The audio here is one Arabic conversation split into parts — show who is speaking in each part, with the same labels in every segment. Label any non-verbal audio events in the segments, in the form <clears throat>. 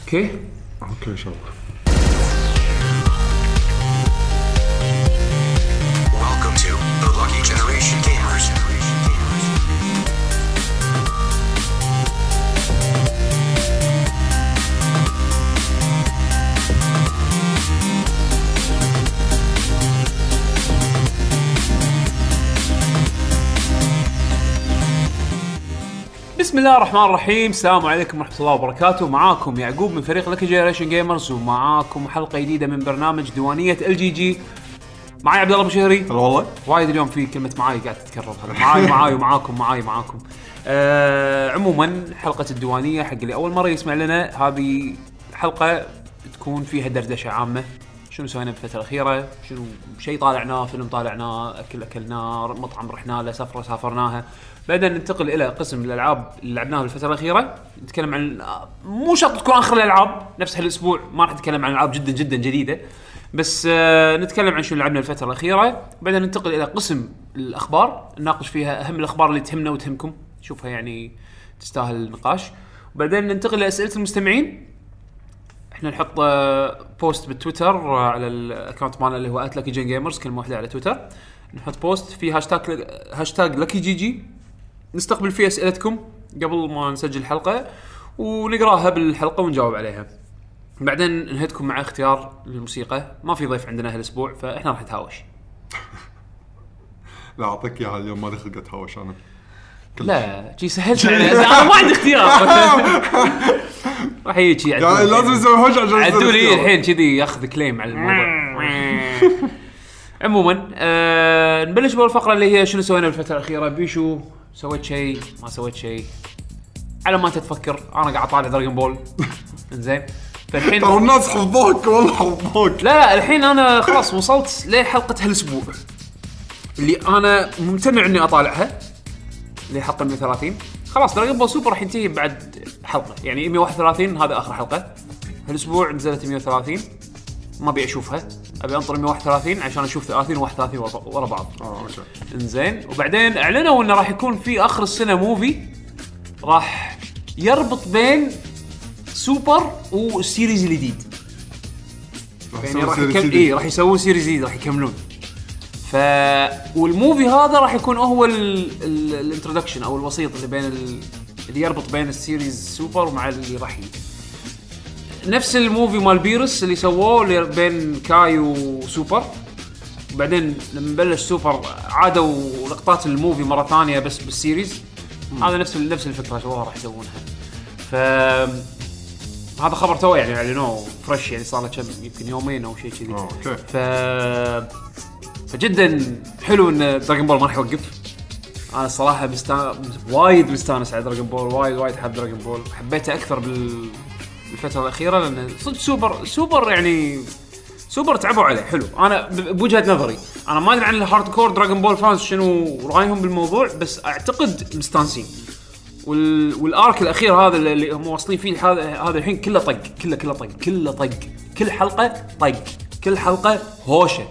Speaker 1: اوكي
Speaker 2: اوكي ان شاء الله
Speaker 3: Welcome to the Lucky Generation Gamers.
Speaker 1: بسم الله الرحمن الرحيم السلام عليكم ورحمه الله وبركاته معاكم يعقوب من فريق لك جيريشن جيمرز ومعاكم حلقه جديده من برنامج ديوانيه ال جي جي معاي عبد الله بشهري
Speaker 2: هلا والله
Speaker 1: وايد اليوم في كلمه معاي قاعد تتكرر هذا. معاي معاي ومعاكم معاي معاكم آه عموما حلقه الديوانيه حق اللي اول مره يسمع لنا هذه حلقه تكون فيها دردشه عامه شنو سوينا بالفتره الاخيره شنو شيء طالعناه فيلم طالعناه اكل اكلناه مطعم رحنا له سفره سافرناها بعدين ننتقل الى قسم الالعاب اللي لعبناها بالفتره الاخيره نتكلم عن مو شرط تكون اخر الالعاب نفس هالاسبوع ما راح نتكلم عن العاب جدا جدا جديده بس آه نتكلم عن شو اللي لعبنا الفتره الاخيره بعدين ننتقل الى قسم الاخبار نناقش فيها اهم الاخبار اللي تهمنا وتهمكم نشوفها يعني تستاهل النقاش وبعدين ننتقل لاسئله المستمعين احنا نحط آه، بوست بالتويتر آه، على الاكونت مالنا اللي هو @lucky جيمرز كلمه واحده على تويتر نحط بوست فيه هاشتاج هاشتاج لكي جي جي نستقبل فيه اسئلتكم قبل ما نسجل الحلقه ونقراها بالحلقه ونجاوب عليها بعدين نهدكم مع اختيار للموسيقى ما في ضيف عندنا هالاسبوع فاحنا راح نتهاوش
Speaker 2: لا اعطيك اياها اليوم ما لي خلق اتهاوش انا
Speaker 1: لا شي سهلت علي. <laughs> انا ما عندي اختيار راح يجي شي
Speaker 2: يعني لازم
Speaker 1: عدول
Speaker 2: نسوي هوش عشان
Speaker 1: عدول
Speaker 2: نصير
Speaker 1: إيه
Speaker 2: اختيار.
Speaker 1: الحين كذي ياخذ كليم على الموضوع <laughs> عموما آه نبلش باول فقره اللي هي شنو سوينا بالفتره الاخيره بيشو سويت شيء ما سويت شيء على ما انت تفكر انا قاعد اطالع دراجون <laughs> بول زين فالحين
Speaker 2: ترى الناس حظوك والله حظوك
Speaker 1: لا لا الحين انا خلاص وصلت لحلقه هالاسبوع اللي انا ممتنع اني اطالعها لحلقه 130 خلاص دراجون بول سوبر راح ينتهي بعد حلقه يعني 131 هذا اخر حلقه هالاسبوع نزلت 130 ما ابي اشوفها ابي انطر 131 عشان اشوف 30 و31 ورا- ورا بعض
Speaker 2: آه، أوكي.
Speaker 1: انزين وبعدين اعلنوا انه راح يكون في اخر السنه موفي راح يربط بين سوبر والسيريز الجديد
Speaker 2: راح
Speaker 1: يعني
Speaker 2: يسوي
Speaker 1: راح
Speaker 2: سيري
Speaker 1: يكم...
Speaker 2: سيري.
Speaker 1: اي راح يسوون سيريز جديد راح يكملون ف والموفي هذا راح يكون هو الانترودكشن او الوسيط اللي بين ال... اللي يربط بين السيريز سوبر مع اللي راح يجي نفس الموفي مال بيرس اللي سووه اللي بين كاي وسوبر بعدين لما بلش سوبر عادوا لقطات الموفي مره ثانيه بس بالسيريز هذا نفس نفس الفكره سووها راح يسوونها ف هذا خبر تو يعني اعلنوه فريش يعني صار له كم يمكن يومين او شيء كذي
Speaker 2: آه، اوكي
Speaker 1: ف فجدا حلو ان دراجون بول ما راح يوقف انا الصراحه بستا... وايد مستانس على دراجون بول وايد وايد حاب دراجون بول حبيته اكثر بال... بالفتره الاخيره لان صدق سوبر سوبر يعني سوبر تعبوا عليه حلو انا ب- بوجهه نظري انا ما ادري عن الهارد كور دراجون بول فانز شنو رايهم بالموضوع بس اعتقد مستانسين وال... والارك الاخير هذا اللي- اللي هم واصلين فيه هذا هذا الحين كله طق كله كله طق كله طق كل حلقه طق كل حلقه هوشه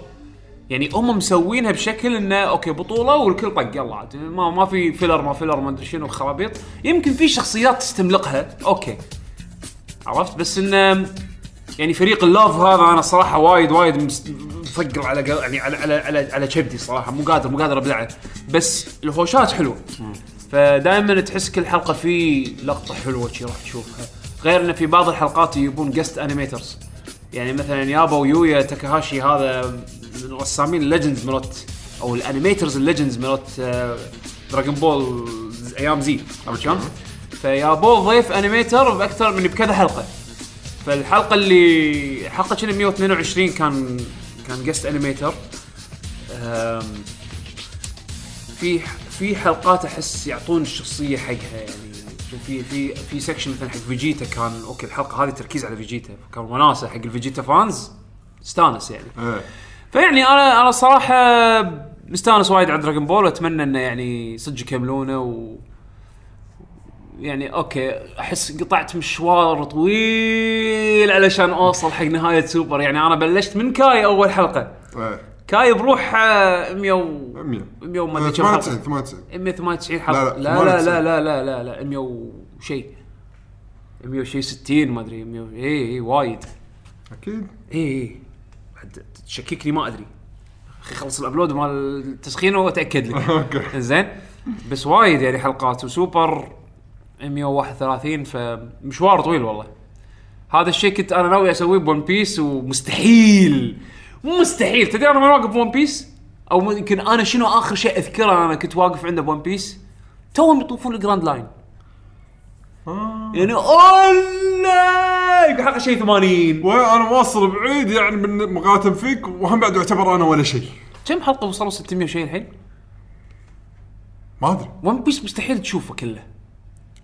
Speaker 1: يعني هم مسوينها بشكل انه اوكي بطوله والكل طق يلا عاد ما ما في فيلر ما فيلر ما ادري شنو خرابيط يمكن في شخصيات تستملقها اوكي عرفت بس انه يعني فريق اللوف هذا انا صراحه وايد وايد مس- مفقر على قل- يعني على على على, على كبدي صراحه مو قادر مو قادر ابلعه بس الهوشات حلوه فدائما تحس كل حلقه في لقطه حلوه شي راح تشوفها غير انه في بعض الحلقات يجيبون جست انيميترز يعني مثلا يابا ويويا تاكاهاشي هذا من الرسامين الليجندز مالت او الانيميترز الليجندز مالت آه، دراجون بول ايام زي عرفت شلون؟ فيابوه ضيف انيميتر باكثر من بكذا حلقه فالحلقه اللي حلقه كنا 122 كان كان جست انيميتر أم، في في حلقات احس يعطون الشخصيه حقها يعني في في في سكشن مثلا حق فيجيتا كان اوكي الحلقه هذه تركيز على فيجيتا كان وناسه حق الفيجيتا فانز استانس يعني
Speaker 2: إيه.
Speaker 1: فيعني انا انا صراحه مستانس وايد على دراجون بول واتمنى انه يعني صدق يكملونه و يعني اوكي احس قطعت مشوار طويل علشان اوصل حق نهايه سوبر يعني انا بلشت من كاي اول حلقه
Speaker 2: إيه.
Speaker 1: كاي بروحها 100 و
Speaker 2: 100
Speaker 1: 100 وما ادري كم حلقه
Speaker 2: 98 98
Speaker 1: 198 حلقه لا
Speaker 2: لا،
Speaker 1: لا لا
Speaker 2: 98.
Speaker 1: لا لا لا لا 100 وشيء 100 شيء 60 ما ادري 100 اي اي إيه، وايد
Speaker 2: اكيد
Speaker 1: اي اي إيه، بعد تشككني ما ادري اخي خلص الابلود مال التسخين وتاكد لي
Speaker 2: اوكي
Speaker 1: زين بس وايد يعني حلقات وسوبر 131 فمشوار طويل والله هذا الشيء كنت انا ناوي اسويه بون بيس ومستحيل مستحيل تدري انا من واقف بون بيس او يمكن انا شنو اخر شيء اذكره انا كنت واقف عنده بون بيس توهم يطوفون الجراند لاين يعني اوه حلقه شيء 80
Speaker 2: وانا واصل بعيد يعني من مقاتل فيك وهم بعد يعتبر انا ولا شيء
Speaker 1: كم حلقه وصلوا 600 شيء الحين؟
Speaker 2: ما ادري
Speaker 1: ون بيس مستحيل تشوفه كله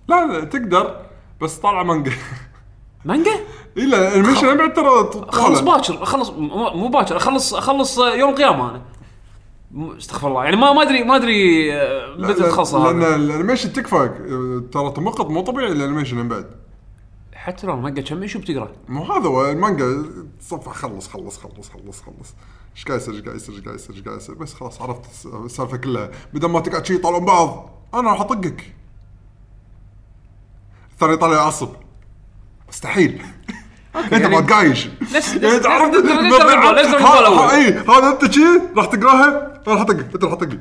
Speaker 2: لا لا تقدر بس طالعه مانجا <laughs>
Speaker 1: مانجا
Speaker 2: الا الانيميشن بعد ترى طالع.
Speaker 1: اخلص باكر اخلص مو مو باكر اخلص اخلص يوم القيامه انا م- استغفر الله يعني ما ما ادري ما ادري آه،
Speaker 2: لا-
Speaker 1: متى تخلص
Speaker 2: لان
Speaker 1: هذا
Speaker 2: الانيميشن تكفى ترى تمقط مو طبيعي الانيميشن من بعد
Speaker 1: حتى لو مانجا كم ايش بتقرا؟
Speaker 2: مو هذا هو المانجا تصفح خلص خلص خلص خلص خلص ايش قاعد يصير ايش قاعد يصير ايش قاعد يصير ايش قاعد يصير بس خلاص عرفت الس- السالفه كلها بدل ما تقعد شي يطالعون بعض انا راح اطقك الثاني يطالع يعصب مستحيل انت
Speaker 1: يعني-
Speaker 2: ما تقايش
Speaker 1: نفس-
Speaker 2: انت عرفت
Speaker 1: نفس- نفس Dragon Ball، نفس Dragon Ball أول.
Speaker 2: اي هذا انت شي راح تقراها انا راح اطقك انت راح اطقك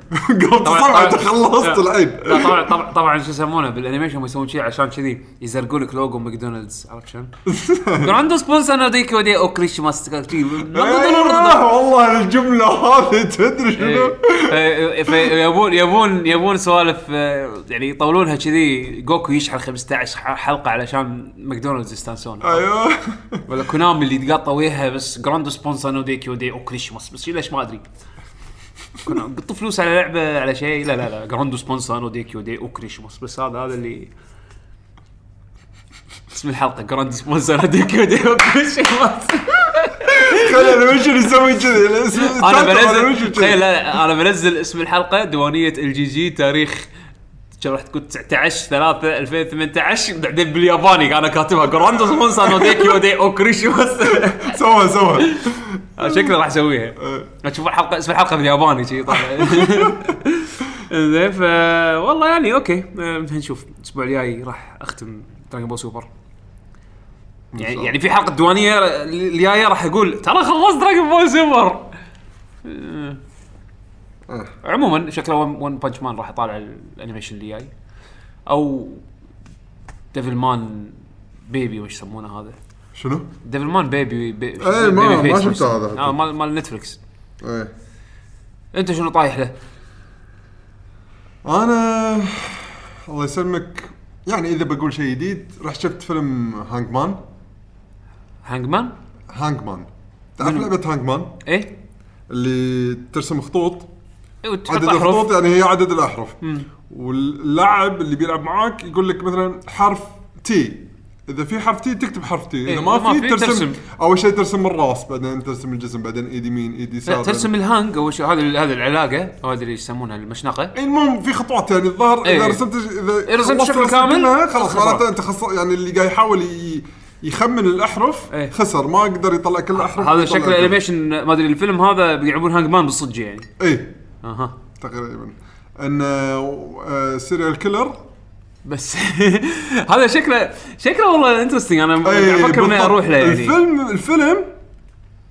Speaker 2: <laughs> قلت طبعا انت خلصت العيب
Speaker 1: لا طبعا طبعا
Speaker 2: <laughs>
Speaker 1: طبعا شو يسمونه بالانيميشن هم يسوون شيء عشان كذي يزرقوا لك لوجو ماكدونالدز عرفت
Speaker 2: <laughs>
Speaker 1: شلون؟ يقول عنده سبونسر ناديك ودي او كريشماس
Speaker 2: أيوة. آه، والله الجمله هذه تدري شنو
Speaker 1: إيه. يبون يبون يبون سوالف آه، يعني يطولونها كذي جوكو يشحن 15 حلقه علشان ماكدونالدز يستانسون
Speaker 2: ايوه
Speaker 1: ولا كونامي اللي تقطع وجهها بس جراند سبونسر نو دي كيو دي او كريشماس بس ليش ما ادري كنا قط فلوس على لعبه على شيء لا لا لا جراند سبونسر نو دي كيو دي او كريشماس بس هذا هذا اللي اسم الحلقه جراند سبونسر نو دي كيو دي او كريشماس
Speaker 2: خلي الوجه يسوي كذي الاسم
Speaker 1: <laughs> انا
Speaker 2: التاتو على الوجه
Speaker 1: بنزل
Speaker 2: كذي.
Speaker 1: تخيل لا، انا بنزل اسم الحلقه ديوانيه الجي جي تاريخ كم راح تكون 19 3 2018 بعدين بالياباني انا كاتبها جراند سبونسر نو دي كيو دي او كريشماس
Speaker 2: سوى سوى
Speaker 1: آه، شكله راح اسويها تشوف الحلقه اسم الحلقه بالياباني شي طالع زين ف والله يعني اوكي آه، نشوف الاسبوع الجاي راح اختم دراجون بول سوبر يعني يعني في حلقه ديوانيه الجايه راح اقول ترى خلصت دراجون بول سوبر آه. عموما آه. شكله ون, ون بانش مان راح يطالع الانيميشن اللي جاي او ديفل مان بيبي وش يسمونه هذا
Speaker 2: شنو؟
Speaker 1: ديفل مان بيبي بي
Speaker 2: إيه، ما-
Speaker 1: بيبي
Speaker 2: ما
Speaker 1: فيس
Speaker 2: شفته هذا.
Speaker 1: آه مال مال نتفلكس
Speaker 2: ايه
Speaker 1: انت شنو طايح له؟
Speaker 2: انا الله يسلمك يعني اذا بقول شيء جديد رحت شفت فيلم هانج مان
Speaker 1: هانج مان؟
Speaker 2: هانج مان تعرف لعبه هانج مان
Speaker 1: ايه؟
Speaker 2: اللي ترسم خطوط
Speaker 1: إيه، وتحط
Speaker 2: عدد
Speaker 1: أحرف.
Speaker 2: الخطوط يعني هي عدد الاحرف واللاعب اللي بيلعب معاك يقول لك مثلا حرف تي اذا في حرف تي تكتب حرف تي اذا
Speaker 1: إيه،
Speaker 2: ما, في ترسم, اول شيء ترسم الراس بعدين ترسم الجسم بعدين ايد يمين ايد
Speaker 1: لا،
Speaker 2: يسار
Speaker 1: ترسم الهانج اول شيء هذا ال- هذا العلاقه ما ادري ايش يسمونها المشنقه
Speaker 2: إيه، المهم في خطوات يعني الظاهر
Speaker 1: إيه.
Speaker 2: اذا رسمت اذا
Speaker 1: إيه، رسمت
Speaker 2: خلصت
Speaker 1: بشكل
Speaker 2: الرسم
Speaker 1: كامل،
Speaker 2: كلها، خلاص
Speaker 1: خلاص.
Speaker 2: معناته انت خسر يعني اللي قاعد يحاول ي- يخمن الاحرف
Speaker 1: إيه.
Speaker 2: خسر ما قدر يطلع كل الاحرف
Speaker 1: هذا
Speaker 2: يطلع
Speaker 1: شكل
Speaker 2: كل-
Speaker 1: الانيميشن ما ادري الفيلم هذا بيلعبون هانج مان بالصدق يعني
Speaker 2: ايه
Speaker 1: اها
Speaker 2: تقريبا ان سيريال كيلر
Speaker 1: بس <laughs> هذا شكله شكله والله انترستنج انا افكر اني اروح له يعني
Speaker 2: إيه، الفيلم الفيلم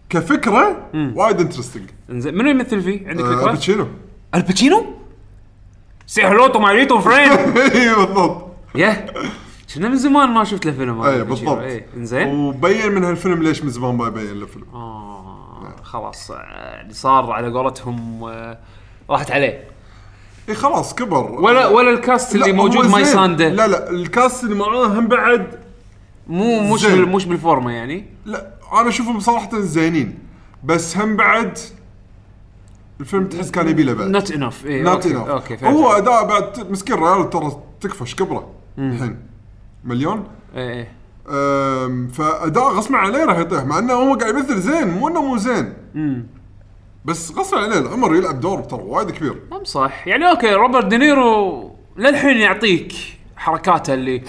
Speaker 2: كفكره وايد انترستنج
Speaker 1: انزين منو يمثل فيه؟
Speaker 2: آه،
Speaker 1: عندك فكره؟
Speaker 2: <laughs> باتشينو
Speaker 1: الباتشينو؟ سي هلو تو ماي ليتل
Speaker 2: <laughs>
Speaker 1: فريند
Speaker 2: اي إيه، بالضبط
Speaker 1: يا كنا من زمان ما شفت له فيلم هذا
Speaker 2: اي
Speaker 1: الباتشينو.
Speaker 2: بالضبط
Speaker 1: إيه، انزين
Speaker 2: وبين من هالفيلم ليش من زمان ما يبين الفيلم
Speaker 1: آه، خلاص آه، يعني صار على قولتهم آه، راحت عليه
Speaker 2: اي إيه، خلاص كبر
Speaker 1: ولا ولا الكاست اللي
Speaker 2: لا،
Speaker 1: موجود
Speaker 2: هو
Speaker 1: ما
Speaker 2: زين.
Speaker 1: يسانده
Speaker 2: لا لا الكاست اللي معاه هم بعد
Speaker 1: مو مش
Speaker 2: زين.
Speaker 1: بال- مش بالفورمه يعني
Speaker 2: لا انا اشوفهم صراحه زينين بس هم بعد الفيلم تحس كان يبي له بعد
Speaker 1: نوت انف اي
Speaker 2: نوت
Speaker 1: اوكي
Speaker 2: enough.
Speaker 1: اوكي إيه، فهمت.
Speaker 2: هو اداء بعد مسكين ريال ترى تكفش كبره الحين مليون
Speaker 1: إيه، إيه.
Speaker 2: أم، فاداء غصب عليه راح يطيح مع انه هو قاعد يمثل زين مو انه مو زين بس غصب عليه العمر يلعب دور ترى وايد كبير <laughs>
Speaker 1: هم صح يعني اوكي روبرت دينيرو للحين يعطيك حركاته اللي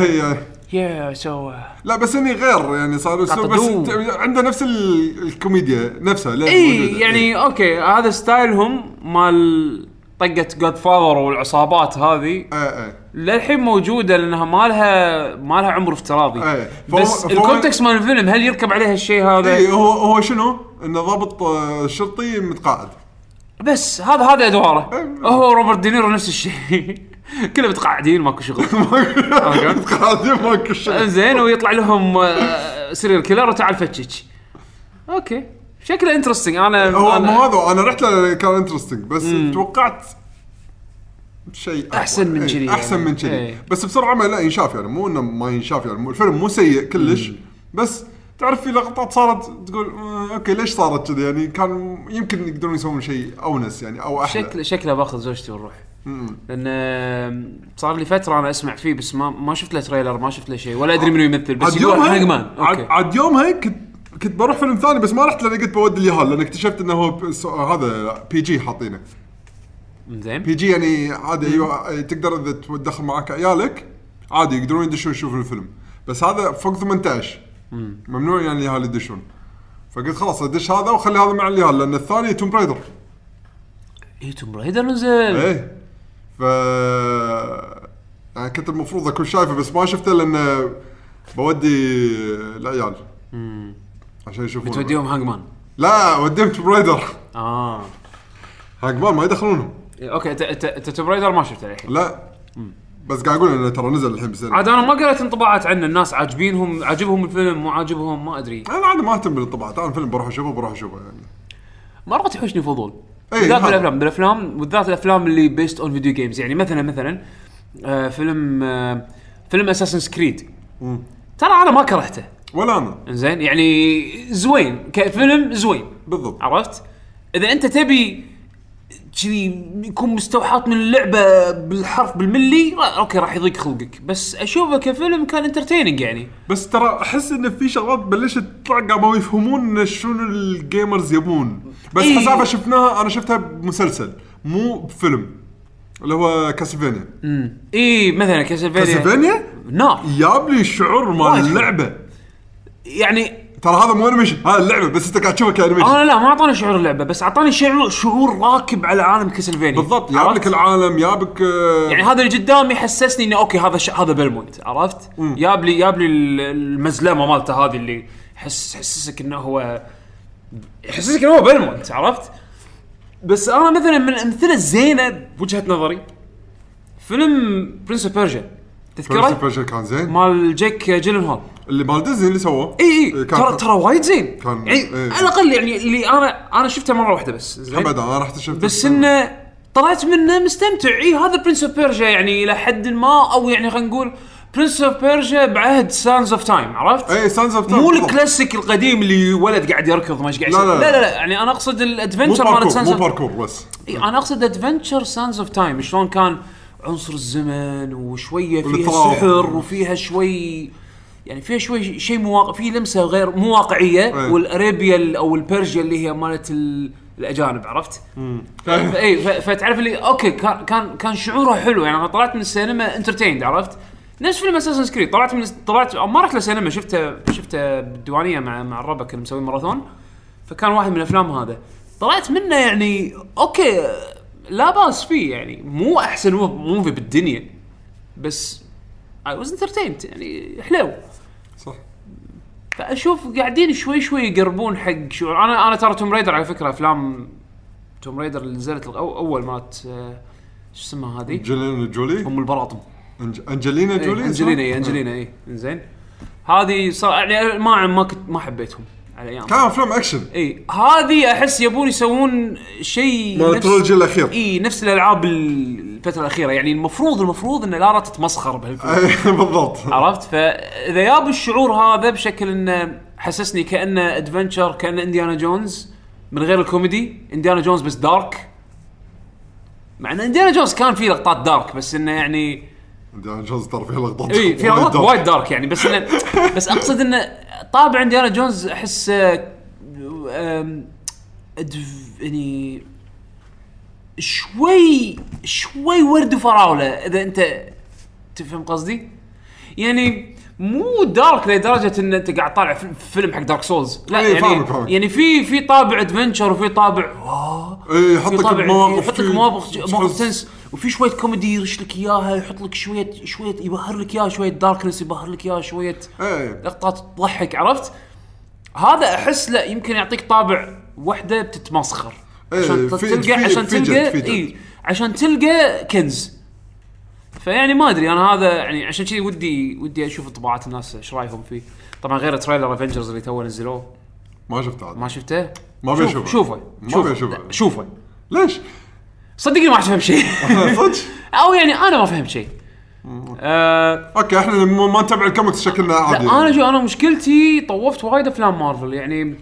Speaker 2: يعني
Speaker 1: يا سو آه.
Speaker 2: لا بس اني غير يعني صار اسلوب
Speaker 1: قطدوم.
Speaker 2: بس ت- عنده نفس
Speaker 1: إيه،
Speaker 2: ال- الكوميديا نفسها لازم
Speaker 1: اي
Speaker 2: موجودة. إيه.
Speaker 1: يعني اوكي هذا ستايلهم مال طقت جود فاذر والعصابات هذه
Speaker 2: اي اي
Speaker 1: للحين موجوده لانها ما لها ما لها عمر افتراضي
Speaker 2: إيه. فهو-
Speaker 1: بس
Speaker 2: فهو-
Speaker 1: الكونتكست مال الفيلم هل يركب عليها الشيء
Speaker 2: اي
Speaker 1: هذا؟
Speaker 2: إيه، هو هو شنو؟ انه ضابط آه، شرطي متقاعد <laughs>
Speaker 1: بس هذا هذا ادواره
Speaker 2: إيه.
Speaker 1: هو روبرت دينيرو نفس الشيء <laughs> كلهم متقاعدين ماكو
Speaker 2: <laughs>
Speaker 1: شغل
Speaker 2: متقاعد ماكو شيء
Speaker 1: زين ويطلع لهم آه، سيريال كيلر وتعال فتشك اوكي شكله انترستنج انا
Speaker 2: إيه، هو ما
Speaker 1: أنا
Speaker 2: هذا انا رحت له كان انترستنج بس توقعت شيء أقوى.
Speaker 1: أحسن من
Speaker 2: إيه،
Speaker 1: كذي
Speaker 2: احسن
Speaker 1: يعني.
Speaker 2: من كذي
Speaker 1: إيه.
Speaker 2: بس بسرعه ما لا ينشاف يعني مو انه ما ينشاف يعني مو- الفيلم مو سيء كلش بس تعرف في لقطات صارت تقول "آه، اوكي ليش صارت كذي يعني كان يمكن يقدرون يسوون شيء اونس يعني او احلى
Speaker 1: شكله شكله باخذ زوجتي ونروح لان آه، صار لي فتره انا اسمع فيه بس ما ما شفت له تريلر ما شفت له شيء ولا ادري منو يمثل بس
Speaker 2: عاد
Speaker 1: يقول
Speaker 2: يومها
Speaker 1: هانجمان
Speaker 2: عاد-
Speaker 1: اوكي
Speaker 2: عاد يومها كنت كنت بروح فيلم ثاني بس ما رحت لان كنت بودي اليهال لان اكتشفت انه هو ب- س- هذا بي جي حاطينه
Speaker 1: زين
Speaker 2: بي جي يعني عادي أيوة تقدر اذا تدخل معك عيالك عادي يقدرون يدشون يشوفون الفيلم بس هذا فوق 18 ممنوع يعني اليهال يدشون فقلت خلاص ادش هذا وخلي هذا مع اليهال لان الثاني توم برايدر
Speaker 1: اي توم رايدر إيه، نزل
Speaker 2: ايه ف يعني كنت المفروض اكون شايفه بس ما شفته لان بودي العيال عشان يشوفون
Speaker 1: بتوديهم هانجمان
Speaker 2: لا وديهم توم رايدر
Speaker 1: اه
Speaker 2: عقبال ما يدخلونهم
Speaker 1: إيه، اوكي انت انت انت توم رايدر ما شفته الحين
Speaker 2: لا بس قاعد اقول انه ترى نزل الحين بس انا
Speaker 1: عاد انا ما قريت انطباعات عنه الناس عاجبينهم عاجبهم الفيلم مو عاجبهم ما ادري
Speaker 2: عادي ما اهتم بالانطباعات انا فيلم بروح اشوفه بروح اشوفه يعني
Speaker 1: مرات يحوشني فضول
Speaker 2: إيه،
Speaker 1: بالذات
Speaker 2: هذا.
Speaker 1: بالافلام بالافلام بالذات الافلام اللي بيست اون فيديو جيمز يعني مثلا مثلا آه فيلم آه فيلم اساسن سكريد ترى انا ما كرهته
Speaker 2: ولا انا
Speaker 1: زين يعني زوين كفيلم زوين
Speaker 2: بالضبط
Speaker 1: عرفت اذا انت تبي كذي يكون مستوحات من اللعبه بالحرف بالملي را- اوكي راح يضيق خلقك بس اشوفه كفيلم كان انترتيننج يعني
Speaker 2: بس ترى احس ان في شغلات بلشت تطلع قاموا يفهمون إن شنو الجيمرز يبون بس
Speaker 1: إيه.
Speaker 2: حسافه شفناها انا شفتها بمسلسل مو بفيلم اللي هو كاسلفينيا
Speaker 1: إيه. اي مثلا كاسلفينيا
Speaker 2: كاسلفينيا
Speaker 1: نار
Speaker 2: جاب لي الشعور
Speaker 1: وايد
Speaker 2: مال
Speaker 1: حلو.
Speaker 2: اللعبه
Speaker 1: يعني
Speaker 2: ترى هذا مو انيميشن هذا اللعبه بس انت قاعد تشوفها كانيميشن
Speaker 1: انا لا ما اعطاني شعور اللعبه بس اعطاني شعور شعور راكب على عالم كاسلفينيا
Speaker 2: بالضبط
Speaker 1: عرفت؟
Speaker 2: يابك العالم يابك آه،
Speaker 1: يعني هذا اللي قدامي حسسني انه اوكي هذا ش... هذا بلمونت عرفت؟ جاب لي جاب لي ال- المزلمه مالته هذه اللي حس حسسك انه هو يحسسك انه هو بلمونت عرفت؟ بس انا مثلا من الامثله الزينه بوجهه نظري فيلم برنس اوف بيرجا
Speaker 2: برنس
Speaker 1: تذكره؟
Speaker 2: بريشر كان زين
Speaker 1: مال جيك جيلن هول
Speaker 2: اللي مال ديزني اللي سووه
Speaker 1: اي اي
Speaker 2: كان-
Speaker 1: إيه، ترى ترى وايد زين
Speaker 2: كان-
Speaker 1: يعني
Speaker 2: إيه.
Speaker 1: على الاقل يعني اللي انا انا شفته مره واحده بس زين
Speaker 2: ابدا انا رحت شفت
Speaker 1: بس انه طلعت منه مستمتع اي هذا برنس اوف بيرجا يعني الى حد ما او يعني خلينا نقول برنس اوف بيرجا بعهد سانز اوف تايم عرفت؟
Speaker 2: اي سانز اوف
Speaker 1: مو الكلاسيك القديم اللي ولد قاعد يركض ما ايش قاعد
Speaker 2: لا
Speaker 1: يسوي.
Speaker 2: لا
Speaker 1: لا
Speaker 2: لا.
Speaker 1: لا لا يعني انا اقصد
Speaker 2: مو
Speaker 1: الادفنشر مالت
Speaker 2: باركور
Speaker 1: سانز
Speaker 2: مو
Speaker 1: اوف
Speaker 2: باركور بس
Speaker 1: اي انا اقصد ادفنشر سانز اوف تايم شلون كان عنصر الزمن وشويه فيها
Speaker 2: والإطراف.
Speaker 1: سحر وفيها شوي يعني فيها شوي شيء مواقع في لمسه غير مو واقعيه
Speaker 2: إيه.
Speaker 1: والاريبيا ال- او البرجيا اللي هي مالت ال- الاجانب عرفت؟ ف- اي ف- فتعرف اللي اوكي كان كان كان شعوره حلو يعني انا طلعت من السينما انترتيند عرفت؟ نفس فيلم اساسن سكريد طلعت من طلعت ما رحت للسينما شفته شفته بالديوانيه مع مع الربع كنا مسويين ماراثون فكان واحد من الافلام هذا طلعت منه يعني اوكي لا باس فيه يعني مو احسن مو- موفي بالدنيا بس اي واز انترتيند يعني حلو
Speaker 2: صح
Speaker 1: فاشوف قاعدين شوي شوي يقربون حق شعور انا انا ترى توم رايدر على فكره افلام توم رايدر اللي نزلت الأو- اول مات آه، شو اسمها هذه؟
Speaker 2: انجلينا جولي
Speaker 1: ام البراطم
Speaker 2: أنج- انجلينا
Speaker 1: إيه،
Speaker 2: جولي
Speaker 1: انجلينا
Speaker 2: صح؟
Speaker 1: اي انجلينا اي انزين هذه صار يعني ما ما كنت ما حبيتهم على ايام
Speaker 2: كان افلام اكشن <laughs>
Speaker 1: اي هذه احس يبون يسوون شيء
Speaker 2: مال
Speaker 1: نفس-
Speaker 2: الترولوجي الأخير.
Speaker 1: اي نفس الالعاب الفتره الاخيره يعني المفروض المفروض ان لارا تتمسخر بهالفيلم
Speaker 2: إيه، بالضبط
Speaker 1: عرفت فاذا جاب الشعور هذا بشكل انه حسسني كانه ادفنشر كانه انديانا جونز من غير الكوميدي انديانا جونز بس دارك مع ان انديانا جونز كان فيه لقطات دارك بس انه يعني
Speaker 2: عندي جوز ترى فيها لقطات
Speaker 1: اي إيه، في
Speaker 2: وايد
Speaker 1: لقطات
Speaker 2: دارك.
Speaker 1: وايد دارك يعني بس انه بس اقصد انه طابع انديانا جونز احس آه، آم، أدف- يعني شوي شوي ورد وفراوله اذا انت تفهم قصدي؟ يعني مو دارك لدرجه ان انت قاعد طالع فيلم- فيلم حق دارك سولز لا
Speaker 2: إيه،
Speaker 1: يعني
Speaker 2: فاهمك، فاهمك.
Speaker 1: يعني في في طابع ادفنشر وفي طابع آه،
Speaker 2: اي
Speaker 1: في
Speaker 2: يحطك
Speaker 1: طابع
Speaker 2: بمواقف
Speaker 1: يحطك
Speaker 2: شي-
Speaker 1: يعني مواقف مواقف
Speaker 2: تحس-
Speaker 1: تنس وفي شويه كوميدي يرش لك اياها يحط لك شويه شويه يبهر لك اياها شويه داركنس يبهر لك اياها شويه
Speaker 2: ايه
Speaker 1: لقطات تضحك عرفت؟ هذا احس لا يمكن يعطيك طابع وحده بتتمسخر
Speaker 2: إيه،
Speaker 1: عشان
Speaker 2: في-
Speaker 1: تلقى
Speaker 2: في-
Speaker 1: عشان
Speaker 2: في جد،
Speaker 1: تلقى
Speaker 2: في جد.
Speaker 1: اي عشان تلقى كنز فيعني ما ادري انا هذا يعني عشان كذي ودي ودي اشوف انطباعات الناس ايش رايهم فيه طبعا غير تريلر افنجرز اللي تو نزلوه
Speaker 2: ما شفت عاد
Speaker 1: ما شفته
Speaker 2: ما أبي
Speaker 1: شوف-
Speaker 2: أشوفه.
Speaker 1: شوفه
Speaker 2: ما
Speaker 1: شوفه
Speaker 2: أبي أشوفه.
Speaker 1: لا، شوفه <laughs>
Speaker 2: ليش؟
Speaker 1: صدقني ما راح تفهم شيء
Speaker 2: صدق؟
Speaker 1: او يعني انا ما فهمت شيء آه
Speaker 2: اوكي احنا ما ما نتابع الكوميكس شكلنا
Speaker 1: لا
Speaker 2: عادي
Speaker 1: انا شو انا مشكلتي طوفت وايد افلام مارفل يعني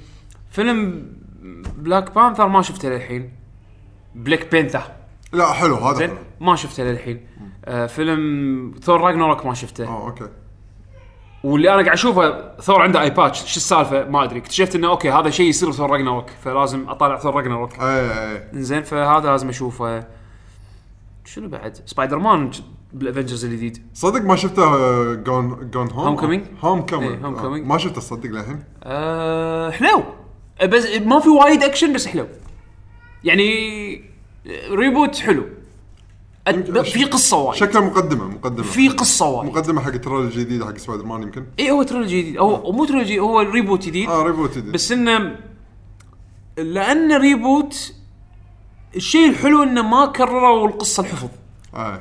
Speaker 1: فيلم بلاك بانثر ما شفته للحين بلاك بانثر
Speaker 2: لا حلو هذا
Speaker 1: زين
Speaker 2: حلو.
Speaker 1: ما شفته للحين آه فيلم ثور راجناروك ما شفته
Speaker 2: اه اوكي
Speaker 1: واللي انا قاعد اشوفه ثور عنده اي باتش شو السالفه ما ادري اكتشفت انه اوكي هذا شيء يصير بثور راجناروك فلازم اطالع ثور راجناروك
Speaker 2: اي اي
Speaker 1: زين فهذا لازم اشوفه شنو بعد سبايدر مان بالافنجرز الجديد
Speaker 2: صدق ما شفته جون جون هوم
Speaker 1: Homecoming؟
Speaker 2: هوم
Speaker 1: إيه،
Speaker 2: كومينج
Speaker 1: Homecoming.
Speaker 2: ما شفته صدق للحين
Speaker 1: أه حلو بس ما في وايد اكشن بس حلو يعني ريبوت حلو أد- في قصه وايد
Speaker 2: شكله مقدمه مقدمه
Speaker 1: في قصه وايد
Speaker 2: مقدمه حق التريلر الجديد حق سبايدر مان يمكن
Speaker 1: اي إيه، هو ترولوجي جديد او مو ترولوجي هو ريبوت جديد
Speaker 2: اه ريبوت جديد
Speaker 1: بس انه لان ريبوت الشيء الحلو انه ما كرروا القصه الحفظ
Speaker 2: آه.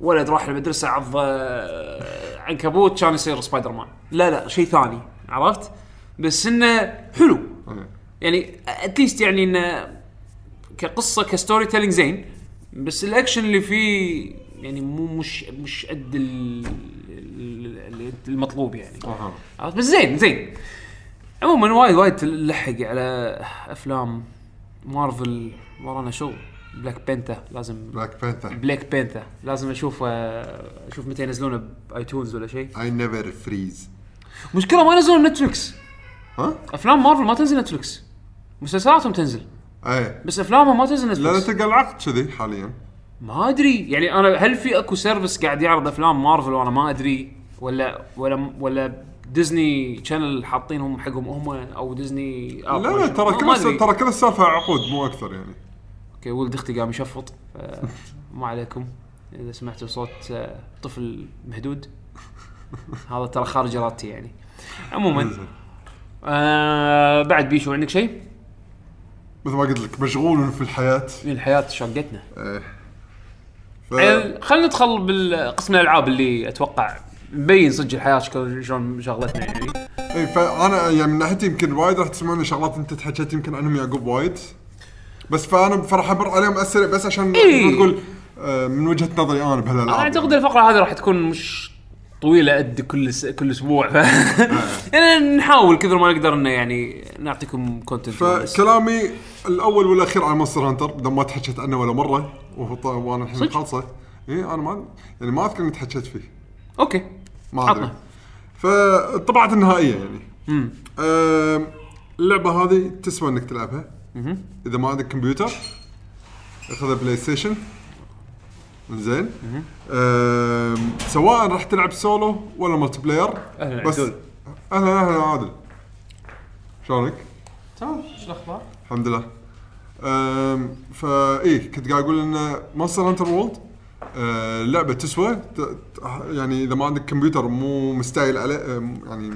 Speaker 1: ولد راح المدرسه عض آه، عنكبوت كان يصير سبايدر مان لا لا شيء ثاني عرفت بس انه حلو
Speaker 2: إيه.
Speaker 1: يعني اتليست يعني انه كقصه كستوري تيلينج زين بس الاكشن اللي فيه يعني مو مش مش قد ال- ال- ال- المطلوب يعني
Speaker 2: اها
Speaker 1: عرفت؟ بس زين زين عموما وايد وايد تلحق على افلام مارفل ورانا شو بلاك بانتا لازم
Speaker 2: بلاك بانثر
Speaker 1: بلاك بانتا لازم اشوف آه، اشوف متى ينزلونه بايتونز ولا شيء
Speaker 2: اي نيفر فريز
Speaker 1: مشكله ما ينزلون نتفلكس
Speaker 2: ها؟
Speaker 1: افلام مارفل ما تنزل نتفلكس مسلسلاتهم تنزل
Speaker 2: اي
Speaker 1: بس افلامها ما تنزل
Speaker 2: آه. لا لا
Speaker 1: نتفلكس
Speaker 2: تلقى العقد كذي حاليا
Speaker 1: آه، ما ادري يعني انا هل في اكو سيرفس قاعد يعرض افلام مارفل وانا ما ادري ولا ولا ولا ديزني شانل حاطينهم حقهم هم او ديزني
Speaker 2: لا لا ترى كل ترى كل السالفه عقود مو اكثر يعني
Speaker 1: اوكي ولد اختي قام يشفط فما عليكم اذا سمعتوا صوت آه، طفل مهدود هذا ترى خارج ارادتي يعني عموما
Speaker 2: زين.
Speaker 1: آه بعد بيشو عندك شيء؟
Speaker 2: مثل ما قلت لك مشغول في الحياه
Speaker 1: الحياه شقتنا
Speaker 2: ف...
Speaker 1: يعني خلينا ندخل بالقسم الالعاب اللي اتوقع مبين صدق الحياه شكل- شلون شغلتنا يعني
Speaker 2: اي فانا يعني من ناحيتي يمكن وايد راح تسمعون شغلات انت تحكيت يمكن عنهم يعقوب وايد بس فانا فراح امر عليهم اسرع بس عشان
Speaker 1: إي.
Speaker 2: نقول آه، من وجهه نظري انا بهالالعاب
Speaker 1: انا اعتقد الفقره هذه راح تكون مش طويله قد كل س... كل <laughs> اسبوع
Speaker 2: آه.
Speaker 1: ف يعني نحاول كثر ما نقدر انه يعني نعطيكم كونتنت
Speaker 2: فكلامي الاول والاخير على مونستر هانتر بدل ما تحكيت عنه ولا مره وهو طا- وانا الحين
Speaker 1: صدق؟
Speaker 2: خالصه اي انا ما يعني ما اذكر اني تحكيت فيه
Speaker 1: اوكي
Speaker 2: ما ادري
Speaker 1: عطنا.
Speaker 2: فالطبعات النهائيه يعني امم اللعبه هذه تسوى انك تلعبها اذا ما عندك كمبيوتر اخذها بلاي ستيشن زين أم، سواء راح تلعب سولو ولا ملتي بلاير
Speaker 1: أهلاً
Speaker 2: بس
Speaker 1: عدول.
Speaker 2: اهلا اهلا عادل شلونك؟
Speaker 1: تمام شو الاخبار؟
Speaker 2: الحمد لله أم، فا إيه كنت قاعد اقول ان مونستر هانتر وولد أه، لعبه تسوى ت- ت- يعني اذا ما عندك كمبيوتر مو مستايل عليه أم، يعني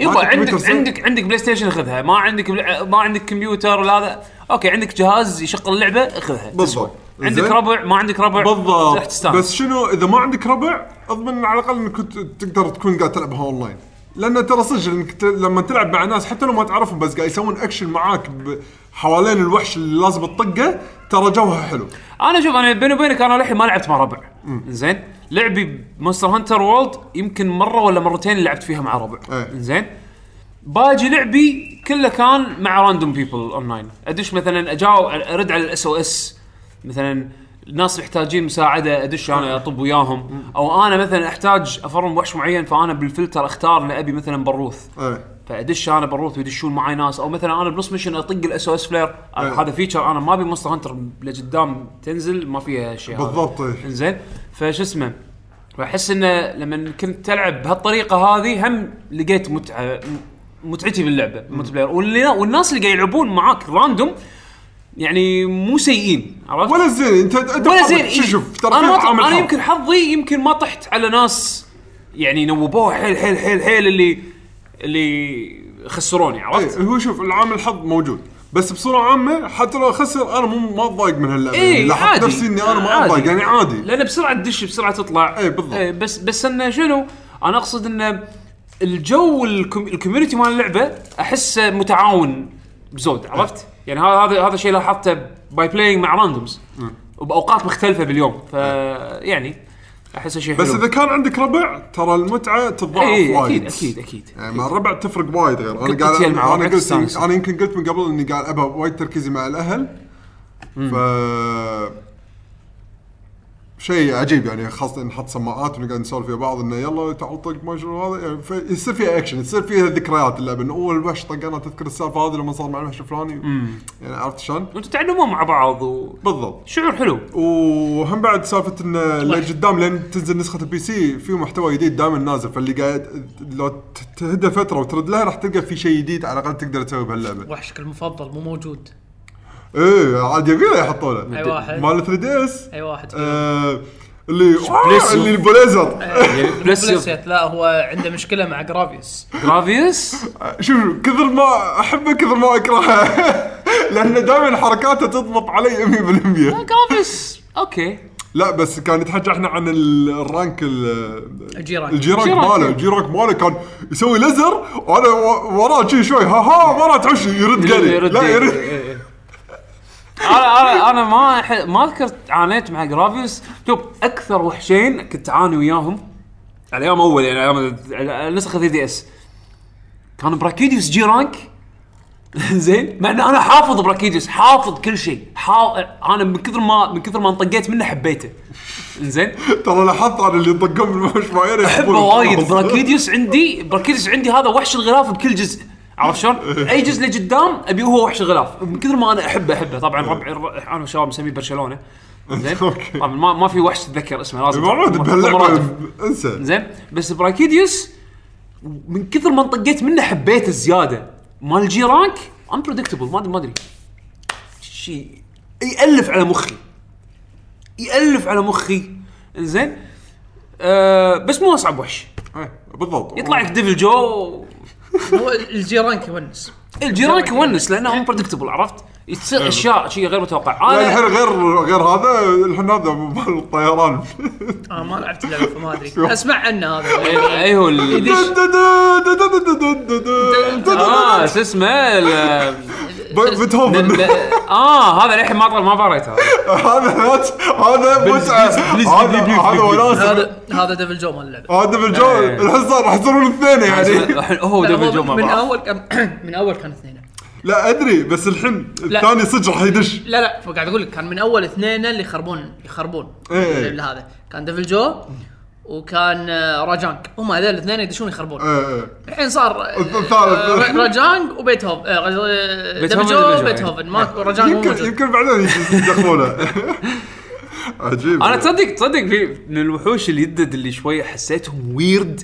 Speaker 1: يبا
Speaker 2: عندك
Speaker 1: عندك
Speaker 2: كمبيوتر، صح؟
Speaker 1: عندك عندك بلاي ستيشن خذها ما عندك بل... ما عندك كمبيوتر ولا هذا اوكي عندك جهاز يشغل اللعبه خذها
Speaker 2: بالضبط
Speaker 1: عندك
Speaker 2: زين؟
Speaker 1: ربع ما عندك ربع تروح
Speaker 2: بالضبط
Speaker 1: تستانس.
Speaker 2: بس شنو اذا ما عندك ربع اضمن على الاقل انك ت- تقدر تكون قاعد تلعبها اونلاين لان ترى صدق انك ت- لما تلعب مع ناس حتى لو ما تعرفهم بس قاعد يسوون اكشن معاك ب- حوالين الوحش اللي لازم تطقه ترى جوها حلو
Speaker 1: انا شوف انا بيني وبينك انا للحين ما لعبت مع ربع زين لعبي بمونستر هانتر وورلد يمكن مره ولا مرتين اللي لعبت فيها مع ربع
Speaker 2: إيه.
Speaker 1: زين باجي لعبي كله كان مع راندوم بيبل اونلاين ادش مثلا اجاوب ارد على الاس او اس مثلا الناس محتاجين مساعده ادش انا اطب وياهم او انا مثلا احتاج افرم وحش معين فانا بالفلتر اختار ان ابي مثلا بروث
Speaker 2: ايه
Speaker 1: فادش انا بروث ويدشون معي ناس او مثلا انا بنص مشن اطق الاس او اس فلير
Speaker 2: أي.
Speaker 1: هذا فيتشر انا ما ابي مونستر هانتر لقدام تنزل ما فيها شيء هذا.
Speaker 2: بالضبط إيه.
Speaker 1: انزين فشو اسمه فاحس انه لما كنت تلعب بهالطريقه هذه هم لقيت متعه متعتي باللعبه الملتي بلاير واللي- والناس اللي قاعد يلعبون معاك راندوم يعني مو سيئين عرفت؟
Speaker 2: ولا زين انت انت
Speaker 1: ولا
Speaker 2: بحظك.
Speaker 1: زين
Speaker 2: شوف شوف ترى
Speaker 1: انا
Speaker 2: في
Speaker 1: ما طح-
Speaker 2: عامل
Speaker 1: انا
Speaker 2: حظ.
Speaker 1: يمكن حظي يمكن ما طحت على ناس يعني نوبوها حيل حيل حيل حيل اللي اللي خسروني عرفت؟
Speaker 2: اي إيه، هو شوف العامل الحظ موجود بس بصوره عامه حتى لو خسر انا مو ما اتضايق من هاللعبه
Speaker 1: إيه،
Speaker 2: يعني لاحظت
Speaker 1: عادي.
Speaker 2: نفسي اني انا ما
Speaker 1: عادي.
Speaker 2: اتضايق يعني عادي
Speaker 1: لان بسرعه تدش بسرعه تطلع
Speaker 2: إي، بالضبط.
Speaker 1: إي، بس بس انه شنو؟ انا اقصد انه الجو الكم- الكوميونتي مال اللعبه احسه متعاون
Speaker 2: إيه.
Speaker 1: بزود عرفت؟ يعني هذا هذا هذا الشيء لاحظته باي بلاينج مع راندومز
Speaker 2: إيه.
Speaker 1: وباوقات مختلفه باليوم ف يعني احسه شيء حلو إيه،
Speaker 2: بس اذا كان عندك ربع ترى المتعه تتضاعف
Speaker 1: اي
Speaker 2: وايد
Speaker 1: اكيد اكيد اكيد
Speaker 2: يعني مع الربع تفرق وايد غير
Speaker 1: كنت
Speaker 2: انا قاعد
Speaker 1: تتيل مع
Speaker 2: انا
Speaker 1: ربعك
Speaker 2: قلت
Speaker 1: تستانس.
Speaker 2: انا يمكن قلت من قبل اني قاعد ابها وايد تركيزي مع الاهل ف شيء عجيب يعني خاصه نحط سماعات ونقعد نسولف ويا بعض انه يلا تعال طق ما شنو هذا يعني في- يصير فيها اكشن يصير فيها ذكريات اللعبه انه اول وحش طقنا تذكر السالفه هذه لما صار مع الوحش الفلاني يعني عرفت شلون؟
Speaker 1: وانتم تعلمون مع بعض و...
Speaker 2: بالضبط
Speaker 1: شعور حلو
Speaker 2: وهم بعد سالفه ان لقدام لين تنزل نسخه البي سي في محتوى جديد دائما نازل فاللي قاعد لو ت- تهدى فتره وترد لها راح تلقى في شيء جديد على الاقل تقدر تسويه بهاللعبه.
Speaker 4: وحشك المفضل مو موجود
Speaker 2: ايه عاد يبي له يحطونه.
Speaker 4: اي واحد
Speaker 2: مال 3 دي اس
Speaker 4: اي واحد فيهم.
Speaker 2: آه، اللي آه، اللي البليزر
Speaker 1: يعني
Speaker 4: بلس يت- لا هو عنده مشكله مع جرافيوس
Speaker 1: جرافيوس
Speaker 2: شوف آه، شوف، كثر ما احبه كثر ما اكرهه <laughs> لانه دائما حركاته تضبط علي 100%
Speaker 1: جرافيوس اوكي
Speaker 2: لا بس كان يتحكى احنا عن ال- الرانك ال-
Speaker 4: الجيران
Speaker 2: الجيرانك
Speaker 1: جيرانك.
Speaker 2: ماله الجيرانك ماله كان يسوي ليزر وانا و- وراه شي شوي ها ها وراه تعش يرد قري
Speaker 1: يرد-
Speaker 2: لا يرد
Speaker 1: إيه، إيه. انا انا انا ما أح- ما اذكر عانيت مع جرافيوس شوف اكثر وحشين كنت اعاني وياهم على ايام اول يعني ايام على نسخه 3 دي اس كان براكيديوس جي رانك <laughs> زين مع ان انا حافظ براكيديوس حافظ كل شيء حا... انا من كثر ما من كثر ما انطقيت منه حبيته زين
Speaker 2: ترى لاحظت انا اللي طقم بالوحش معين
Speaker 1: احبه وايد براكيديوس عندي براكيديوس عندي هذا وحش الغلاف بكل جزء عرفت شلون؟ اي جزء لقدام ابي هو وحش الغلاف من كثر ما انا احبه احبه طبعا ربعي الر- انا وشباب مسميه برشلونه زين
Speaker 2: أوكي. إيه،
Speaker 1: طبعا ما, ما في وحش تتذكر اسمه لازم
Speaker 2: معود
Speaker 1: تعرف.
Speaker 2: بهاللعبه
Speaker 1: مرادف.
Speaker 2: انسى
Speaker 1: زين بس براكيديوس من كثر ما انطقيت منه حبيته زياده مال الجي رانك انبريدكتبل ما ادري ما ادري شيء يالف على مخي يالف على مخي زين أه بس مو اصعب وحش
Speaker 2: إيه، بالضبط
Speaker 1: يطلع لك ديفل جو
Speaker 4: هو الجيران يونس
Speaker 1: الجيرانك يونس لانه انبريدكتبل عرفت يصير اشياء شيء غير متوقع
Speaker 2: يعني الحين
Speaker 1: انا
Speaker 2: غير غير هذا الحين هذا مال الطيران
Speaker 4: انا آه، ما لعبت اللعبه فما ادري اسمع عنه هذا
Speaker 1: ايوه ال- اه شو اسمه ال-
Speaker 2: بيتهوفن
Speaker 1: اه هذا للحين ما طلع ما بريته
Speaker 2: هذا مت- هذا
Speaker 1: بليز- بليز-
Speaker 2: متعه
Speaker 1: بليز-
Speaker 2: هذا
Speaker 1: بليز-
Speaker 2: هذا
Speaker 1: بليز-
Speaker 2: وناسه
Speaker 4: هذا هذا ديفل جو مال اللعبه
Speaker 2: هذا بالجو
Speaker 1: إيه.
Speaker 2: الحين صار راح يصيرون الاثنين يعني
Speaker 1: الحين <laughs> هو
Speaker 4: لا، هو
Speaker 1: دبل جو مع
Speaker 4: من
Speaker 1: بعض
Speaker 4: اول كان <clears throat> من اول كان اثنين
Speaker 2: <laughs> لا ادري بس الحين الثاني صدق راح يدش
Speaker 4: لا لا قاعد اقول لك كان من اول اثنين اللي يخربون يخربون
Speaker 2: إيه.
Speaker 4: اللي هذا كان ديفل جو وكان آه، راجانك هم هذول الاثنين يدشون يخربون
Speaker 2: إيه، إيه.
Speaker 4: الحين صار آه،
Speaker 2: الثالث.
Speaker 4: آه، راجانك وبيتهوفن آه، آه، ديفل جو
Speaker 1: وديفل جو،
Speaker 4: وبيتهوفن ما راجانك مو
Speaker 2: يمكن
Speaker 4: موجود
Speaker 2: يمكن بعدين
Speaker 1: <laughs>
Speaker 2: يدخلونه عجيب
Speaker 1: انا تصدق تصدق في من الوحوش اليدد اللي شوي حسيتهم ويرد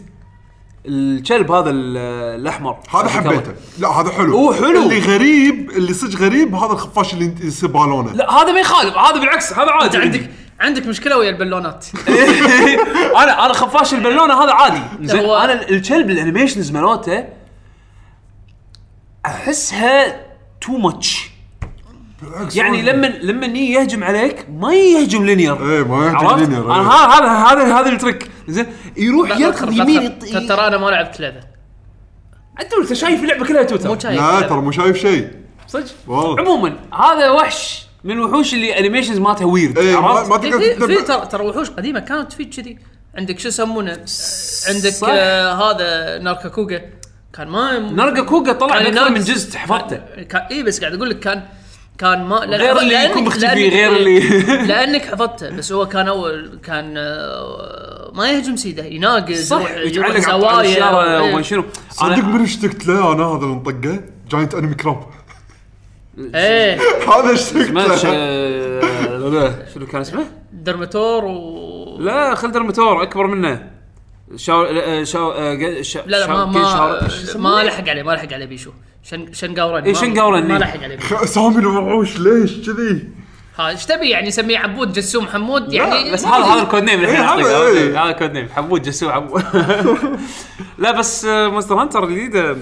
Speaker 1: الكلب هذا ال- الاحمر
Speaker 2: هذا حبيته لا هذا حلو
Speaker 1: هو حلو.
Speaker 2: اللي غريب اللي صدق غريب هذا الخفاش اللي ينت- يصير بالونه
Speaker 1: لا هذا ما يخالف هذا بالعكس هذا
Speaker 4: انت
Speaker 1: عادي <laughs>
Speaker 4: عندك عندك مشكله ويا البالونات
Speaker 1: انا انا خفاش البالونه هذا عادي زين
Speaker 4: هو-
Speaker 1: انا الكلب الانيميشنز مالته احسها تو ماتش
Speaker 2: بالعكس
Speaker 1: يعني
Speaker 2: والله.
Speaker 1: لما لما يجي يهجم عليك ما يهجم لينير
Speaker 2: ايه ما يحتاج
Speaker 1: عرفت؟
Speaker 2: لينير،
Speaker 1: انا
Speaker 2: إيه.
Speaker 1: ها- هذا هذا هذا التريك زين يروح
Speaker 4: لا،
Speaker 1: يركض
Speaker 4: لا، لا،
Speaker 1: يمين
Speaker 4: لا، ترى انا ما لعبت لعبه
Speaker 1: انت انت شايف اللعبه كلها تويتر
Speaker 4: مو شايف
Speaker 2: لا
Speaker 4: لعبة.
Speaker 2: ترى مو شايف شيء
Speaker 1: صدق
Speaker 2: والله
Speaker 1: عموما هذا وحش من الوحوش اللي انيميشنز مالتها ويرد
Speaker 2: ايه ما ما
Speaker 1: عرفت؟
Speaker 4: في
Speaker 2: تقدر
Speaker 4: في- في
Speaker 2: تتنبأ.
Speaker 4: ترى ترى وحوش قديمه كانت في كذي عندك شو يسمونه عندك
Speaker 1: صح.
Speaker 4: آه هذا ناركاكوغا كان ما
Speaker 1: نرجا كوجا طلع
Speaker 4: كان
Speaker 1: اكثر
Speaker 4: ينقص.
Speaker 1: من جزء حفظته
Speaker 4: كان- كان اي بس قاعد اقول لك كان كان ما لأن-
Speaker 1: غير اللي يكون مختفي، غير
Speaker 4: <laughs>
Speaker 1: اللي-
Speaker 4: لانك حفظته بس هو كان اول كان آه، ما يهجم سيده يناقز
Speaker 1: صح
Speaker 4: يروح- يروح
Speaker 1: يتعلق على- على
Speaker 4: زوايا
Speaker 1: الشارع
Speaker 4: إيه.
Speaker 1: وما شنو
Speaker 2: صدق من اشتقت له انا هذا اللي انطقه جاينت انمي كراب <laughs>
Speaker 4: ايه
Speaker 2: هذا اشتقت
Speaker 1: ما ش-
Speaker 2: له <laughs>
Speaker 1: آه، شنو كان اسمه؟
Speaker 4: درماتور و
Speaker 1: لا خلد المتور اكبر منه شاو آه، شاو آه، جا- شا-
Speaker 4: لا لا ما
Speaker 1: شاو-
Speaker 4: ما
Speaker 1: شاو- شو
Speaker 4: ما
Speaker 1: يسمونه؟
Speaker 4: لحق عليه ما لحق عليه بيشو شن شنقاورن
Speaker 1: إيه،
Speaker 4: ما-
Speaker 1: شنقاورن،
Speaker 4: ما
Speaker 1: إيه.
Speaker 4: لحق عليه بيشو.
Speaker 2: اسامي المرعوش ليش كذي؟
Speaker 4: ها ايش تبي يعني يسميه عبود جسوم حمود يعني
Speaker 1: بس
Speaker 4: ما
Speaker 1: هذا
Speaker 4: أدري.
Speaker 1: هذا الكود نيم الحين
Speaker 2: إيه، هذا-
Speaker 1: أعطيك، هذا
Speaker 2: إيه.
Speaker 1: الكود- هذا الكود نيم حبوت جسوع حبوت <laughs> لا بس آه، مونستر هانتر الجديده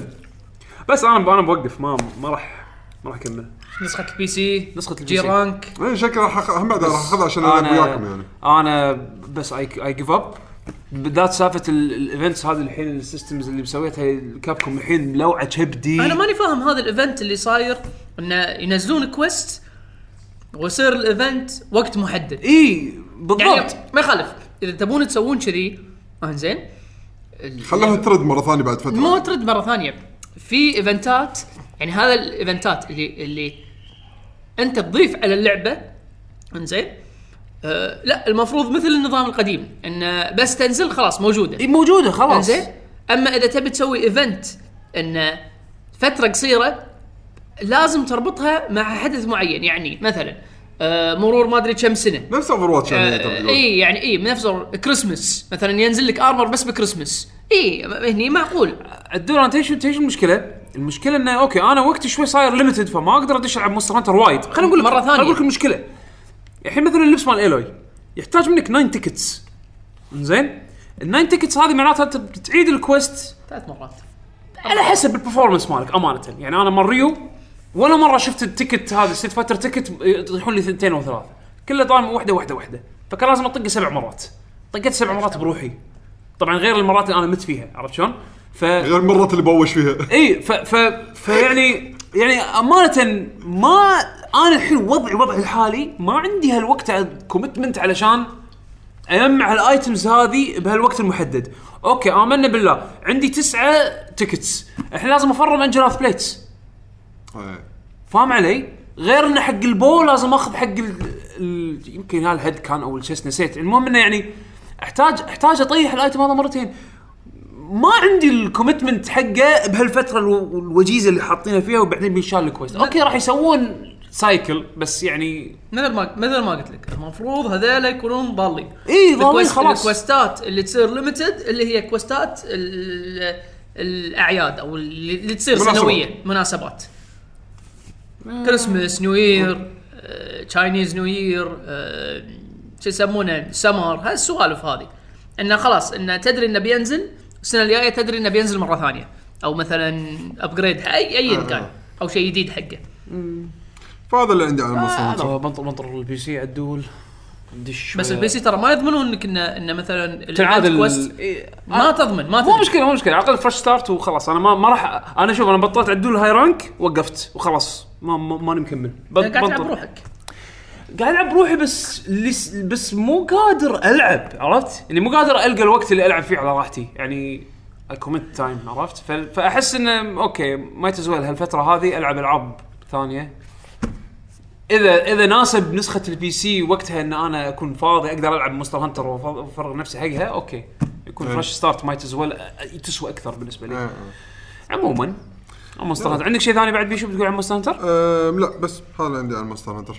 Speaker 1: بس انا انا بوقف ما ما راح ما راح اكمل
Speaker 4: نسخه البي سي
Speaker 1: نسخة إيه. البي
Speaker 4: جي
Speaker 1: سي.
Speaker 4: رانك
Speaker 2: اي إيه، شكله راح أخ- هم بعد راح اخذها عشان العب وياكم يعني
Speaker 1: انا بس اي اي جيف اب بالذات سالفه ال- الايفنتس هذه الحين السيستمز اللي مسويتها كابكم الحين ملوعه كبدي
Speaker 4: انا ماني فاهم هذا الايفنت اللي صاير انه ينزلون كويست ويصير الايفنت وقت محدد
Speaker 1: اي بالضبط
Speaker 4: يعني ما يخالف اذا تبون تسوون كذي آه، انزين ال-
Speaker 2: خلوها ترد مره ثانيه بعد فتره
Speaker 4: مو ترد مره ثانيه في ايفنتات يعني هذا الايفنتات اللي اللي انت تضيف على اللعبه انزين آه لا المفروض مثل النظام القديم ان بس تنزل خلاص موجوده
Speaker 1: اي موجوده خلاص
Speaker 4: انزين اما اذا تبي تسوي ايفنت ان فتره قصيره لازم تربطها مع حدث معين يعني مثلا آه مرور ما ادري كم سنه
Speaker 2: نفس اوفر واتش يعني ترى
Speaker 4: آه،
Speaker 2: تقول.
Speaker 4: اي يعني اي نفس كريسمس مثلا ينزل لك ارمر بس بكريسمس اي هني معقول
Speaker 1: الدور انت ايش إنت ايش المشكله؟ المشكله انه اوكي انا وقتي شوي صاير ليمتد فما اقدر ادش العب مونستر هانتر وايد خليني اقول لك
Speaker 4: مرة ثانية.
Speaker 1: خليني اقول لك المشكله الحين مثلا اللبس مال ايلوي يحتاج منك 9 تيكتس زين الناين تيكتس هذه معناتها أنت بتعيد الكويست
Speaker 4: ثلاث مرات
Speaker 1: على حسب البرفورمانس مالك امانه يعني انا من ريو ولا مره شفت التيكت هذا ست فتره تيكت يطيحون لي ثنتين او ثلاثه كله طالما واحده واحده واحده فكان لازم اطقه سبع مرات طقيت سبع مرات بروحي طبعا غير المرات اللي انا مت فيها عرفت شلون؟ ف
Speaker 2: غير المرات اللي بوش فيها <laughs>
Speaker 1: اي ف ف فيعني يعني امانه ما انا الحين وضعي وضعي الحالي ما عندي هالوقت كوميتمنت علشان اجمع هالايتمز هذه بهالوقت المحدد اوكي امنا بالله عندي تسعة تيكتس الحين لازم افرم انجلاث بليتس
Speaker 2: إيه.
Speaker 1: فاهم علي؟ غير انه حق البو لازم اخذ حق ال... ال... يمكن هالهيد كان او الشيست نسيت المهم انه يعني احتاج احتاج اطيح الايتم هذا مرتين ما عندي الكوميتمنت حقه بهالفتره الو- الوجيزه اللي حاطينها فيها وبعدين بينشال الكويست اوكي راح يسوون سايكل بس يعني
Speaker 4: مثل ما مثل ما قلت لك المفروض هذيلا يكونون ضالين
Speaker 1: إي، ضالين
Speaker 4: الكويست-
Speaker 1: خلاص.
Speaker 4: الكوستات اللي تصير ليمتد اللي هي كوستات ال- الاعياد او اللي اللي تصير
Speaker 2: مناسبات.
Speaker 4: سنويه مناسبات كريسماس نيو يير آه، تشاينيز نيو يير آه، شو يسمونه سمر هالسوالف هذه انه خلاص انه تدري انه بينزل السنه الجايه تدري انه بينزل مره ثانيه او مثلا ابجريد اي ايا كان او شيء جديد حقه
Speaker 2: فهذا اللي عندي على
Speaker 1: هذا
Speaker 2: المصنع
Speaker 1: هو بنطر بنطر البي سي عدول دش
Speaker 4: بس البي سي ترى ما يضمنون انك انه انه مثلا ال
Speaker 1: آه. تنعاد
Speaker 4: event quest
Speaker 1: ال- إيه.
Speaker 4: ما تضمن ما
Speaker 1: مو
Speaker 4: تضمن
Speaker 1: مشكله مو مشكله على الاقل فرش ستارت وخلاص انا ما ما راح انا شوف انا بطلت عدول هاي رانك وقفت وخلاص ما ما- ماني مكمل بط-
Speaker 4: قاعد تلعب
Speaker 1: بنطر.
Speaker 4: بروحك
Speaker 1: قاعد العب بروحي بس لس بس مو قادر العب عرفت؟ يعني مو قادر القى الوقت اللي العب فيه على راحتي يعني كومنت تايم عرفت؟ ف- فاحس انه اوكي ما يتزويل هالفتره هذه العب العاب ثانيه اذا اذا ناسب نسخه البي سي وقتها ان انا اكون فاضي اقدر العب مستر هانتر وأف- وافرغ نفسي حقها اوكي يكون
Speaker 2: إيه.
Speaker 1: فريش ستارت ما يتزويل أ- تسوى اكثر بالنسبه
Speaker 2: إيه،
Speaker 1: لي
Speaker 2: إيه.
Speaker 1: عموما مستر هانتر عندك شيء ثاني بعد بيشو بتقول عن مستر هانتر؟
Speaker 2: أم، لا بس هذا اللي عندي على المصنع هانتر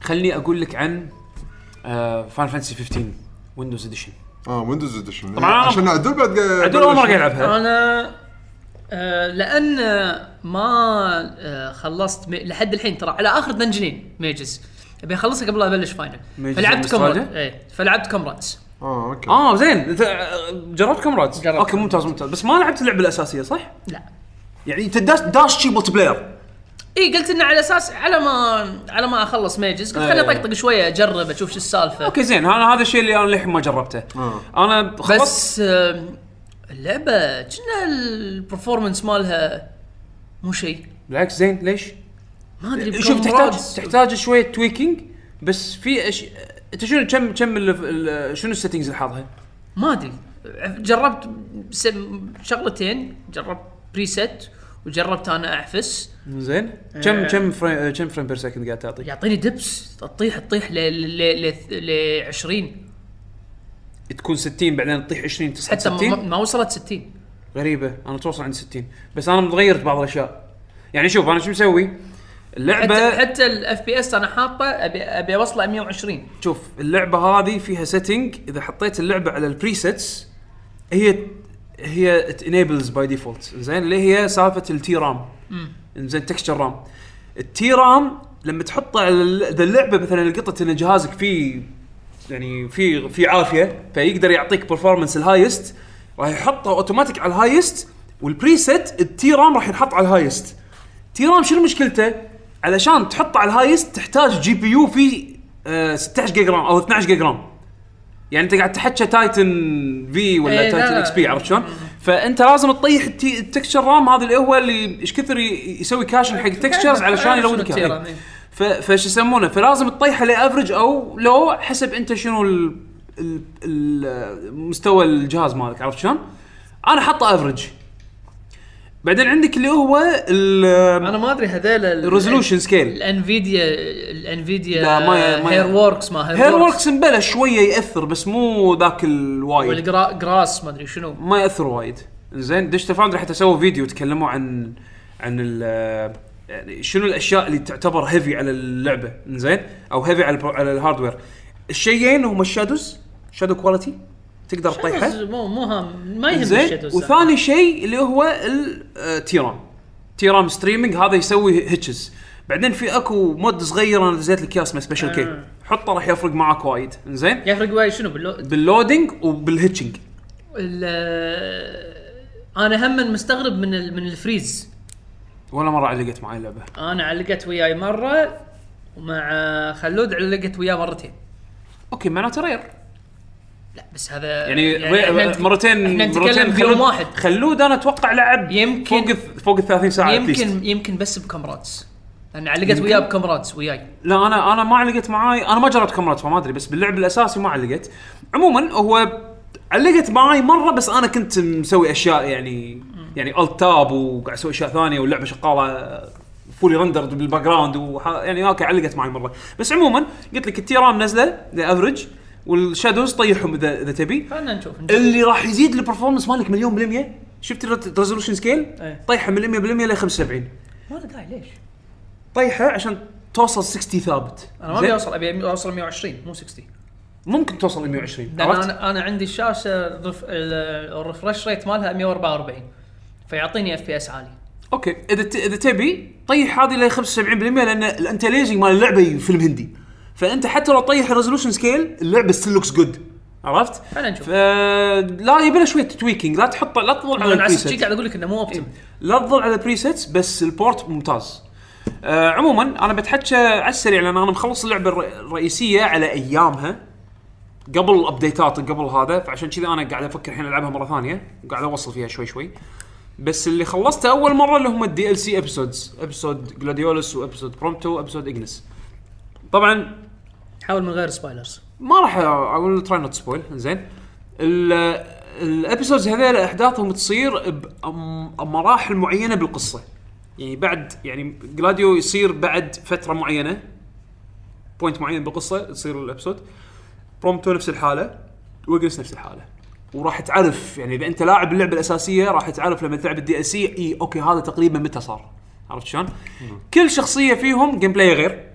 Speaker 1: خلني اقول لك عن آه، فان فانسي 15 ويندوز اديشن
Speaker 2: اه ويندوز اديشن
Speaker 1: طبعاً أنا-
Speaker 2: عشان عدول بعد
Speaker 1: عدول اول مره قاعد يلعبها
Speaker 4: انا آه لان ما آه خلصت م- لحد الحين ترى على اخر دنجنين ميجز ابي اخلصها قبل لا ابلش فاينل
Speaker 1: ميجز يعني
Speaker 4: فلعبت كومرات
Speaker 1: وأستراليا؟
Speaker 4: اي فلعبت كومراتس
Speaker 2: اه اوكي
Speaker 1: اه زين انت آه، جربت كامرات
Speaker 4: جربت.
Speaker 1: اوكي ممتاز ممتاز بس ما لعبت اللعبه الاساسيه صح؟
Speaker 4: لا
Speaker 1: يعني انت داش داش شي ملتي بلاير
Speaker 4: اي إيه، قلت انه على اساس على ما على ما اخلص ميجز قلت خليني
Speaker 1: إيه.
Speaker 4: اطقطق شويه اجرب اشوف شو السالفه
Speaker 1: اوكي زين انا هذا الشيء اللي انا للحين ما جربته
Speaker 2: آه.
Speaker 1: انا خلصت
Speaker 4: بس آه اللعبه كنا البرفورمانس مالها مو شيء
Speaker 1: بالعكس زين ليش؟
Speaker 4: ما ادري
Speaker 1: شوف
Speaker 4: بكومراتس-
Speaker 1: تحتاج تحتاج شويه تويكينج بس في أش... انت شنو كم كم ال- ال- شنو السيتنجز اللي حاطها؟
Speaker 4: ما ادري جربت سم- شغلتين جربت بريسيت وجربت انا اعفس
Speaker 1: زين كم كم فريم كم فريم بير سكند قاعد تعطي؟
Speaker 4: يعطيني دبس تطيح تطيح ل ل- ل- ل 20
Speaker 1: تكون 60 بعدين تطيح 20 تسحب
Speaker 4: حتى
Speaker 1: 60
Speaker 4: ما, ما وصلت 60
Speaker 1: غريبه انا توصل عند 60 بس انا متغير بعض الاشياء يعني شوف انا شو مسوي اللعبه
Speaker 5: حتى حتى الاف بي اس انا حاطه ابي ابي اوصله 120
Speaker 1: شوف اللعبه هذه فيها سيتنج اذا حطيت اللعبه على البريسيتس هي هي انيبلز باي ديفولت زين اللي هي سالفه التي رام زين تكستشر رام التي رام لما تحطه على الل- اذا اللعبه مثلا لقطت ان جهازك فيه يعني في في عافيه فيقدر يعطيك برفورمانس الهايست راح يحطه اوتوماتيك على الهايست والبريسيت التي رام راح ينحط على الهايست تي رام شنو مشكلته؟ علشان تحطه على الهايست تحتاج جي بي يو في آه 16 جيجا رام او 12 جيجا رام يعني انت قاعد تحكى تايتن في
Speaker 5: إيه،
Speaker 1: ولا
Speaker 5: لا،
Speaker 1: تايتن
Speaker 5: لا.
Speaker 1: اكس بي عرفت شلون؟ فانت لازم تطيح التي- التكشر رام هذا اللي هو اللي ايش كثر ي- يسوي كاشن
Speaker 5: <laughs>
Speaker 1: حق التكشرز علشان يلون لك
Speaker 5: شنو
Speaker 1: إياه.
Speaker 5: التيران، إيه.
Speaker 1: ف- فش يسمونه فلازم تطيحه لافرج او لو حسب انت شنو ال- ال- ال- مستوى الجهاز مالك عرفت شلون؟ انا حاطه افرج بعدين عندك اللي هو ال-
Speaker 5: انا ما ادري هذيل
Speaker 1: الريزولوشن سكيل
Speaker 5: الانفيديا
Speaker 1: لا،
Speaker 5: الانفيديا
Speaker 1: ما- ما-
Speaker 5: هير ووركس ما
Speaker 1: هير وركس مبلى شويه ياثر بس مو ذاك الوايد
Speaker 5: والجراس ما ادري شنو
Speaker 1: ما ياثر وايد زين ديجيتال فاوندري حتى سووا فيديو تكلموا عن عن ال يعني شنو الاشياء اللي تعتبر هيفي على اللعبه زين او هيفي على البرو- على الهاردوير الشيئين هم الشادوز شادو كواليتي تقدر تطيحه
Speaker 5: مو مو هام ما يهم
Speaker 1: زين
Speaker 4: آه.
Speaker 5: الشتوى الساعة.
Speaker 1: وثاني شيء اللي هو آه، التيرام تيرام ستريمينج هذا يسوي هيتشز بعدين في اكو مود صغير انا دزيت لك اياه اسمه سبيشل كي حطه راح يفرق معك وايد زين
Speaker 5: يفرق وياي شنو باللو...
Speaker 1: باللودينج وبالهيتشنج
Speaker 5: ال- انا هم مستغرب من ال... من الفريز
Speaker 1: ولا مره علقت معي اللعبه
Speaker 5: انا علقت وياي مره ومع خلود علقت وياه مرتين
Speaker 1: اوكي معناته رير
Speaker 5: لا بس هذا
Speaker 1: يعني,
Speaker 5: احنا
Speaker 1: يعني
Speaker 5: نت-
Speaker 1: مرتين
Speaker 5: احنا
Speaker 1: مرتين
Speaker 5: نتكلم بيوم واحد
Speaker 1: خلود انا اتوقع لعب
Speaker 5: يمكن-
Speaker 1: فوق الث- فوق ال 30 ساعه يمكن
Speaker 5: يمكن يمكن بس بكامراتس لان علقت وياه بكامراتس وياي
Speaker 1: لا انا انا ما علقت معاي انا ما جربت كاميرات فما ادري بس باللعب الاساسي ما علقت عموما هو علقت معاي مره بس انا كنت مسوي اشياء يعني يعني الت تاب وقاعد اسوي اشياء ثانيه واللعبه شغاله فولي رندرد بالباك جراوند وح... يعني اوكي علقت معي مره بس عموما قلت لك التيرام نزله افرج والشادوز طيحهم اذا اذا تبي
Speaker 5: خلينا نشوف نشوف.
Speaker 1: اللي راح يزيد البرفورمانس مالك مليون بالمية شفت الريزولوشن سكيل
Speaker 5: إيه.
Speaker 1: طيحه من 100% ل 75
Speaker 5: ما له داعي ليش؟
Speaker 1: طيحه عشان توصل 60 ثابت
Speaker 5: انا ما
Speaker 1: زين؟
Speaker 5: ابي اوصل ابي اوصل 120 مو 60
Speaker 1: ممكن توصل 120
Speaker 5: لان
Speaker 1: عرفت؟
Speaker 5: انا انا عندي الشاشه الرف... ال- الرفرش ريت مالها 144 فيعطيني اف بي اس عالي
Speaker 1: اوكي اذا ت- اذا تبي طيح هذه ل 75% لان الانتي ليزنج مال اللعبه فيلم هندي فانت حتى لو طيح ريزولوشن سكيل اللعبه ستيل لوكس جود عرفت؟
Speaker 5: خلينا نشوف.
Speaker 1: لا يبي لها شويه تويكينج لا تحط لا تظل على
Speaker 5: انا على أساس شي
Speaker 1: البريسيت
Speaker 5: قاعد اقول لك انه مو
Speaker 1: إيه.
Speaker 5: اوبتيم
Speaker 1: لا تظل على البريسيتس بس البورت ممتاز آه عموما انا بتحكى على السريع لان انا مخلص اللعبه الر- الرئيسيه على ايامها قبل الابديتات قبل هذا فعشان كذا انا قاعد افكر الحين العبها مره ثانيه وقاعد اوصل فيها شوي شوي بس اللي خلصته اول مره اللي هم الدي ال سي ابسودز ابسود جلاديولس وابسود برومتو وابسود اجنس طبعا
Speaker 5: حاول من غير سبايلرز
Speaker 1: ما راح اقول تراي نوت سبويل زين الابيسودز هذول احداثهم تصير بمراحل معينه بالقصه يعني بعد يعني جلاديو يصير بعد فتره معينه بوينت معين بالقصه تصير الابسود برومتو نفس الحاله ويجنس نفس الحاله وراح تعرف يعني اذا انت لاعب اللعبه الاساسيه راح تعرف لما تلعب الدي اس اي اوكي هذا تقريبا متى صار عرفت شلون؟ كل شخصيه فيهم جيم بلاي غير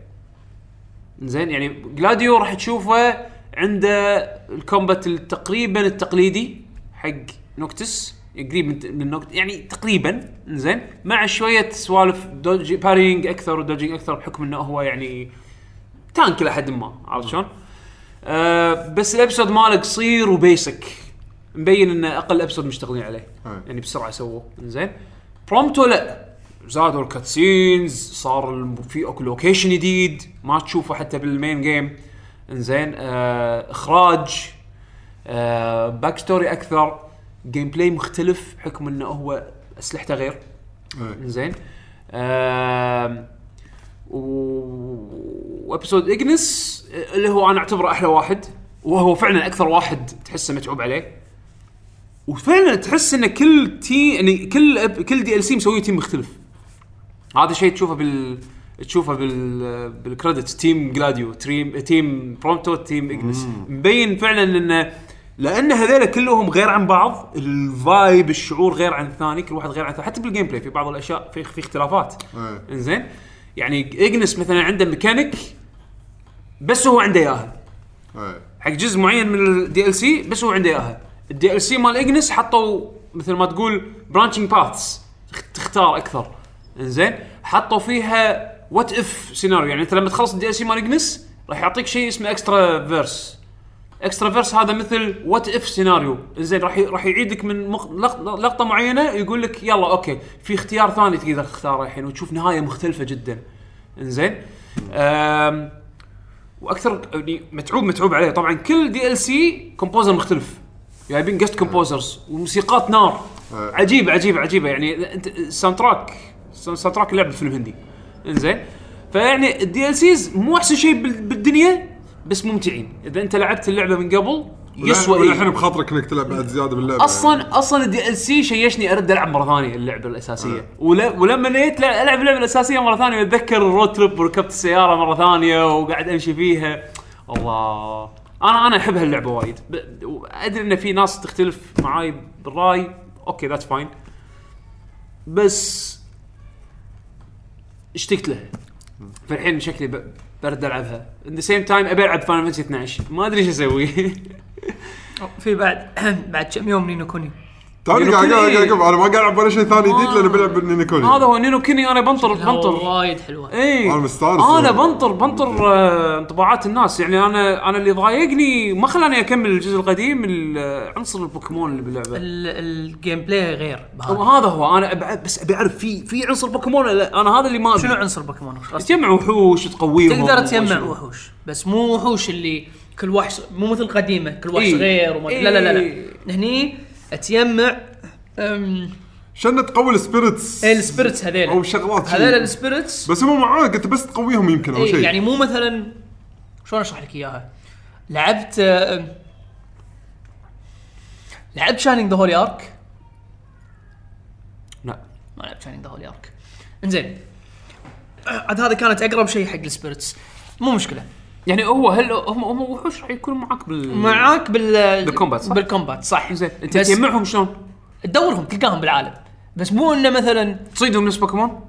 Speaker 1: زين يعني جلاديو راح تشوفه عنده الكومبات ال- تقريبا التقليدي حق نوكتس قريب من من نوكت يعني تقريبا زين مع شويه سوالف دوجي بارينج اكثر ودوجينج اكثر بحكم انه هو يعني تانك الى حد ما عرفت شلون؟ آه بس الابسود مالك قصير وبيسك مبين انه اقل ابسود مشتغلين عليه
Speaker 2: أي.
Speaker 1: يعني بسرعه سووه زين برومتو لا زادوا الكاتسينز صار الم- في اكو لوكيشن جديد ما تشوفه حتى بالمين جيم انزين آه اخراج آه باك ستوري اكثر جيم بلاي مختلف بحكم انه هو اسلحته غير
Speaker 2: إيه.
Speaker 1: زين آم، و- وابسود اجنس اللي هو انا اعتبره احلى واحد وهو فعلا اكثر واحد تحسه متعوب عليه وفعلا تحس ان كل تي يعني كل أب- كل دي ال سي مسوي تيم مختلف هذا شيء تشوفه بال تشوفه بال بالكريدتس تيم جلاديو تيم تيم برومتو تيم اجنس مبين فعلا انه لان هذول كلهم غير عن بعض الفايب الشعور غير عن الثاني كل واحد غير عن الثاني حتى بالجيم بلاي في بعض الاشياء في, في اختلافات
Speaker 2: إيه.
Speaker 1: انزين يعني اجنس مثلا عنده ميكانيك بس هو عنده اياها
Speaker 2: إيه.
Speaker 1: حق جزء معين من الدي ال سي بس هو عنده اياها الدي ال سي مال اجنس حطوا مثل ما تقول برانشنج باثس تختار اكثر انزين حطوا فيها وات اف سيناريو يعني انت لما تخلص الدي ال سي مال اجنس راح يعطيك شيء اسمه اكسترا فيرس اكسترا فيرس هذا مثل وات اف سيناريو زين راح ي- راح يعيدك من مخ... لق- لقطه معينه يقول لك يلا اوكي في اختيار ثاني تقدر تختاره الحين وتشوف نهايه مختلفه جدا انزين أم... واكثر يعني متعوب متعوب عليه طبعا كل دي ال سي كومبوزر مختلف جايبين جست كومبوزرز وموسيقات نار
Speaker 2: أه.
Speaker 1: عجيبه عجيبه عجيبه يعني انت الساوند تراك الساوند تراك لعبه فيلم هندي انزين فيعني الدي ال سيز مو احسن شيء بال- بالدنيا بس ممتعين اذا انت لعبت اللعبه من قبل يسوى إيه.
Speaker 2: والحين بخاطرك انك تلعب بعد زياده باللعبه
Speaker 1: اصلا اصلا الدي ال سي شيشني ارد العب مره ثانيه اللعبه الاساسيه ول... ولما نيت لا- العب اللعبه الاساسيه مره ثانيه اتذكر الرود تريب وركبت السياره مره ثانيه وقاعد امشي فيها الله انا انا احب هاللعبه وايد ب... ادري ان في ناس تختلف معاي بالراي اوكي ذاتس فاين بس اشتقت لها فالحين شكلي ب... برد العبها ان ذا سيم تايم ابي العب فاينل 12 ما ادري ايش اسوي
Speaker 4: في بعد <clears throat> بعد كم يوم نينو كوني
Speaker 2: تاني
Speaker 1: يلو
Speaker 2: قاعد قاعد
Speaker 1: كوني.
Speaker 2: قاعد قاعد- انا ما قاعد العب ولا شيء ثاني جديد لان بلعب نينو كوني
Speaker 1: <laughs> هذا هو نينو كني انا بنطر
Speaker 4: لا،
Speaker 1: بنطر
Speaker 4: وايد حلوه
Speaker 1: اي
Speaker 2: أنا مستانس. يعني.
Speaker 1: انا إيه. بنطر بنطر آه، انطباعات الناس يعني انا انا اللي ضايقني ما خلاني اكمل الجزء القديم ال- عنصر البوكيمون اللي باللعبه
Speaker 4: ال- الجيم بلاي غير بهذا.
Speaker 1: وهذا هو انا أبع- بس ابي اعرف في في عنصر بوكيمون ولا لا؟ انا هذا اللي ما أبي.
Speaker 4: شنو عنصر بوكيمون
Speaker 1: تجمع وحوش تقويهم
Speaker 4: تقدر تجمع وحوش بس مو وحوش اللي كل وحش مو مثل القديمه كل وحش
Speaker 1: إيه.
Speaker 4: غير وما لا لا لا لا
Speaker 1: إيه.
Speaker 4: هني تجمع أم،
Speaker 2: شنو تقوي السبيرتس
Speaker 4: السبيرتس هذيلا
Speaker 2: او شغلات شي.
Speaker 4: هذول السبيرتس
Speaker 2: بس هم معاه قلت بس تقويهم يمكن او
Speaker 4: إيه
Speaker 2: شيء
Speaker 4: يعني مو مثلا شلون اشرح لك اياها؟ لعبت آه، لعبت شاينينج ذا هولي ارك
Speaker 1: لا
Speaker 4: ما لعبت شاينينج ذا هولي ارك انزين عاد هذا كانت اقرب شيء حق السبيرتس مو مشكله
Speaker 1: يعني هو هل هم هم وحوش راح يكونوا معاك بال
Speaker 4: معاك بال
Speaker 1: بالكومبات، صح؟
Speaker 4: بالكومبات صح
Speaker 1: زين انت
Speaker 4: بس-
Speaker 1: تجمعهم شلون؟
Speaker 4: تدورهم تلقاهم بالعالم بس مو انه مثلا
Speaker 1: تصيدهم نفس بوكيمون؟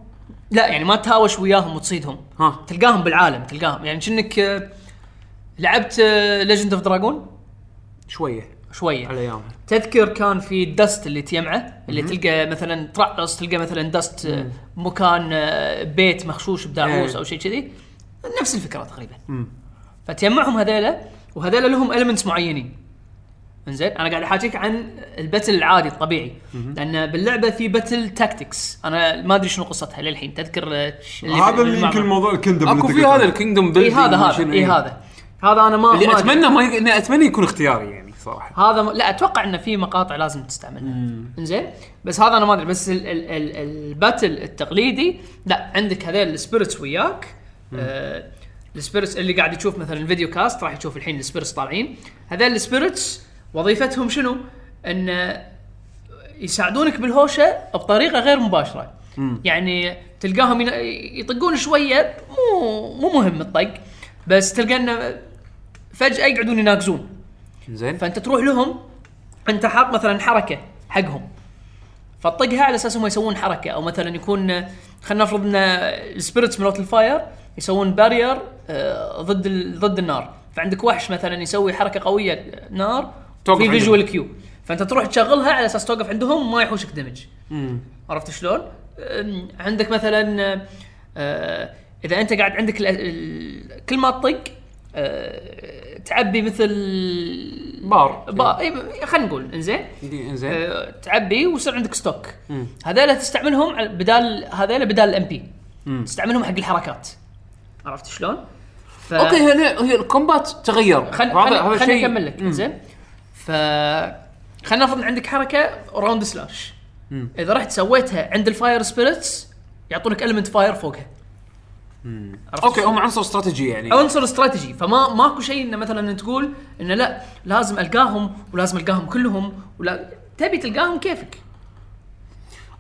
Speaker 4: لا يعني ما تهاوش وياهم وتصيدهم
Speaker 1: ها
Speaker 4: تلقاهم بالعالم تلقاهم يعني كأنك آه، لعبت آه، ليجند اوف دراجون
Speaker 1: شويه على
Speaker 4: شويه
Speaker 1: ايامها
Speaker 4: تذكر كان في الدست اللي تجمعه اللي تلقى مثلا ترقص تلقى مثلا دست آه، مكان آه، بيت مخشوش بداعوس
Speaker 1: إيه.
Speaker 4: او شيء كذي نفس الفكره تقريبا فتجمعهم هذيلا وهذيلا لهم المنتس معينين انزين انا قاعد احاكيك عن البتل العادي الطبيعي لان باللعبه في بتل تاكتكس انا ما ادري شنو قصتها للحين تذكر آه، اللي
Speaker 2: هذا اللي
Speaker 4: بالمعمل.
Speaker 2: يمكن موضوع الكندم اللي
Speaker 1: اكو
Speaker 2: أنت
Speaker 1: في
Speaker 2: قلته.
Speaker 1: هذا الكينجدوم إيه.
Speaker 4: اي إيه، هذا هذا اي هذا هذا انا ما
Speaker 1: اللي
Speaker 4: ما
Speaker 1: اتمنى ما ي... إني اتمنى يكون اختياري يعني صراحه
Speaker 4: هذا م- لا اتوقع انه في مقاطع لازم تستعملها انزين بس هذا انا ما ادري بس ال ال ال الباتل التقليدي لا عندك هذول السبيرتس وياك آه السبيرتس اللي قاعد يشوف مثلا الفيديو كاست راح يشوف الحين السبيرتس طالعين هذول السبيرتس وظيفتهم شنو؟ ان يساعدونك بالهوشه بطريقه غير مباشره يعني تلقاهم ين- يطقون شويه مو مو مهم الطق بس تلقى انه فجاه يقعدون يناقزون
Speaker 1: زين
Speaker 4: فانت تروح لهم انت حاط مثلا حركه حقهم فطقها على اساس هم يسوون حركه او مثلا يكون خلينا نفرض ان السبيرتس من الفاير يسوون بارير آه، ضد ال- ضد النار فعندك وحش مثلا يسوي حركه قويه آه، نار
Speaker 1: توقف
Speaker 4: في
Speaker 1: عندهم.
Speaker 4: فيجوال كيو فانت تروح تشغلها على اساس توقف عندهم ما يحوشك دمج عرفت شلون؟ أم، عندك مثلا آه، آه، اذا انت قاعد عندك ال- ال- كل ما تطق آه، تعبي مثل
Speaker 1: بار
Speaker 4: با اي خلينا نقول انزين
Speaker 1: دي- زين
Speaker 4: آه، تعبي ويصير عندك ستوك هذول تستعملهم على- بدال هذول بدال الام بي تستعملهم حق الحركات عرفت شلون؟ ف...
Speaker 1: اوكي هي هي الكومبات تغير
Speaker 4: خل... خل...
Speaker 1: هذا هذا
Speaker 4: خليني
Speaker 1: شيء
Speaker 4: اكمل لك زين ف خلينا نفرض إن عندك حركه راوند سلاش اذا رحت سويتها عند الفاير سبيرتس يعطونك المنت فاير فوقها عرفت
Speaker 1: اوكي
Speaker 4: شلون؟
Speaker 1: هم عنصر استراتيجي يعني
Speaker 4: عنصر استراتيجي فما ماكو شيء انه مثلا تقول انه لا لازم القاهم ولازم القاهم كلهم ولا تبي تلقاهم كيفك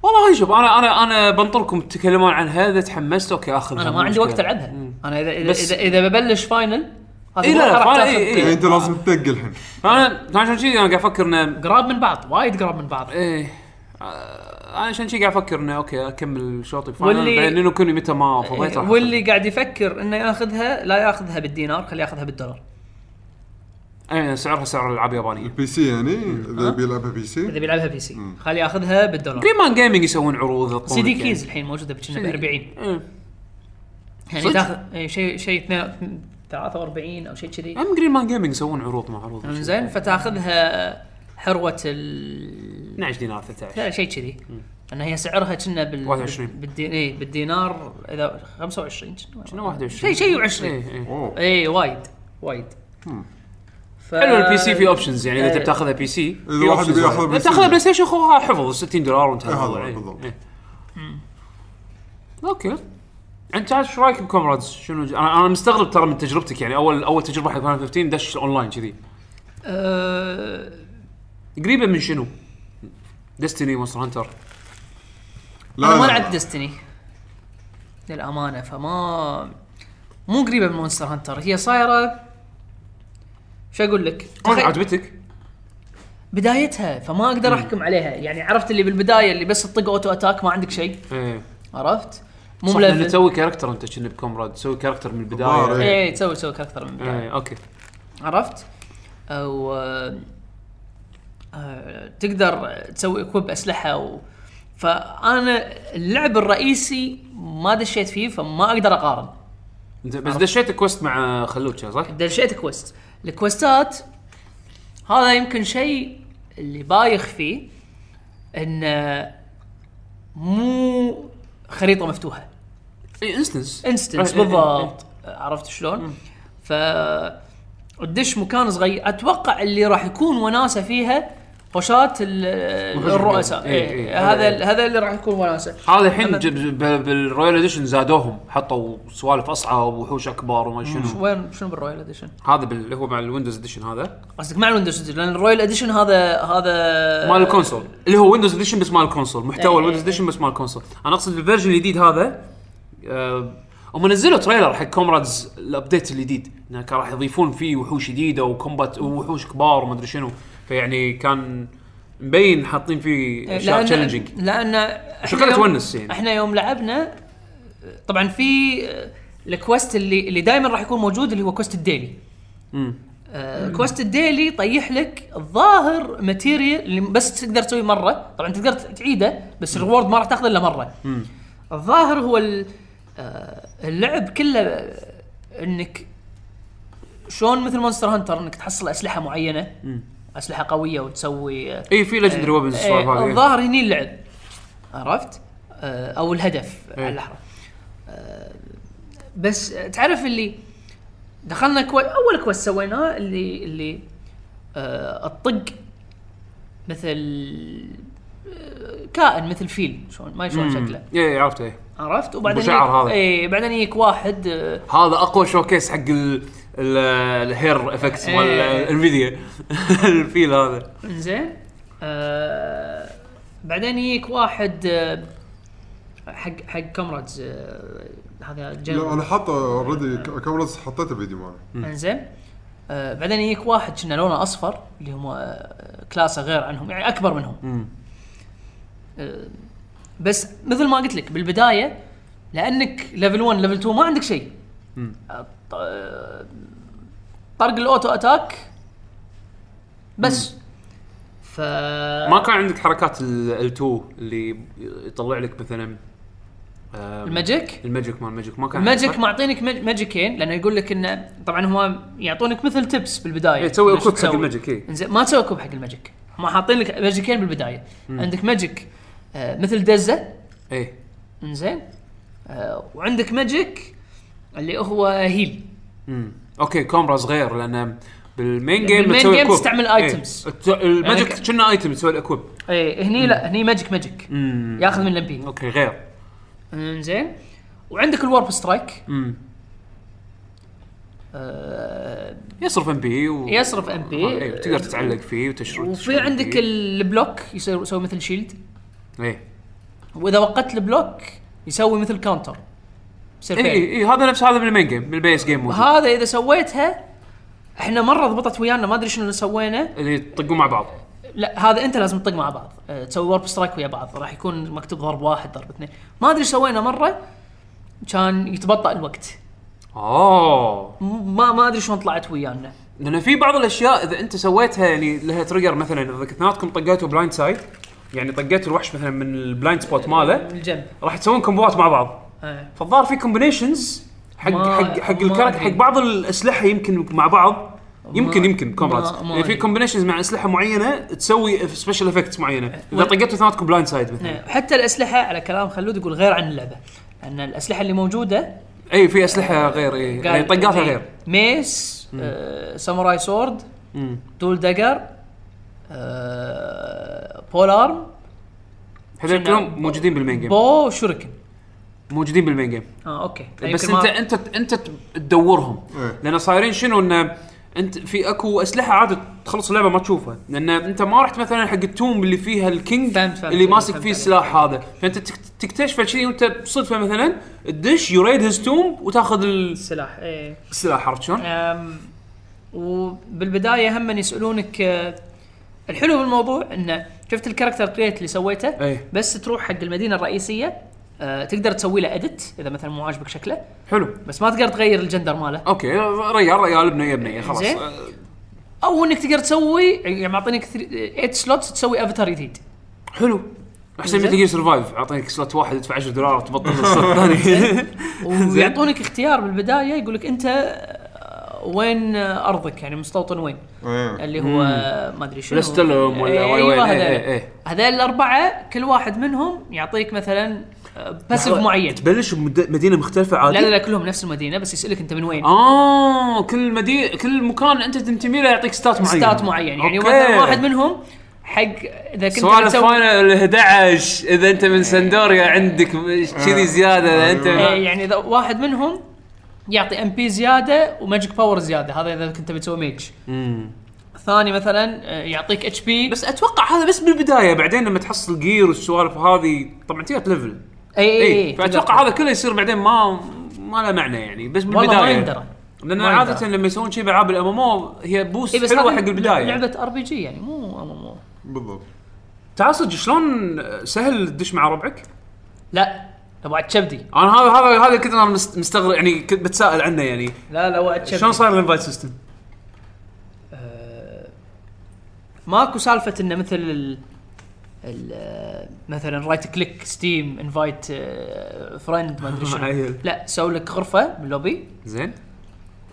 Speaker 1: والله شوف انا انا انا بنطركم تتكلمون عن هذا تحمست اوكي اخذ
Speaker 4: انا ما عندي وقت العبها انا اذا اذا
Speaker 1: بس-
Speaker 4: اذا, إذا ببلش فاينل هذا
Speaker 1: إي لا لا، إيه،
Speaker 4: راح
Speaker 1: فاينل
Speaker 4: تاخذ
Speaker 1: إي إي.
Speaker 2: يعني انت لازم تدق الحين
Speaker 1: انا عشان كذي انا قاعد افكر انه
Speaker 4: قراب من بعض وايد قراب من بعض
Speaker 1: ايه آه، انا عشان شي قاعد افكر انه اوكي اكمل شوطي فاينل
Speaker 4: واللي- إيه،
Speaker 1: بعدين نينو كوني متى ما فضيت راح
Speaker 4: واللي قاعد يفكر انه ياخذها لا ياخذها بالدينار خليه ياخذها بالدولار
Speaker 1: أخذها. يعني سعرها سعر العاب يابانيه
Speaker 2: البي سي يعني
Speaker 1: آه.
Speaker 2: اذا بيلعبها بي سي
Speaker 4: اذا بيلعبها بي سي خليه ياخذها بالدولار
Speaker 1: جرين مان جيمنج يسوون عروض يعطونك
Speaker 4: سي دي
Speaker 1: يعني.
Speaker 4: كيز الحين موجوده بكنا ب 40
Speaker 1: إيه.
Speaker 4: يعني
Speaker 1: صدق؟
Speaker 4: تاخذ إي، شيء شيء 42 43 او شيء كذي
Speaker 1: ام جرين مان جيمنج يسوون عروض مع عروض
Speaker 4: زين فتاخذها حروه ال
Speaker 1: 12 دينار 13
Speaker 4: شيء كذي ان هي سعرها كنا بال
Speaker 1: 21.
Speaker 4: بالدي... اي بالدينار اذا 25
Speaker 1: شنو 21
Speaker 4: شيء شيء و20
Speaker 1: إيه، إيه.
Speaker 2: اوه
Speaker 4: اي وايد وايد ف...
Speaker 1: حلو البي سي في اوبشنز يعني اذا
Speaker 4: آه، إيه.
Speaker 1: تبي تاخذها بي سي في
Speaker 2: إذا واحد
Speaker 1: options
Speaker 2: يبي ياخذها
Speaker 1: وايد.
Speaker 2: بي
Speaker 1: إذا
Speaker 2: سي.
Speaker 1: تاخذها بلاي ستيشن خوها حفظ 60 دولار وانتهى
Speaker 2: إيه، هذا
Speaker 1: الموضوع. إيه.
Speaker 2: بالضبط.
Speaker 1: إيه. اوكي انت عاد شو رايك بكومرادز؟ شنو ج- انا انا مستغرب ترى من تجربتك يعني اول اول تجربه حق فاينل 15 دش اونلاين كذي
Speaker 4: آه...
Speaker 1: قريبه من شنو؟ ديستني مونستر هانتر
Speaker 4: انا ما لعبت ديستني للامانه فما مو قريبه من مونستر هانتر هي صايره شو اقول لك؟ تخي-
Speaker 1: عجبتك؟
Speaker 4: بدايتها فما اقدر احكم عليها يعني عرفت اللي بالبدايه اللي بس تطق اوتو اتاك ما عندك شيء
Speaker 1: ايه
Speaker 4: عرفت؟ مو
Speaker 1: صح لان
Speaker 4: ملفل
Speaker 1: تسوي كاركتر انت كنا بكومراد تسوي كاركتر من
Speaker 2: الظاهر،
Speaker 1: البدايه
Speaker 2: إيه.
Speaker 4: ايه تسوي تسوي اكثر من بداية.
Speaker 1: ايه اوكي
Speaker 4: عرفت؟ او آه، آه، تقدر تسوي اكويب اسلحه و... فانا اللعب الرئيسي ما دشيت فيه فما اقدر اقارن
Speaker 1: انت بس دشيت كويست مع خلوتشا صح؟
Speaker 4: دشيت كويست الكويستات هذا يمكن شيء اللي بايخ فيه انه مو خريطه مفتوحه
Speaker 1: اي انستنس
Speaker 4: انستنس إيه،
Speaker 1: إيه.
Speaker 4: بالضبط عرفت شلون؟ ف الدش مكان صغير اتوقع اللي راح يكون وناسه فيها هوشات ال-
Speaker 1: مهجم.
Speaker 4: الرؤساء
Speaker 1: إيه،
Speaker 4: إيه،
Speaker 1: إيه.
Speaker 4: هذا ال- هذا اللي راح يكون وناسه
Speaker 1: هذا الحين جب- ب- بالرويال اديشن زادوهم حطوا سوالف اصعب وحوش اكبر وما شنو
Speaker 4: وين شنو بالرويال اديشن؟
Speaker 1: هذا بال- اللي هو مع الويندوز اديشن هذا
Speaker 4: قصدك مع الويندوز لان الرويال اديشن هذا هذا
Speaker 1: مال الكونسول اللي هو ويندوز اديشن بس مال الكونسول
Speaker 4: آه. إيه،
Speaker 1: محتوى الويندوز
Speaker 4: إيه،
Speaker 1: اديشن بس مال الكونسول انا اقصد الفيرجن الجديد هذا آه، هم نزلوا تريلر حق كومرادز الابديت الجديد انه كان راح يضيفون فيه وحوش جديده وكومبات وحوش كبار وما ادري شنو فيعني كان مبين حاطين
Speaker 4: إيه،
Speaker 1: فيه اشياء تشالنجينج
Speaker 4: لان إحنا
Speaker 1: شغلة
Speaker 4: يوم-
Speaker 1: تونس يعني.
Speaker 4: احنا يوم لعبنا طبعا في الكوست اللي اللي دائما راح يكون موجود اللي هو كوست الديلي آه، كوست الديلي طيح لك الظاهر ماتيريال اللي بس تقدر تسويه مره طبعا تقدر تعيده بس الريورد ما راح تاخذه الا مره الظاهر هو ال- آه، اللعب كله آه، انك شلون مثل مونستر هانتر انك تحصل اسلحه معينه اسلحه قويه وتسوي آه،
Speaker 1: اي إيه، في ليجندري ويبنز السوالف
Speaker 4: إيه،
Speaker 1: هذه
Speaker 4: الظاهر هني اللعب عرفت؟ آه، او الهدف
Speaker 1: إيه.
Speaker 4: على اللحظه آه، بس تعرف اللي دخلنا كوي اول كويست سويناه اللي اللي آه، الطق مثل آه، كائن مثل فيل شلون ما شلون شكله
Speaker 1: اي عرفت ايه
Speaker 4: عرفت وبعدين
Speaker 1: شعر هذا.
Speaker 4: اي بعدين يجيك واحد آه،
Speaker 1: هذا اقوى شوكيس حق ال ال- الهير افكتس مال
Speaker 4: إيه.
Speaker 1: انفيديا <laughs> الفيل هذا
Speaker 4: انزين آه بعدين يجيك واحد آه حق حق كومرادز آه هذا
Speaker 2: لا انا
Speaker 4: جنرال
Speaker 2: حاطه اوريدي كاميرا حطيتها فيديو معنا
Speaker 4: انزين آه بعدين يجيك واحد كنا لونه اصفر اللي هم آه كلاسه غير عنهم يعني اكبر منهم آه بس مثل ما قلت لك بالبدايه لانك ليفل 1 ليفل 2 ما عندك شيء آه، ط- آه، طرق الاوتو اتاك بس ف
Speaker 1: ما كان عندك حركات ال2 اللي يطلع لك مثلا آم،
Speaker 4: الماجيك
Speaker 1: الماجيك مال الماجيك ما كان عندك،
Speaker 4: ماجيك
Speaker 1: يعني صح؟
Speaker 4: معطينك ماج- ماجيكين لانه يقول لك انه طبعا هو يعطونك مثل تبس بالبدايه
Speaker 1: إيه، تسوي
Speaker 4: ليش
Speaker 1: اكوب حق إيه.
Speaker 4: تسوي.
Speaker 1: الماجيك اي
Speaker 4: انزين ما تسوي كوب حق الماجيك هم حاطين لك ماجيكين بالبدايه عندك ماجيك آه مثل دزه
Speaker 1: اي
Speaker 4: انزين آه وعندك ماجيك اللي هو هيل
Speaker 1: اوكي كومرا صغير لان بالمين جيم
Speaker 4: بالمين
Speaker 1: تسوي
Speaker 4: جيم
Speaker 1: اكوب
Speaker 4: تستعمل
Speaker 1: إيه.
Speaker 4: items.
Speaker 1: الت- الماجيك
Speaker 4: يعني ك-
Speaker 1: كنا ايتم تسوي الاكوب
Speaker 4: اي إيه، هني لا هني ماجيك ماجيك ياخذ من الامبي
Speaker 1: اوكي غير
Speaker 4: انزين وعندك الورب سترايك
Speaker 1: مم.
Speaker 4: آه
Speaker 1: يصرف ام بي و...
Speaker 4: يصرف MP.
Speaker 1: إيه، تقدر تتعلق فيه وتشرد
Speaker 4: وفي عندك البلوك يسوي يسوي مثل شيلد
Speaker 1: اي
Speaker 4: واذا وقت البلوك يسوي مثل كاونتر يصير
Speaker 1: اي
Speaker 4: فعل.
Speaker 1: اي إي، هذا نفس هذا بالمين جيم بالبيس جيم إيه، موجود
Speaker 4: هذا اذا سويتها احنا مره ضبطت ويانا ما ادري شنو اللي سوينا
Speaker 1: اللي يطقون مع بعض
Speaker 4: لا هذا انت لازم تطق مع بعض أه، تسوي ورب سترايك ويا بعض راح يكون مكتوب ضرب واحد ضرب اثنين ما ادري إيش سوينا مره كان يتبطأ الوقت
Speaker 1: اوه
Speaker 4: م- ما ما ادري شلون طلعت ويانا
Speaker 1: لان آه. في بعض الاشياء اذا انت سويتها يعني لها تريجر مثلا اذا اثنيناتكم طقيتوا بلايند سايد يعني طقيتوا الوحش مثلا من البلايند سبوت ماله
Speaker 4: من الجنب
Speaker 1: راح تسوون كومبوات مع بعض
Speaker 4: إيه.
Speaker 1: فالظاهر في كومبينيشنز حق
Speaker 4: ما-
Speaker 1: حق حق
Speaker 4: ما
Speaker 1: الكاركتر
Speaker 4: أدري.
Speaker 1: حق بعض الاسلحه يمكن مع بعض يمكن
Speaker 4: ما-
Speaker 1: يمكن كومبات
Speaker 4: ما- ما
Speaker 1: يعني في
Speaker 4: أدري.
Speaker 1: كومبينيشنز مع اسلحه معينه تسوي سبيشل افكتس معينه اذا
Speaker 4: وال-
Speaker 1: طقيتوا اثنيناتكم بلايند سايد مثلا
Speaker 4: إيه. حتى الاسلحه على كلام خلود يقول غير عن اللعبه ان الاسلحه اللي موجوده
Speaker 1: اي في اسلحه غير اي يعني طقاتها
Speaker 4: إيه،
Speaker 1: غير
Speaker 4: ميس آه، ساموراي سورد دول دقر آه، بول ارم
Speaker 1: هذول
Speaker 4: شنو-
Speaker 1: كلهم موجودين بالمين جيم
Speaker 4: بو شوركن
Speaker 1: موجودين بالمين جيم
Speaker 4: اه اوكي
Speaker 1: بس
Speaker 4: يمكن
Speaker 1: انت
Speaker 4: ما-
Speaker 1: انت انت تدورهم
Speaker 2: إيه.
Speaker 1: لان صايرين شنو انه انت في اكو اسلحه عادي تخلص اللعبه ما تشوفها لان انت ما رحت مثلا حق التوم اللي فيها الكينج
Speaker 4: فهمت- فهمت
Speaker 1: اللي
Speaker 4: عليك،
Speaker 1: ماسك
Speaker 4: فهمت
Speaker 1: فيه
Speaker 4: عليك.
Speaker 1: السلاح هذا فانت تك- تكتشفه شيء وانت بصدفه مثلا تدش يريد هيز توم وتاخذ
Speaker 4: السلاح ايه
Speaker 1: السلاح عرفت شلون؟
Speaker 4: أم، وبالبدايه هم من يسالونك آه، الحلو بالموضوع انه شفت الكاركتر كريت اللي سويته
Speaker 1: إيه.
Speaker 4: بس تروح حق المدينه الرئيسيه آه، تقدر تسوي له اديت اذا مثلا مو عاجبك شكله
Speaker 1: حلو
Speaker 4: بس ما تقدر تغير الجندر ماله
Speaker 1: اوكي ريال ريال بنيه بنيه خلاص
Speaker 4: زين.
Speaker 1: آه،
Speaker 4: او انك تقدر تسوي يعني معطينك 8 سلوتس تسوي افاتار جديد
Speaker 1: حلو احسن من
Speaker 4: زين.
Speaker 1: تجي سرفايف اعطيك سلوت واحد ادفع 10 دولار تبطل السلوت <laughs>
Speaker 4: <laughs>
Speaker 1: الثاني
Speaker 4: ويعطونك اختيار بالبدايه يقول لك انت آه، وين آه، ارضك يعني مستوطن وين
Speaker 2: إيه.
Speaker 4: اللي هو آه، ما ادري شنو
Speaker 1: رستلم ولا
Speaker 4: أيوة
Speaker 1: وين- وين، إيه،
Speaker 4: هذول.
Speaker 1: إيه، إيه.
Speaker 4: هذول الاربعه كل واحد منهم يعطيك مثلا باسيف معين
Speaker 1: تبلش بمدينه مختلفه
Speaker 4: لا
Speaker 1: عادي
Speaker 4: لا لا كلهم نفس المدينه بس يسالك انت من وين
Speaker 1: اه كل مدي كل مكان انت تنتمي له يعطيك ستات معين
Speaker 4: ستات معين يعني
Speaker 1: أوكي.
Speaker 4: مثلا واحد منهم حق اذا كنت
Speaker 1: سوالف
Speaker 4: بتسوي-
Speaker 1: فاينل 11 اذا انت من سندوريا عندك كذي زياده اذا انت
Speaker 4: آه،
Speaker 1: من...
Speaker 4: يعني اذا واحد منهم يعطي ام بي زياده وماجيك باور زياده هذا اذا كنت بتسوي ميج ثاني مثلا آه، يعطيك اتش بي
Speaker 1: بس اتوقع هذا بس بالبدايه بعدين لما تحصل جير والسوالف هذه طبعا تيات ليفل
Speaker 4: اي
Speaker 1: اي فاتوقع
Speaker 4: إيه، تقدر.
Speaker 1: إيه، هذا كله يصير بعدين ما ما له معنى يعني بس بالبدايه
Speaker 4: والله ما يندرى
Speaker 1: لان
Speaker 4: ما
Speaker 1: عاده
Speaker 4: يندرى.
Speaker 1: لما يسوون شيء بالعاب الام ام او هي بوست
Speaker 4: اي إيه، بس
Speaker 1: حلوه
Speaker 4: هذه
Speaker 1: حق البدايه
Speaker 4: لعبه ار بي جي يعني مو ام ام او
Speaker 2: بالضبط
Speaker 1: تعال صدق شلون سهل تدش مع ربعك؟
Speaker 4: لا ابو عاد كبدي
Speaker 1: انا هذا هذا هذا كنت انا مست- مستغرب يعني كنت بتساءل عنه يعني
Speaker 4: لا لا ابو عاد
Speaker 1: شلون
Speaker 4: كبدي
Speaker 1: صار الانفايت سيستم؟
Speaker 4: ماكو سالفه انه مثل ال ال- آه، مثلا رايت كليك ستيم انفايت فريند آه،
Speaker 1: <laughs>
Speaker 4: ما ادري شنو
Speaker 1: عيل.
Speaker 4: لا سوي لك غرفه باللوبي
Speaker 1: زين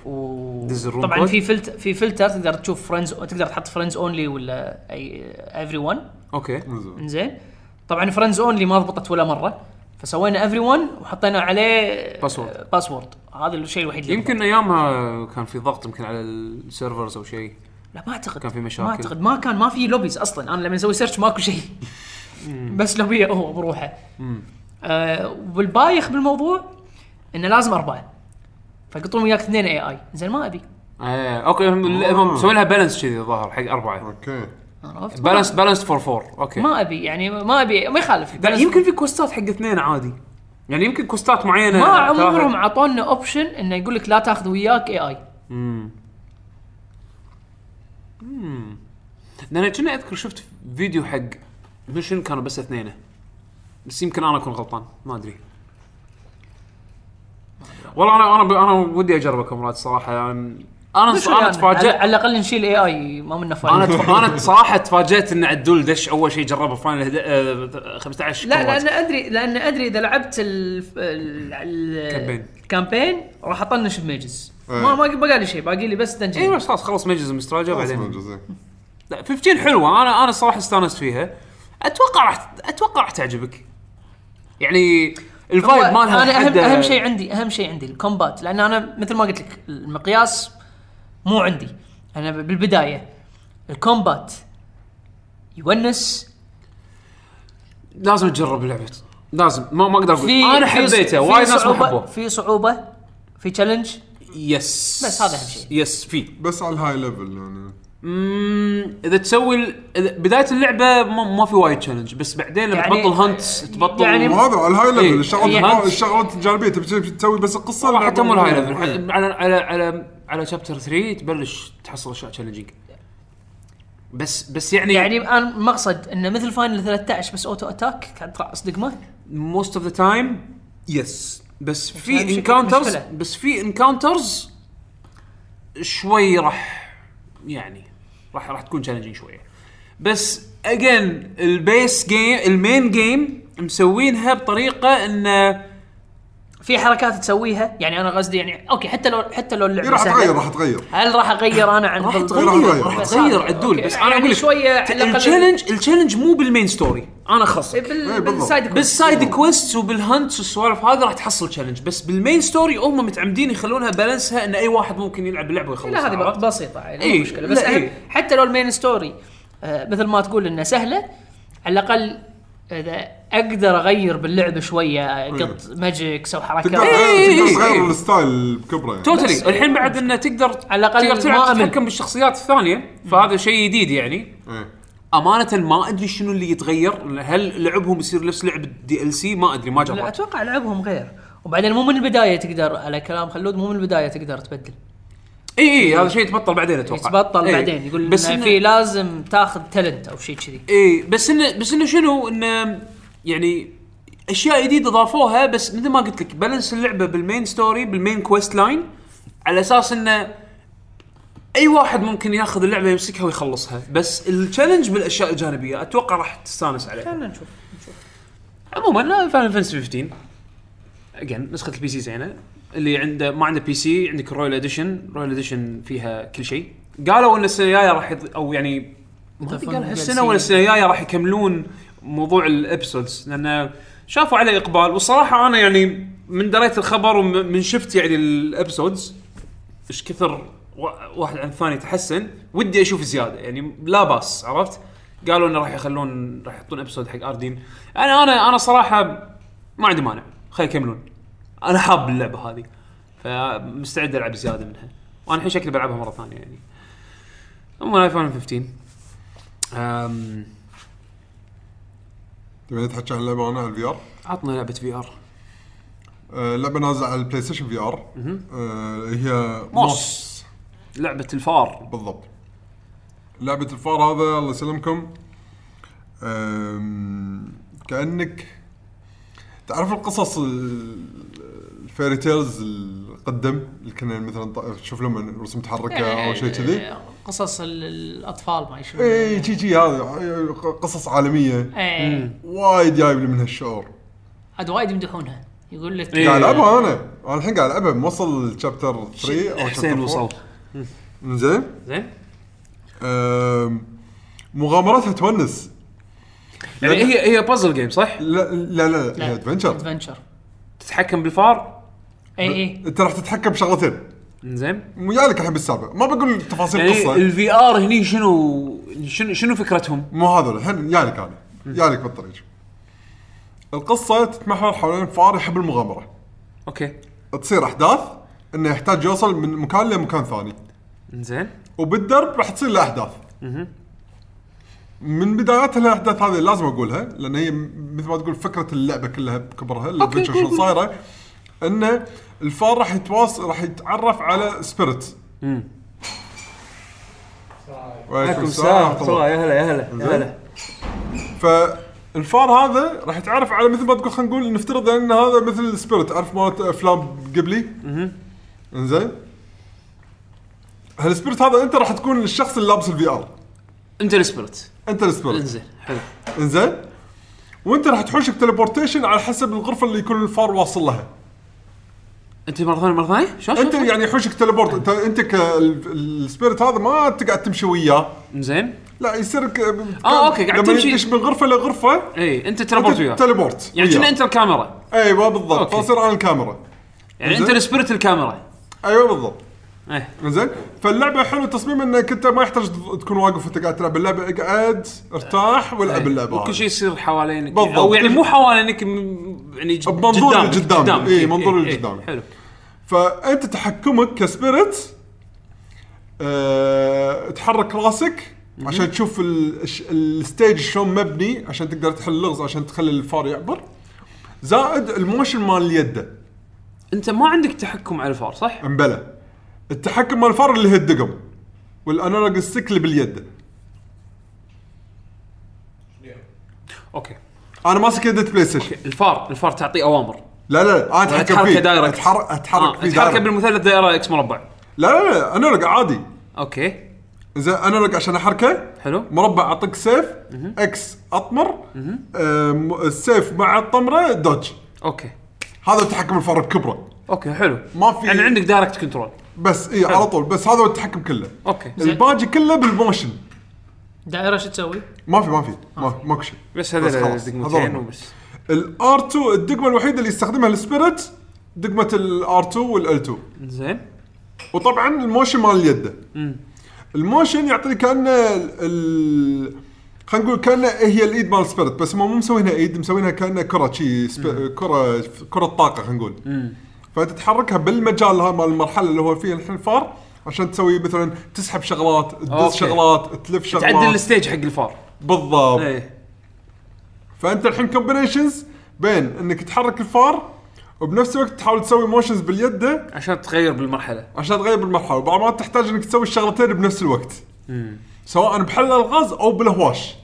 Speaker 4: و
Speaker 1: دز الروم
Speaker 4: طبعا
Speaker 1: كود؟
Speaker 4: في فلتر في فلتر تقدر تشوف فريندز تقدر تحط فريندز اونلي ولا اي ايفري ون
Speaker 1: اوكي
Speaker 2: زين.
Speaker 4: انزين طبعا فريندز اونلي ما ضبطت ولا مره فسوينا ايفري ون وحطينا عليه
Speaker 1: Password.
Speaker 4: باسورد هذا الشيء الوحيد اللي
Speaker 1: يمكن ايامها كان في ضغط يمكن على السيرفرز او شيء
Speaker 4: لا ما اعتقد
Speaker 1: كان في مشاكل.
Speaker 4: ما اعتقد ما كان ما في لوبيز اصلا انا لما اسوي سيرش ماكو شيء بس لوبيه هو بروحه آه والبايخ بالموضوع انه لازم اربعه فقطوا وياك اثنين اي اي زين ما ابي
Speaker 1: آه، اوكي هم هم مسوي لها بالانس كذي الظاهر حق اربعه
Speaker 2: اوكي
Speaker 4: عرفت؟
Speaker 1: بالانس بالانس فور فور اوكي
Speaker 4: ما ابي يعني ما ابي ما يخالف
Speaker 1: لا، يمكن في كوستات حق اثنين عادي يعني يمكن كوستات معينه
Speaker 4: ما
Speaker 1: ثلاثة.
Speaker 4: عمرهم عطونا اوبشن انه يقول لك لا تاخذ وياك اي اي
Speaker 1: لان كنا اذكر شفت فيديو حق ميشن كانوا بس اثنينه بس يمكن انا اكون غلطان ما ادري والله انا انا ب- انا ودي اجربه كاميرات صراحه انا انا تفاجئت
Speaker 4: على الاقل نشيل اي اي ما منا
Speaker 1: انا
Speaker 4: فايده
Speaker 1: تف- انا صراحه تفاجئت ان عدول دش اول شيء جربه فاينل آه، 15
Speaker 4: لا
Speaker 1: كومبات.
Speaker 4: لان ادري لان ادري اذا لعبت ال- ال- ال-
Speaker 1: كامبين.
Speaker 4: الكامبين راح اطنش بميجز
Speaker 2: إيه.
Speaker 4: ما ما بقى لي شيء باقي لي بس
Speaker 1: اي
Speaker 4: دنجن
Speaker 1: إيه، بس خلاص خلص ميجز مستراجه
Speaker 2: أصلاً
Speaker 1: بعدين
Speaker 2: جزء.
Speaker 1: لا 15 حلوه انا انا الصراحه استانست فيها اتوقع راح اتوقع راح تعجبك يعني الفايب
Speaker 4: هو-
Speaker 1: مالها
Speaker 4: انا اهم
Speaker 1: حده-
Speaker 4: اهم شيء عندي اهم شيء عندي الكومبات لان انا مثل ما قلت لك المقياس مو عندي انا ب- بالبدايه الكومبات يونس
Speaker 1: لازم تجرب اللعبه لازم ما ما اقدر اقول انا
Speaker 4: في-
Speaker 1: حبيته
Speaker 4: في
Speaker 1: وايد ناس ما
Speaker 4: صعوبة-
Speaker 1: حبوه
Speaker 4: في صعوبه في تشالنج
Speaker 1: يس
Speaker 4: بس هذا أهم شيء.
Speaker 1: يس في
Speaker 2: بس على الهاي ليفل يعني
Speaker 1: أمم، اذا تسوي ال- إذا- بدايه اللعبه ما, ما في وايد تشالنج بس بعدين لما
Speaker 4: يعني-
Speaker 1: تبطل هنت تبطل
Speaker 4: يعني-
Speaker 2: وهذا على الهاي
Speaker 1: إيه.
Speaker 2: ليفل الشغلات
Speaker 1: يعني
Speaker 2: الجانبية-
Speaker 1: هانت-
Speaker 2: الشغلات الجانبيه تبي تسوي بس القصه
Speaker 1: والله حتى مو
Speaker 2: اللعبة-
Speaker 1: الهاي ليفل
Speaker 2: إيه.
Speaker 1: على على على على شابتر 3 تبلش تحصل اشياء تشالنجينج بس بس يعني
Speaker 5: يعني انا المقصد انه مثل فاينل 13 بس اوتو اتاك كان ترى صدق ما
Speaker 1: موست اوف ذا تايم يس بس في
Speaker 5: هذه شكل-
Speaker 1: انكاونترز
Speaker 5: مشكلة.
Speaker 1: بس في انكاونترز شوي راح يعني راح راح تكون تشالنجينج شويه بس اجين البيس جيم المين جيم مسوينها بطريقه انه
Speaker 5: في حركات تسويها يعني انا قصدي يعني اوكي حتى لو حتى لو اللعبه
Speaker 2: إيه، راح
Speaker 5: سهلة،
Speaker 2: تغير راح تغير
Speaker 5: هل راح اغير انا عن
Speaker 1: راح
Speaker 5: بال-
Speaker 1: تغير
Speaker 2: تغير.
Speaker 1: راح
Speaker 5: بس
Speaker 1: تغير
Speaker 5: هذا-
Speaker 1: عدول
Speaker 5: أوكي.
Speaker 1: بس انا
Speaker 5: يعني
Speaker 1: اقول لك
Speaker 5: شويه على الأقل-
Speaker 1: التشالنج التشالنج مو بالمين ستوري انا خاصة
Speaker 5: بال-
Speaker 2: إيه، بالضبط.
Speaker 5: بالسايد كويست.
Speaker 1: بالسايد كويستس وبالهنتس والسوالف هذه راح تحصل تشالنج بس بالمين ستوري هم متعمدين يخلونها بالانسها ان اي واحد ممكن يلعب اللعبه ويخلصها
Speaker 5: لا هذه
Speaker 1: عرفت؟
Speaker 5: ب- بسيطه يعني مو
Speaker 1: إيه،
Speaker 5: مشكله بس
Speaker 1: لا،
Speaker 5: أهم
Speaker 1: إيه.
Speaker 5: حتى لو المين ستوري آه، مثل ما تقول انه سهله على الاقل اذا اقدر اغير باللعب شويه آه، قط ماجيكس او حركات
Speaker 2: إيه. تقدر
Speaker 1: إيه، إيه،
Speaker 2: تقدر
Speaker 1: إيه.
Speaker 2: تغير الستايل بكبره يعني.
Speaker 1: توتالي الحين بعد انه تقدر
Speaker 5: على الأقل
Speaker 1: تقدر
Speaker 5: ما
Speaker 1: تلعب
Speaker 5: أمل.
Speaker 1: تتحكم بالشخصيات الثانيه فهذا شيء جديد يعني
Speaker 2: إيه.
Speaker 1: امانه ما ادري شنو اللي يتغير هل لعبهم يصير نفس لعب الدي ال سي ما ادري ما
Speaker 5: لا
Speaker 1: جربت
Speaker 5: اتوقع لعبهم غير وبعدين مو من البدايه تقدر على كلام خلود مو من البدايه تقدر تبدل
Speaker 1: اي اي إيه، هذا شيء يتبطل بعدين اتوقع
Speaker 5: يتبطل
Speaker 1: إيه.
Speaker 5: بعدين يقول
Speaker 1: بس
Speaker 5: بس إن
Speaker 1: إنه-
Speaker 5: في لازم تاخذ تالنت او شيء كذي
Speaker 1: اي إيه، بس انه بس انه شنو انه يعني اشياء جديده ضافوها بس مثل ما قلت لك بالانس اللعبه بالمين ستوري بالمين كويست لاين على اساس انه اي واحد ممكن ياخذ اللعبه يمسكها ويخلصها بس التشالنج بالاشياء الجانبيه اتوقع راح تستانس عليها
Speaker 5: خلينا نشوف
Speaker 1: عموما لا فاينل فانتسي 15 اجين نسخه البي سي زينه اللي عنده ما عنده بي سي عندك رويال اديشن رويال اديشن فيها كل شيء قالوا ان السنه الجايه راح يض... او يعني ما أدري قال هالسنه ولا السنه الجايه راح يكملون موضوع الابسودز لان شافوا عليه اقبال والصراحه انا يعني من دريت الخبر ومن شفت يعني الابسودز ايش كثر وا- واحد عن الثاني تحسن ودي اشوف زياده يعني لا باس عرفت؟ قالوا انه راح يخلون راح يحطون ابسود حق اردين انا انا انا صراحه ما عندي مانع خلي يكملون انا حاب اللعبه هذه فمستعد العب زياده منها وانا الحين شكلي بلعبها مره ثانيه يعني عموما ايفون 15 أم،
Speaker 2: تبي تحكي عن لعبه انا على الفي ار؟
Speaker 1: عطنا لعبه في ار
Speaker 2: آه، لعبه نازله على البلاي ستيشن في ار آه، هي
Speaker 1: موس لعبه الفار
Speaker 2: بالضبط لعبة الفار هذا الله يسلمكم أم، كأنك تعرف القصص ال- الفيري تيلز القدم اللي كنا مثلا ط- تشوف لهم رسم تحركه او شيء كذي
Speaker 5: قصص ال- الاطفال ما يشوفون
Speaker 2: اي شي شي هذا قصص عالميه
Speaker 5: اي
Speaker 2: وايد جايب لي من هالشعور
Speaker 5: إيه. عاد وايد يمدحونها يقول لك
Speaker 1: إيه.
Speaker 2: قاعد العبها انا انا الحين قاعد العبها موصل الشابتر 3 او
Speaker 1: حسين وصل
Speaker 2: شابتر زين
Speaker 1: زين
Speaker 2: مغامراتها تونس
Speaker 1: يعني هي هي بازل جيم صح؟
Speaker 2: لا لا لا, لا. ادفنشر
Speaker 5: ادفنشر
Speaker 1: تتحكم بالفار
Speaker 5: اي
Speaker 4: إيه،
Speaker 5: اي
Speaker 2: انت راح تتحكم بشغلتين
Speaker 1: زين
Speaker 2: ويالك الحين بالسابق ما بقول تفاصيل
Speaker 1: يعني
Speaker 2: القصه
Speaker 1: الفي ار هني شنو شنو شنو فكرتهم؟
Speaker 2: مو هذا الحين يالك انا يالك بالطريق القصه تتمحور حوالين فار يحب المغامره
Speaker 1: اوكي
Speaker 2: تصير احداث انه يحتاج يوصل من مكان لمكان ثاني
Speaker 1: زين
Speaker 2: وبالدرب راح تصير له احداث من بدايات الاحداث هذه لازم اقولها لان هي م- مثل ما تقول فكره اللعبه كلها بكبرها
Speaker 1: أوكي،
Speaker 2: الادفنشر شلون
Speaker 1: قول- قول.
Speaker 2: صايره انه الفار راح يتواصل راح يتعرف على سبيريت وعليكم ورحمة الله.
Speaker 1: يا هلا يا هلا يا هلا
Speaker 2: فالفار هذا راح يتعرف على مثل ما تقول خلينا نقول نفترض ان هذا مثل السبيريت عارف مالت افلام قبلي انزين هالسبيريت هذا انت راح تكون الشخص اللي لابس الفي ار
Speaker 1: انت السبيرت
Speaker 2: انت السبيريت
Speaker 1: انزين حلو
Speaker 2: انزين وانت راح تحوشك تليبورتيشن على حسب الغرفه اللي يكون الفار واصل لها
Speaker 1: انت مره ثانيه مره ثانيه شلون
Speaker 2: انت يعني يحوشك تليبورت انت انت كالسبيريت هذا ما تقعد تمشي وياه
Speaker 1: زين
Speaker 2: لا يصير ك...
Speaker 1: آه، أوكي، قاعد
Speaker 2: لما
Speaker 1: تمشي.
Speaker 2: يدش من غرفه لغرفه
Speaker 1: اي انت تربط إيه، وياه
Speaker 2: تليبورت
Speaker 1: يعني كنا
Speaker 2: وياه.
Speaker 1: انت الكاميرا
Speaker 2: ايوه بالضبط
Speaker 1: أوكي.
Speaker 2: فاصير انا الكاميرا
Speaker 1: يعني انت
Speaker 2: إنزين.
Speaker 1: السبيرت الكاميرا
Speaker 2: ايوه بالضبط
Speaker 1: ايه
Speaker 2: زين فاللعبه حلو تصميم انك انت ما يحتاج تكون واقف وانت قاعد تلعب اللعبه اقعد ارتاح والعب اللعبه
Speaker 1: وكل
Speaker 2: هذه.
Speaker 1: شيء يصير حوالينك
Speaker 2: بالضبط.
Speaker 1: او يعني مو حوالينك م- يعني ج-
Speaker 2: بمنظور
Speaker 1: قدامك،
Speaker 2: القدام.
Speaker 1: قدامك.
Speaker 2: إي، منظور
Speaker 1: إي، إي،
Speaker 2: القدام.
Speaker 1: حلو
Speaker 2: فانت تحكمك كسبيريت أه تحرك راسك عشان تشوف ال- الش- الستيج شلون مبني عشان تقدر تحل لغز عشان تخلي الفار يعبر زائد الموشن مال اليده
Speaker 1: انت ما عندك تحكم على الفار صح؟
Speaker 2: أه. امبلا التحكم مال الفار اللي هي الدقم والانالوج ستيك اللي باليد
Speaker 1: اوكي
Speaker 2: انا ماسك يده بلاي ستيشن
Speaker 1: الفار الفار تعطيه اوامر
Speaker 2: لا لا لا انا اتحكم
Speaker 1: اتحرك
Speaker 2: فيه
Speaker 1: دايركت
Speaker 2: اتحرك اتحرك
Speaker 1: آه،
Speaker 2: فيه
Speaker 1: اتحرك
Speaker 2: دايركت
Speaker 1: بالمثلث دائره اكس مربع
Speaker 2: لا لا لا انا لك عادي
Speaker 1: اوكي
Speaker 2: زين انا لك عشان احركه
Speaker 1: حلو.
Speaker 2: مربع اعطيك سيف اكس اطمر آه، م- السيف مع الطمره دوج
Speaker 1: اوكي
Speaker 2: هذا التحكم الفار بكبره
Speaker 1: اوكي حلو
Speaker 2: ما في-
Speaker 1: يعني عندك دايركت كنترول
Speaker 2: بس اي على طول بس هذا هو التحكم كله
Speaker 1: اوكي
Speaker 5: زين.
Speaker 2: الباقي كله بالموشن
Speaker 5: دائره شو تسوي؟
Speaker 2: ما في ما في ما ماكو شيء
Speaker 1: بس هذول
Speaker 2: خلاص،
Speaker 1: دقمتين
Speaker 2: هذول.
Speaker 1: وبس
Speaker 2: الار 2 الدقمه الوحيده اللي يستخدمها السبيريت دقمه الار 2 والال 2
Speaker 1: زين
Speaker 2: وطبعا الموشن مال اليد الموشن يعطيني كانه ال- ال خلينا نقول كانه هي الايد مال سبيرت بس هم مو مسوينها ايد مسوينها كانه كره شي سب... كره كره طاقه خلينا نقول فتتحركها بالمجال هذا مال المرحله اللي هو فيها الحين الفار عشان تسوي مثلا تسحب شغلات تدز
Speaker 1: أوكي.
Speaker 2: شغلات تلف شغلات
Speaker 1: تعدل الستيج حق الفار
Speaker 2: بالضبط
Speaker 1: ايه
Speaker 2: فانت الحين كومبينيشنز بين انك تحرك الفار وبنفس الوقت تحاول تسوي موشنز باليد
Speaker 1: عشان تغير بالمرحله
Speaker 2: عشان تغير بالمرحله وبعض المرات تحتاج انك تسوي الشغلتين بنفس الوقت سواء بحل الغاز او بالهواش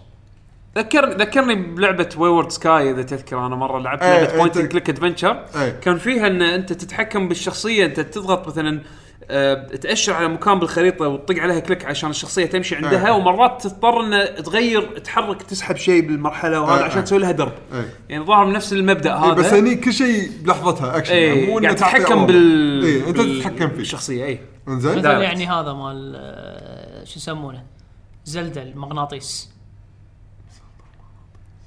Speaker 1: ذكرني ذكرني بلعبه ويورد سكاي اذا تذكر انا مره لعبت
Speaker 2: إيه،
Speaker 1: لعبه بوينت
Speaker 2: أنت-
Speaker 1: اند كليك ادفنشر
Speaker 2: إيه.
Speaker 1: كان فيها ان انت تتحكم بالشخصيه انت تضغط مثلا آه، تاشر على مكان بالخريطه وتطق عليها كليك عشان الشخصيه تمشي عندها
Speaker 2: إيه.
Speaker 1: ومرات تضطر ان تغير تحرك تسحب شيء بالمرحله وهذا
Speaker 2: إيه،
Speaker 1: عشان
Speaker 2: إيه.
Speaker 1: تسوي لها درب
Speaker 2: إيه.
Speaker 1: يعني ظاهر من نفس المبدا
Speaker 2: إيه
Speaker 1: هذا
Speaker 2: بس هني كل شيء بلحظتها اكشن
Speaker 1: اي
Speaker 2: إنه
Speaker 1: قاعد
Speaker 2: تعطي
Speaker 1: تتحكم
Speaker 2: أوامر.
Speaker 1: بال
Speaker 2: إيه انت
Speaker 1: بال- إيه.
Speaker 2: تتحكم فيه
Speaker 1: بالشخصيه اي
Speaker 2: انزين
Speaker 1: دايركت.
Speaker 5: مثل يعني هذا مال آه، شو يسمونه زلدة المغناطيس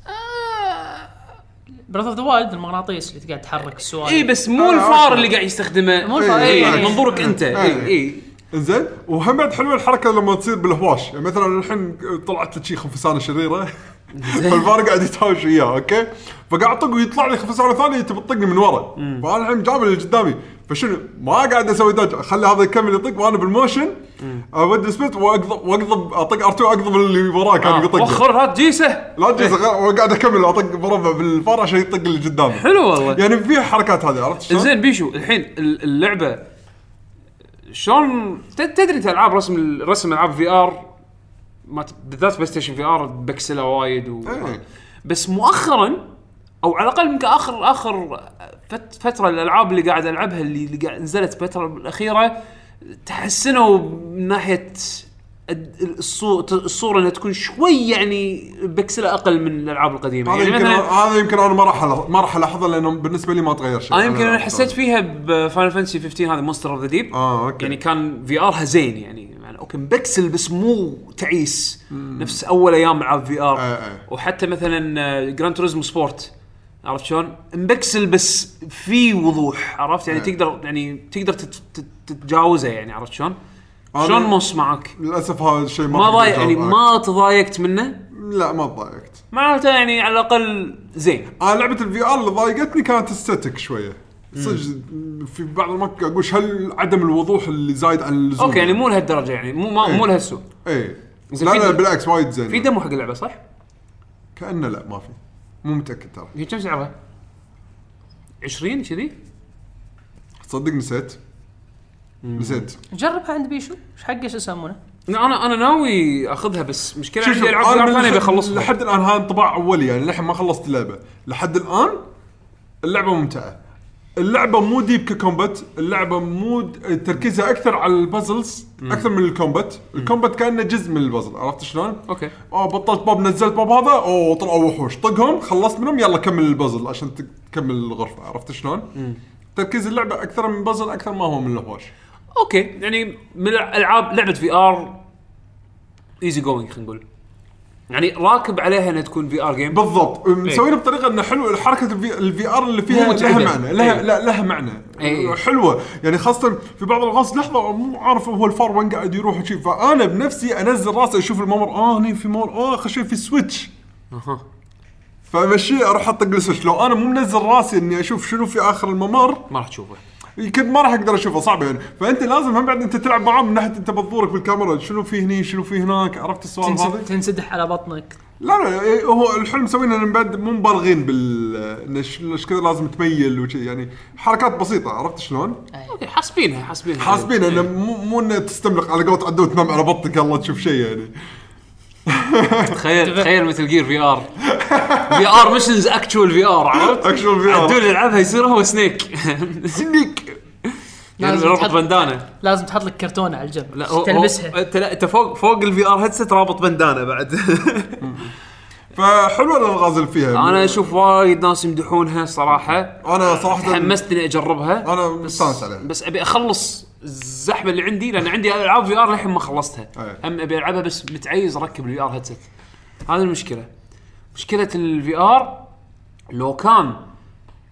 Speaker 5: آه. براذر اوف ذا وايلد المغناطيس اللي تقعد تحرك السوالف
Speaker 1: اي إيه، بس مو
Speaker 2: آه،
Speaker 1: الفار
Speaker 2: عرفت.
Speaker 1: اللي قاعد يستخدمه
Speaker 5: مو الفار،
Speaker 1: اي
Speaker 5: إيه،
Speaker 1: يعني
Speaker 5: إيه.
Speaker 1: منظورك انت اي
Speaker 2: إيه.
Speaker 1: اي
Speaker 2: انزين وهم بعد حلوه الحركه لما تصير بالهواش يعني مثلا الحين طلعت لك شي خنفسانه شريره فالفار قاعد يتهاوش وياه اوكي فقاعد اطق ويطلع لي خنفسانه ثانيه تبي تطقني من ورا فانا الحين جاب اللي قدامي فشنو ما قاعد اسوي دج خلي هذا يكمل يطق وانا بالموشن اودي سبيت واقضب واقضب اطق ار2 اقضب اللي وراه كان
Speaker 1: آه،
Speaker 2: يطق
Speaker 1: وخر هات جيسه
Speaker 2: لا تجلس وقاعد اكمل اطق بربع بالفار عشان يطق اللي قدامي
Speaker 1: حلو والله
Speaker 2: يعني في حركات هذه عرفت شلون؟
Speaker 1: زين بيشو الحين ال- اللعبه شلون ت- تدري انت العاب رسم رسم العاب في ار ما ت- بالذات بلاي ستيشن في ار بكسله وايد و...
Speaker 2: إيه.
Speaker 1: بس مؤخرا او على الاقل يمكن اخر اخر فت- فتره الالعاب اللي قاعد العبها اللي اللي قاعد نزلت الفتره الاخيره تحسنوا من ناحيه الصوره الصوره انها تكون شوي يعني بكسله اقل من الالعاب القديمه
Speaker 2: هذا
Speaker 1: يعني
Speaker 2: يمكن
Speaker 1: مثلا
Speaker 2: هذا يمكن انا ما راح ألاحظ- ما راح الاحظه لانه بالنسبه لي ما تغير شيء
Speaker 1: انا يمكن انا حسيت فيها بفاينل فانتسي 15 هذا مونستر اوف ذا ديب
Speaker 2: آه، أوكي.
Speaker 1: يعني كان في ارها زين يعني, يعني اوكي بكسل بس مو تعيس نفس اول ايام العاب في ار
Speaker 2: آه.
Speaker 1: وحتى آه، مثلا جراند توريزمو سبورت عرفت شلون؟ مبكسل بس في وضوح عرفت
Speaker 2: آه.
Speaker 1: يعني تقدر يعني تقدر تت- تت- تتجاوزه يعني عرفت شون؟
Speaker 2: أنا-
Speaker 1: شلون موس معك؟
Speaker 2: للاسف هذا الشيء ما
Speaker 1: ما
Speaker 2: راح
Speaker 1: ضايق يعني
Speaker 2: يجاوب
Speaker 1: ما تضايقت منه
Speaker 2: عليك. لا ما ضايقت آه،
Speaker 1: معناته يعني على الاقل زين
Speaker 2: انا لعبه الفي ار اللي ضايقتني كانت استاتيك شويه صدق في بعض الاماكن اقول إيش هل عدم الوضوح اللي زايد عن اللزوم
Speaker 1: اوكي يعني مو لهالدرجه يعني مو ما- مو
Speaker 2: إيه.
Speaker 1: لهالسوء
Speaker 2: اي
Speaker 1: زين،
Speaker 2: لا
Speaker 1: في
Speaker 2: لا
Speaker 1: دم-
Speaker 2: بالعكس وايد زين
Speaker 1: في دمو حق اللعبه صح؟
Speaker 2: كانه لا ما في مو متاكد ترى
Speaker 1: هي كم سعرها؟ 20 كذي؟
Speaker 2: تصدق نسيت نسيت
Speaker 5: جربها عند بيشو ايش حقه شو يسمونه
Speaker 1: انا انا ناوي اخذها بس مشكله
Speaker 2: شوف شوف
Speaker 1: عندي العاب
Speaker 2: أنا
Speaker 1: العاب
Speaker 2: من
Speaker 1: ثانيه
Speaker 2: لحد-
Speaker 1: بخلصها
Speaker 2: لحد الان هذا انطباع اولي يعني للحين ما خلصت اللعبه لحد الان اللعبه ممتعه اللعبه مو ديب ككومبات اللعبه مو د- تركيزها اكثر على البازلز اكثر من الكومبات الكومبات كانه جزء من البازل عرفت شلون
Speaker 1: اوكي
Speaker 2: اه بطلت باب نزلت باب هذا اوه طلعوا وحوش طقهم خلصت منهم يلا كمل البازل عشان تك- تكمل الغرفه عرفت شلون تركيز اللعبه اكثر من بازل اكثر ما هو من الهواش
Speaker 1: اوكي يعني من العاب لعبه في ار ايزي جوينج خلينا نقول يعني راكب عليها انها تكون في ار جيم
Speaker 2: بالضبط مسوينها بطريقه انه حلو حركه الفي ار اللي فيها
Speaker 1: إيه. مو
Speaker 2: لها
Speaker 1: متعبة. إيه.
Speaker 2: معنى لها
Speaker 1: أي.
Speaker 2: لا لها معنى
Speaker 1: أي.
Speaker 2: حلوه يعني خاصه في بعض الغاز لحظه مو عارف هو الفار وين قاعد يروح وشي فانا بنفسي انزل راسي اشوف الممر اه هني في ممر اه اخر شيء في سويتش
Speaker 1: أها.
Speaker 2: فمشي اروح اطق السويتش لو انا مو منزل راسي اني اشوف شنو في اخر الممر
Speaker 1: ما راح تشوفه
Speaker 2: يمكن ما راح اقدر اشوفه صعب يعني فانت لازم هم بعد انت تلعب معاه من ناحيه انت منظورك بالكاميرا شنو في هني شنو في هناك عرفت السؤال هذا
Speaker 5: تنسد- تنسدح على بطنك
Speaker 2: لا لا إيه، هو الحلم مسوينه ان بعد مو مبالغين بال إن إيش- إيش كذا لازم تميل وشي يعني حركات بسيطه عرفت شلون؟
Speaker 1: اوكي حاسبينها حاسبينها
Speaker 2: حاسبين انه مو مو انه تستملق على قولة عدو وتنام على بطنك الله تشوف شيء يعني
Speaker 1: تخيل تخيل مثل جير في
Speaker 2: <laughs>
Speaker 1: ار في ار مشنز اكشوال في ار عرفت؟
Speaker 2: Actual VR.
Speaker 1: عدول يلعبها يصير هو سنيك
Speaker 2: سنيك
Speaker 4: لازم
Speaker 1: رابط
Speaker 4: تحط-
Speaker 1: بندانه
Speaker 4: لازم تحط لك كرتونه على الجنب
Speaker 1: يعني لا هو هو-
Speaker 4: تلبسها
Speaker 1: انت لا انت فوق فوق الفي ار هيدسيت رابط بندانه بعد <laughs>
Speaker 2: فحلوه الالغاز اللي فيها
Speaker 1: انا اشوف وايد ناس يمدحونها صراحه
Speaker 2: انا صراحه
Speaker 1: تحمست اني اجربها
Speaker 2: أنا مستانس عليها.
Speaker 1: بس ابي اخلص الزحمه اللي عندي لان عندي العاب في ار للحين ما خلصتها
Speaker 2: أي.
Speaker 1: هم ابي العبها بس متعيز اركب الفي ار هيدسيت هذه المشكله مشكله الفي ار لو كان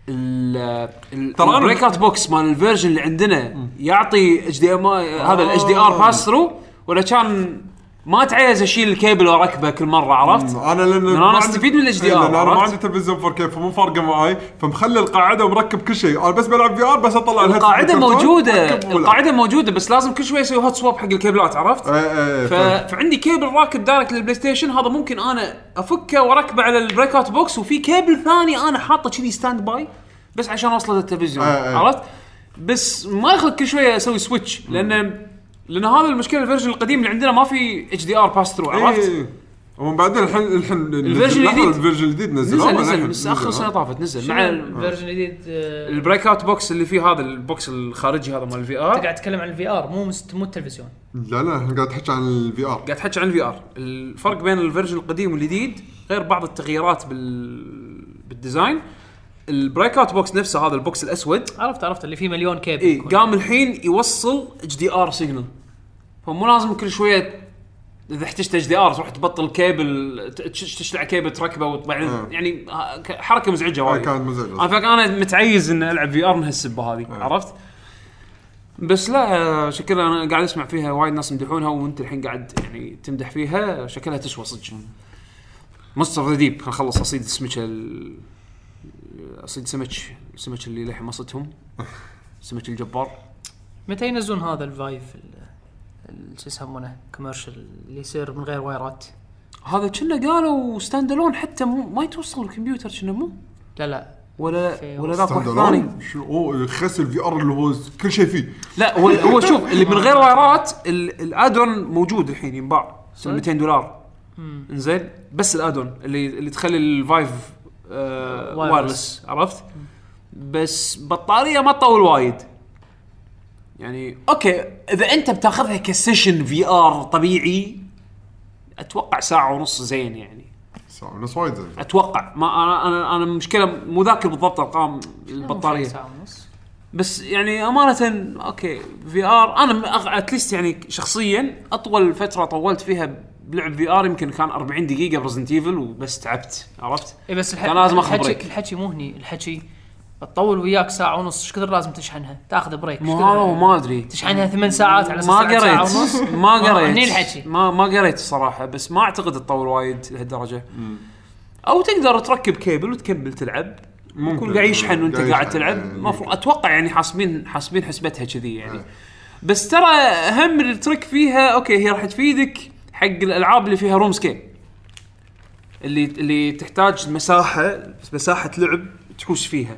Speaker 1: ال
Speaker 2: ترى أنا-
Speaker 1: البريك اوت بوكس مال الفيرجن اللي عندنا يعطي اتش دي ام هذا الاتش دي ار
Speaker 2: آه.
Speaker 1: باس ثرو ولا كان ما تعيز اشيل الكيبل واركبه كل مره عرفت؟
Speaker 2: انا لان
Speaker 1: أنا
Speaker 2: ما عندي-
Speaker 1: أستفيد من ال HDR
Speaker 2: إيه، لان انا ما
Speaker 1: عرفت؟
Speaker 2: عندي تلفزيون 4K فمو فارقه معاي فمخلي القاعده ومركب كل شيء انا بس بلعب في ار بس اطلع الهيدسيت
Speaker 1: القاعده
Speaker 2: بالكرتون،
Speaker 1: موجوده
Speaker 2: أركب وألعب.
Speaker 1: القاعده موجوده بس لازم كل شوي اسوي هوت سواب حق الكيبلات عرفت؟
Speaker 2: إيه، إيه،
Speaker 1: ف...
Speaker 2: فاهم.
Speaker 1: فعندي كيبل راكب دايركت للبلاي ستيشن هذا ممكن انا افكه واركبه على البريك اوت بوكس وفي كيبل ثاني انا حاطه كذي ستاند باي بس عشان اوصله للتلفزيون
Speaker 2: آه، آه.
Speaker 1: عرفت؟ بس ما ياخذ كل شويه اسوي سويتش لان لان هذا المشكله الفيرجن القديم اللي عندنا ما في اتش دي ار باس ثرو عرفت؟
Speaker 2: إيه. وبعدين الحين الحين
Speaker 1: الفيرجن
Speaker 2: لحظة،
Speaker 1: الجديد.
Speaker 2: الفيرجن الجديد نزلوه
Speaker 1: نزل أه.
Speaker 2: ولا
Speaker 1: نزل
Speaker 2: الحين؟
Speaker 1: بس اخر
Speaker 2: نزل،
Speaker 1: سنه
Speaker 2: ها؟
Speaker 1: طافت نزل مع ال-
Speaker 5: الفيرجن الجديد آه،
Speaker 1: البريك اوت بوكس اللي فيه هذا البوكس الخارجي هذا مال الفي ار
Speaker 5: انت قاعد تتكلم عن الفي ار مو مست- مو التلفزيون
Speaker 2: لا لا احنا قاعد نحكي عن الفي ار
Speaker 1: قاعد تحكي عن الفي ار الفرق بين الفيرجن القديم والجديد غير بعض التغييرات بال... بالديزاين البريك اوت بوكس نفسه هذا البوكس الاسود
Speaker 5: عرفت عرفت اللي فيه مليون كيبل
Speaker 1: اي
Speaker 5: يكون.
Speaker 1: قام الحين يوصل اتش دي ار سيجنال فمو لازم كل شويه اذا احتجت اتش دي ار تروح تبطل كيبل ت- تش- تشلع كيبل تركبه وبعدين
Speaker 2: آه.
Speaker 1: يعني ه- ك- حركه مزعجه
Speaker 2: آه،
Speaker 1: وايد
Speaker 2: كانت مزعجة.
Speaker 1: انا فك- انا متعيز اني العب في ار من هالسبه هذه عرفت؟ بس لا آه، شكلها انا قاعد اسمع فيها وايد ناس يمدحونها وانت الحين قاعد يعني تمدح فيها شكلها تسوى صدق مونستر ذا ديب خلنا نخلص اصيد السمكه ال- اصيد سمك السمك اللي للحين ما صدتهم سمك الجبار
Speaker 5: متى ينزلون هذا الفايف ال- ال- شو يسمونه كوميرشال اللي يصير من غير وايرات
Speaker 1: هذا كنا قالوا ستاند الون حتى مو ما يتوصل الكمبيوتر كنا مو
Speaker 5: لا لا
Speaker 1: ولا
Speaker 5: في
Speaker 1: ولا ذاك واحد
Speaker 2: ستاند
Speaker 1: ثاني
Speaker 2: ألون؟ شو اوه خس الفي ار اللي هو كل شيء فيه
Speaker 1: لا هو هو شوف اللي من غير وايرات ال- الادون موجود الحين ينباع ب 200 دولار انزين بس الادون اللي اللي تخلي الفايف آه
Speaker 5: وايرلس.
Speaker 1: وايرلس عرفت بس بطاريه ما تطول وايد يعني اوكي اذا انت بتاخذها كسيشن في ار طبيعي اتوقع ساعه ونص زين يعني
Speaker 2: ساعة ونص وايد زين
Speaker 1: اتوقع ما انا انا انا المشكله مو ذاكر بالضبط ارقام
Speaker 5: مو
Speaker 1: البطاريه
Speaker 5: ساعة ونص
Speaker 1: بس يعني امانه اوكي في ار انا اتليست يعني شخصيا اطول فتره طولت فيها بلعب في ار يمكن كان 40 دقيقه برزنت ايفل وبس تعبت عرفت؟
Speaker 5: اي إيه، بس الح...
Speaker 1: كان لازم آخذ
Speaker 5: الحكي
Speaker 1: بريك.
Speaker 5: الحكي مو هني الحكي تطول وياك ساعه ونص ايش كثر لازم تشحنها تاخذ بريك إيش
Speaker 1: مو
Speaker 5: كثر-
Speaker 1: هذا وما ادري
Speaker 5: تشحنها ثمان ساعات على
Speaker 1: ما
Speaker 5: أساس ساعة
Speaker 1: قريت
Speaker 5: ونص
Speaker 1: ما
Speaker 5: <laughs> هني
Speaker 1: قريت
Speaker 5: الحكي
Speaker 1: ما ما قريت الصراحه بس ما اعتقد تطول وايد لهالدرجه او تقدر تركب كيبل وتكمل تلعب
Speaker 2: ممكن.
Speaker 1: يكون قاعد يشحن وانت
Speaker 2: قاعد
Speaker 1: قاعد
Speaker 2: يشحن.
Speaker 1: تلعب
Speaker 2: إيه،
Speaker 1: المفروض
Speaker 2: ممكن. نعم.
Speaker 1: اتوقع يعني حاسبين حاسبين حسبتها كذي يعني بس ترى اهم الترك فيها اوكي هي راح تفيدك حق الالعاب اللي فيها روم سكيل اللي اللي تحتاج مساحه مساحه لعب تحوس فيها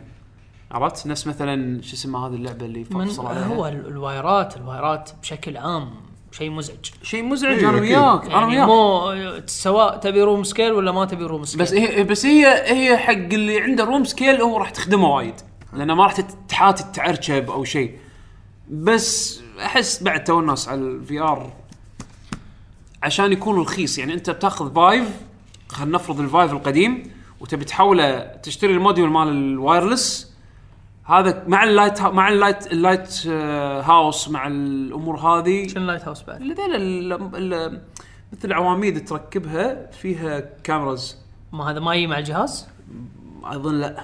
Speaker 1: عرفت نفس مثلا شو اسمها هذه اللعبه اللي
Speaker 5: من
Speaker 1: فصل عليها
Speaker 5: هو ال- الوايرات الوايرات بشكل عام شيء مزعج
Speaker 1: شيء مزعج
Speaker 2: إيه،
Speaker 1: انا
Speaker 2: أكيد.
Speaker 1: وياك انا
Speaker 5: يعني
Speaker 1: وياك
Speaker 5: مو سواء تبي روم سكيل ولا ما تبي روم سكيل
Speaker 1: بس إيه؟ هي بس هي هي حق اللي عنده روم سكيل هو راح تخدمه وايد لانه ما راح تتحاتي تعرشب او شيء بس احس بعد تو الناس على الفي ار عشان يكون رخيص يعني انت بتاخذ فايف خلينا نفرض الفايف القديم وتبي تحوله تشتري الموديول مال الوايرلس هذا مع اللايت مع اللايت اللايت آه، هاوس مع الامور هذه
Speaker 5: شنو لايت هاوس بعد
Speaker 1: لذيل ال- ال- مثل العواميد تركبها فيها كاميرز
Speaker 5: ما هذا ما يجي مع الجهاز
Speaker 1: اظن لا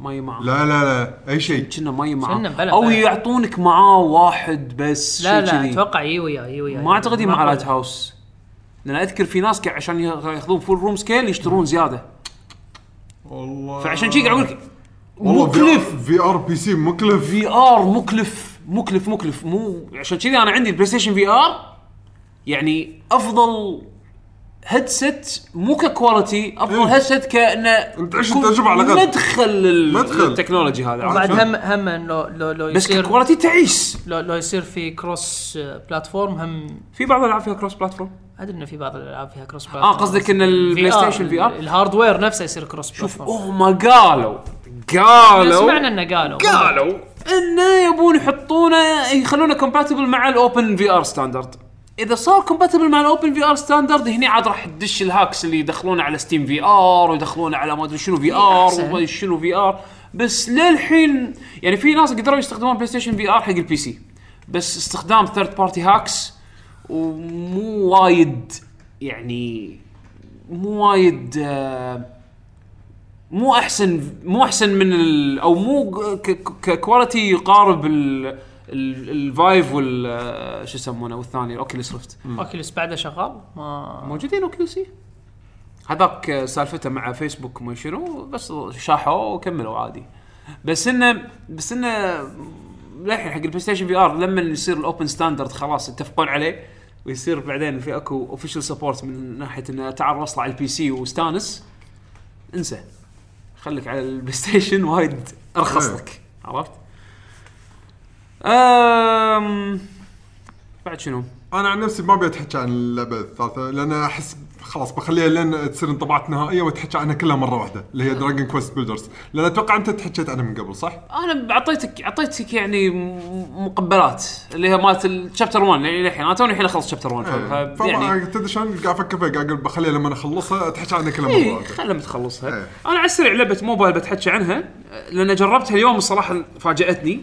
Speaker 1: ما يمع
Speaker 2: لا لا لا اي شيء
Speaker 1: كنا ما معاه
Speaker 5: كنا بلا-
Speaker 1: او
Speaker 5: بلا.
Speaker 1: يعطونك معاه واحد بس
Speaker 5: لا
Speaker 1: شي
Speaker 5: لا
Speaker 1: كذي.
Speaker 5: اتوقع يجي وياه يجي وياه
Speaker 1: ما اعتقد مع
Speaker 5: أقول.
Speaker 1: لايت هاوس لان اذكر في ناس كا- عشان ياخذون فول روم سكيل يشترون زياده
Speaker 2: والله
Speaker 1: فعشان شي قاعد اقول لك مكلف
Speaker 2: والله في ار بي سي مكلف
Speaker 1: في ار مكلف مكلف مكلف مو عشان كذي انا عندي البلاي ستيشن في ار يعني افضل هيدسيت مو ككواليتي افضل
Speaker 2: إيه.
Speaker 1: هيدسيت كانه
Speaker 2: أنت عشت
Speaker 1: يكون
Speaker 2: التجربة على الأقل.
Speaker 1: مدخل لل-
Speaker 2: مدخل.
Speaker 1: للتكنولوجي هذا عرفت؟
Speaker 5: وبعد هم هم إن لو لو لو
Speaker 1: بس
Speaker 5: يصير
Speaker 1: ككواليتي تعيس
Speaker 5: لو, لو يصير في كروس آه، بلاتفورم هم
Speaker 1: في بعض الالعاب فيها كروس بلاتفورم
Speaker 4: ادري انه في بعض الالعاب فيها كروس
Speaker 1: آه، قصدك إن البلاي ستيشن VR
Speaker 4: الهاردوير نفسه يصير كروس
Speaker 5: آه.
Speaker 4: شوف
Speaker 1: هم Oh قالوا قالوا
Speaker 4: سمعنا انه قالوا
Speaker 1: قالوا انه يبون يحطونه يخلونه كومباتبل مع الاوبن في ار ستاندرد اذا صار كومباتبل مع الاوبن في ار ستاندرد هني عاد راح تدش الهاكس اللي يدخلون على ستيم في ار ويدخلون على ما ادري شنو في ار
Speaker 4: أحسن.
Speaker 1: وما ادري شنو في ار بس للحين يعني في ناس قدروا يستخدمون بلاي ستيشن في ار حق البي سي بس استخدام ثيرد بارتي هاكس ومو وايد يعني مو وايد آه، مو احسن مو احسن من ال او مو ك- ك- ككواليتي يقارب ال الفايف وال آه، شو يسمونه والثاني الاوكيلس ريفت
Speaker 4: اوكيلس بعده شغال ما
Speaker 1: موجودين اوكيلسي هذاك آه، سالفته مع فيسبوك ما شنو بس شاحوا وكملوا عادي بس انه بس انه للحين حق البلاي ستيشن في ار لما يصير الاوبن ستاندرد خلاص يتفقون عليه ويصير بعدين في اكو اوفيشال سبورت من ناحيه انه تعال واصله على البي سي واستانس انسى خليك على البلاي ستيشن وايد ارخص
Speaker 2: إيه.
Speaker 1: لك عرفت؟ أم... بعد شنو؟
Speaker 2: انا عن نفسي ما ابي اتحكى عن اللعبه الثالثه لان احس خلاص بخليها لين تصير انطباعات نهائيه واتحكى عنها كلها مره واحده اللي
Speaker 1: آه.
Speaker 2: هي دراجون كويست بيلدرز لان اتوقع انت تحكيت عنها من قبل صح؟
Speaker 1: انا اعطيتك اعطيتك يعني م- مقبلات اللي هي مالت الشابتر 1 يعني للحين انا توني الحين اخلص شابتر 1 ف- ف- يعني
Speaker 2: إيه. فما تدري شلون قاعد افكر فيها قاعد اقول بخليها لما اخلصها اتحكى عنها كلها مره
Speaker 1: إيه،
Speaker 2: واحده
Speaker 1: خلنا تخلصها
Speaker 2: إيه.
Speaker 1: انا على السريع لعبه موبايل بتحكي عنها أه، لان جربتها اليوم الصراحه فاجاتني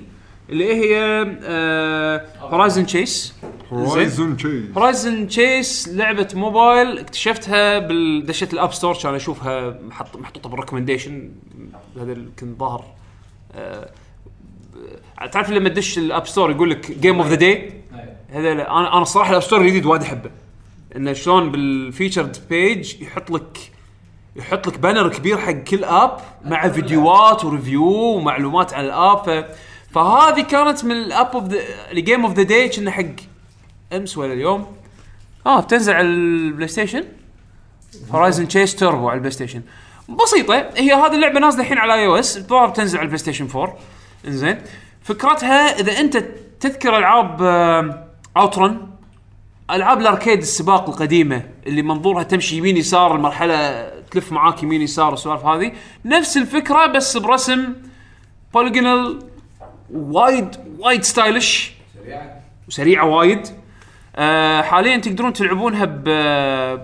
Speaker 1: اللي هي آه، هورايزن تشيس
Speaker 2: هورايزون شيء
Speaker 1: هورايزن تشيس لعبه موبايل اكتشفتها بال دشيت الاب ستور كان اشوفها محط محطوطه بالريكومنديشن هذا ال- كنت ظاهر آه، آه، تعرف لما تدش الاب ستور يقول لك جيم اوف ذا داي هذا لا، انا انا الصراحه الاب ستور الجديد وايد احبه انه شلون بالفيتشرد بيج يحط لك يحط لك بانر كبير حق كل اب مع فيديوهات وريفيو ومعلومات عن الاب ف... فهذه كانت من الاب اوف ذا جيم اوف ذا داي كنا حق امس ولا اليوم اه بتنزل على البلاي ستيشن هورايزن تشيس توربو على البلاي ستيشن بسيطه هي هذه اللعبه نازله الحين على اي او اس الظاهر بتنزل على البلاي ستيشن 4 انزين فكرتها اذا انت تذكر آه، العاب اوترن العاب الاركيد السباق القديمه اللي منظورها تمشي يمين يسار المرحله تلف معاك يمين يسار والسوالف هذه نفس الفكره بس برسم بوليجونال وايد وايد ستايلش وسريعه وايد آه حاليا تقدرون تلعبونها ب آه،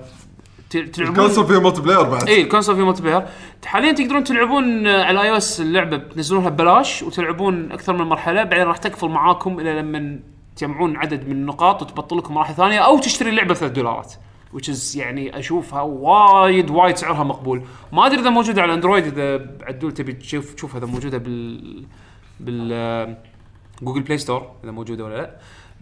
Speaker 1: ت- تلعبون
Speaker 2: الكونسول فيها ملتي بلاير بعد
Speaker 1: اي إيه، الكونسول في ملتي بلاير حاليا تقدرون تلعبون آه، على اي اس اللعبه تنزلونها ببلاش وتلعبون اكثر من مرحله بعدين راح تكفل معاكم الى لما تجمعون عدد من النقاط وتبطل لكم مراحل ثانيه او تشتري اللعبه ب 3 دولارات which is يعني اشوفها وايد وايد سعرها مقبول ما ادري اذا موجوده على اندرويد اذا عدول تبي تشوف تشوف اذا موجوده بال بال آه، جوجل بلاي ستور اذا موجوده ولا لا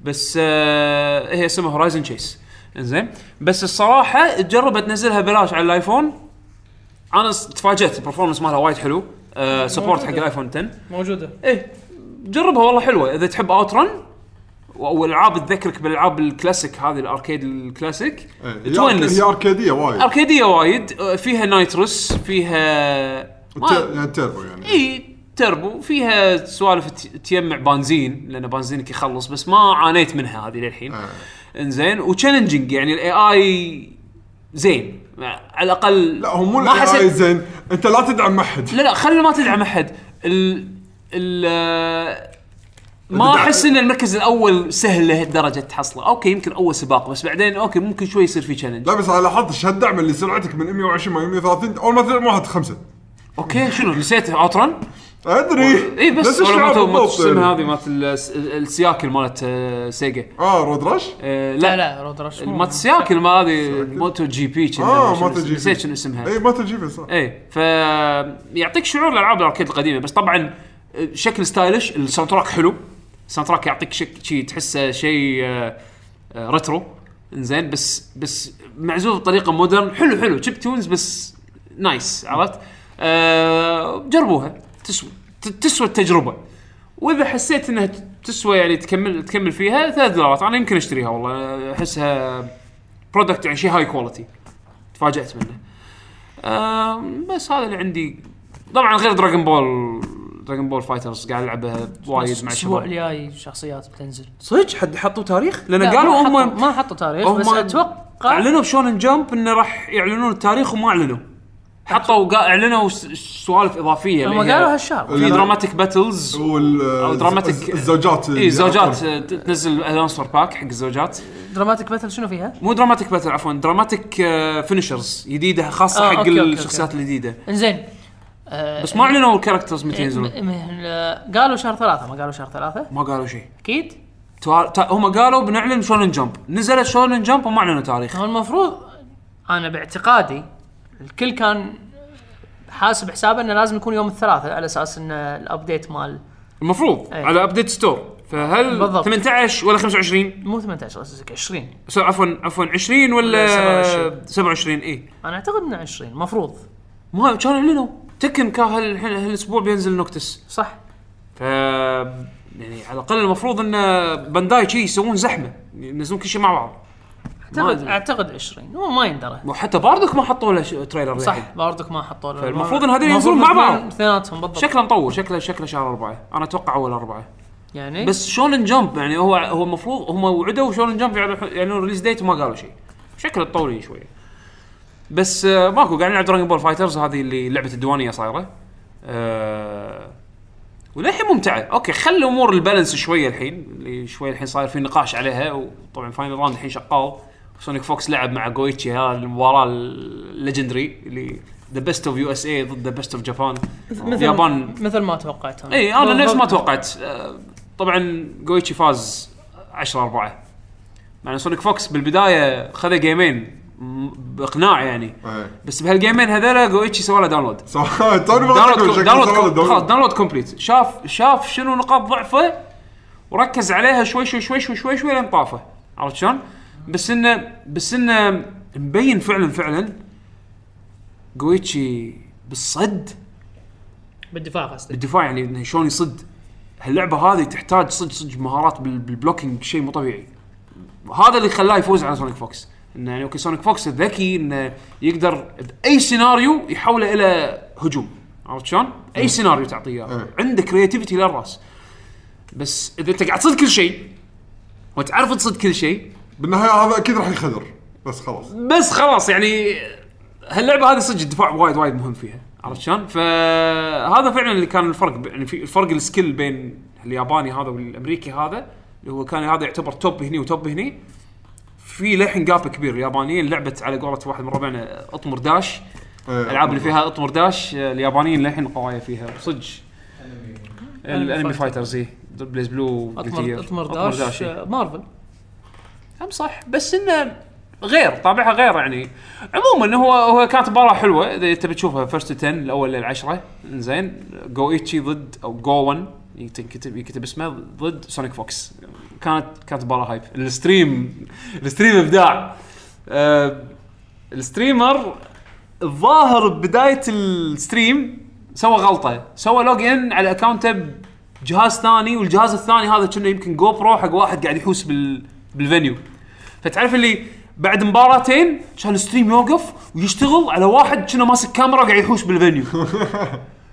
Speaker 1: بس آه هي اسمها هورايزن تشيس انزين بس الصراحه تجرب تنزلها ببلاش على الايفون انا س- تفاجات البرفورمانس مالها وايد حلو آه سبورت حق الايفون 10
Speaker 4: موجوده
Speaker 1: ايه جربها والله حلوه اذا تحب اوت رن والعاب تذكرك بالالعاب الكلاسيك هذه الاركيد الكلاسيك
Speaker 2: إيه، هي
Speaker 1: تونس.
Speaker 2: أرك- هي اركيديه وايد
Speaker 1: اركيديه وايد آه، فيها نايترس فيها ما-
Speaker 2: ت- يعني تيربو يعني
Speaker 1: اي تربو فيها سوالف ت- تجمع بنزين لان بنزينك يخلص بس ما عانيت منها هذه للحين
Speaker 2: آه.
Speaker 1: انزين وتشالنجينج يعني الاي اي زين على الاقل
Speaker 2: لا هو مو
Speaker 1: ما
Speaker 2: ال AI
Speaker 1: حسيت
Speaker 2: زين انت لا تدعم احد
Speaker 1: لا لا خلي ما تدعم <laughs> احد ال ال آه، ما
Speaker 2: تدعم-
Speaker 1: احس ان المركز الاول سهل لهالدرجه تحصله اوكي يمكن اول سباق بس بعدين اوكي ممكن شوي يصير في تشالنج
Speaker 2: لا بس على لاحظت ايش هالدعم اللي سرعتك من 120 ما 130 اول ما تدعم واحد خمسه
Speaker 1: اوكي شنو نسيت اوترن
Speaker 2: ادري
Speaker 1: اي إيه، بس
Speaker 2: نفس
Speaker 1: ولا
Speaker 2: الشعار
Speaker 1: مالت- مالت
Speaker 2: بالضبط
Speaker 1: اسمها
Speaker 2: يعني.
Speaker 1: هذه مالت ال- السياكل مالت آه، سيجا
Speaker 2: اه رود رش
Speaker 1: آه،
Speaker 4: لا
Speaker 1: لا لا
Speaker 4: لا رود رش مو-
Speaker 1: مالت السياكل ما هذه موتو آه، جي بي إيه. كنا-
Speaker 2: اه
Speaker 1: شنو
Speaker 2: ما
Speaker 1: اسم-
Speaker 2: تجي
Speaker 1: نسيت شنو اسمها
Speaker 2: اي ما تجي فيه صح
Speaker 1: اي إيه، ف يعطيك شعور الالعاب الاركيد القديمه بس طبعا آه، شكل ستايلش الساوند تراك حلو الساوند تراك يعطيك شك شي تحسه شيء آه، آه، ريترو زين بس بس معزوف بطريقه مودرن حلو حلو شيب تونز بس نايس عرفت؟ آه جربوها تسوى ت- تسوى التجربه واذا حسيت انها ت- تسوى يعني تكمل تكمل فيها ثلاث دولارات انا يمكن اشتريها والله احسها برودكت يعني شيء هاي كواليتي تفاجات منه آم، بس هذا اللي عندي طبعا غير دراجون بول دراجون بول فايترز قاعد العبها وايد مع
Speaker 4: الاسبوع
Speaker 1: الشباب
Speaker 4: الجاي شخصيات بتنزل
Speaker 1: صدق حد حطوا تاريخ؟ لان
Speaker 4: لا،
Speaker 1: قالوا
Speaker 4: ما حطوا-
Speaker 1: هم
Speaker 4: ما حطوا تاريخ بس
Speaker 1: هم-
Speaker 4: اتوقع اتوقع
Speaker 1: اعلنوا بشونن جمب انه راح يعلنون التاريخ وما اعلنوا حطوا قا- اعلنوا س- سوالف اضافيه
Speaker 4: هم
Speaker 1: اللي هي
Speaker 4: قالوا هالشهر
Speaker 1: في دراماتيك باتلز
Speaker 2: وال
Speaker 1: أو إيه، دراماتيك-
Speaker 2: الزوجات
Speaker 1: اي زوجات آه، ت- تنزل انونسر باك حق الزوجات
Speaker 4: دراماتيك باتل شنو فيها؟
Speaker 1: مو دراماتيك باتل عفوا دراماتيك فينشرز جديده خاصه
Speaker 4: آه،
Speaker 1: حق
Speaker 4: أوكي، أوكي، أوكي.
Speaker 1: الشخصيات الجديده
Speaker 4: انزين
Speaker 1: بس ما اعلنوا الكاركترز متى ينزلون
Speaker 4: م- م- إيه، قالوا شهر ثلاثة ما قالوا شهر ثلاثة
Speaker 1: ما قالوا شيء
Speaker 4: اكيد
Speaker 1: تا- تا- هم قالوا بنعلن شونن جمب نزلت شونن جمب وما اعلنوا تاريخ
Speaker 4: هو المفروض انا باعتقادي الكل كان حاسب حسابه انه لازم يكون يوم الثلاثاء على اساس ان الابديت مال
Speaker 1: المفروض
Speaker 4: أي.
Speaker 1: على ابديت ستور فهل
Speaker 4: إيه. بالضبط.
Speaker 1: 18 ولا 25
Speaker 4: مو 18 قصدك 20
Speaker 1: س- عفوا عفوا 20 ولا
Speaker 4: ولا 27.
Speaker 1: 27 اي
Speaker 4: انا اعتقد انه 20 المفروض
Speaker 1: ما كانوا اعلنوا تكن كان هال- الحين هالاسبوع بينزل نوكتس
Speaker 4: صح
Speaker 1: ف يعني على الاقل المفروض ان بانداي شي يسوون زحمه ينزلون كل شيء مع بعض ما
Speaker 4: اعتقد
Speaker 1: أدري.
Speaker 4: اعتقد 20 هو ما يندرى
Speaker 1: وحتى باردك ما حطوا له ش- تريلر للحين.
Speaker 4: صح باردك ما حطوا له
Speaker 1: فالمفروض إن هذول ينزلون
Speaker 4: المفروض
Speaker 1: مع بعض.
Speaker 4: الاثنين- اثنيناتهم بالضبط
Speaker 1: شكله مطول شكله شكله شهر اربعه انا اتوقع اول اربعه
Speaker 4: يعني
Speaker 1: بس شونن جمب يعني هو هو المفروض هم وعدوا شونن جمب يعني ريليز ديت وما قالوا شيء شكله طولي شويه بس آه، ماكو قاعد نلعب دراجون بول فايترز هذه اللي لعبه الديوانيه صايره آه، وللحين ممتعه اوكي خلي الامور البالانس شويه الحين اللي شويه الحين صاير في نقاش عليها وطبعا فاينل راوند الحين شغال سونيك فوكس لعب مع جويتشي هذا المباراه الليجندري اللي ذا بيست اوف يو اس اي ضد ذا بيست اوف جابان اليابان
Speaker 4: مثل ما توقعت انا
Speaker 1: اي انا إيه، نفس ما
Speaker 4: بالضبط.
Speaker 1: توقعت آه، طبعا جويتشي فاز 10 4 مع ان سونيك فوكس بالبدايه خذ جيمين م- باقناع يعني
Speaker 2: إيه.
Speaker 1: بس بهالجيمين هذول جويتشي سوى له داونلود
Speaker 2: صح <laughs> توني
Speaker 1: داونلود
Speaker 2: بقول
Speaker 1: كو-
Speaker 2: شكله
Speaker 1: داونلود
Speaker 2: سوى له
Speaker 1: كو-
Speaker 2: داونلود.
Speaker 1: خلاص داونلود كومبليت شاف شاف شنو نقاط ضعفه وركز عليها شوي شوي شوي شوي شوي شوي لين طافه عرفت شلون؟ بس انه بس انه مبين فعلا فعلا جويتشي بالصد
Speaker 4: بالدفاع قصدي
Speaker 1: بالدفاع يعني إنه شلون يصد هاللعبه هذه تحتاج صدق صدق مهارات بال- بالبلوكينج شيء مو طبيعي هذا اللي خلاه يفوز على سونيك فوكس انه يعني اوكي سونيك فوكس ذكي انه يقدر باي سيناريو يحوله الى هجوم عرفت شلون؟ اي سيناريو تعطيه اياه
Speaker 2: إيه.
Speaker 1: عنده كرياتيفيتي للراس بس اذا انت قاعد تصد كل شيء وتعرف تصد كل شيء
Speaker 2: بالنهايه هذا اكيد راح ينخدر بس خلاص
Speaker 1: بس خلاص يعني هاللعبه هذه صدق الدفاع وايد وايد مهم فيها عرفت شلون؟ فهذا فعلا اللي كان الفرق ب- يعني في الفرق السكيل بين الياباني هذا والامريكي هذا اللي هو كان هذا يعتبر توب هني وتوب هني في للحين جاب كبير اليابانيين لعبت على قولة واحد من ربعنا اطمر داش
Speaker 2: إيه.
Speaker 1: الالعاب اللي فيها اطمر داش آه، اليابانيين للحين قوايا فيها صدق الانمي فايترز اي بليز بلو
Speaker 4: اطمر اطمر داش
Speaker 1: إي.
Speaker 4: آه، مارفل
Speaker 1: هم صح بس انه غير طابعها غير يعني عموما هو هو كانت مباراه حلوه اذا انت بتشوفها فيرست 10 الاول للعشره زين جو ايتشي ضد او جوون يكتب يكتب اسمه ضد سونيك فوكس كانت كانت مباراه هايب الستريم الستريم ابداع أه الستريمر الظاهر بدايه الستريم سوى غلطه سوى لوج ان على اكونته بجهاز ثاني والجهاز الثاني هذا كنا يمكن جو برو حق واحد قاعد يحوس بال بالفنيو فتعرف اللي بعد مباراتين كان الستريم يوقف ويشتغل على واحد كنا ماسك كاميرا قاعد يحوش بالفنيو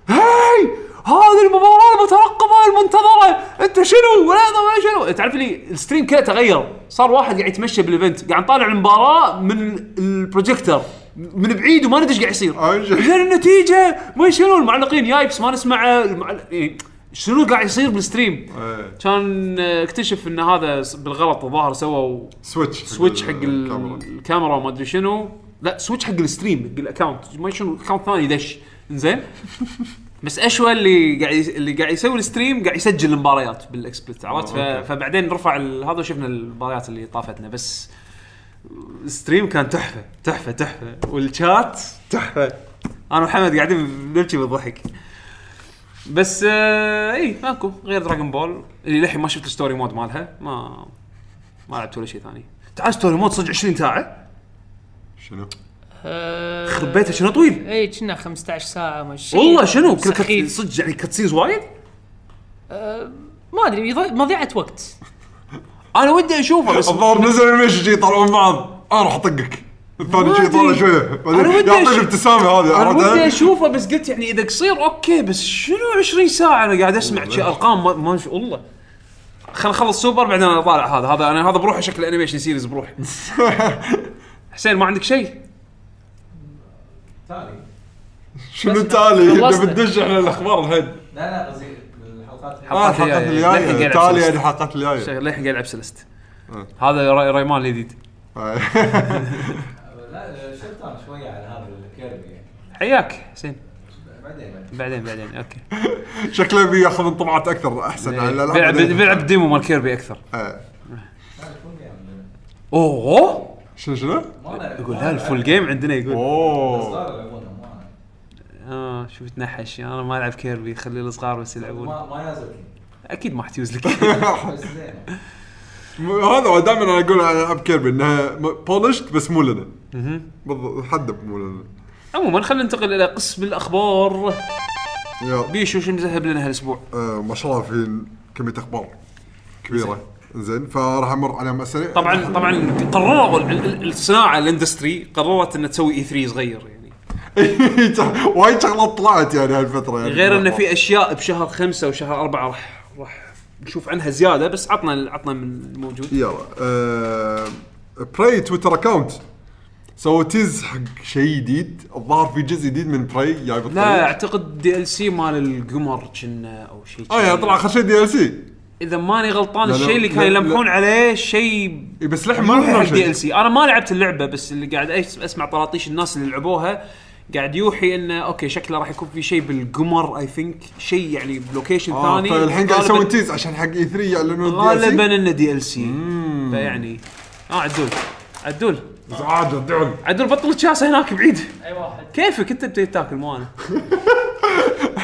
Speaker 1: هاي هذه المباراه المترقبه المنتظره انت شنو ولا أنا ما شنو تعرف لي الستريم كله تغير صار واحد قاعد يتمشى بالايفنت قاعد نطالع المباراه من البروجيكتور من بعيد وما ندري ايش قاعد يصير
Speaker 2: أي شيء.
Speaker 1: زين النتيجه ما شنو المعلقين يايبس ما نسمع المعل- يعني شنو قاعد يصير بالستريم
Speaker 2: إيه.
Speaker 1: كان آه، اكتشف ان هذا س- بالغلط الظاهر سووا
Speaker 2: سويتش
Speaker 1: سويتش حق ال-
Speaker 2: آه، الكاميرا.
Speaker 1: الكاميرا وما ادري شنو لا سويتش حق الستريم حق الاكونت ما شنو اكونت ثاني دش زين بس اشوى اللي قاعد يس- اللي قاعد يسوي الستريم قاعد يسجل المباريات بالاكسبلت عرفت ف-
Speaker 2: أوكي.
Speaker 1: فبعدين رفع ال- هذا وشفنا المباريات اللي طافتنا بس الستريم كان تحفه تحفه تحفه والشات تحفه انا وحمد قاعدين نبكي بالضحك بس آه اي ماكو غير دراجون بول اللي للحين ما شفت الستوري مود مالها ما ما لعبت ولا شيء ثاني تعال ستوري مود صدق 20 ساعه
Speaker 2: شنو؟
Speaker 4: آه،
Speaker 1: خبيته شنو طويل
Speaker 4: اي كنا 15 ساعه ما شيء
Speaker 1: والله شنو كل كت-
Speaker 4: سخيف.
Speaker 1: صدق يعني كاتسينز وايد
Speaker 4: ما ادري يضي- مضيعه وقت
Speaker 1: انا ودي اشوفه بس
Speaker 2: الظاهر نزل المشي جي يطلعون بعض انا راح اطقك الثاني جي يطالع
Speaker 1: أدري.
Speaker 2: شويه
Speaker 1: أنا
Speaker 2: بعدين
Speaker 1: ودي
Speaker 2: يعطيه
Speaker 1: أش-
Speaker 2: الابتسامه
Speaker 1: انا
Speaker 2: هذه عرفت؟ <laughs>
Speaker 1: ودي اشوفه بس قلت يعني اذا قصير اوكي بس شنو 20 ساعه انا قاعد اسمع شي ارقام ما- ما شاء الله خلينا نخلص سوبر بعدين انا طالع هذا هذا انا هذا بروحه شكل انيميشن سيريز بروح حسين ما عندك شيء
Speaker 6: تالي
Speaker 2: شنو التالي؟
Speaker 4: خلصنا.
Speaker 2: نبي ندش احنا الاخبار الحين
Speaker 6: لا لا قصدي الحلقات
Speaker 2: آه،
Speaker 1: الحلقات
Speaker 2: الحلقات يعني
Speaker 1: الجاية. للحين قاعد
Speaker 2: الجايه
Speaker 1: ألعب
Speaker 2: التالي
Speaker 1: سلست.
Speaker 2: الحلقات الجايه
Speaker 1: شغل للحين قاعد العب سلست
Speaker 2: آه.
Speaker 1: هذا ري- ريمان الجديد
Speaker 6: لا شرطان شويه على هذا الكيربي يعني
Speaker 1: حياك حسين
Speaker 6: بعدين بعدين.
Speaker 1: بعدين بعدين اوكي
Speaker 2: <laughs> شكله بياخذ انطباعات اكثر احسن
Speaker 1: إيه.
Speaker 2: على الألعاب
Speaker 1: بيلعب
Speaker 2: اللي-
Speaker 1: بيلعب ديمو مال كيربي اكثر
Speaker 2: آه.
Speaker 1: اوه
Speaker 2: شنو شنو؟
Speaker 6: ما أنا-
Speaker 1: يقول
Speaker 6: ما أنا
Speaker 1: لا الفول جيم عندنا يقول <laughs>
Speaker 2: اوه
Speaker 6: الصغار يلعبونه ما أنا.
Speaker 1: اه شوف تنحش انا ما العب كيربي خلي الصغار بس يلعبون
Speaker 6: ما ما يازلني
Speaker 1: اكيد ما حتيوز لك
Speaker 2: <laughs>
Speaker 6: بس زين
Speaker 2: م- هذا هو دائما انا اقول عن العاب كيربي انها بولشت بس مو لنا بالضبط حدب مو لنا
Speaker 1: عموما خلينا ننتقل الى قسم الاخبار
Speaker 2: يلا.
Speaker 1: بيشو شو مذهب لنا هالاسبوع
Speaker 2: آه، ما شاء الله في كميه اخبار كبيره زين فراح امر عليهم سريع <laughs>
Speaker 1: طبعا طبعا قرروا ال- ال- الصناعه الاندستري قررت انها تسوي اي 3 صغير يعني
Speaker 2: وايد شغلات طلعت يعني هالفتره يعني
Speaker 1: غير انه في اشياء بشهر خمسة وشهر أربعة راح راح نشوف عنها زياده بس عطنا عطنا من الموجود
Speaker 2: يلا آه، براي تويتر اكاونت سووا تيز حق شيء جديد الظاهر في جزء جديد من براي جاي بالطريق
Speaker 1: لا اعتقد دي ال سي مال القمر كنا او شيء
Speaker 2: اه يعني طلع اخر شيء دي ال سي
Speaker 1: اذا ماني غلطان
Speaker 2: لا، لا،
Speaker 1: الشيء اللي
Speaker 2: لا،
Speaker 1: كانوا
Speaker 2: لا.
Speaker 1: يلمحون عليه شيء
Speaker 2: إي بس لحن ما
Speaker 1: يوحي
Speaker 2: لحن
Speaker 1: حق دي
Speaker 2: شيء
Speaker 1: ال سي انا ما لعبت اللعبه بس اللي قاعد أس- اسمع طراطيش الناس اللي لعبوها قاعد يوحي انه اوكي شكله راح يكون في شيء بالقمر اي ثينك شيء يعني بلوكيشن
Speaker 2: آه،
Speaker 1: ثاني
Speaker 2: فالحين قاعد يسوون
Speaker 1: غالباً-
Speaker 2: تيز عشان حق اي 3 يعلنون دي
Speaker 1: غالبا
Speaker 2: ال
Speaker 1: انه دي ال سي فيعني اه عدول عدول
Speaker 2: سي عاد دعم
Speaker 1: عدول بطل تشاسه هناك بعيد
Speaker 4: اي واحد
Speaker 1: كيفك انت بتجي تاكل مو
Speaker 2: <laughs>
Speaker 1: انا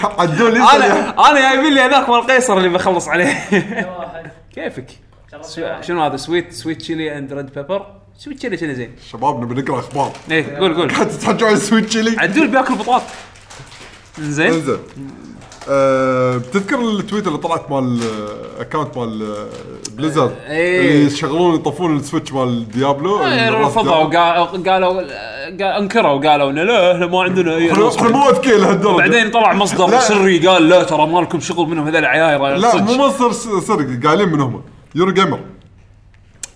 Speaker 2: عدول
Speaker 1: انا انا جايبين لي هذاك مال قيصر اللي بخلص عليه <laughs>
Speaker 4: اي واحد
Speaker 1: كيفك سو- شنو هذا سويت سويت شيلي اند ريد بيبر سويت شيلي شنو زين
Speaker 2: شباب نبي نقرا <laughs> اخبار
Speaker 1: ايه قول قول
Speaker 2: قاعد تتحجوا على السويتش لي
Speaker 1: عدول بياكل بطاط زين
Speaker 2: انزين آه، بتذكر التويتر اللي طلعت مال آه، اكونت مال آه، بليزرد
Speaker 1: إيه. آه،
Speaker 2: اللي يشغلون يطفون السويتش مال ديابلو
Speaker 1: رفضوا قا- قالوا قا- انكروا قالوا انه لا احنا ما عندنا اي
Speaker 2: احنا احنا مو اذكياء لهالدرجه
Speaker 1: بعدين طلع مصدر
Speaker 2: لا.
Speaker 1: سري قال لا ترى ما لكم شغل منهم هذول عيايره
Speaker 2: لا مو مصدر س- سرق قايلين من هم يورو جيمر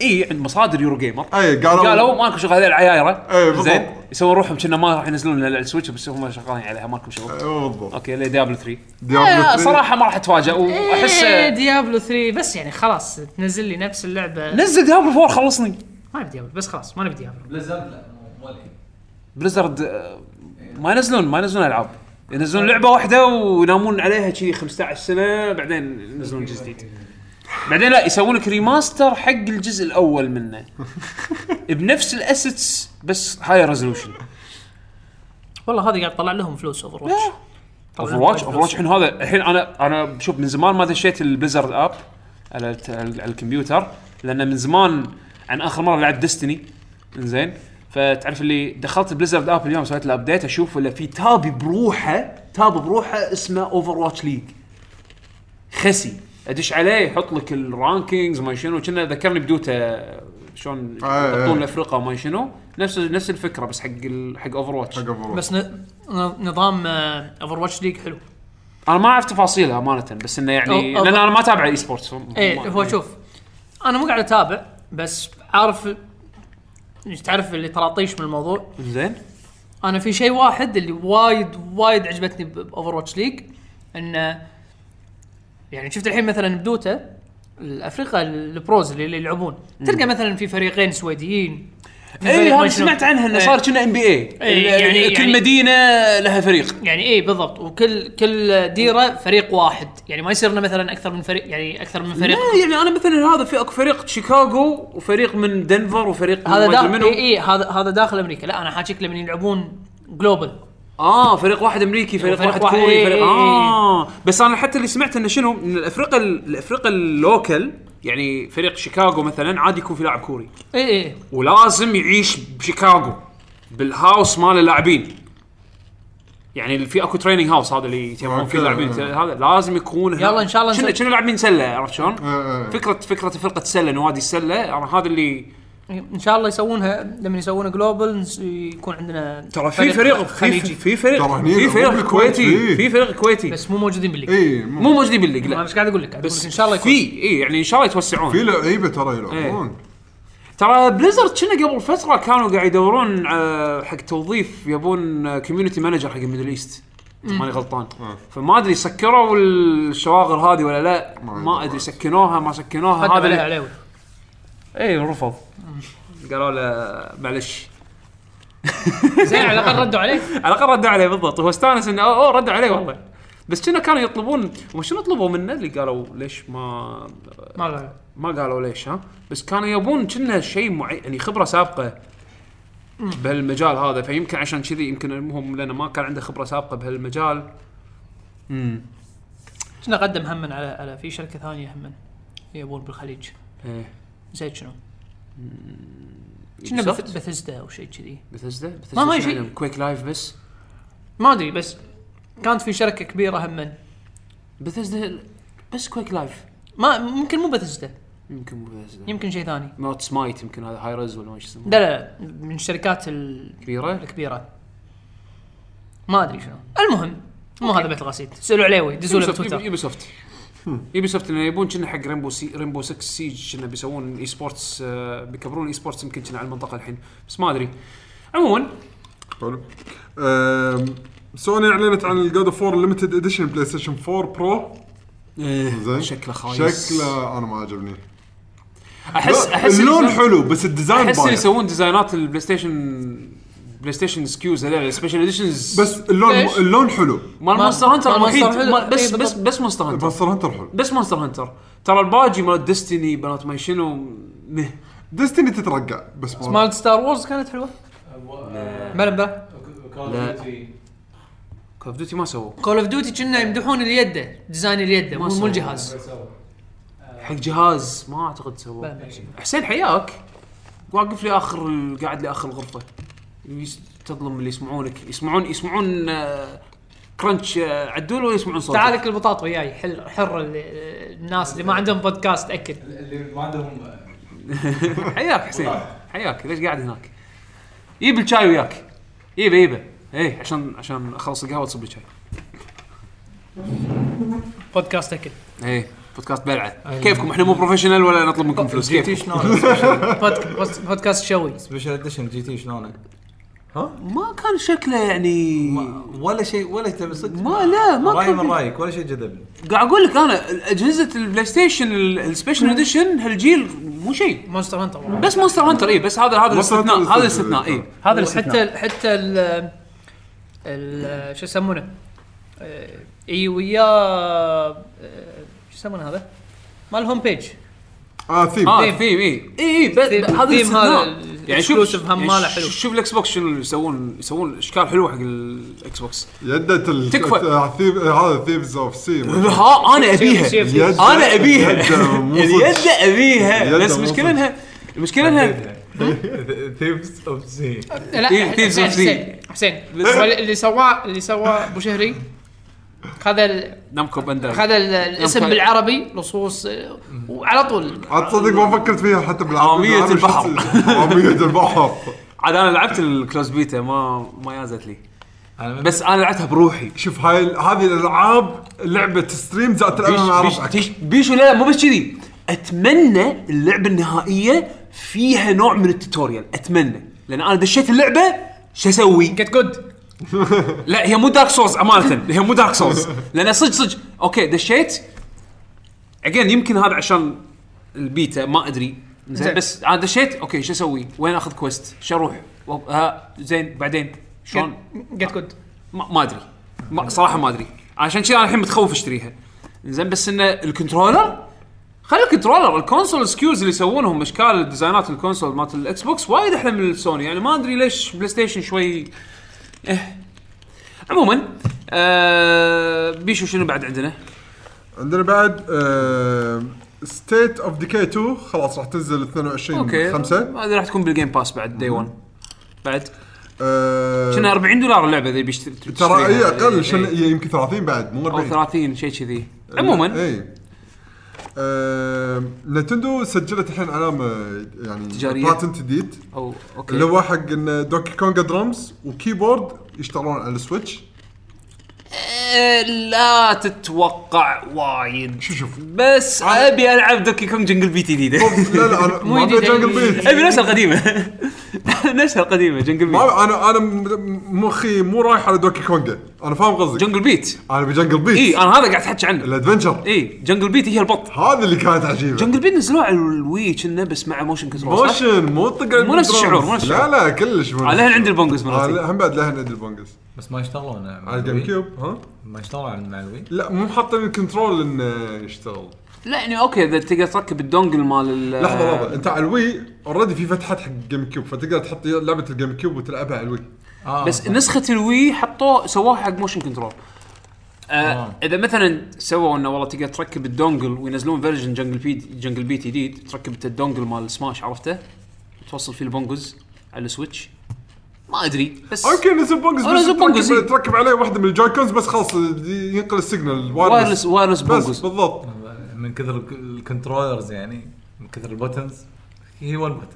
Speaker 1: اي إيه، عند مصادر يورو جيمر
Speaker 2: اي قالوا
Speaker 1: قالوا ما لكم شغل هذول العيايره
Speaker 2: إيه، بالضبط.
Speaker 1: زين يسوون روحهم كنا ما راح ينزلون لنا السويتش بس هم شغالين عليها ما لكم شغل
Speaker 2: أيوة بالضبط
Speaker 1: اوكي ديابلو 3
Speaker 2: ديابلو
Speaker 1: آه،
Speaker 2: 3.
Speaker 1: صراحه ما راح اتفاجئ واحس
Speaker 4: احس إيه، ديابلو 3 بس يعني خلاص تنزل لي نفس اللعبه
Speaker 1: نزل ديابلو 4 خلصني
Speaker 4: ما نبي ديابلو بس خلاص ما نبي ديابلو
Speaker 6: بليزرد لا مو- مو لي.
Speaker 1: بليزرد آه، ما ينزلون ما ينزلون العاب ينزلون لعبه واحده وينامون عليها شي 15 سنه بعدين ينزلون جزء جديد بعدين لا يسوون لك ريماستر حق الجزء الاول منه بنفس الاسيتس بس هاي ريزولوشن
Speaker 4: والله هذه قاعد تطلع لهم فلوس اوفر واتش
Speaker 1: اوفر واتش اوفر واتش الحين هذا الحين انا انا شوف من زمان ما دشيت البليزرد اب على, الت- على الكمبيوتر لان من زمان عن اخر مره لعبت ديستني زين فتعرف اللي دخلت بليزرد اب اليوم سويت له ابديت اشوف ولا في تاب بروحه تاب بروحه اسمه اوفر واتش ليج خسي ادش عليه يحط لك الرانكينجز ما شنو كنا ذكرني بدوتا شلون
Speaker 2: آه، آه.
Speaker 1: يحطون افريقيا ما شنو نفس نفس الفكره بس حق ال- حق اوفر واتش
Speaker 2: حق أبو.
Speaker 4: بس ن- ن- نظام اوفر واتش ليج حلو
Speaker 1: انا ما اعرف تفاصيلها امانه بس انه يعني
Speaker 4: أو- أو-
Speaker 1: لان انا ما اتابع اي سبورتس
Speaker 4: ايه هو شوف انا مو قاعد اتابع بس عارف تعرف اللي طراطيش من الموضوع
Speaker 1: زين
Speaker 4: انا في شيء واحد اللي وايد وايد عجبتني باوفر واتش ليج انه يعني شفت الحين مثلا بدوتا الافريقيا البروز اللي اللي يلعبون تلقى مثلا في فريقين سويديين في
Speaker 1: اي
Speaker 4: فريق إيه، ما
Speaker 1: إيه، هذا
Speaker 4: شنو.
Speaker 1: سمعت عنها انه
Speaker 4: إيه.
Speaker 1: صار كنا ام بي
Speaker 4: إيه،
Speaker 1: اي
Speaker 4: يعني-
Speaker 1: كل
Speaker 4: يعني-
Speaker 1: مدينه لها فريق
Speaker 4: يعني ايه بالضبط وكل كل ديره فريق واحد يعني ما يصير لنا مثلا اكثر من فريق يعني اكثر من فريق
Speaker 1: لا، يعني انا مثلا هذا في اكو فريق شيكاغو وفريق من دنفر وفريق من ما
Speaker 4: هذا
Speaker 1: أدري
Speaker 4: داخل إيه،
Speaker 1: منو.
Speaker 4: اي اي هذا هذا داخل امريكا لا انا حاكيك لما يلعبون جلوبال
Speaker 1: اه فريق واحد امريكي فريق
Speaker 4: وفريق
Speaker 1: واحد
Speaker 4: واحد-
Speaker 1: كوري
Speaker 4: إيه،
Speaker 1: فريق
Speaker 4: إيه،
Speaker 1: اه بس انا حتى اللي سمعت انه شنو من الافريقيا الافريقيا اللوكل يعني فريق شيكاغو مثلا عادي يكون في لاعب كوري
Speaker 4: اي اي
Speaker 1: ولازم يعيش بشيكاغو بالهاوس مال اللاعبين يعني في اكو تريننج هاوس هذا اللي يتهمون فيه اللاعبين هذا لازم يكون
Speaker 4: يلا إن شاء الله
Speaker 1: شنو
Speaker 4: نسوي-
Speaker 1: شنو لاعبين سله عرفت شلون؟
Speaker 2: إيه.
Speaker 1: فكره فكره فرقه سله نوادي السله انا هذا اللي
Speaker 4: ان إيه. شاء الله يسوونها لما يسوون جلوبال يكون عندنا
Speaker 1: ترى في فريق في
Speaker 4: خليجي
Speaker 1: في فريق
Speaker 2: ترى هني
Speaker 1: في فريق
Speaker 2: بالكويت إيه. في.
Speaker 1: كويتي في فريق كويتي
Speaker 4: بس مو موجودين بالليج
Speaker 2: اي إيه، مو-
Speaker 1: مو موجودين بالليج
Speaker 4: انا
Speaker 1: إيه، لا
Speaker 4: ايش قاعد اقول لك قاعد أقول لك
Speaker 1: بس إيه،
Speaker 4: ان شاء الله يكون
Speaker 1: في اي يعني ان شاء الله يتوسعون
Speaker 2: في لعيبه ترى يلعبون
Speaker 1: ترى بليزرد كنا قبل فتره كانوا قاعد يدورون آه، حق توظيف يبون كوميونتي مانجر حق الميدل ايست إذا ماني غلطان فما ادري سكروا الشواغر هذه ولا لا ما ادري سكنوها ما سكنوها
Speaker 4: قدم
Speaker 1: هذا
Speaker 4: عليه
Speaker 1: اللي-
Speaker 4: عليوي
Speaker 1: اي رفض قالوا له معلش
Speaker 4: <laughs> زين على الاقل ردوا عليه
Speaker 1: <laughs> على الاقل ردوا عليه بالضبط هو استانس انه اوه أوه، ردوا عليه والله بس كنا كانوا يطلبون وشنو طلبوا منه اللي قالوا ليش ما
Speaker 4: ما قالوا
Speaker 1: ما قالوا ليش ها بس كانوا يبون كنا شيء معين يعني خبره سابقه بهالمجال هذا فيمكن عشان كذي يمكن المهم لانه ما كان عنده خبره سابقه بهالمجال
Speaker 4: كنا قدم هم على على في شركه ثانيه هم يبون بالخليج
Speaker 1: إيه.
Speaker 4: زين شنو؟ كنا
Speaker 1: Ubisoft؟
Speaker 4: بثزدا او شيء كذي
Speaker 1: بثزدا بثزدا
Speaker 4: ما- ما
Speaker 1: شو
Speaker 4: شيء.
Speaker 1: عندهم؟ كويك لايف بس
Speaker 4: ما ادري بس كانت في شركه كبيره هم
Speaker 1: بثزدا بس كويك لايف
Speaker 4: ما ممكن مو بثزدا
Speaker 1: يمكن مو بثزدا
Speaker 4: يمكن شيء ثاني
Speaker 1: موت سمايت يمكن هذا هاي رز ولا ما شو اسمه
Speaker 4: لا لا من الشركات ال-
Speaker 1: كبيره
Speaker 4: الكبيره ما ادري شنو المهم مو هذا بيت القصيد سالوا عليوي دزوا له بتويتر
Speaker 1: يوبي سوفت يوبي سوفت انه يبون كنا حق ريمبو سي ريمبو 6 سيج كنا بيسوون اي سبورتس آه، بيكبرون اي سبورتس يمكن كنا على المنطقه الحين بس ما ادري عموما
Speaker 2: حلو أم، طيب. سوني اعلنت عن الجود اوف 4 ليمتد اديشن بلاي ستيشن 4 برو زين
Speaker 1: إيه، شكله خايس
Speaker 2: شكله انا ما عجبني
Speaker 1: احس احس
Speaker 2: اللون
Speaker 1: الديزاين-
Speaker 2: حلو بس الديزاين
Speaker 1: احس اللي
Speaker 2: بايخ
Speaker 1: يسوون ديزاينات البلاي ستيشن بلاي ستيشن سكيوز هذول سبيشل اديشنز
Speaker 2: بس اللون
Speaker 4: ليش؟
Speaker 2: اللون حلو
Speaker 1: مال
Speaker 4: ما-
Speaker 1: مونستر هانتر
Speaker 4: مال
Speaker 1: الوحيد
Speaker 4: مونستر هانتر-
Speaker 1: ما- بس
Speaker 4: إيه
Speaker 1: بس
Speaker 4: بالضبط.
Speaker 1: بس مونستر هانتر
Speaker 2: مونستر هانتر حلو
Speaker 1: بس مونستر هانتر ترى الباجي مال ديستني بنات ما شنو مه
Speaker 2: ديستني تترقع بس ما
Speaker 4: مال ستار وورز كانت حلوه بلا بلا
Speaker 1: لا. كول اوف ديوتي ما سووا
Speaker 4: كول اوف ديوتي كنا يمدحون اليده ديزاين اليده مو مو
Speaker 1: سووا.
Speaker 4: الجهاز
Speaker 1: حق جهاز ما اعتقد سووا
Speaker 4: بلا بلا.
Speaker 1: حسين حياك واقف لي اخر ال- قاعد لي اخر الغرفه يس- تظلم اللي يسمعونك يسمعون يسمعون آه، كرنش آه، عدول ولا يسمعون صوتك
Speaker 4: تعال اكل البطاط وياي حل حر ال- الناس اللي ما عندهم بودكاست اكل
Speaker 6: اللي ما عندهم
Speaker 1: حياك حسين حياك ليش قاعد هناك؟ جيب الشاي وياك جيبه جيبه ايه عشان عشان اخلص القهوه تصب الشاي
Speaker 4: بودكاست اكل
Speaker 1: ايه بودكاست بلعه كيفكم احنا مو بروفيشنال ولا نطلب منكم فلوس
Speaker 7: جي تي
Speaker 1: كيف
Speaker 7: شلونك؟
Speaker 4: بودك- بودك- بودكاست شوي
Speaker 7: سبيشل اديشن جي تي شلونك؟
Speaker 1: ما كان شكله يعني
Speaker 7: ما- ولا شيء ولا تبي صدق
Speaker 1: ما لا ما
Speaker 7: راي من
Speaker 1: كان
Speaker 7: رايك ولا شيء جذبني
Speaker 1: قاعد اقول لك انا اجهزه البلاي ستيشن ال- السبيشل اديشن هالجيل مو شيء
Speaker 4: مونستر هانتر والله.
Speaker 1: بس مونستر هانتر اي بس هذا هذا
Speaker 2: Monster
Speaker 1: الاستثناء
Speaker 2: Hunter
Speaker 1: هذا الاستثناء اي هذا
Speaker 4: وحتى
Speaker 1: الاستثناء
Speaker 4: ال- حتى ال ال شو يسمونه؟ آه، اي ويا آه، شو يسمونه هذا؟ مال الهوم بيج
Speaker 2: اه ثيم
Speaker 1: اه
Speaker 4: Theme.
Speaker 1: ثيم اي اي بس
Speaker 4: Theme-
Speaker 1: إيه، هذا
Speaker 4: Theme هذا
Speaker 1: الاستثناء
Speaker 4: ال-
Speaker 1: يعني شوف
Speaker 4: exclusive هم ماله
Speaker 1: ش-
Speaker 4: حلو.
Speaker 1: شوف الاكس بوكس شنو اللي يسوون يسوون اشكال حلوه حق الاكس بوكس
Speaker 2: يدة ال-
Speaker 1: تكفى.
Speaker 2: آه، ثيف- آه، هذا ثيفز
Speaker 1: <laughs>
Speaker 2: اوف سي
Speaker 1: ها انا ابيها
Speaker 4: شيف-
Speaker 2: يد-
Speaker 1: انا <laughs> ابيها
Speaker 2: يد مو
Speaker 1: اليد
Speaker 2: صدق.
Speaker 1: ابيها
Speaker 2: اليد
Speaker 1: بس
Speaker 2: مو
Speaker 1: المشكله
Speaker 2: صدق.
Speaker 1: انها المشكله انها
Speaker 7: ثيفز اوف سي
Speaker 4: لا
Speaker 1: إيه، Thieves
Speaker 4: حسين
Speaker 1: of
Speaker 4: حسين, حسين. هو اللي سواه اللي سواه ابو شهري خذ ال-
Speaker 1: نامكو بندر
Speaker 4: خذ ال- الاسم
Speaker 1: أوكي.
Speaker 4: بالعربي لصوص آه، وعلى طول
Speaker 2: عاد تصدق ما فكرت فيها حتى بالعربي
Speaker 1: عامية
Speaker 2: أنا شفت- <laughs>
Speaker 1: البحر.
Speaker 2: عامية البحر
Speaker 1: عاد انا لعبت الكلوز بيتا ما ما يازت لي
Speaker 7: انا بس
Speaker 1: بس انا لعبتها بروحي
Speaker 2: شوف هاي ال- هذه الالعاب لعبه ستريم زائد تلعبها مع
Speaker 1: بيش-
Speaker 2: ربعك
Speaker 1: بيش بيشو لا لا مو بس كذي اتمنى اللعبه النهائيه فيها نوع من التوتوريال اتمنى لان انا دشيت اللعبه شو اسوي؟
Speaker 4: جيت جود
Speaker 1: لا هي مو دارك سولز امانه هي مو دارك سولز لان صدق صدق اوكي دشيت اجين يمكن هذا عشان البيتا ما ادري زين
Speaker 4: زين.
Speaker 1: بس انا دشيت اوكي شو اسوي؟ وين اخذ كويست؟ شو اروح؟ و- ها زين بعدين شلون؟
Speaker 4: جيت جود
Speaker 1: ما, ما ادري ما صراحه ما ادري عشان كذا انا الحين متخوف اشتريها زين بس انه الكنترولر خلي الكنترولر الكونسول سكيوز اللي يسوونهم اشكال ديزاينات الكونسول مالت الاكس بوكس وايد احلى من السوني يعني ما ادري ليش بلاي ستيشن شوي إيه. عموما آه بيشو شنو بعد عندنا؟
Speaker 2: عندنا بعد آه، ستيت اوف ديكاي 2 خلاص راح تنزل 22
Speaker 1: اوكي
Speaker 2: 5
Speaker 1: هذه راح تكون بالجيم باس بعد دي 1 بعد كنا
Speaker 2: آه
Speaker 1: 40 دولار اللعبه ذي بيشتري
Speaker 2: ترى إيه،
Speaker 1: يعني؟
Speaker 2: اي
Speaker 1: إيه.
Speaker 2: اقل شن- إيه، يمكن 30 بعد مو
Speaker 1: او
Speaker 2: 40
Speaker 1: 30 شيء كذي
Speaker 2: إيه،
Speaker 1: عموما
Speaker 2: اي آه، نتندو سجلت الحين علامه يعني
Speaker 1: تجارية.
Speaker 2: باتنت جديد
Speaker 1: او اوكي
Speaker 2: اللي هو حق ان دوكي كونج درمز وكيبورد يشتغلون على السويتش
Speaker 1: آه، لا تتوقع وايد
Speaker 2: شوف شوف
Speaker 1: بس ابي العب دوكي كونج جنجل بيت <laughs> جديده
Speaker 2: لا لا انا ما ابي جنجل بيت
Speaker 1: ابي نفسها <laughs> القديمه نفسها القديمه جنجل بيت
Speaker 2: ما انا انا م- مخي مو رايح على دوكي كونجا انا فاهم قصدك
Speaker 1: جنجل بيت
Speaker 2: انا بجنجل
Speaker 1: اي
Speaker 2: بيت
Speaker 1: انا هذا قاعد احكي عنه
Speaker 2: الادفنشر
Speaker 1: اي جنجل بيت هي البط
Speaker 2: هذا اللي كانت عجيبه
Speaker 1: جنجل بيت نزلوه على الوي كنا بس مع موشن كنترول صح؟
Speaker 2: موشن مو طق
Speaker 1: مو نفس الشعور، مو نفس
Speaker 2: لا
Speaker 1: الشعور.
Speaker 2: لا كلش مو نفس
Speaker 1: على الحين
Speaker 2: الشعور.
Speaker 1: عندي البونجز مرتين.
Speaker 2: على- هم بعد لهن عندي البونجس
Speaker 7: بس ما يشتغلون مع
Speaker 2: على الجيم
Speaker 7: الوي.
Speaker 2: كيوب ها
Speaker 7: ما يشتغلون على- مع الوي
Speaker 2: لا مو حاطين الكنترول انه يشتغل
Speaker 1: لا يعني اوكي اذا تقدر تركب الدونجل مال ال-
Speaker 2: لحظه لحظه انت آه. على الوي اوريدي في فتحات حق جيم كيوب فتقدر تحط لعبه الجيم كيوب وتلعبها على الوي
Speaker 7: آه،
Speaker 1: بس
Speaker 2: طيب.
Speaker 7: صح.
Speaker 1: نسخه الوي حطوه سووها حق موشن كنترول آه
Speaker 7: آه.
Speaker 1: اذا مثلا سووا انه والله تقدر تركب الدونجل وينزلون فيرجن جنجل بيت جنجل بيت جديد تركب انت الدونجل مال سماش عرفته توصل فيه البونجز على السويتش ما ادري بس
Speaker 2: اوكي نزل بونجز
Speaker 1: أو
Speaker 2: بس
Speaker 1: نزل بونجز،
Speaker 2: تركب,
Speaker 1: إي.
Speaker 2: تركب عليه واحده من الجوي كونز بس خلاص ينقل السيجنال
Speaker 1: وايرلس وايرلس
Speaker 2: بس
Speaker 1: بونجز
Speaker 2: بالضبط
Speaker 7: من كثر الك- الكنترولرز يعني من كثر البوتنز هي هو البوتن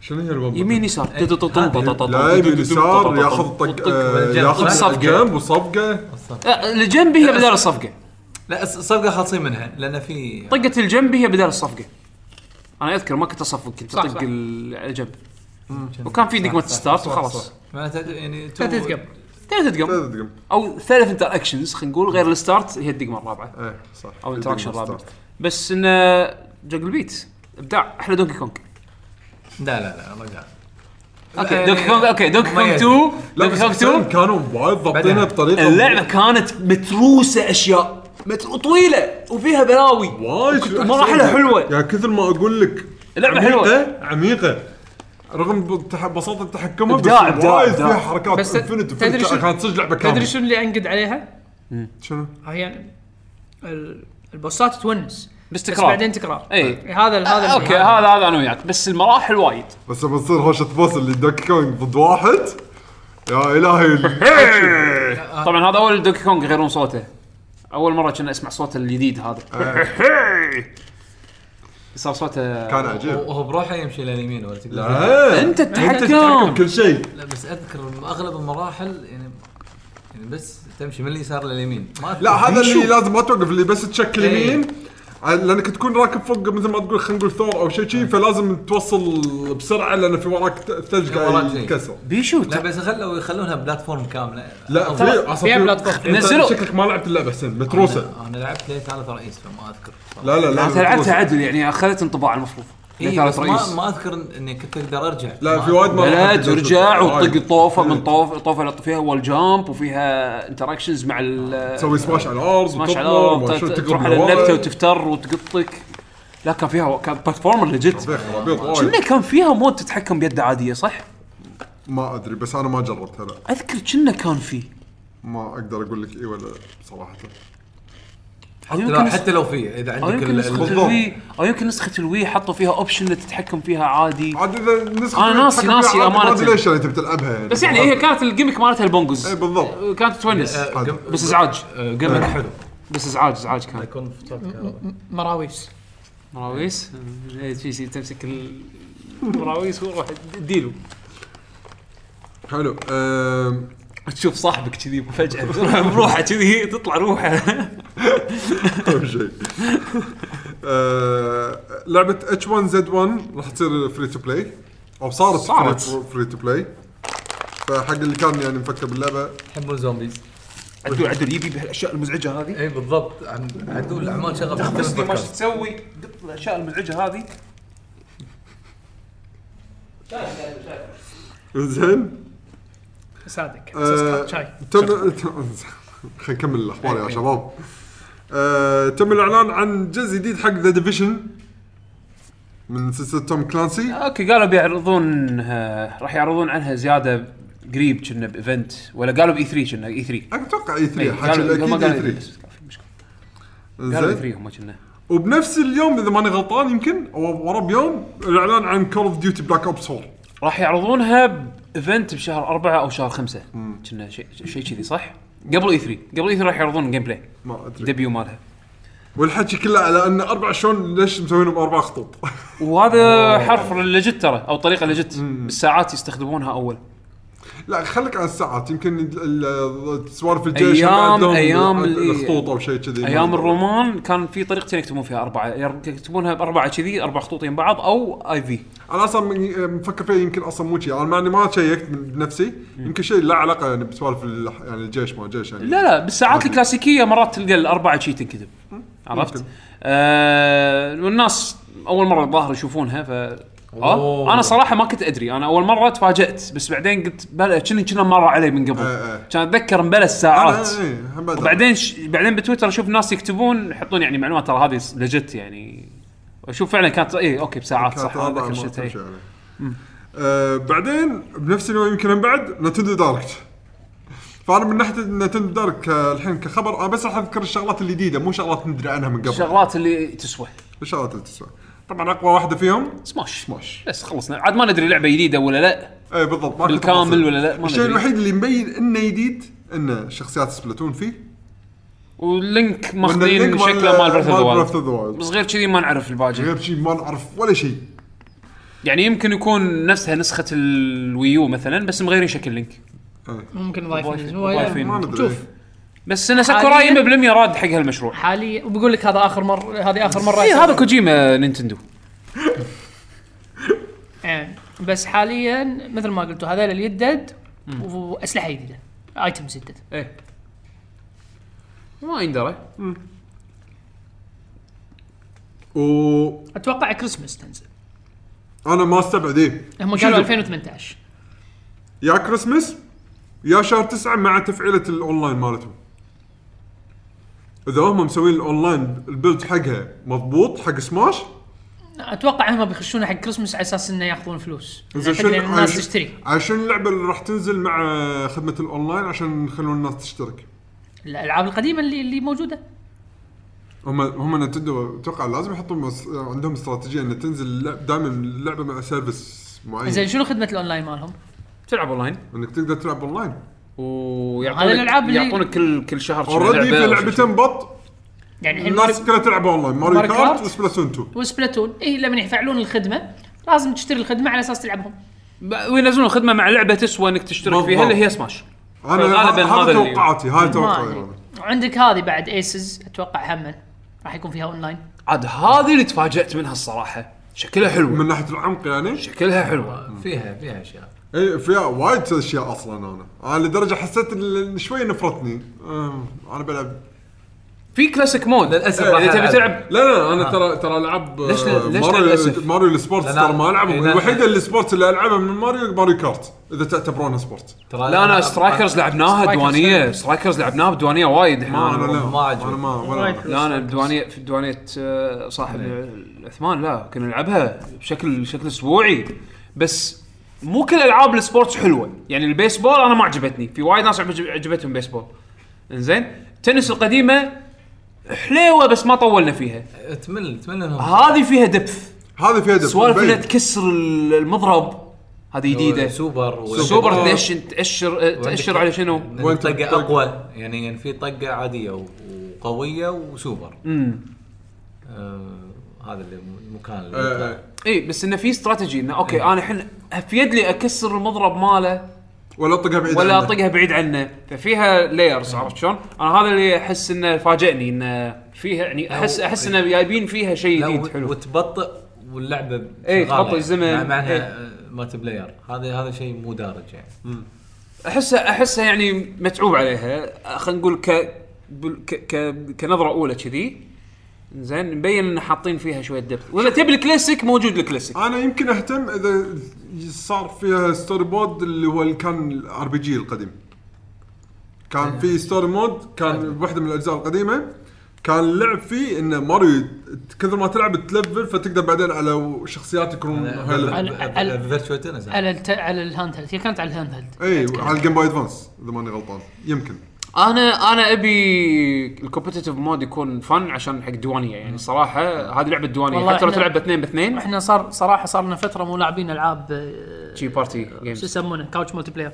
Speaker 2: شنو هي الوضع؟
Speaker 1: يمين يسار
Speaker 2: إيه. لا يمين يسار ياخذ طق آه،
Speaker 7: بالجنب.
Speaker 2: ياخذ
Speaker 1: صفقة.
Speaker 2: جنب وصفقه
Speaker 1: آه، الجنب هي بدال الصفقه
Speaker 7: لا الص- الصفقه خالصين منها لان في
Speaker 1: طقه الجنب هي بدال الصفقه انا اذكر ما كنت اصفق كنت
Speaker 7: صح،
Speaker 1: اطق
Speaker 7: صح.
Speaker 1: ال- على الجنب وكان في دقمه ستارت وخلاص
Speaker 7: معناته يعني تو-
Speaker 4: لا تتقب
Speaker 1: ثلاث دقم
Speaker 2: ثلاث دقم
Speaker 1: او ثلاث انتر اكشنز خلينا نقول غير الستارت هي الدقمه الرابعه
Speaker 2: ايه صح
Speaker 1: او الانتراكشن
Speaker 2: الدقمة
Speaker 1: الرابع
Speaker 2: ستارت.
Speaker 1: بس آه، انه جنجل بيت ابداع احلى دونكي كونج
Speaker 7: لا لا لا رجع
Speaker 1: اوكي دونكي كونج اوكي دونكي كونج
Speaker 7: مميز.
Speaker 1: 2
Speaker 2: لا
Speaker 1: دونكي
Speaker 2: بس
Speaker 1: كونج
Speaker 2: حسين
Speaker 1: 2
Speaker 2: كانوا وايد ضابطينها
Speaker 7: بعدها.
Speaker 2: بطريقه
Speaker 1: اللعبه كانت متروسه اشياء متر... طويله وفيها بلاوي
Speaker 2: وايد
Speaker 1: وكنت-
Speaker 2: شو-
Speaker 1: مراحلها
Speaker 2: أحسن.
Speaker 1: حلوه
Speaker 2: يعني كثر ما اقول لك
Speaker 1: اللعبة
Speaker 2: حلوه عميقه رغم بتح- بساطه تحكمها بس
Speaker 1: إبداع، إبداع،
Speaker 2: وايد
Speaker 1: إبداع.
Speaker 2: فيها حركات
Speaker 4: بس
Speaker 2: انفنت
Speaker 4: تدري شو-
Speaker 2: كانت صدق لعبه كامله
Speaker 4: تدري شنو اللي انقد عليها؟
Speaker 2: شنو؟
Speaker 4: هي ال- البوسات تونس
Speaker 1: بس
Speaker 4: بس
Speaker 1: تكرار
Speaker 4: بعدين تكرار إيه،
Speaker 1: اي
Speaker 4: هذا ال- هذا
Speaker 1: اوكي هذا هذا انا وياك بس المراحل وايد
Speaker 2: بس لما تصير هوشه بوس اللي دوكي كونج ضد واحد يا الهي
Speaker 4: <laughs>
Speaker 2: الأكشن.
Speaker 1: طبعا هذا اول دوكي كونج يغيرون صوته اول مره كنا اسمع صوته الجديد هذا <laughs> صار صوته
Speaker 2: كان عجيب
Speaker 7: وهو بروحه يمشي لليمين ولا تقدر
Speaker 2: لا
Speaker 1: انت
Speaker 2: تتحكم
Speaker 1: التحكم
Speaker 2: كل شيء
Speaker 7: لا بس اذكر اغلب المراحل يعني يعني بس تمشي من اليسار لليمين ما
Speaker 2: لا
Speaker 7: أذكر.
Speaker 2: هذا اللي لازم ما توقف اللي بس تشكل
Speaker 7: إيه.
Speaker 2: يمين عاد- لانك تكون راكب فوق مثل ما تقول خلينا نقول ثور او شيء شي فلازم توصل بسرعه لان في وراك ت- ثلج
Speaker 7: وراك
Speaker 2: قاعد
Speaker 7: شيء.
Speaker 2: يتكسر
Speaker 1: بيشو
Speaker 7: لا بس خلوا يخلونها بلاتفورم كامله
Speaker 2: لا في اصلا
Speaker 4: فيها
Speaker 2: في-
Speaker 4: بلاتفورم.
Speaker 2: أنت
Speaker 1: نزلوا.
Speaker 2: شكلك ما لعبت اللعبه حسين متروسه
Speaker 7: انا أنا لعبت ليه ثالث رئيس فما اذكر
Speaker 2: لا لا لا
Speaker 1: انت لعبتها عدل يعني اخذت انطباع المفروض
Speaker 7: إيه
Speaker 1: لثالث
Speaker 7: بس
Speaker 1: رئيس.
Speaker 7: ما, ما اذكر إن- اني كنت اقدر ارجع
Speaker 2: لا
Speaker 7: ما- طيب.
Speaker 2: في وايد
Speaker 1: لا
Speaker 2: مرات
Speaker 1: ترجع
Speaker 2: وايد.
Speaker 1: وتطق طوفه طيب. من
Speaker 2: آه، إيه.
Speaker 1: طوف طوفه اللي تطق فيها وال جامب وفيها انتراكشنز مع
Speaker 7: آه،
Speaker 1: ال آه،
Speaker 2: تسوي سماش على الارض
Speaker 1: سماش على
Speaker 2: وتطلع
Speaker 1: الأرض،
Speaker 2: وشو
Speaker 1: ت-
Speaker 2: تقرب
Speaker 1: تروح على
Speaker 2: من ورا.
Speaker 1: النبته وتفتر وتقطك لا كان فيها كان بلاتفورمر ليجيت
Speaker 2: يا خرابيط وايد
Speaker 1: كنا كان فيها مود تتحكم بيد عاديه صح؟
Speaker 2: ما ادري بس انا ما جربتها لا
Speaker 1: اذكر كنا كان فيه
Speaker 2: ما اقدر اقول لك اي ولا صراحه
Speaker 1: أو يمكن
Speaker 7: لا
Speaker 1: نسخة-
Speaker 7: حتى لو في اذا
Speaker 1: او
Speaker 7: عندك
Speaker 1: يمكن
Speaker 7: ال-
Speaker 1: نسخه
Speaker 7: ال-
Speaker 1: الوي او يمكن نسخه الوي حطوا فيها اوبشن اللي تتحكم فيها عادي
Speaker 2: عاد اذا نسخه
Speaker 1: أنا ناسي-
Speaker 2: تحكم فيها
Speaker 1: ناسي
Speaker 2: عادي، ما
Speaker 1: أمانة.
Speaker 2: ادري ليش يعني تبي تلعبها يعني
Speaker 1: بس يعني هي كانت الجيمك مالتها البونجز
Speaker 2: اي إيه، بالضبط
Speaker 1: كانت تونس
Speaker 7: آه، قم-
Speaker 1: بس ازعاج
Speaker 7: آه، قمك حلو
Speaker 1: بس ازعاج ازعاج كان
Speaker 7: يكون في توب كهرباء.
Speaker 4: مراويس
Speaker 1: مراويس إيه، شي- شي تمسك المراويس وروح اديله
Speaker 2: حلو <laughs> أم،
Speaker 1: تشوف صاحبك كذي فجأة بروحه كذي تطلع روحه
Speaker 2: اهم شيء أه، لعبه اتش 1 زد 1 راح تصير فري تو بلاي او صارت
Speaker 1: صارت.
Speaker 2: فري تو بلاي فحق اللي كان يعني مفكر باللعبه
Speaker 7: يحبون زومبيز
Speaker 1: عدول عدول يبي بهالاشياء المزعجة هذه
Speaker 7: اي إيه، بالضبط عن- عدو الاعمال شغف
Speaker 1: بس اللي ما شو تسوي قط الاشياء المزعجة هذه
Speaker 2: زين
Speaker 4: صادق
Speaker 2: آه،
Speaker 4: شاي
Speaker 2: تم <laughs> تم- خلينا نكمل الاخبار يا شباب آه، تم الاعلان عن جزء جديد حق ذا ديفيشن من سلسله توم كلانسي
Speaker 1: اوكي قالوا بيعرضون آه، راح يعرضون عنها زيادة قريب كنا بايفنت ولا قالوا باي 3 كنا اي 3
Speaker 2: اتوقع اي
Speaker 1: إيه،
Speaker 2: 3 حكي
Speaker 1: قالوا ما
Speaker 2: اكيد
Speaker 1: قالوا اي
Speaker 2: اي 3
Speaker 1: 3 قالوا E اي
Speaker 2: E زين
Speaker 1: 3 هم كنا
Speaker 2: وبنفس اليوم اذا ماني غلطان يمكن او ورا بيوم الاعلان عن كول اوف ديوتي بلاك اوبس 4
Speaker 1: راح يعرضونها بايفنت بشهر أربعة او شهر خمسة كنا شيء شيء كذي صح؟ قبل اي 3 قبل اي 3 راح يعرضون جيم بلاي
Speaker 2: ما ادري
Speaker 1: ديبيو مالها
Speaker 2: والحكي كله على ان اربع شلون ليش مسوينهم اربع خطوط <laughs>
Speaker 1: وهذا حرف لجت ترى او طريقه لجت بالساعات يستخدمونها اول
Speaker 2: لا خليك عن الساعات يمكن ال- ال- سوالف الجيش
Speaker 1: أيام-
Speaker 2: هم عندهم
Speaker 1: أيام
Speaker 2: ال-
Speaker 1: ال-
Speaker 2: الخطوط او شيء كذي
Speaker 1: ايام الرومان كان في طريقتين يكتبون فيها اربعه ير- يكتبونها باربعه كذي اربع خطوط يم بعض او اي في
Speaker 2: انا اصلا من- مفكر فيه يمكن اصلا مو شيء انا مع اني ما شيكت بنفسي يمكن شيء له علاقه يعني بسوالف ال- يعني الجيش ما الجيش يعني
Speaker 1: لا لا بالساعات الكلاسيكيه مرات تلقى الاربعه شي تنكتب عرفت؟
Speaker 2: ممكن.
Speaker 1: آه والناس اول مره الظاهر يشوفونها ف آه
Speaker 7: أوه.
Speaker 1: انا صراحه ما كنت ادري انا اول مره تفاجات بس بعدين قلت بلا كنا كنا مر علي من قبل
Speaker 2: آه، آه.
Speaker 1: كان اتذكر مبلا
Speaker 2: انا
Speaker 1: الساعات
Speaker 2: إيه، هم بعد-
Speaker 1: وبعدين ش... بعدين بتويتر اشوف ناس يكتبون يحطون يعني معلومات ترى هذه لجت يعني اشوف فعلا كانت اي اوكي بساعات
Speaker 2: كانت
Speaker 1: صح
Speaker 2: أربعة
Speaker 1: أنا أتذكر
Speaker 2: ما
Speaker 1: شفتها إيه.
Speaker 2: تمشي عليه. آه، بعدين بنفس اليوم يمكن من بعد نتندو دايركت فانا من ناحيه نتندو دايركت آه، الحين كخبر انا بس راح اذكر الشغلات الجديده مو شغلات ندري عنها من قبل
Speaker 1: الشغلات اللي تسوى
Speaker 2: الشغلات اللي تسوى طبعا اقوى واحده فيهم
Speaker 1: سماش
Speaker 2: سماش
Speaker 1: بس خلصنا عاد ما ندري لعبه جديده ولا لا
Speaker 2: اي إيه، بالضبط ما كنت
Speaker 1: بالكامل
Speaker 2: أفصل.
Speaker 1: ولا لا؟ ما
Speaker 2: الشيء
Speaker 1: ندري.
Speaker 2: الوحيد اللي مبين انه جديد انه شخصيات سبلاتون فيه
Speaker 1: واللينك
Speaker 2: وإن اللينك
Speaker 1: ماخذين شكله مال بريث
Speaker 2: Breath
Speaker 1: اوف
Speaker 2: of the Wild.
Speaker 1: بس غير كذي ما نعرف الباقي
Speaker 2: غير شيء ما نعرف ولا شيء
Speaker 1: يعني يمكن يكون نفسها نسخه الويو مثلا بس مغيرين شكل لينك
Speaker 4: ممكن
Speaker 1: ضايفين-
Speaker 4: ضايفين
Speaker 1: ضايفين.
Speaker 4: هو-
Speaker 2: ما ندري
Speaker 4: شوف.
Speaker 1: بس انا ساكوراي
Speaker 4: حالياً-
Speaker 1: 100% راد حق هالمشروع
Speaker 4: حاليا وبقول لك هذا اخر مره هذه اخر مره
Speaker 1: اي
Speaker 4: يسوي.
Speaker 1: إيه، هذا كوجيما نينتندو
Speaker 4: إيه. بس حاليا مثل ما قلتوا هذول اللي يدد واسلحه جديده ايتمز جدد
Speaker 1: ايه ما يندرى
Speaker 2: وانا
Speaker 4: اتوقع كريسمس تنزل
Speaker 2: ما استبعد ايه
Speaker 4: هم
Speaker 1: شوف.
Speaker 4: قالوا 2018
Speaker 2: يا كريسمس يا شهر تسعة مع تفعيلة الاونلاين مالتهم اذا هم مسوين الاونلاين البيلد حقها مضبوط حق سماش
Speaker 4: اتوقع هم بيخشون حق كريسمس على اساس انه ياخذون فلوس
Speaker 2: إذا
Speaker 4: حق إن الناس
Speaker 2: عش-
Speaker 4: تشتري
Speaker 2: عشان اللعبة اللي راح تنزل مع خدمة الاونلاين عشان يخلون الناس تشترك
Speaker 4: الالعاب القديمه اللي اللي موجوده
Speaker 2: هم هم نتندو اتوقع لازم يحطون مس- عندهم استراتيجية ان تنزل دائما اللعبة مع سيرفس
Speaker 4: زين
Speaker 2: معين
Speaker 4: شنو خدمه الاونلاين مالهم؟
Speaker 1: تلعب اونلاين
Speaker 2: انك تقدر تلعب اونلاين
Speaker 1: ويعطونك
Speaker 4: هذا الألعاب اللي-
Speaker 1: يعطونك كل كل شهر شي
Speaker 2: اوريدي
Speaker 1: لعبة
Speaker 2: في
Speaker 1: أو شي.
Speaker 2: لعبتين بط
Speaker 4: يعني الحين
Speaker 2: الناس كلها تلعب اونلاين ماريو
Speaker 4: ماريو
Speaker 2: كارت
Speaker 4: كارت.
Speaker 2: وسبلاتون 2
Speaker 4: وسبلاتون اي لما إيه، يفعلون الخدمه لازم تشتري الخدمه على اساس تلعبهم
Speaker 1: ب- وينزلون خدمه مع لعبه تسوى انك تشترك فيها اللي هي سماش
Speaker 2: انا
Speaker 1: غالباً
Speaker 2: هذا-
Speaker 1: هذا
Speaker 2: هذا
Speaker 1: اللي-
Speaker 2: توقعاتي هاي
Speaker 4: ما
Speaker 2: توقعاتي
Speaker 4: ادري
Speaker 2: أنا.
Speaker 4: عندك هذه بعد ايسز اتوقع هم راح يكون فيها اونلاين
Speaker 1: عاد هذه اللي تفاجات منها الصراحه شكلها حلوه
Speaker 2: من ناحيه العمق يعني
Speaker 1: شكلها حلوه
Speaker 7: فيها فيها اشياء
Speaker 2: اي فيها وايد اشياء اصلا انا انا لدرجه حسيت إن شوي نفرتني أم، انا بلعب
Speaker 1: في كلاسيك مود
Speaker 7: للأسف
Speaker 2: إيه،
Speaker 7: راح
Speaker 1: اذا يعني تبي
Speaker 7: ألعب. آه.
Speaker 1: تلعب
Speaker 2: لا لا انا ترى ترى العب
Speaker 7: ليش- ليش
Speaker 2: ماريو
Speaker 7: للأسف؟
Speaker 2: ماريو السبورتس
Speaker 7: لأن-
Speaker 2: ترى ما
Speaker 7: إيه،
Speaker 2: العبهم
Speaker 7: لأن-
Speaker 2: الوحيده اللي سبورتس اللي العبها من ماريو ماريو كارت اذا تعتبرونها سبورت
Speaker 7: ترى
Speaker 1: لا انا سترايكرز لعبناها
Speaker 7: سترايكرز
Speaker 1: دوانيه سترايكرز لعبناها بدوانيه وايد
Speaker 2: ما
Speaker 1: احنا
Speaker 2: انا لا
Speaker 7: آه، ما
Speaker 2: انا
Speaker 7: عجبني.
Speaker 2: ما ولا أنا.
Speaker 1: لا انا بدوانيه في دوانيه آه، صاحب العثمان لا كنا نلعبها بشكل بشكل اسبوعي بس مو كل العاب السبورتس حلوه يعني البيسبول انا ما عجبتني في وايد ناس عجب- عجبتهم بيسبول انزين التنس القديمه حليوه بس ما طولنا فيها
Speaker 7: تمل تمل انهم
Speaker 1: هذه فيها دبث
Speaker 2: هذا فيها دفع
Speaker 1: سوالف انها
Speaker 2: مبين.
Speaker 1: تكسر ال- المضرب هذه جديده
Speaker 7: سوبر و-
Speaker 1: سوبر
Speaker 2: آه.
Speaker 1: تدش تاشر
Speaker 7: وعندك
Speaker 1: تاشر على شنو؟
Speaker 2: وين
Speaker 7: طقه
Speaker 2: تطق؟
Speaker 7: اقوى يعني يعني في طقه عاديه و- وقويه وسوبر آه هذا اللي المكان اللي
Speaker 1: آه،
Speaker 2: إيه،
Speaker 7: يطلع.
Speaker 2: إيه.
Speaker 1: اي بس انه في استراتيجي انه اوكي انا الحين في يدي اكسر المضرب ماله
Speaker 2: ولا اطقها إيه. بعيد
Speaker 1: ولا
Speaker 2: عنه. إيه.
Speaker 1: اطقها بعيد عنه ففيها لايرز عرفت شلون؟ انا هذا اللي احس انه فاجئني انه فيها يعني احس احس
Speaker 2: إيه.
Speaker 1: انه جايبين فيها شيء
Speaker 7: لا
Speaker 1: جديد
Speaker 7: و-
Speaker 1: حلو
Speaker 7: وتبطئ واللعبه
Speaker 1: إيه،
Speaker 7: شغالة يعني.
Speaker 1: تبطئ الزمن.
Speaker 7: مع- مع
Speaker 1: إيه.
Speaker 7: انها مالتي بلاير هذا هذا شيء مو دارج يعني
Speaker 1: احسها احسها يعني متعوب عليها خلينا نقول ك... بال- ك... ك... كنظره اولى كذي زين مبين ان حاطين فيها شويه دبث واذا تبي الكلاسيك موجود الكلاسيك
Speaker 2: انا يمكن اهتم اذا صار فيها ستوري بود اللي هو اللي كان الار بي جي القديم كان في ستوري مود كان واحده من الاجزاء القديمه كان اللعب فيه ان ماريو كثر ما تلعب تلفل فتقدر بعدين على شخصيات يكونون هاي ليفل.
Speaker 4: ال- ال-
Speaker 7: فيرتشوال تنس
Speaker 4: على الت... على الهاند هيلد هي كانت على الهاند هيلد
Speaker 2: اي إيه، على الجيم بوي ادفانس اذا ماني غلطان يمكن
Speaker 1: انا انا ابي الكومبتيتيف مود يكون فن عشان حق الديوانيه يعني صراحه هذه لعبه ديوانيه
Speaker 4: والله
Speaker 1: حتى لو
Speaker 4: إحنا-
Speaker 1: تلعب باثنين باثنين
Speaker 4: احنا صار صراحه صار لنا فتره مو لاعبين العاب آه،
Speaker 1: شي بارتي
Speaker 4: شو
Speaker 1: جيمز
Speaker 4: يسمونه كاوتش ملتي بلاير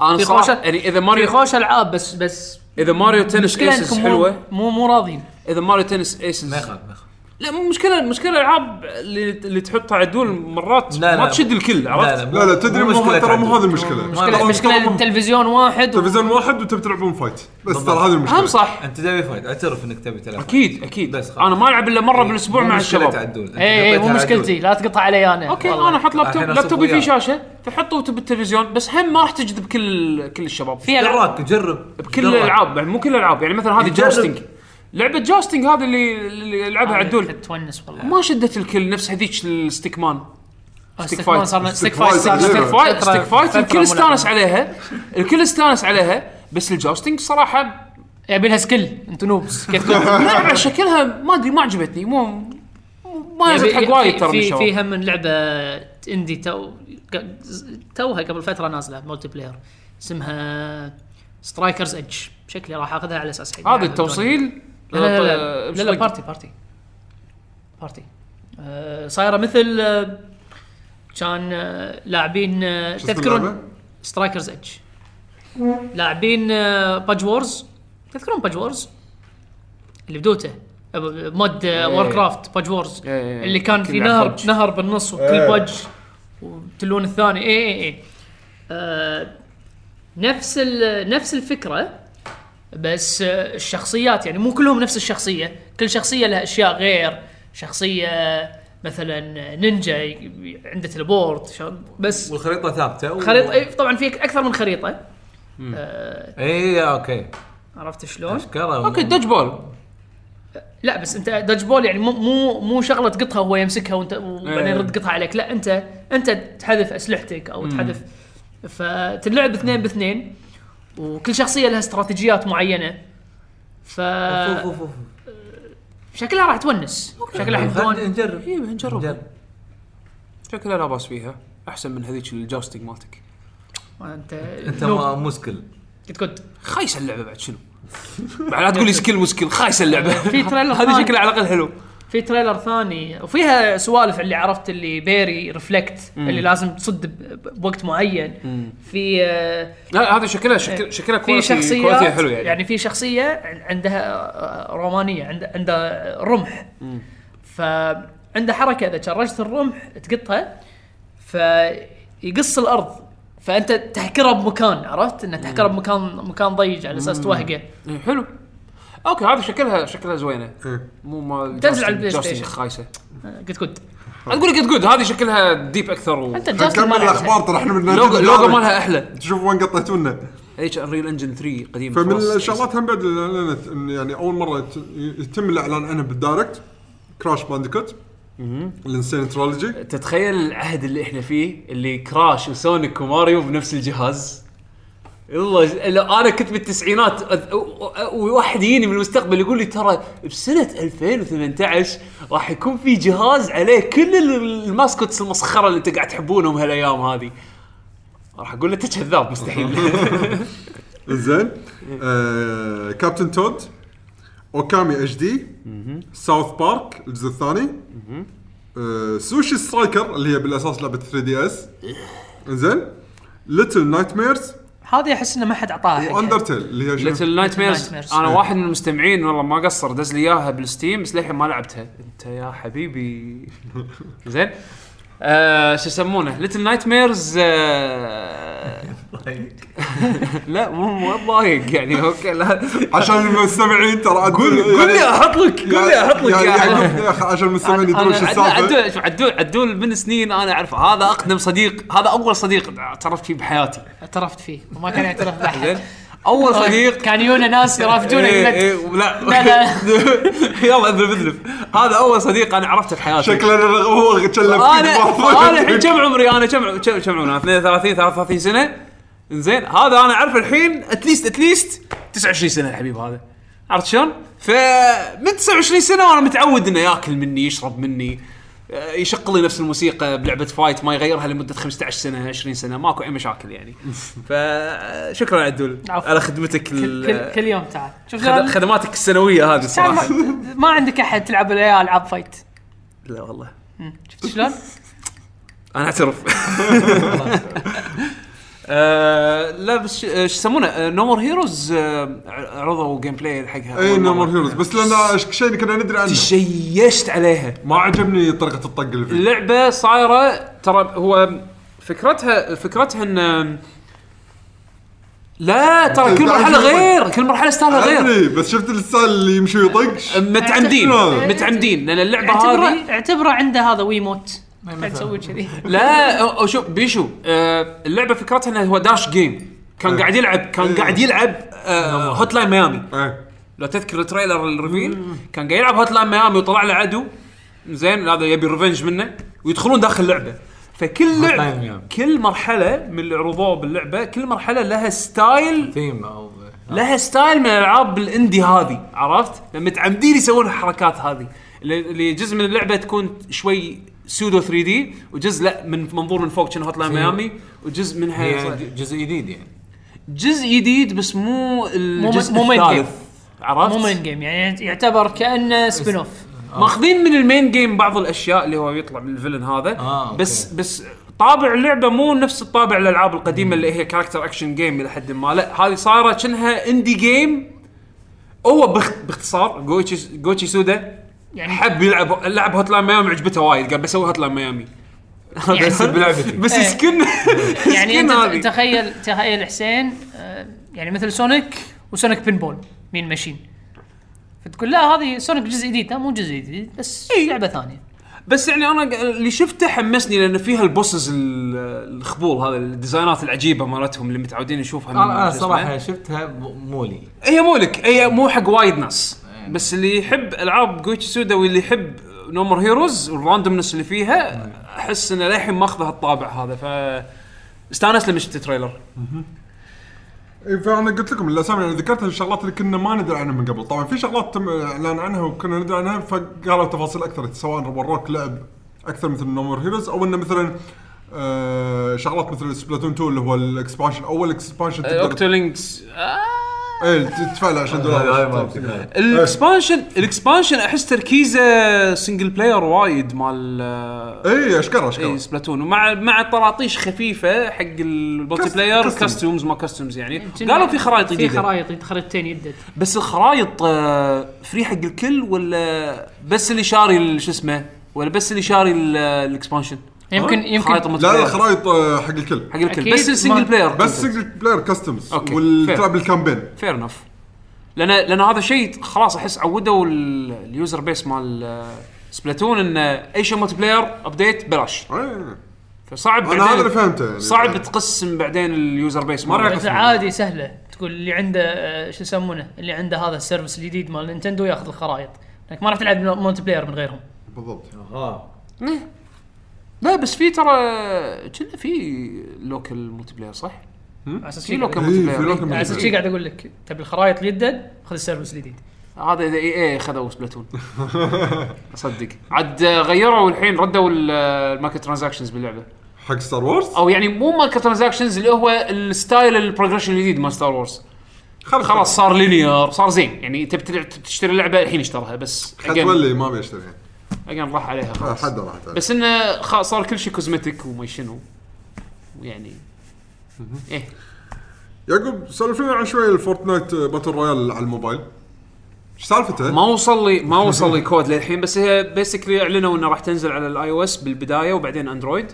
Speaker 1: انا
Speaker 4: في
Speaker 1: صراحه
Speaker 4: خوشة-
Speaker 1: يعني اذا
Speaker 4: في
Speaker 1: ماريو
Speaker 4: خوش العاب بس بس
Speaker 1: اذا ماريو تنس
Speaker 4: مشكلة
Speaker 1: ايسز
Speaker 4: انكم مو
Speaker 1: حلوه
Speaker 4: مو مو راضين
Speaker 1: اذا ماريو تنس
Speaker 7: ما
Speaker 1: ايسز
Speaker 7: يخاف ما يخاف
Speaker 1: لا مو مشكله المشكله الالعاب اللي اللي تحطها عدول مرات
Speaker 7: لا، لا.
Speaker 1: ما تشد الكل عرفت؟
Speaker 7: مو-
Speaker 2: لا لا تدري
Speaker 7: مو
Speaker 2: مو
Speaker 7: مشكلة
Speaker 2: ه- ترى مو
Speaker 7: عدل.
Speaker 2: هذه المشكله
Speaker 7: مشكلة-
Speaker 2: ترى-
Speaker 4: مشكله
Speaker 2: ترى-
Speaker 4: التلفزيون واحد و-
Speaker 2: تلفزيون واحد وتبي تلعبون فايت بس
Speaker 7: بالضبط.
Speaker 2: ترى هذه
Speaker 4: هم
Speaker 2: المشكله
Speaker 4: صح
Speaker 7: انت تبي فايت اعترف انك تبي تلعب
Speaker 1: اكيد اكيد
Speaker 7: بس
Speaker 1: بس
Speaker 7: خلاص.
Speaker 1: انا ما العب الا مره بالاسبوع
Speaker 7: مو
Speaker 1: مع
Speaker 7: مشكلة
Speaker 1: الشباب
Speaker 7: عدول أنت
Speaker 4: اي اي إيه، مو
Speaker 7: حطيتها عدول.
Speaker 4: مشكلتي لا تقطع علي انا
Speaker 1: اوكي
Speaker 4: والله.
Speaker 1: انا احط لابتوب
Speaker 7: الحين أصف
Speaker 1: لابتوبي فيه
Speaker 7: وياك.
Speaker 1: شاشه فحطه بالتلفزيون بس هم ما راح تجذب كل كل الشباب
Speaker 4: في العاب
Speaker 7: جرب تجرب
Speaker 1: بكل
Speaker 7: جرب.
Speaker 1: الالعاب يعني مو كل الالعاب يعني مثلا هذه
Speaker 7: يجرب.
Speaker 1: جوستنج لعبه جوستنج هذه اللي اللي
Speaker 4: آه،
Speaker 1: يلعبها عدول
Speaker 4: تونس والله
Speaker 1: ما شدت الكل نفس هذيك الستيك مان
Speaker 4: ستيك
Speaker 1: ستيك
Speaker 4: فايت
Speaker 1: فايت.
Speaker 4: صار
Speaker 2: ستيك
Speaker 4: ستيك فايت
Speaker 2: فايت
Speaker 4: صار
Speaker 2: غيره.
Speaker 1: ستيك فايت
Speaker 4: فترة-
Speaker 1: ستيك فايت
Speaker 4: فترة
Speaker 1: الكل
Speaker 4: ملعبة.
Speaker 1: استانس عليها الكل استانس عليها بس الجوستنج صراحه
Speaker 4: يبي لها سكيل انتوا نوبس كيف تقول؟
Speaker 1: <laughs>
Speaker 4: <coughs>
Speaker 1: لعبه شكلها ما ادري ما عجبتني مو مو- ما نزلت
Speaker 4: يبي-
Speaker 1: حق وايد
Speaker 4: يعني في-
Speaker 1: ترى من
Speaker 4: في
Speaker 1: الشباب.
Speaker 4: في هم من لعبه اندي تو توها قبل فتره نازله مولتي بلاير اسمها سترايكرز ايدج شكلي راح اخذها على اساس حق
Speaker 1: هذا التوصيل
Speaker 4: لا لا لا,
Speaker 1: آه،
Speaker 4: لا, لا بارتي بارتي بارتي آه، صايره مثل آه، كان آه، لاعبين آه،
Speaker 2: شو اسم
Speaker 4: تذكرون
Speaker 2: اللعبة؟
Speaker 4: سترايكرز ايدج لاعبين باج وورز تذكرون باج وورز اللي بدوته أب- مود آه، وور كرافت باج وورز
Speaker 1: إيه، إيه.
Speaker 4: اللي كان
Speaker 1: كل
Speaker 4: في
Speaker 1: يلعب
Speaker 4: نهر
Speaker 1: Pudge.
Speaker 4: نهر بالنص وكل
Speaker 2: إيه.
Speaker 4: بج وتلون الثاني اي اي اي آه، نفس ال- نفس الفكره بس آه، الشخصيات يعني مو كلهم نفس الشخصيه كل شخصيه لها اشياء غير شخصيه مثلا نينجا ي- ي- عنده تليبورت شلون- بس
Speaker 7: والخريطه ثابته و...
Speaker 4: خريطه إيه، طبعا في اكثر من خريطه
Speaker 7: اي اوكي
Speaker 4: عرفت شلون؟
Speaker 7: اشكره
Speaker 1: اوكي دج بول
Speaker 4: لا بس انت دج بول يعني مو مو مو شغله تقطها هو يمسكها وانت وبعدين
Speaker 1: إيه.
Speaker 4: يرد قطها عليك لا انت انت تحذف اسلحتك او تحذف فتلعب اثنين باثنين وكل شخصيه لها استراتيجيات معينه ف آه،
Speaker 7: فو- فو- فو- فو.
Speaker 4: شكلها راح تونس شكلها راح
Speaker 7: خلنا
Speaker 4: تونس
Speaker 7: إيه، نجرب
Speaker 1: اي إيه، نجرب
Speaker 7: نجرب
Speaker 1: شكلها لا باس فيها احسن من هذيك الجوستنج مالتك
Speaker 4: انت
Speaker 7: انت
Speaker 4: نوب.
Speaker 7: ما- مشكل
Speaker 4: كنت كنت
Speaker 1: خايسه اللعبه بعد شنو؟ بعد لا تقول لي سكيل وسكيل خايسه اللعبه
Speaker 4: في تريلر
Speaker 1: هذه
Speaker 4: ثاني.
Speaker 1: شكلها على الاقل حلو
Speaker 4: في تريلر ثاني وفيها سوالف اللي عرفت اللي بيري ريفلكت اللي لازم تصد ب- ب- بوقت معين في آه،
Speaker 1: لا هذا شكلها شكل شكلها
Speaker 4: إيه. في
Speaker 1: كواليتي
Speaker 4: شخصيات
Speaker 1: كواليتي حلو يعني,
Speaker 4: يعني في شخصيه عن- عندها آه، رومانيه عند- عندها رمح فعنده حركه اذا شرجت الرمح تقطها فيقص الارض فانت تحكرها بمكان عرفت انه تحكرها بمكان مكان ضيق على اساس توهقه
Speaker 1: إيه، حلو اوكي هذا شكلها شكلها زوينه
Speaker 2: إيه.
Speaker 1: مو مال
Speaker 4: تنزل على
Speaker 1: Justin-
Speaker 4: البلاي
Speaker 1: Justin
Speaker 4: ستيشن.
Speaker 1: خايسه
Speaker 4: آه، قد كنت
Speaker 1: اقول لك جود هذه شكلها ديب اكثر و...
Speaker 4: انت جاستن
Speaker 2: نكمل
Speaker 4: ما لعبتها.
Speaker 2: الاخبار ترى احنا من
Speaker 1: لوجو لوجو مالها احلى
Speaker 2: تشوف وين قطيتونا
Speaker 1: هيك انريل انجن 3 قديم
Speaker 2: فمن
Speaker 1: خلاص.
Speaker 2: الشغلات هم بعد اللي أعلنت إن يعني اول مره ت- يتم الاعلان عنها بالدايركت كراش بانديكوت الانسان ترولوجي
Speaker 1: تتخيل العهد اللي احنا فيه اللي كراش وسونيك وماريو بنفس الجهاز والله ج- لو انا كنت بالتسعينات أذ- و- و- وواحد يجيني من المستقبل يقول لي ترى بسنه 2018 راح يكون في جهاز عليه كل ال- الماسكوتس المسخره اللي انت قاعد تحبونهم هالايام هذه راح اقول له انت كذاب مستحيل
Speaker 2: زين آه، كابتن تود اوكامي اتش دي ساوث بارك الجزء الثاني آه، سوشي سترايكر اللي هي بالاساس لعبه 3 دي اس
Speaker 1: إيه.
Speaker 2: زين ليتل نايت ميرز
Speaker 4: هذه احس انه ما حد
Speaker 1: إيه،
Speaker 4: اعطاها حقها.
Speaker 2: واندرتيل اللي هي شنو؟
Speaker 1: ليتل نايت ميرز
Speaker 4: Nightmares.
Speaker 2: إيه.
Speaker 1: انا واحد من المستمعين والله ما قصر دز لي اياها بالستيم بس للحين ما لعبتها انت يا
Speaker 2: <laughs>
Speaker 1: حبيبي زين آه شو يسمونه ليتل نايت ميرز لا مو مو ضايق يعني اوكي لا
Speaker 2: عشان المستمعين ترى قول
Speaker 1: قول لي احط لك قول لي احط لك يا حبيبي.
Speaker 2: يا اخي عشان المستمعين
Speaker 1: أنا-
Speaker 2: يدرون شو
Speaker 1: أنا-
Speaker 2: السالفه
Speaker 1: عدول شوف، عدول عدول من سنين انا اعرفه هذا اقدم صديق هذا اول صديق اعترفت فيه بحياتي
Speaker 4: اعترفت فيه وما
Speaker 1: <laughs>
Speaker 4: كان يعترف
Speaker 1: زين
Speaker 4: <laughs> بأحد
Speaker 1: اول صديق
Speaker 4: كان يونا ناس يرافجونه
Speaker 1: إيه،
Speaker 4: يقول لك
Speaker 1: إيه، لا
Speaker 4: <laughs> لا.
Speaker 1: <laughs> يلا اذلف اذلف هذا اول صديق انا عرفته بحياتي
Speaker 2: شكله رغ- هو <laughs> كلم
Speaker 1: انا انا الحين كم عمري انا كم كم كم عمري أنا 32 33 سنه زين هذا انا اعرفه الحين اتليست اتليست 29 سنه الحبيب هذا عرفت شلون؟ فمن 29 سنه وانا متعود انه ياكل مني يشرب مني آه، يشق لي نفس الموسيقى بلعبه فايت ما يغيرها لمده 15 سنه 20 سنه ماكو اي مشاكل يعني فشكرا عدول
Speaker 4: عفو.
Speaker 1: على خدمتك
Speaker 4: كل,
Speaker 1: ال-
Speaker 4: كل, كل يوم تعال شوف
Speaker 1: خد-
Speaker 4: شلون؟
Speaker 1: خدماتك السنويه هذه
Speaker 4: تعال
Speaker 1: الصراحه
Speaker 4: ما- ما عندك احد تلعب وياه العاب فايت
Speaker 1: لا والله <laughs>
Speaker 4: شفت شلون؟
Speaker 1: انا اعترف <laughs> آه لا بس ش- آه، شو يسمونه نومور هيروز آه، عرضوا جيم بلاي حقها
Speaker 2: اي
Speaker 1: أول مرة.
Speaker 2: نمر هيروز بس لان شيء كنا ندري عنه
Speaker 1: تشيشت عليها
Speaker 2: ما عجبني طريقه الطق اللي فيه
Speaker 1: اللعبه صايره ترى هو فكرتها فكرتها ان لا ترى كل مرحله غير كل مرحله ستايلها غير
Speaker 2: ادري بس شفت الستايل اللي يمشي ويطقش
Speaker 1: متعمدين
Speaker 2: أعتبر-
Speaker 1: متعمدين لان اللعبه هذه
Speaker 4: اعتبره اعتبره عنده هذا ويموت قاعد تسوي
Speaker 1: <laughs>
Speaker 4: كذي
Speaker 1: لا أو- أو شوف بيشو آه، اللعبه فكرتها انه هو داش جيم كان قاعد يلعب كان
Speaker 2: إيه.
Speaker 1: قاعد يلعب آه، هوت لاين ميامي
Speaker 2: إيه.
Speaker 1: لو تذكر التريلر الريفيل كان قاعد يلعب هوت لاين ميامي وطلع له عدو زين هذا يبي ريفنج منه ويدخلون داخل اللعبه فكل
Speaker 7: Hotline
Speaker 1: لعبه
Speaker 7: Miami.
Speaker 1: كل مرحله من اللي عرضوه باللعبه كل مرحله لها ستايل
Speaker 7: ثيم او
Speaker 1: لها ستايل من الالعاب الاندي هذه عرفت؟ لما متعمدين يسوون الحركات هذه اللي- اللي جزء من اللعبه تكون شوي سودو 3 دي وجزء لا من منظور من فوق شنو هوت لاين
Speaker 7: في-
Speaker 1: ميامي وجزء منها
Speaker 7: هي ج- جزء جديد يعني
Speaker 1: جزء جديد بس مو الجزء
Speaker 4: مو main game.
Speaker 1: الثالث عرفت؟
Speaker 4: مو مين جيم يعني يعتبر كانه سبين اوف
Speaker 1: إيه. آه. ماخذين من المين جيم بعض الاشياء اللي هو يطلع من الفيلن هذا
Speaker 7: آه، أوكي.
Speaker 1: بس بس طابع اللعبه مو نفس الطابع الالعاب القديمه اللي هي كاركتر اكشن جيم الى حد ما لا هذه صايره شنها اندي جيم هو باخت- باختصار جوتشي جوتشي سودا يعني
Speaker 4: يعني-
Speaker 1: حب يلعب لعب هوت لاين ميامي عجبته وايد قال بسوي هوت لاين <laughs> ميامي بس
Speaker 4: <laughs>
Speaker 7: بلعبتي.
Speaker 1: بس
Speaker 4: يعني إيه.
Speaker 1: سكن
Speaker 4: يعني
Speaker 1: سكن هذه.
Speaker 4: انت تخيل تخيل حسين آه، يعني مثل سونيك وسونيك بينبول مين ماشين فتقول لا هذه سونيك جزء جديد لا مو جزء جديد بس
Speaker 1: إيه.
Speaker 4: لعبه ثانيه
Speaker 1: بس يعني انا ق- اللي شفته حمسني لان فيها البوسز ال- الخبول هذا الديزاينات العجيبه مالتهم اللي متعودين نشوفها من
Speaker 7: انا أنا
Speaker 1: شو اسمه.
Speaker 7: صراحه شفتها مو- مو لي
Speaker 1: هي مو لك هي مو حق وايد ناس بس اللي يحب العاب جوتشي سودا واللي يحب نومر هيروز والراندومنس اللي فيها احس انه للحين ماخذ هالطابع هذا ف استانس لما شفت التريلر
Speaker 2: إيه، فانا قلت لكم الاسامي انا ذكرت الشغلات اللي كنا ما ندري عنها من قبل طبعا في شغلات تم اعلان عنها وكنا ندري عنها فقالوا تفاصيل اكثر سواء وروك لعب اكثر مثل نومر هيروز او انه مثلا آه شغلات مثل سبلاتون 2 اللي هو الاكسبانشن اول اكسبانشن
Speaker 1: إيه،
Speaker 2: تقدر إيه.
Speaker 1: اوكتولينكس
Speaker 2: ايه تدفع له 20 دولار
Speaker 1: الاكسبانشن الاكسبانشن احس تركيزه سنجل بلاير وايد مال
Speaker 2: اي اشكره اشكره
Speaker 1: اي سبلاتون ومع مع طراطيش خفيفه حق الملتي
Speaker 2: Custom-
Speaker 1: بلاير
Speaker 2: custom. إيه،
Speaker 1: كاستومز ما كاستومز يعني قالوا في خرائط
Speaker 4: في
Speaker 1: جديده
Speaker 4: خرائط خريطتين يدد
Speaker 1: بس الخرائط آه، فري حق الكل ولا بس اللي شاري ال- شو اسمه ولا بس اللي شاري ال- الاكسبانشن
Speaker 4: يمكن
Speaker 1: خرائط
Speaker 4: يمكن
Speaker 1: الملتي
Speaker 2: لا لا
Speaker 1: بلاير.
Speaker 2: خرائط آه، حق الكل
Speaker 1: حق الكل
Speaker 4: أكيد
Speaker 1: بس السنجل
Speaker 4: ما-
Speaker 1: بلاير
Speaker 2: بس سنجل بلاير كاستمز
Speaker 1: أوكي، fair.
Speaker 2: والتلعب الكامبين
Speaker 1: فير انف لان لان هذا شيء خلاص احس عودوا ال- اليوزر بيس مال آه، سبلاتون ان آه، اي شيء ملتي بلاير ابديت بلاش
Speaker 2: إيه.
Speaker 1: فصعب
Speaker 2: انا هذا اللي
Speaker 1: بعدين
Speaker 2: فهمته يعني
Speaker 1: صعب تقسم بعدين اليوزر بيس مره
Speaker 4: بس عادي سهله تقول اللي عنده آه، شو يسمونه اللي عنده هذا السيرفس الجديد مال نينتندو ياخذ الخرائط لانك ما راح تلعب مونتي بلاير من غيرهم
Speaker 2: بالضبط
Speaker 1: إيه،
Speaker 7: اه
Speaker 1: لا بس في ترى كنا في لوكال ملتي بلاير صح؟
Speaker 4: على اساس
Speaker 1: في
Speaker 4: شي
Speaker 1: لوكال
Speaker 4: قاعد-
Speaker 2: إيه،
Speaker 1: ملتي
Speaker 2: في
Speaker 1: بلاير
Speaker 2: لوكال
Speaker 1: إيه.
Speaker 4: على اساس شي قاعد اقول لك تبي الخرائط اللي يدد خذ السيرفس الجديد
Speaker 1: هذا اذا اي اي خذوا سبلاتون اصدق عاد غيروا الحين ردوا ال- الماركت ترانزاكشنز باللعبه
Speaker 2: حق ستار وورز
Speaker 1: او يعني مو ماركت ترانزاكشنز اللي هو الستايل البروجريشن الجديد مال ستار وورز خلاص صار لينير صار زين يعني تبي تلع- تشتري اللعبه الحين اشترها بس
Speaker 2: حتولي ما بيشتري
Speaker 1: اجين راح عليها
Speaker 2: آه،
Speaker 1: خلاص
Speaker 2: حد راحت عليه.
Speaker 1: بس انه خ- صار كل شيء كوزمتيك وما شنو يعني ويعني ايه
Speaker 2: يعقوب سولفنا عن شوي الفورتنايت باتل رويال على الموبايل ايش سالفته؟
Speaker 1: ما وصل لي ما وصل لي كود للحين بس هي بيسكلي اعلنوا انه راح تنزل على الاي او اس بالبدايه وبعدين اندرويد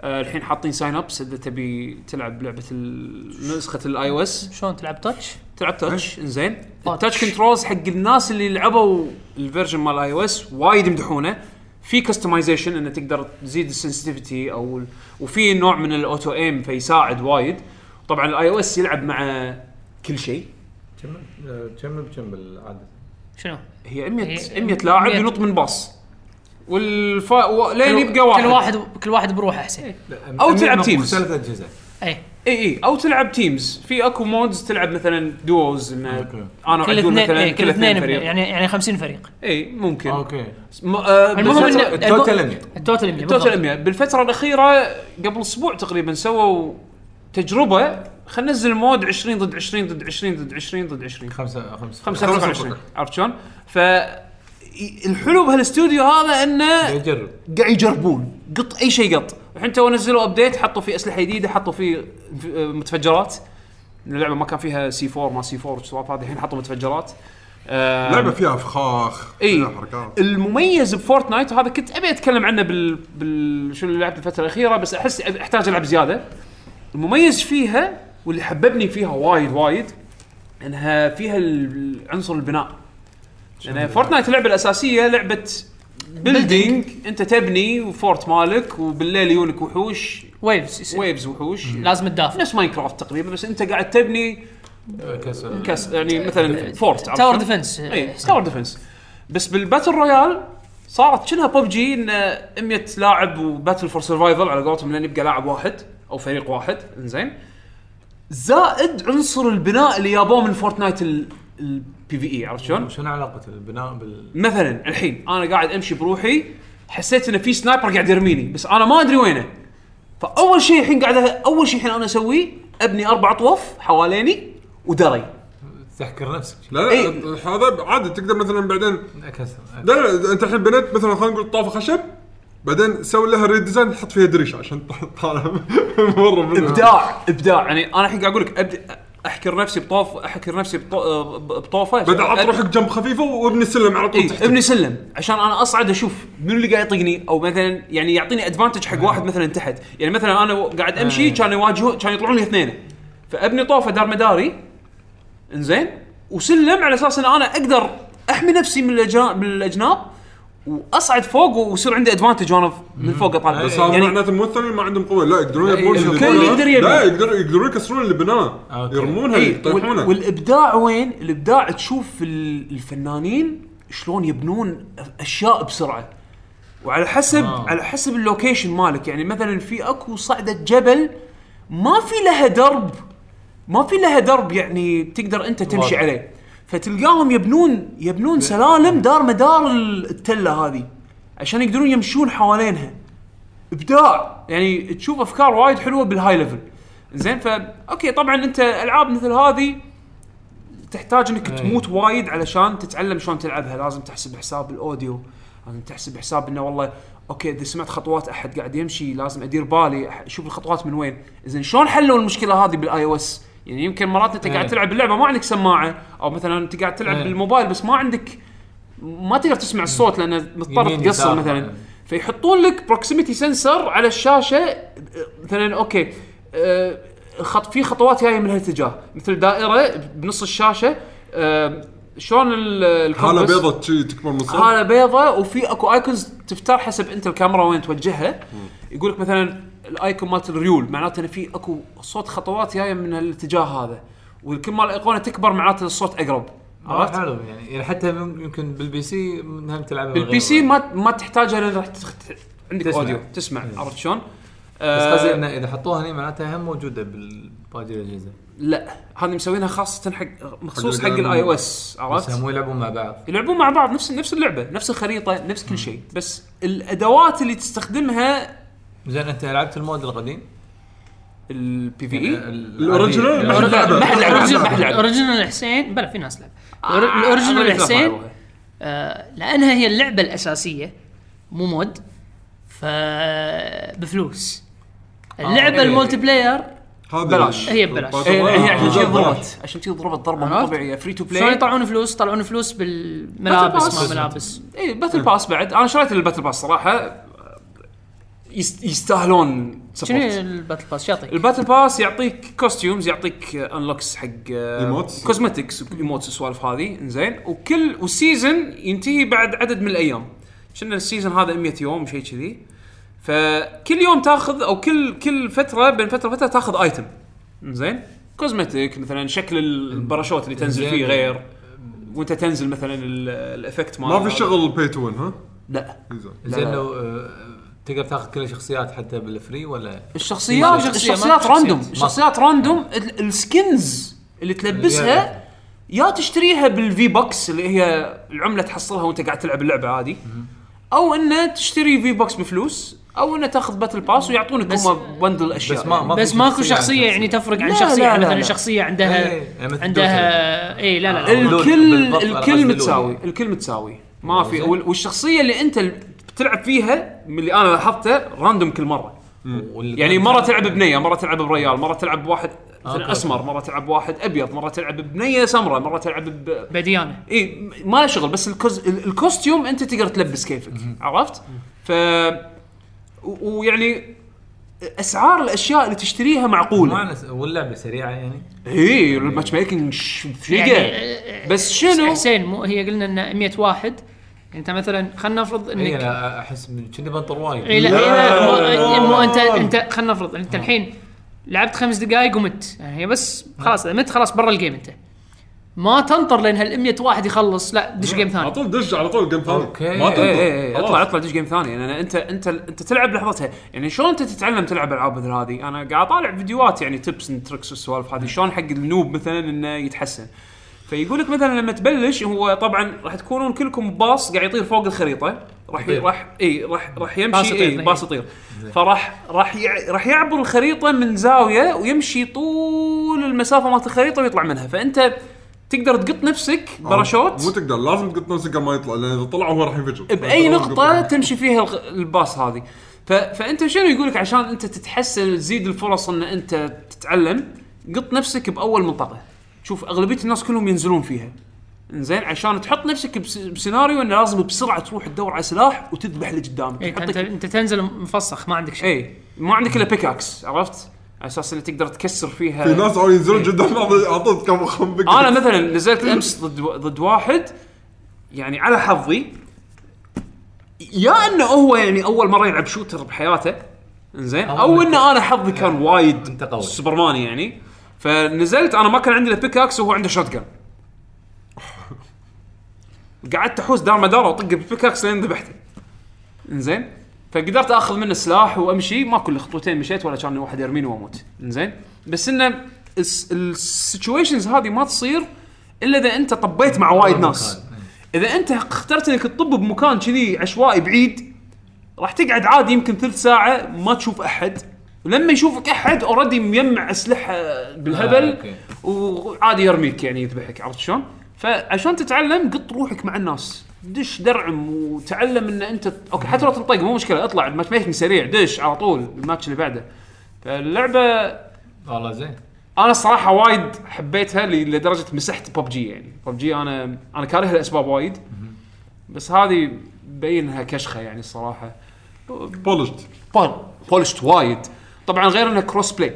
Speaker 1: آه الحين حاطين ساين ابس اذا تبي تلعب لعبه ال- نسخه الاي او اس
Speaker 4: شلون تلعب تاتش؟
Speaker 1: تلعب تاتش انزين
Speaker 4: تاتش.
Speaker 1: التاتش كنترولز حق الناس اللي لعبوا الفيرجن مال اي او اس وايد يمدحونه في كستمايزيشن انه تقدر تزيد السنسitivityي او ال- وفي نوع من الاوتو ايم فيساعد وايد طبعا الاي او اس يلعب مع كل شيء
Speaker 7: كم آه، كم بكم بالعاده؟
Speaker 4: شنو؟
Speaker 1: هي 100
Speaker 4: هي
Speaker 1: 100 لاعب
Speaker 4: 100
Speaker 1: ينط من باص والفا و... لين
Speaker 4: كل-
Speaker 1: يعني يبقى واحد إيه.
Speaker 4: كل واحد كل واحد بروحه إيه. حسين
Speaker 1: أو
Speaker 7: أمير
Speaker 1: تلعب
Speaker 7: من
Speaker 1: تيمز.
Speaker 7: مختلف الاجهزه
Speaker 4: اي
Speaker 1: اي اي او تلعب تيمز في اكو مودز تلعب مثلا دوز انه
Speaker 7: أوكي.
Speaker 1: انا
Speaker 4: كل
Speaker 1: وعدول
Speaker 4: اثنين
Speaker 1: مثلا
Speaker 4: إيه،
Speaker 1: كل اثنين فريق
Speaker 4: يعني يعني 50 فريق
Speaker 1: اي ممكن
Speaker 7: اوكي
Speaker 1: م- آه،
Speaker 4: المهم
Speaker 1: بالفترة-
Speaker 4: إنه-
Speaker 7: التوتال 100
Speaker 4: التوتال 100
Speaker 1: توتال 100 بالفتره الاخيره قبل اسبوع تقريبا سووا تجربه خلينا ننزل مود 20 ضد 20 ضد 20 ضد 20 ضد 20
Speaker 7: خمسة خمسة
Speaker 1: 25 عرفت شلون؟ ف ي- الحلو بهالاستوديو هذا انه
Speaker 7: يجرب
Speaker 1: قاعد يجربون قط اي شيء قط الحين تو نزلوا ابديت حطوا فيه اسلحه جديده حطوا فيه ف- آه، متفجرات اللعبه ما كان فيها سي 4 ما سي 4 والسوالف هذه الحين حطوا متفجرات آه،
Speaker 2: لعبه فيها فخاخ
Speaker 1: اي
Speaker 2: فيها
Speaker 1: إيه.
Speaker 2: حركات
Speaker 1: المميز بفورتنايت وهذا كنت ابي اتكلم عنه بال, بال... شو اللي لعبت الفتره الاخيره بس احس أب- احتاج العب زياده المميز فيها واللي حببني فيها وايد وايد انها فيها ال- عنصر البناء لان فورتنايت اللعبه الاساسيه لعبه بيلدينج انت تبني وفورت مالك وبالليل يونك وحوش
Speaker 4: ويفز يصير
Speaker 1: ويفز وحوش
Speaker 4: لازم تدافع
Speaker 1: نفس ماينكرافت تقريبا بس انت قاعد تبني
Speaker 7: آه، كسر
Speaker 1: كاس يعني مثلا فورت عرفت
Speaker 4: تاور
Speaker 1: شلون؟
Speaker 4: ديفنس
Speaker 1: اي تاور ديفنس إيه، بس بالباتل رويال صارت شنها ببجي ان 100 لاعب وباتل فور سرفايفل على قولتهم لان يبقى لاعب واحد او فريق واحد انزين زائد عنصر البناء اللي جابوه من فورتنايت البي في اي E، عرفت شلون؟
Speaker 7: شنو علاقه البناء بال
Speaker 1: مثلا الحين انا قاعد امشي بروحي حسيت ان في سنايبر قاعد يرميني بس انا ما ادري وينه فاول شيء الحين قاعد أ- اول شيء الحين انا اسويه ابني اربع طوف حواليني ودري
Speaker 7: تحكر نفسك
Speaker 2: لا
Speaker 1: إي.
Speaker 2: لا هذا عادي تقدر مثلا بعدين
Speaker 7: كسر
Speaker 2: لا لا انت الحين بنيت مثلا خلينا نقول طافه خشب بعدين سوي لها ريديزاين حط فيها دريش عشان ط- <laughs> طالع مره منها
Speaker 1: ابداع ابداع يعني انا الحين قاعد اقول لك أبد... احكر نفسي بطوف احكر نفسي بطو... بطوفه
Speaker 2: بعدين حط روحك جنب خفيفه وابني السلم على طول
Speaker 1: إيه
Speaker 2: تحت
Speaker 1: ابني سلم عشان انا اصعد اشوف منو اللي قاعد يطقني او مثلا يعني يعطيني ادفانتج حق واحد مثلا تحت يعني مثلا انا قاعد امشي كان يواجهون كان يطلعون لي اثنين فابني طوفه دار مداري انزين وسلم على اساس ان انا اقدر احمي نفسي من الأجنا- من الاجناب واصعد فوق ويصير عندي ادفانتج وانا من فوق يعني اطالع
Speaker 2: بس هذا معناته مو الثانيين ما عندهم قوه لا يقدرون يبون
Speaker 1: الكل
Speaker 2: اللي
Speaker 1: إيه، يقدر
Speaker 2: يبونه.
Speaker 1: يبني.
Speaker 2: لا يقدرون يقدرون يكسرون البناء
Speaker 7: أوكي.
Speaker 2: يرمونها
Speaker 1: إيه، وال-
Speaker 2: يطيحونها
Speaker 1: والابداع وين؟ الابداع تشوف ال- الفنانين شلون يبنون اشياء بسرعه وعلى حسب آه. على حسب اللوكيشن مالك يعني مثلا في اكو صعده جبل ما في لها درب ما في لها درب يعني تقدر انت تمشي
Speaker 7: واضح.
Speaker 1: عليه فتلقاهم يبنون يبنون سلالم دار مدار ال- التله هذه عشان يقدرون يمشون حوالينها ابداع يعني تشوف افكار وايد حلوه بالهاي ليفل زين فا اوكي طبعا انت العاب مثل هذه تحتاج انك
Speaker 7: إيه.
Speaker 1: تموت وايد علشان تتعلم شلون تلعبها لازم تحسب حساب الاوديو لازم تحسب حساب انه والله اوكي اذا سمعت خطوات احد قاعد يمشي لازم ادير بالي أح- اشوف الخطوات من وين زين شلون حلوا المشكله هذه بالاي او اس يعني يمكن مرات انت قاعد
Speaker 7: إيه.
Speaker 1: تلعب اللعبه ما عندك سماعه او مثلا انت قاعد تلعب
Speaker 7: إيه.
Speaker 1: بالموبايل بس ما عندك ما تقدر تسمع الصوت لانه مضطر
Speaker 7: يمين
Speaker 1: تقصر
Speaker 7: يسار.
Speaker 1: مثلا فيحطون لك بروكسيميتي سنسر على الشاشه مثلا اوكي آه، خط في خطوات جايه من هالاتجاه مثل دائره بنص الشاشه آه، شلون ال-
Speaker 2: حاله
Speaker 1: الكومبس؟
Speaker 2: بيضة شي تكبر من الصوت.
Speaker 1: هاله بيضة وفي اكو ايكونز تفتر حسب انت الكاميرا وين توجهها يقول لك مثلا الايكون مالت الريول معناته انه في اكو صوت خطوات جايه من الاتجاه هذا والكل مال الايقونه تكبر معناته الصوت اقرب عرفت؟
Speaker 7: حلو يعني يعني حتى يمكن بالبي سي من هم تلعبها من
Speaker 1: بالبي
Speaker 7: غير
Speaker 1: سي ما ما تحتاجها لان راح تخ... عندك
Speaker 7: تسمع. إيه.
Speaker 1: اوديو تسمع عرفت شلون؟
Speaker 7: بس
Speaker 1: آه،
Speaker 7: قصدي انه اذا حطوها هني معناتها هم موجوده بالباقي الاجهزه
Speaker 1: لا هذه مسوينها خاصه حق مخصوص
Speaker 2: حق
Speaker 1: حق
Speaker 2: الجيمنج.
Speaker 1: الاي او اس
Speaker 7: بس
Speaker 1: عرفت؟
Speaker 7: هم يلعبون مع بعض
Speaker 1: يلعبون مع بعض نفس نفس اللعبه نفس الخريطه نفس كل شيء بس الادوات اللي تستخدمها
Speaker 7: زين انت لعبت المود القديم؟ يعني
Speaker 1: البي في إيه؟ اي إيه،
Speaker 2: الأوريجينال؟
Speaker 7: العادية.
Speaker 2: لا، لا،
Speaker 1: ما حد لعبها، ما حد آه، لعبها.
Speaker 4: اوريجينال حسين بلا في ناس لعب الاوريجينال حسين آه، لانها هي اللعبه الاساسيه مو مود فبفلوس اللعبه
Speaker 1: آه،
Speaker 7: إيه.
Speaker 4: المولتي بلاير
Speaker 2: هذه
Speaker 1: بلاش.
Speaker 4: هي ببلاش.
Speaker 2: الباطل.
Speaker 1: إيه، هي عشان كذي
Speaker 2: بلاش.
Speaker 1: ضربت عشان كذي ضربت ضربه مو
Speaker 4: آه، عرفت؟
Speaker 1: طبيعيه فري تو
Speaker 4: شلون
Speaker 1: بلاي
Speaker 4: يطلعون فلوس يطلعون فلوس بالملابس
Speaker 1: باتل
Speaker 4: ما ملابس
Speaker 1: اي باتل باس إيه، بعد انا شريت الباتل باس صراحه يست- يستاهلون
Speaker 4: شنو
Speaker 1: سبورت
Speaker 4: الباتل باس يعطيك
Speaker 1: الباتل باس يعطيك كوستيومز يعطيك انلوكس حق آه،
Speaker 2: Emotes.
Speaker 1: كوزمتكس ايموتس والسوالف هذه انزين وكل والسيزون ينتهي بعد عدد من الايام كنا السيزون هذا 100 يوم شيء كذي فكل يوم تاخذ او كل كل فتره بين فتره وفتره تاخذ ايتم انزين كوزمتيك مثلا شكل الباراشوت اللي تنزل فيه
Speaker 7: إنزين.
Speaker 1: غير وانت تنزل مثلا ال- الافكت مال
Speaker 2: ما في شغل بي تو ها؟
Speaker 1: لا
Speaker 2: زين.
Speaker 7: زين لو آه، تقدر تاخذ كل الشخصيات حتى بالفري ولا
Speaker 1: الشخصيات
Speaker 4: شخصية، ما في
Speaker 1: الشخصيات
Speaker 4: شخصية.
Speaker 1: راندوم الشخصيات راندوم ال- السكنز اللي تلبسها يا تشتريها بالفي بوكس اللي هي العمله تحصلها وانت قاعد تلعب اللعبه عادي او انه تشتري في بوكس بفلوس او انه تاخذ باتل باس ويعطونك
Speaker 4: بس-
Speaker 1: هم بندل اشياء
Speaker 7: بس ما ما في
Speaker 4: بس ماكو
Speaker 7: شخصية
Speaker 4: شخصيه يعني
Speaker 7: تنزل.
Speaker 4: تفرق عن
Speaker 1: لا،
Speaker 4: شخصيه
Speaker 1: لا،
Speaker 4: يعني
Speaker 1: لا،
Speaker 4: مثلا
Speaker 1: لا.
Speaker 4: شخصيه عندها
Speaker 7: إيه، مثل
Speaker 4: عندها اي لا لا لا
Speaker 7: ال-
Speaker 1: الكل
Speaker 7: بالضبط،
Speaker 1: الكل
Speaker 7: قصدي
Speaker 1: متساوي
Speaker 7: لون.
Speaker 1: الكل متساوي ما في وال- والشخصيه اللي انت ال- بتلعب فيها من اللي انا لاحظته راندوم كل مره
Speaker 7: واللي
Speaker 1: يعني
Speaker 7: طق-
Speaker 1: مره تلعب بنيه مره تلعب بريال مره تلعب واحد
Speaker 7: أوكي.
Speaker 1: مثلا اسمر مره تلعب واحد ابيض مره تلعب بنيه سمراء مره تلعب ب...
Speaker 4: بديانه
Speaker 1: اي ما له شغل بس الكوز... ال- الكوستيوم انت تقدر تلبس كيفك عرفت؟ ف و- ويعني اسعار الاشياء اللي تشتريها معقوله
Speaker 7: ما أنا- واللعبه سريعه يعني
Speaker 1: اي الماتش ميكنج ش-
Speaker 4: يعني-
Speaker 1: شقه بس شنو
Speaker 4: حسين مو هي قلنا ان 100 واحد انت مثلا خلينا نفرض
Speaker 7: اي
Speaker 4: انك
Speaker 7: انا احس من كني بنطر
Speaker 4: اي
Speaker 7: وايد
Speaker 4: إيه. لا,
Speaker 2: لا،
Speaker 4: إي لا مو, مو انت
Speaker 2: لا.
Speaker 4: انت خلينا نفرض انت الحين لعبت خمس دقائق ومت يعني هي بس خلاص اذا مت خلاص برا الجيم انت ما تنطر لين هال 100 واحد يخلص لا دش جيم
Speaker 2: على
Speaker 4: ثاني
Speaker 2: طول دش على طول جيم ثاني
Speaker 7: أوكي.
Speaker 1: اي اي
Speaker 2: ما
Speaker 1: اي
Speaker 2: خلاص.
Speaker 1: إيه، اطلع اطلع دش جيم ثاني يعني لان انت انت انت تلعب لحظتها يعني شلون انت تتعلم تلعب العاب مثل هذه انا قاعد اطالع فيديوهات يعني تبس اند تريكس والسوالف هذه شلون حق النوب مثلا انه يتحسن فيقول لك مثلا لما تبلش هو طبعا راح تكونون كلكم باص قاعد يطير فوق الخريطه راح
Speaker 7: يطير.
Speaker 1: راح اي راح راح
Speaker 4: باص
Speaker 1: يمشي
Speaker 4: يطير،
Speaker 1: اي
Speaker 4: إي.
Speaker 1: باص يطير فراح راح يع- راح يعبر الخريطه من زاويه ويمشي طول المسافه مالت الخريطه ويطلع منها فانت تقدر تقط نفسك باراشوت
Speaker 2: آه، مو تقدر لازم تقط نفسك قبل ما يطلع لان اذا طلع هو راح ينفجر
Speaker 1: باي
Speaker 2: فأنت لازم
Speaker 1: نقطه
Speaker 2: تقط.
Speaker 1: تمشي فيها الغ- الباص هذه ف... فانت شنو يقولك عشان انت تتحسن تزيد الفرص ان انت تتعلم قط نفسك باول منطقه شوف اغلبيه الناس كلهم ينزلون فيها زين عشان تحط نفسك بس... بسيناريو انه لازم بسرعه تروح تدور على سلاح وتذبح اللي قدامك
Speaker 4: إي، انت
Speaker 1: يحطك-
Speaker 4: انت إيه، تنزل مفسخ ما عندك شيء
Speaker 1: اي ما عندك الا بيكاكس عرفت على اساس انه تقدر تكسر فيها
Speaker 2: في ناس أو ينزلون قدام بعض اعطوك كم خنبك
Speaker 1: انا مثلا نزلت امس ضد ضد واحد يعني على حظي يا انه هو يعني اول مره يلعب شوتر بحياته زين او انه انا حظي كان وايد
Speaker 7: أنت قوي.
Speaker 1: سوبرماني يعني فنزلت انا ما كان عندي الا بيك اكس وهو عنده شوت
Speaker 7: <laughs>
Speaker 1: جان قعدت احوس دار ما دار واطق بالبيك اكس لين ذبحته زين فقدرت اخذ منه سلاح وامشي ما كل خطوتين مشيت ولا كان واحد يرميني واموت زين بس انه السيتويشنز هذه ما تصير الا اذا انت طبيت مع وايد ناس
Speaker 7: آه،
Speaker 1: اذا انت اخترت انك تطب بمكان كذي عشوائي بعيد راح تقعد عادي يمكن ثلث ساعه ما تشوف احد ولما يشوفك احد اوريدي مجمع اسلحه
Speaker 7: آه،
Speaker 1: بالهبل
Speaker 7: أوكي.
Speaker 1: وعادي يرميك يعني يذبحك عرفت شلون؟ فعشان تتعلم قط روحك مع الناس دش درعم وتعلم ان انت اوكي حتى لو تنطق مو مشكله اطلع الماتش ميكنج سريع دش على طول الماتش اللي بعده فاللعبه
Speaker 7: والله زين
Speaker 1: انا الصراحه وايد حبيتها ل- لدرجه مسحت ببجي يعني ببجي انا انا كارهها لاسباب وايد بس هذه بينها كشخه يعني الصراحه
Speaker 2: بولشت
Speaker 1: بولشت وايد طبعا غير انها كروس بلاي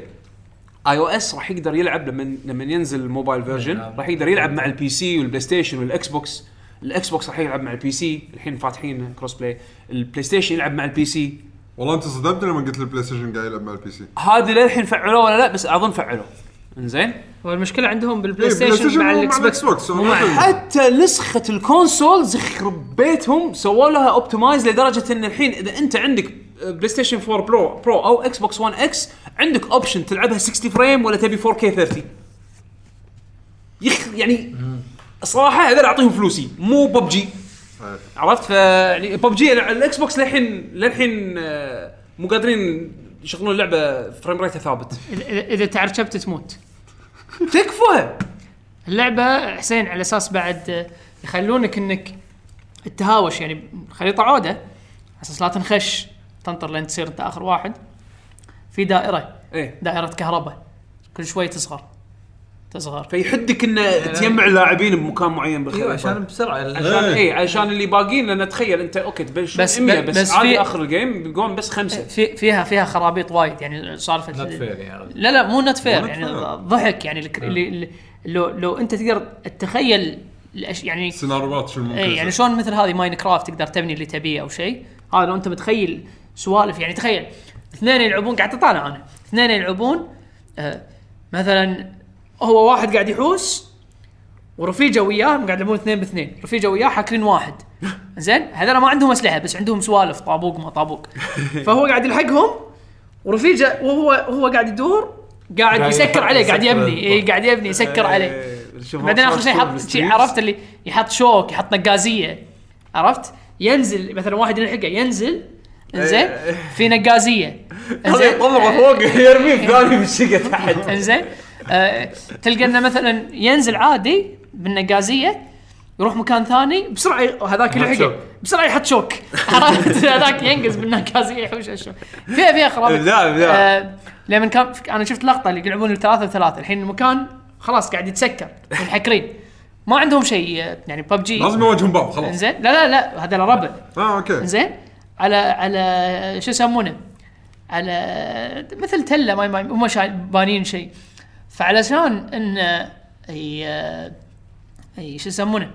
Speaker 1: اي او اس راح يقدر يلعب لما لما ينزل الموبايل فيرجن راح يقدر يلعب مع البي سي والبلاي ستيشن والاكس بوكس الاكس بوكس راح يلعب مع البي سي الحين فاتحين كروس بلاي البلاي ستيشن يلعب مع البي سي
Speaker 2: والله انت صدمتني لما قلت البلاي ستيشن قاعد يلعب مع البي سي
Speaker 1: هذه للحين فعلوه ولا لا بس اظن فعلوه انزين
Speaker 4: والمشكله عندهم بالبلاي
Speaker 2: إيه، بلاي
Speaker 4: ستيشن مع
Speaker 2: مو
Speaker 4: الاكس بوكس
Speaker 2: مو مع
Speaker 1: حتى نسخه الكونسولز يخرب بيتهم سووا لها اوبتمايز لدرجه ان الحين اذا انت عندك بلاي ستيشن 4 برو برو او اكس بوكس 1 اكس عندك اوبشن تلعبها 60 فريم ولا تبي 4 كي 30 يخ يعني صراحه هذول اعطيهم فلوسي مو ببجي
Speaker 2: أيه.
Speaker 1: عرفت ف يعني ببجي الاكس بوكس للحين للحين آه، مو قادرين يشغلون اللعبه فريم ريتها ثابت
Speaker 4: اذا إذا تعرشبت تموت
Speaker 1: تكفى
Speaker 4: اللعبه حسين على اساس بعد آه، يخلونك انك التهاوش يعني خريطه عوده على اساس لا تنخش تنطر لين تصير انت اخر واحد في دائره
Speaker 1: ايه
Speaker 4: دائره كهرباء كل شوي تصغر تصغر
Speaker 1: فيحدك انه تجمع اللاعبين بمكان معين
Speaker 7: ايوه
Speaker 1: بالخريطه
Speaker 7: عشان بسرعه ال-
Speaker 1: أيوة، عشان اي عشان اللي باقيين لان تخيل انت اوكي تبلش
Speaker 4: بس-
Speaker 1: بس 100
Speaker 4: بس-
Speaker 1: بس,
Speaker 4: بس
Speaker 1: بس
Speaker 4: في-
Speaker 1: عادي اخر الجيم بيقون بس خمسه
Speaker 4: في فيها فيها خرابيط وايد يعني سالفه
Speaker 7: not fair يا رجل.
Speaker 4: لا لا مو نت فير يعني
Speaker 2: fair.
Speaker 4: ضحك يعني الك- اللي اللي- لو لو انت تقدر تتخيل الأش- يعني
Speaker 2: سيناريوهات شو الممكن
Speaker 4: اي يعني شلون مثل هذه ماين كرافت تقدر تبني اللي تبيه او شيء هذا لو انت متخيل سوالف يعني تخيل اثنين يلعبون قاعد تطالع انا اثنين يلعبون آه مثلا هو واحد قاعد يحوس ورفيجه وياه هم قاعد يلعبون اثنين باثنين رفيجه وياه حاكلين واحد زين هذول ما عندهم اسلحه بس عندهم سوالف طابوق ما طابوق فهو قاعد يلحقهم ورفيجه وهو هو قاعد يدور قاعد
Speaker 7: قاعد
Speaker 4: يسكر عليه قاعد
Speaker 7: يسكر
Speaker 4: يبني إي، قاعد يبني يسكر
Speaker 1: إيه،
Speaker 4: عليه بعدين اخر شيء حط شيء عرفت اللي يحط شوك يحط نقازيه عرفت ينزل مثلا واحد يلحقه ينزل انزين في إيه. نقازيه انزين
Speaker 1: فوق طيب، يرميه بثاني بالشقه
Speaker 4: <laughs>
Speaker 1: تحت
Speaker 4: انزين آه، تلقى انه مثلا ينزل عادي بالنقازيه يروح مكان ثاني بسرعه ي- هذاك
Speaker 7: يحط
Speaker 4: يلحق
Speaker 7: شوك.
Speaker 4: بسرعه يحط شوك <laughs> عرفت هذاك ينقز بالنكاز يحوش الشوك فيها فيها خرابيط
Speaker 7: ابداع ابداع
Speaker 4: آه، لما كان انا شفت لقطه اللي يلعبون الثلاثه ثلاثه الحين المكان خلاص قاعد يتسكر منحكرين ما عندهم شيء آه، يعني ببجي
Speaker 2: لازم يواجهون بعض خلاص
Speaker 4: زين لا لا لا هذا ربع
Speaker 2: اه اوكي
Speaker 4: زين على على شو يسمونه على مثل تله ما ما هم شايل- بانين شيء فعلشان ان اي اي شو يسمونه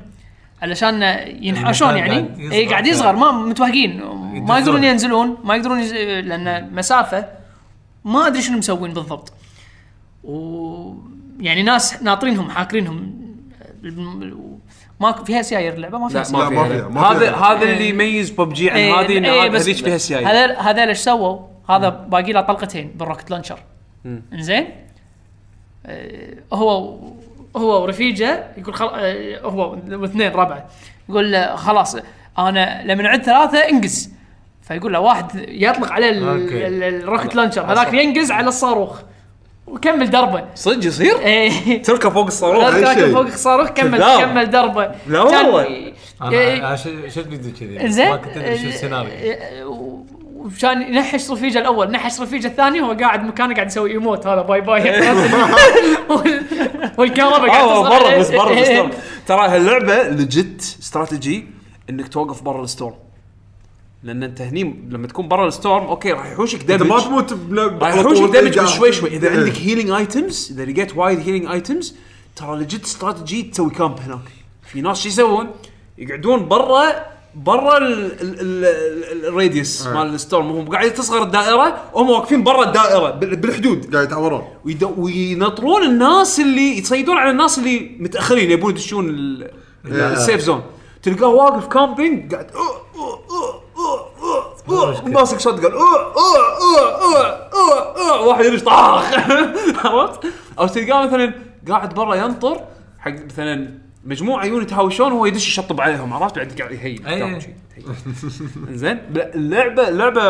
Speaker 4: علشان ينحاشون
Speaker 7: المكان
Speaker 4: يعني
Speaker 7: قاعد يصغر.
Speaker 4: اي قاعد يصغر ما متوهقين ما يقدرون ينزلون ما يقدرون يز... لان مسافه ما ادري شنو مسوين بالضبط و يعني ناس ناطرينهم حاكرينهم ما فيها سيايير اللعبه ما فيها
Speaker 1: لا
Speaker 4: سيايير
Speaker 1: ما
Speaker 2: لا، ما
Speaker 1: فيها
Speaker 2: فيها، ما
Speaker 1: هذا
Speaker 2: فيها.
Speaker 1: هذا اللي يميز ببجي عن
Speaker 4: إيه،
Speaker 1: يعني هذه ان
Speaker 4: إيه،
Speaker 1: هذا
Speaker 4: بس
Speaker 1: هذيك فيها سيايير
Speaker 4: هذا هذا ايش سووا؟ هذا باقي له طلقتين بالروكت لانشر انزين آه، هو هو ورفيجه يقول خل... آه، هو واثنين ربعه يقول له خلاص انا لما نعد ثلاثه انقز فيقول له واحد يطلق عليه ال-
Speaker 7: أوكي.
Speaker 4: ال- الروكت لانشر هذاك ينقز على الصاروخ وكمل دربه
Speaker 1: صدق يصير؟
Speaker 4: إيه. <laughs>
Speaker 1: تركه فوق
Speaker 4: لا
Speaker 1: الصاروخ
Speaker 2: أي
Speaker 4: تراكم
Speaker 2: شيء.
Speaker 4: فوق الصاروخ كمل
Speaker 1: كذاب.
Speaker 4: كمل دربه
Speaker 1: لا
Speaker 4: كان- إيه،
Speaker 1: والله.
Speaker 7: انا أنا ش- شفت فيديو كذي بس
Speaker 4: زين إيه.
Speaker 7: ما كنت ادري شو السيناريو
Speaker 4: وكان ينحش رفيجه الاول نحش رفيجه الثاني وهو قاعد مكانه قاعد يسوي ايموت هذا باي باي
Speaker 1: إيه.
Speaker 4: <laughs> وال- والكهرباء قاعد إيه.
Speaker 1: اه
Speaker 4: تصغر
Speaker 1: برا
Speaker 4: عليه.
Speaker 1: بس برا
Speaker 4: <laughs>
Speaker 1: الستور ترى هاللعبه لجت استراتيجي انك توقف برا الستور لان انت هني لما تكون برا الستورم اوكي راح يحوشك
Speaker 2: انت ما
Speaker 1: دمج
Speaker 2: تموت بلا-
Speaker 1: راح
Speaker 2: على
Speaker 1: يحوشك
Speaker 2: طول،
Speaker 1: دمج
Speaker 2: ترجع.
Speaker 1: بشوي شوي اذا
Speaker 2: إيه.
Speaker 1: عندك هيلينج ايتمز اذا لقيت وايد هيلينج ايتمز ترى لجيت استراتيجي تسوي كامب هناك في ناس شو يسوون؟ يقعدون برا برا ال- ال- ال- ال- الراديوس
Speaker 2: إيه.
Speaker 1: مال الستورم وهم قاعد تصغر الدائره وهم واقفين برا الدائره بال- بالحدود
Speaker 2: قاعد يتعورون
Speaker 1: ويد- وينطرون الناس اللي يتصيدون على الناس اللي متاخرين يبون يدشون ال- ال-
Speaker 2: إيه.
Speaker 1: السيف زون تلقاه واقف كامبينج قاعد أوه، أوه، أوه، أوه، أوه، أوه، ماسك شوت قال واحد يدش طاخ <laughs> عرفت؟ او تلقاه مثلا قاعد برا ينطر حق مثلا مجموعه يجون يتهاوشون وهو يدش يشطب عليهم عرفت بعد قاعد يهيج
Speaker 7: إيه.
Speaker 1: قدامهم شي. <laughs> زين اللعبه لعبه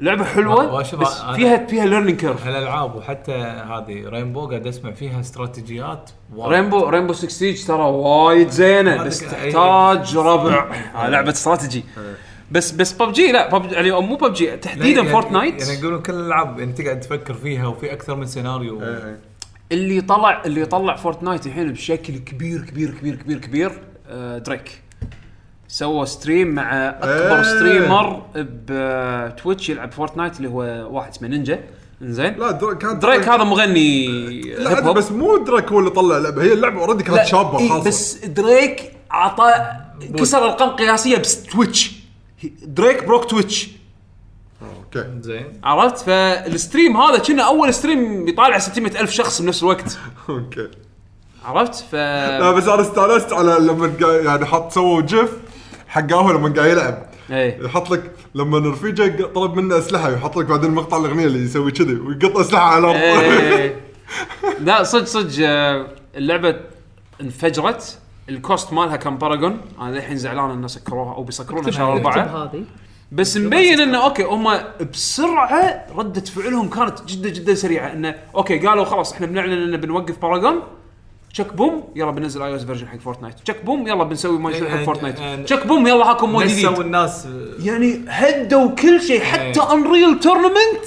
Speaker 1: لعبه حلوه
Speaker 7: وأشوف
Speaker 1: بس
Speaker 7: أنا-
Speaker 1: فيها فيها ليرنينج كيرف
Speaker 7: هالالعاب وحتى هذه رينبو قاعد اسمع فيها استراتيجيات وايد.
Speaker 1: آه. رينبو رينبو 6 سيج ترى وايد زينه بس
Speaker 7: هذا
Speaker 1: تحتاج ربع آه، لعبه استراتيجي
Speaker 2: آه.
Speaker 1: بس بس ببجي لا PUBG يعني مو ببجي
Speaker 7: لا،
Speaker 1: تحديدا
Speaker 7: يعني-
Speaker 1: فورتنايت
Speaker 7: يعني يقولون كل الالعاب انت قاعد تفكر فيها وفي اكثر من سيناريو
Speaker 2: إيه،
Speaker 1: اللي طلع اللي طلع فورتنايت الحين بشكل كبير كبير كبير كبير كبير آه، دريك سوى ستريم مع اكبر
Speaker 2: إيه.
Speaker 1: ستريمر بتويتش يلعب فورتنايت اللي هو واحد اسمه نينجا انزين
Speaker 2: لا دريك كان
Speaker 1: دريك هذا مغني
Speaker 2: لا
Speaker 1: هيب
Speaker 2: أدري،
Speaker 1: هوب.
Speaker 2: بس مو دريك هو اللي طلع اللعبه هي اللعبه اوريدي
Speaker 1: لا،
Speaker 2: كانت شابه
Speaker 1: إيه،
Speaker 2: خالصه
Speaker 1: بس دريك عطى كسر ارقام قياسيه بس تويتش دريك بروك تويتش
Speaker 2: اوكي
Speaker 7: زين
Speaker 1: عرفت فالستريم هذا كنا اول ستريم يطالع 600 الف شخص بنفس الوقت
Speaker 2: اوكي
Speaker 1: عرفت ف
Speaker 2: لا بس انا استانست على لما قا- يعني حط سووا جيف حق قهوه لما قاعد يلعب
Speaker 1: إيه.
Speaker 2: يحط لك لما رفيجه طلب منه اسلحه يحط لك بعدين مقطع الاغنيه اللي يسوي كذي ويقط اسلحه على الارض
Speaker 1: إيه. لا صدق صدق آه، اللعبه انفجرت الكوست مالها كان باراجون انا للحين زعلان انه سكروها او بيسكرونها شهر اربعه
Speaker 5: هذه
Speaker 1: بس مبين انه اوكي هم بسرعه رده فعلهم كانت جدا جدا سريعه انه اوكي قالوا خلاص احنا بنعلن ان بنوقف باراجون تشك بوم يلا بننزل اي اس فيرجن حق فورتنايت تشك بوم يلا بنسوي ما يصير حق
Speaker 7: يعني-
Speaker 1: فورتنايت
Speaker 7: يعني-
Speaker 1: تشك بوم يلا هاكم مود
Speaker 7: نسوا
Speaker 1: جديد
Speaker 7: الناس
Speaker 1: يعني هدوا كل شيء حتى
Speaker 7: إيه.
Speaker 1: انريل تورنمنت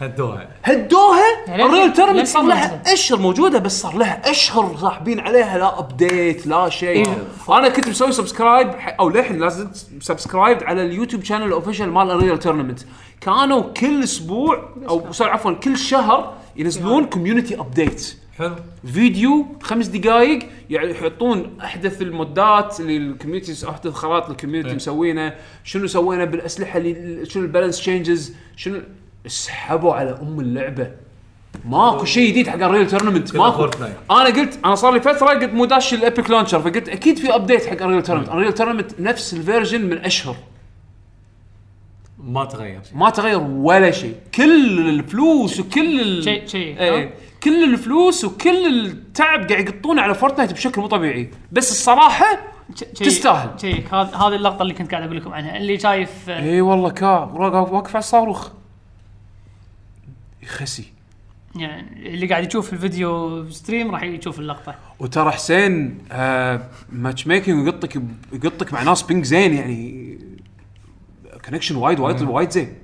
Speaker 7: هدوها
Speaker 1: هدوها
Speaker 4: للحين-
Speaker 1: الريل تورنمنت صار
Speaker 4: للحين
Speaker 1: لها
Speaker 4: موجودة.
Speaker 1: اشهر موجوده بس صار لها اشهر صاحبين عليها لا ابديت لا شيء انا كنت مسوي سبسكرايب ح- او للحين لازم سبسكرايب على اليوتيوب شانل الاوفيشال مال الريل تورنمنت كانوا كل اسبوع او سوري عفوا كل شهر ينزلون كوميونتي ابديت
Speaker 7: حلو
Speaker 1: فيديو خمس دقائق يعني يحطون احدث المودات اللي الكوميونتي احدث خرائط الكوميونتي مسوينه شنو سوينا بالاسلحه اللي شنو البالانس تشينجز شنو اسحبوا على ام اللعبه ماكو شيء جديد حق الريل تورنمنت ماكو
Speaker 7: فورتنايت.
Speaker 1: انا قلت انا صار لي فتره قلت مو داش الابيك لانشر فقلت اكيد في ابديت حق الريل تورنمنت الريل تورنمنت نفس الفيرجن من اشهر
Speaker 7: ما تغير شيء
Speaker 1: ما تغير ولا شيء كل الفلوس وكل ال...
Speaker 4: شيء- شيء،
Speaker 1: ايه
Speaker 4: ها؟
Speaker 1: كل الفلوس وكل التعب قاعد يقطونه على فورتنايت بشكل مو طبيعي بس الصراحه تستاهل.
Speaker 4: شيك هذ- هذه اللقطه اللي كنت قاعد اقول لكم عنها اللي شايف
Speaker 1: إيه
Speaker 4: آه،
Speaker 1: اي والله كا واقف على الصاروخ يخسي
Speaker 4: يعني اللي قاعد يشوف الفيديو ستريم راح يشوف اللقطه
Speaker 1: وترى حسين آه ماتش ميكنج يقطك يقطك مع ناس بينج زين يعني كونكشن وايد وايد وايد زين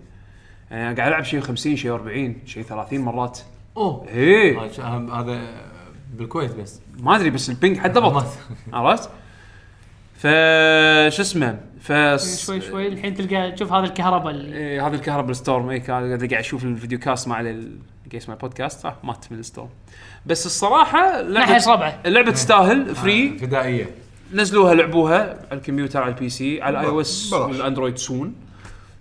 Speaker 1: يعني انا قاعد العب شيء 50 شيء 40 شيء 30 مرات
Speaker 7: اوه
Speaker 1: ايه
Speaker 7: هذا- هذا بالكويت بس
Speaker 1: ما ادري بس البينج حد
Speaker 7: <laughs>
Speaker 1: ضبط عرفت؟ ف شو اسمه ف
Speaker 4: شوي شوي الحين تلقى تشوف هذا الكهرباء اللي
Speaker 1: إيه هذا الكهرباء الستورم اي كان قاعد قاعد اشوف الفيديو كاست مع ال- قاعد اسمع بودكاست آه مات من الستورم بس الصراحه
Speaker 4: نحس
Speaker 1: لعبه
Speaker 4: ربعه
Speaker 2: نعم.
Speaker 1: اللعبه تستاهل
Speaker 7: آه،
Speaker 1: فري
Speaker 7: فدائيه
Speaker 1: نزلوها لعبوها على الكمبيوتر على البي سي على الاي او اس
Speaker 2: بلاش.
Speaker 1: والاندرويد سون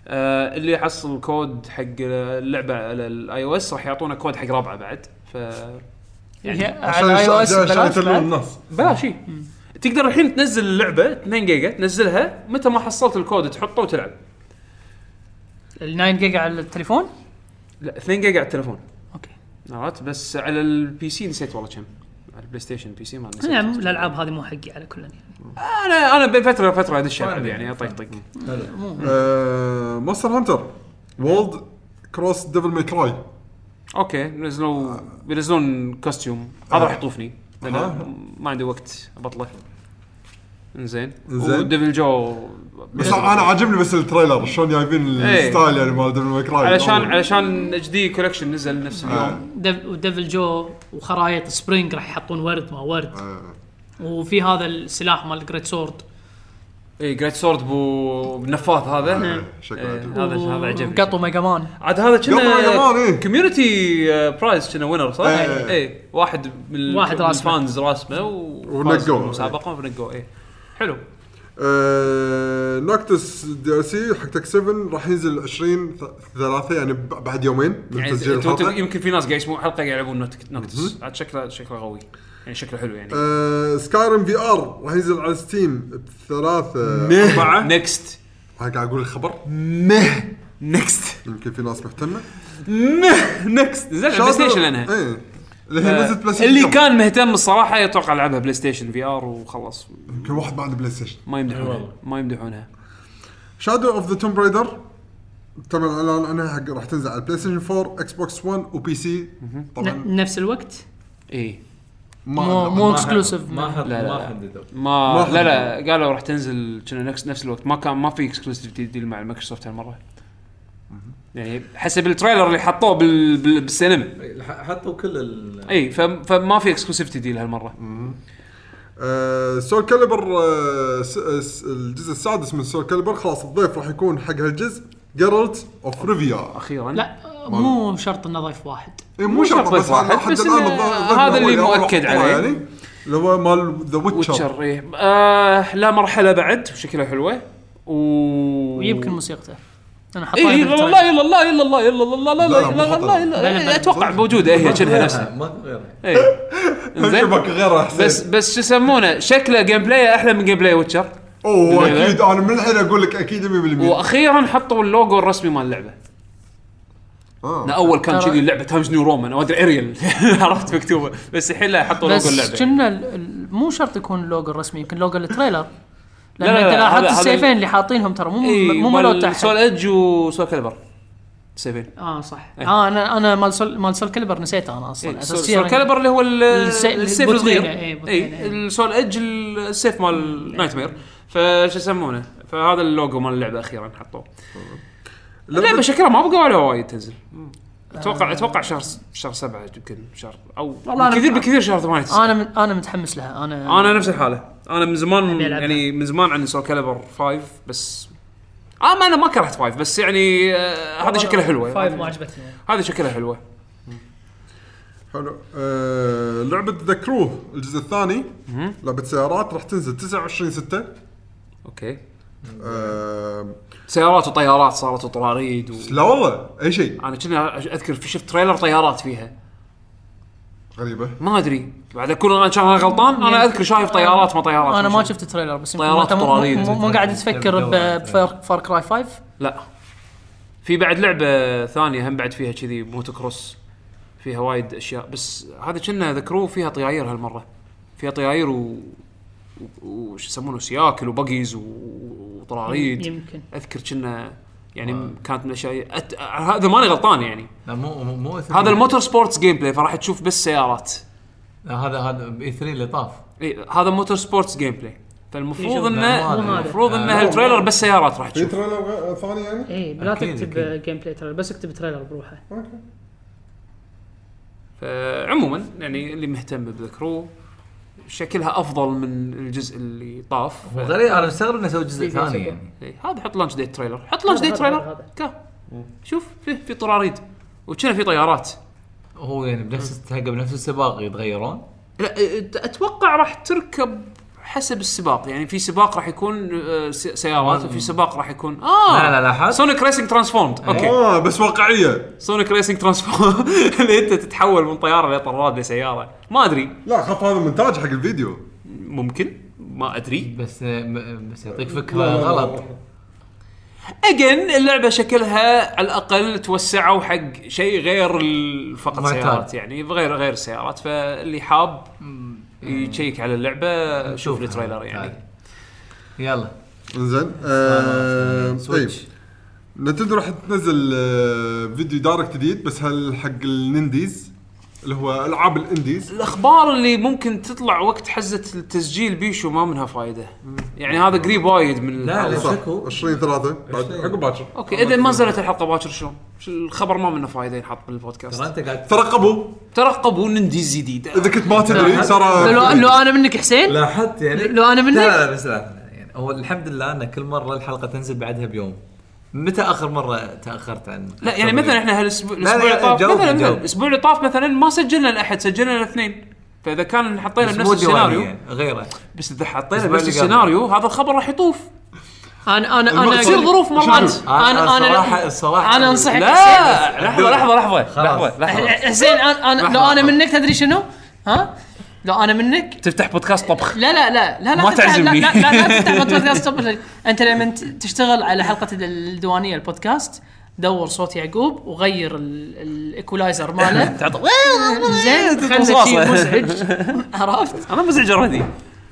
Speaker 1: آه اللي يحصل كود حق اللعبه على الاي او اس راح يعطونا كود حق ربعه بعد ف
Speaker 4: يعني على
Speaker 2: عشان
Speaker 4: الاي او اس
Speaker 2: عشان- عشان
Speaker 4: بلاش
Speaker 2: يتلون
Speaker 4: بعد.
Speaker 2: الناس
Speaker 1: بلاش شيء تقدر الحين تنزل اللعبه 2 جيجا تنزلها متى ما حصلت الكود تحطه وتلعب
Speaker 4: ال 9 جيجا على التليفون
Speaker 1: لا 2 جيجا على التليفون
Speaker 4: اوكي
Speaker 1: عرفت بس على البي سي نسيت والله كم على البلاي ستيشن بي سي ما نسيت
Speaker 4: نعم الالعاب هذه مو حقي على كل
Speaker 1: انا انا بين فتره وفتره ادش العب يعني اطقطق
Speaker 2: ماستر هانتر وولد كروس ديفل ماي كراي
Speaker 1: اوكي بينزلوا بينزلون كوستيوم هذا راح يطوفني
Speaker 2: آه.
Speaker 1: انا ما عندي وقت ابطله انزين
Speaker 2: إنزين.
Speaker 1: وديفل جو
Speaker 2: بس انا عاجبني بس التريلر شلون جايبين
Speaker 1: إيه.
Speaker 2: الستايل يعني مال ديفل ماي كراي
Speaker 1: علشان علشان اتش دي كولكشن نزل نفس
Speaker 2: آه.
Speaker 1: اليوم
Speaker 4: وديفل جو وخرايط سبرينج راح يحطون ورد ما ورد
Speaker 2: آه،
Speaker 4: وفي هذا السلاح مال جريت سورد
Speaker 1: اي جريت سورد إيه، بو بالنفاث هذا
Speaker 2: شكله
Speaker 1: إيه،
Speaker 2: عجيب.
Speaker 1: هذا هذا عجبني
Speaker 4: قطو ميجا مان
Speaker 1: عاد هذا
Speaker 2: يلا يا جماعة،
Speaker 1: كنا
Speaker 2: إيه.
Speaker 1: كوميونتي برايز كنا وينر صح؟
Speaker 2: إيه.
Speaker 1: اي واحد من ال-
Speaker 4: واحد
Speaker 1: من
Speaker 4: راسمه.
Speaker 1: الفانز راسمه ونقوه
Speaker 2: ونقوه.
Speaker 1: المسابقه ونقوه اي إيه. حلو
Speaker 2: آه، نوكتس دي سي حق تك 7 راح ينزل 20 ثلاثة يعني ب- بعد يومين من
Speaker 1: يعني
Speaker 2: تسجيل
Speaker 1: أنتوا- أنتوا
Speaker 2: الحلقه
Speaker 1: يمكن في ناس قاعد يسمعون حلقه قاعد يلعبون نوكت- نوكتس عاد شكله شكله قوي يعني شكله حلو يعني
Speaker 2: آه، سكايرم في ار راح ينزل على ستيم بثلاثة
Speaker 1: أربعة نكست
Speaker 2: أنا قاعد اقول الخبر
Speaker 1: مه نكست
Speaker 2: يمكن في ناس مهتمه
Speaker 1: مه نكست نزلت على بلاي ستيشن لانها
Speaker 2: ايه اللي هي نزلت بلاي ستيشن
Speaker 1: اللي
Speaker 2: كم؟
Speaker 1: كان مهتم الصراحه يتوقع لعبها بلاي ستيشن في ار وخلص
Speaker 2: يمكن واحد ما عنده بلاي ستيشن
Speaker 1: ما يمدحونها ما يمدحونها
Speaker 2: شادو اوف ذا توم رايدر تم الاعلان عنها حق راح تنزل على بلاي ستيشن 4 اكس بوكس 1 وبي سي طبعا
Speaker 4: ن- نفس الوقت
Speaker 1: اي
Speaker 2: ما
Speaker 4: مو
Speaker 2: أدري.
Speaker 4: مو اكسكلوسيف
Speaker 7: ما حد
Speaker 1: لا، لا،
Speaker 7: ما
Speaker 1: لا.
Speaker 7: حددوا
Speaker 1: ما
Speaker 2: ما
Speaker 1: لا لا قالوا راح تنزل كنا نفس نفس الوقت ما كان ما في اكسكلوسيف ديل مع مايكروسوفت هالمره يعني حسب التريلر اللي حطوه بال... بال... بالسينما
Speaker 7: حطوا كل ال
Speaker 1: اي ف... فما في اكسكلوسيفتي ديل هالمره
Speaker 2: آه، سول كاليبر آه، س- آه، س- الجزء السادس من سول كاليبر خلاص الضيف راح يكون حق هالجزء جيرالت اوف ريفيا
Speaker 1: اخيرا
Speaker 4: لا مو شرط انه ضيف واحد
Speaker 2: إيه،
Speaker 1: مو شرط بس واحد،
Speaker 2: لحد
Speaker 1: بس
Speaker 2: الآن
Speaker 1: إنه
Speaker 2: الض- الضيف
Speaker 1: هذا
Speaker 2: هو
Speaker 1: اللي
Speaker 2: أول
Speaker 1: مؤكد
Speaker 2: واحد طلع
Speaker 1: عليه.
Speaker 2: يعني اللي هو مال ذا <laughs> ويتشر
Speaker 1: ويتشر ايه آه لا مرحله بعد شكلها حلوه و
Speaker 4: ويمكن موسيقته انا حطيت
Speaker 1: اي إي، لا لا لا لا لا لا لا لا لا لا
Speaker 2: لا،
Speaker 1: لا
Speaker 2: مو
Speaker 1: لا
Speaker 2: خطر.
Speaker 1: لا لا
Speaker 4: لا،
Speaker 1: لا
Speaker 4: لا.
Speaker 1: اتوقع موجوده هي كأنها نفسها
Speaker 7: ما في
Speaker 1: <laughs>
Speaker 7: غيرها
Speaker 1: اي
Speaker 2: شبك
Speaker 1: زين
Speaker 2: غيره احسن
Speaker 1: بس بس شو يسمونه شكله جيم بلاي احلى من جيم بلاي ويتشر
Speaker 2: اوه
Speaker 1: بالليلة.
Speaker 2: اكيد انا من الحين اقول لك اكيد 100%
Speaker 1: واخيرا حطوا اللوجو الرسمي مال اللعبه لا
Speaker 2: آه.
Speaker 1: اول كان
Speaker 4: ترى-
Speaker 1: كذي اللعبه تايمز نيو رومان او ادري اريل <laughs> عرفت مكتوبه بس الحين لا حطوا لوجو
Speaker 4: بس
Speaker 1: اللعبه
Speaker 4: كنا ال- ال- مو شرط يكون اللوجو الرسمي يمكن لوجو التريلر لان
Speaker 1: لا، لا،
Speaker 4: انت
Speaker 1: لا، هذا-
Speaker 4: لاحظت
Speaker 1: هذا-
Speaker 4: السيفين اللي حاطينهم ترى مو مو مالو
Speaker 1: مال
Speaker 4: تحت
Speaker 1: سول ايدج وسول كالبر سيفين
Speaker 4: اه صح اه انا انا مال سول مال سول كليبر نسيته انا اصلا
Speaker 1: إيه،
Speaker 4: اساسيا
Speaker 1: سول كالبر اللي هو ال-
Speaker 4: الس-
Speaker 1: السيف
Speaker 4: البوتلينة،
Speaker 1: الصغير
Speaker 4: إيه، بوتلينة،
Speaker 1: اي
Speaker 4: إيه.
Speaker 1: السول ايدج السيف مال نايت مير فشو يسمونه فهذا اللوجو مال اللعبه اخيرا حطوه اللعبه شكلها ما بقى ولا وايد تنزل اتوقع اتوقع شهر شهر سبعة يمكن شهر او
Speaker 4: آه. والله أنا-
Speaker 1: كثير بكثير شهر ثمانية تسعة.
Speaker 4: انا من انا متحمس لها انا
Speaker 1: انا نفس الحاله انا من زمان
Speaker 4: أبي ألعبها.
Speaker 1: يعني من زمان عندي سول كاليبر 5 بس آه ما انا ما كرهت 5 بس يعني آه هذه شكلها
Speaker 4: فايف ما
Speaker 1: حلوه
Speaker 4: عجبتني
Speaker 1: هذه شكلها حلوه
Speaker 2: حلو آه، لعبه ذا كرو الجزء الثاني لعبه سيارات راح تنزل 29 6
Speaker 1: اوكي
Speaker 2: آه،
Speaker 1: سيارات وطيارات صارت وطراريد و...
Speaker 2: لا والله اي شيء
Speaker 1: انا كنا اذكر في شفت تريلر طيارات فيها
Speaker 2: غريبه
Speaker 1: ما ادري بعد اكون انا كان انا غلطان انا اذكر شايف طيارات ما طيارات
Speaker 4: انا يعني ما
Speaker 1: شايف.
Speaker 4: شفت التريلر بس يمكن
Speaker 1: طيارات
Speaker 4: أنت مو-
Speaker 1: طرارية
Speaker 4: مو- مو قاعد تفكر
Speaker 7: تدور.
Speaker 4: بفار كراي 5
Speaker 1: لا في بعد لعبه ثانيه هم بعد فيها كذي موتو كروس فيها وايد اشياء بس هذا كنا ذكروه فيها طياير هالمره فيها طياير و و- وش يسمونه سياكل وبقيز و- وطراريد
Speaker 4: يمكن
Speaker 1: اذكر كنا يعني كانت من الاشياء أت... هذا ماني غلطان يعني
Speaker 7: لا مو مو- مو E3.
Speaker 1: هذا الموتور سبورتس جيم بلاي فراح تشوف بس سيارات
Speaker 7: لا، هذا هذا باي 3 اللي طاف
Speaker 1: إي، هذا موتور سبورتس جيم بلاي فالمفروض انه
Speaker 7: مو هذا. إيه،
Speaker 1: المفروض انه
Speaker 7: آه.
Speaker 1: التريلر بس سيارات راح
Speaker 2: في
Speaker 1: تشوف
Speaker 2: تريلر غ- ثاني يعني؟
Speaker 8: اي بلا
Speaker 7: أكيد،
Speaker 8: إيه، تكتب
Speaker 7: أكيد.
Speaker 8: جيم بلاي تريلر بس اكتب تريلر بروحه
Speaker 2: اوكي
Speaker 1: فعموما يعني اللي مهتم بالكرو شكلها افضل من الجزء اللي طاف ف-
Speaker 7: غريب انا مستغرب انه سوى جزء
Speaker 8: زي- زي
Speaker 7: ثاني
Speaker 8: سوبر.
Speaker 7: يعني
Speaker 1: إي، هذا حط لانش ديت تريلر حط لانش
Speaker 8: هذا-
Speaker 1: ديت
Speaker 8: هذا-
Speaker 1: تريلر
Speaker 8: هذا.
Speaker 1: كا شوف في في طراريد وكنا في طيارات
Speaker 7: هو يعني بنفس تلقى بنفس السباق يتغيرون
Speaker 1: لا أت- اتوقع راح تركب حسب السباق يعني في سباق راح يكون آه، س- سيارات وفي سباق راح يكون اه
Speaker 7: لا، لا، إيه. لاحظت.
Speaker 1: سونيك ريسنج ترانسفورمد اوكي
Speaker 2: اه بس واقعيه
Speaker 1: سونيك ريسنج ترانسفورم <laughs> اللي انت تتحول من طياره لطراد لسياره ما ادري
Speaker 2: لا خاف هذا مونتاج حق الفيديو
Speaker 1: ممكن ما ادري
Speaker 7: بس م- بس يعطيك فكره
Speaker 2: لا، لا، لا.
Speaker 7: غلط
Speaker 1: اجن اللعبه شكلها على الاقل توسعوا حق شيء غير ال- فقط
Speaker 7: معتاد.
Speaker 1: سيارات يعني غير غير سيارات فاللي حاب يشيك على اللعبه شوف التريلر يعني
Speaker 7: عادي. يلا
Speaker 2: انزين آه، طيب
Speaker 7: سويتش
Speaker 2: نتندو راح تنزل آه، فيديو دايركت جديد بس هل حق الننديز اللي هو العاب الانديز
Speaker 1: الاخبار اللي ممكن تطلع وقت حزه التسجيل بيشو ما منها فايده يعني هذا قريب وايد من
Speaker 7: لا
Speaker 1: الحلقة.
Speaker 7: لا
Speaker 2: صح
Speaker 7: شكو
Speaker 2: 20 3 بعد عقب باكر
Speaker 1: اوكي اذا ما نزلت الحلقه باكر شلون؟ ش- الخبر ما منه فايده ينحط
Speaker 7: ترى
Speaker 1: بالبودكاست
Speaker 7: انت قاعد
Speaker 2: ترقبوا
Speaker 1: ترقبوا ننديز جديد
Speaker 2: اذا كنت ما تدري ترى
Speaker 4: لو لو انا منك حسين
Speaker 7: لاحظت يعني
Speaker 4: لو أنا منك؟
Speaker 7: لا لا لا، بس لا يعني هو الحمد لله ان كل مره الحلقه تنزل بعدها بيوم متى اخر مره تاخرت عن
Speaker 1: لا يعني مثلا احنا هالاسبوع
Speaker 7: لا،
Speaker 1: الاسبوع اللي
Speaker 7: يعني
Speaker 1: طاف
Speaker 7: جاوب،
Speaker 1: مثلا مثلا
Speaker 7: جاوب.
Speaker 1: الاسبوع اللي طاف مثلا ما سجلنا الاحد سجلنا الاثنين فاذا كان حطينا بنفس السيناريو
Speaker 7: غيره
Speaker 1: بس اذا حطينا
Speaker 7: يعني.
Speaker 1: بنفس
Speaker 7: الأسبوع اللي قبل.
Speaker 1: السيناريو هذا الخبر راح يطوف
Speaker 4: انا انا انا
Speaker 1: تصير ظروف مرات
Speaker 2: شوف.
Speaker 4: انا
Speaker 7: الصراحه
Speaker 4: انا
Speaker 7: الصراحه
Speaker 4: أنا أنصحك-
Speaker 1: لا لحظه لحظه لحظه لحظه لحظه
Speaker 4: حسين انا انا لو انا منك تدري شنو؟ ها؟ لو انا منك
Speaker 1: تفتح بودكاست طبخ
Speaker 4: لا لا لا لا لا
Speaker 1: ما
Speaker 4: تفتح-
Speaker 1: تعزمني.
Speaker 4: لا لا, لا, لا تفتح بودكاست طب- انت لما ت- تشتغل على حلقه الديوانيه البودكاست دور صوت يعقوب وغير ال- الايكولايزر ماله
Speaker 1: <laughs>
Speaker 4: زين خلنا شيء
Speaker 1: وصواصة.
Speaker 4: مزعج عرفت
Speaker 1: انا مزعج اوريدي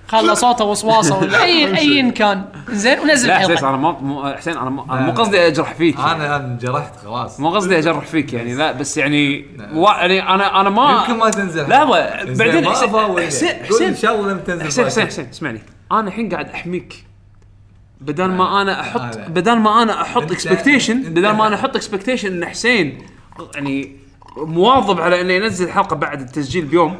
Speaker 4: خلى صوته وصواصه ولا اي ايا كان زين ونزل
Speaker 1: لا حسين
Speaker 4: الحلقه
Speaker 1: انا ما- مو حسين أنا ما- انا مو قصدي اجرح فيك يعني.
Speaker 7: انا انا انجرحت خلاص
Speaker 1: مو قصدي اجرح فيك يعني لا بس يعني وا- يعني انا انا ما
Speaker 7: يمكن ما تنزل
Speaker 1: لحظة،
Speaker 7: إنزين،
Speaker 1: بعدين
Speaker 7: ما
Speaker 1: حسين-
Speaker 7: أفاوض.
Speaker 1: حسين-
Speaker 7: قول
Speaker 1: حسين.
Speaker 7: ان شاء الله لما تنزل
Speaker 1: حسين
Speaker 7: باكر.
Speaker 1: حسين حسين اسمعني انا الحين قاعد احميك بدل ما انا احط
Speaker 7: هذا.
Speaker 1: بدل ما انا احط
Speaker 7: أنت-
Speaker 1: اكسبكتيشن
Speaker 7: أنت-
Speaker 1: بدل ما انا احط اكسبكتيشن ان حسين يعني مواظب على انه ينزل حلقه بعد التسجيل بيوم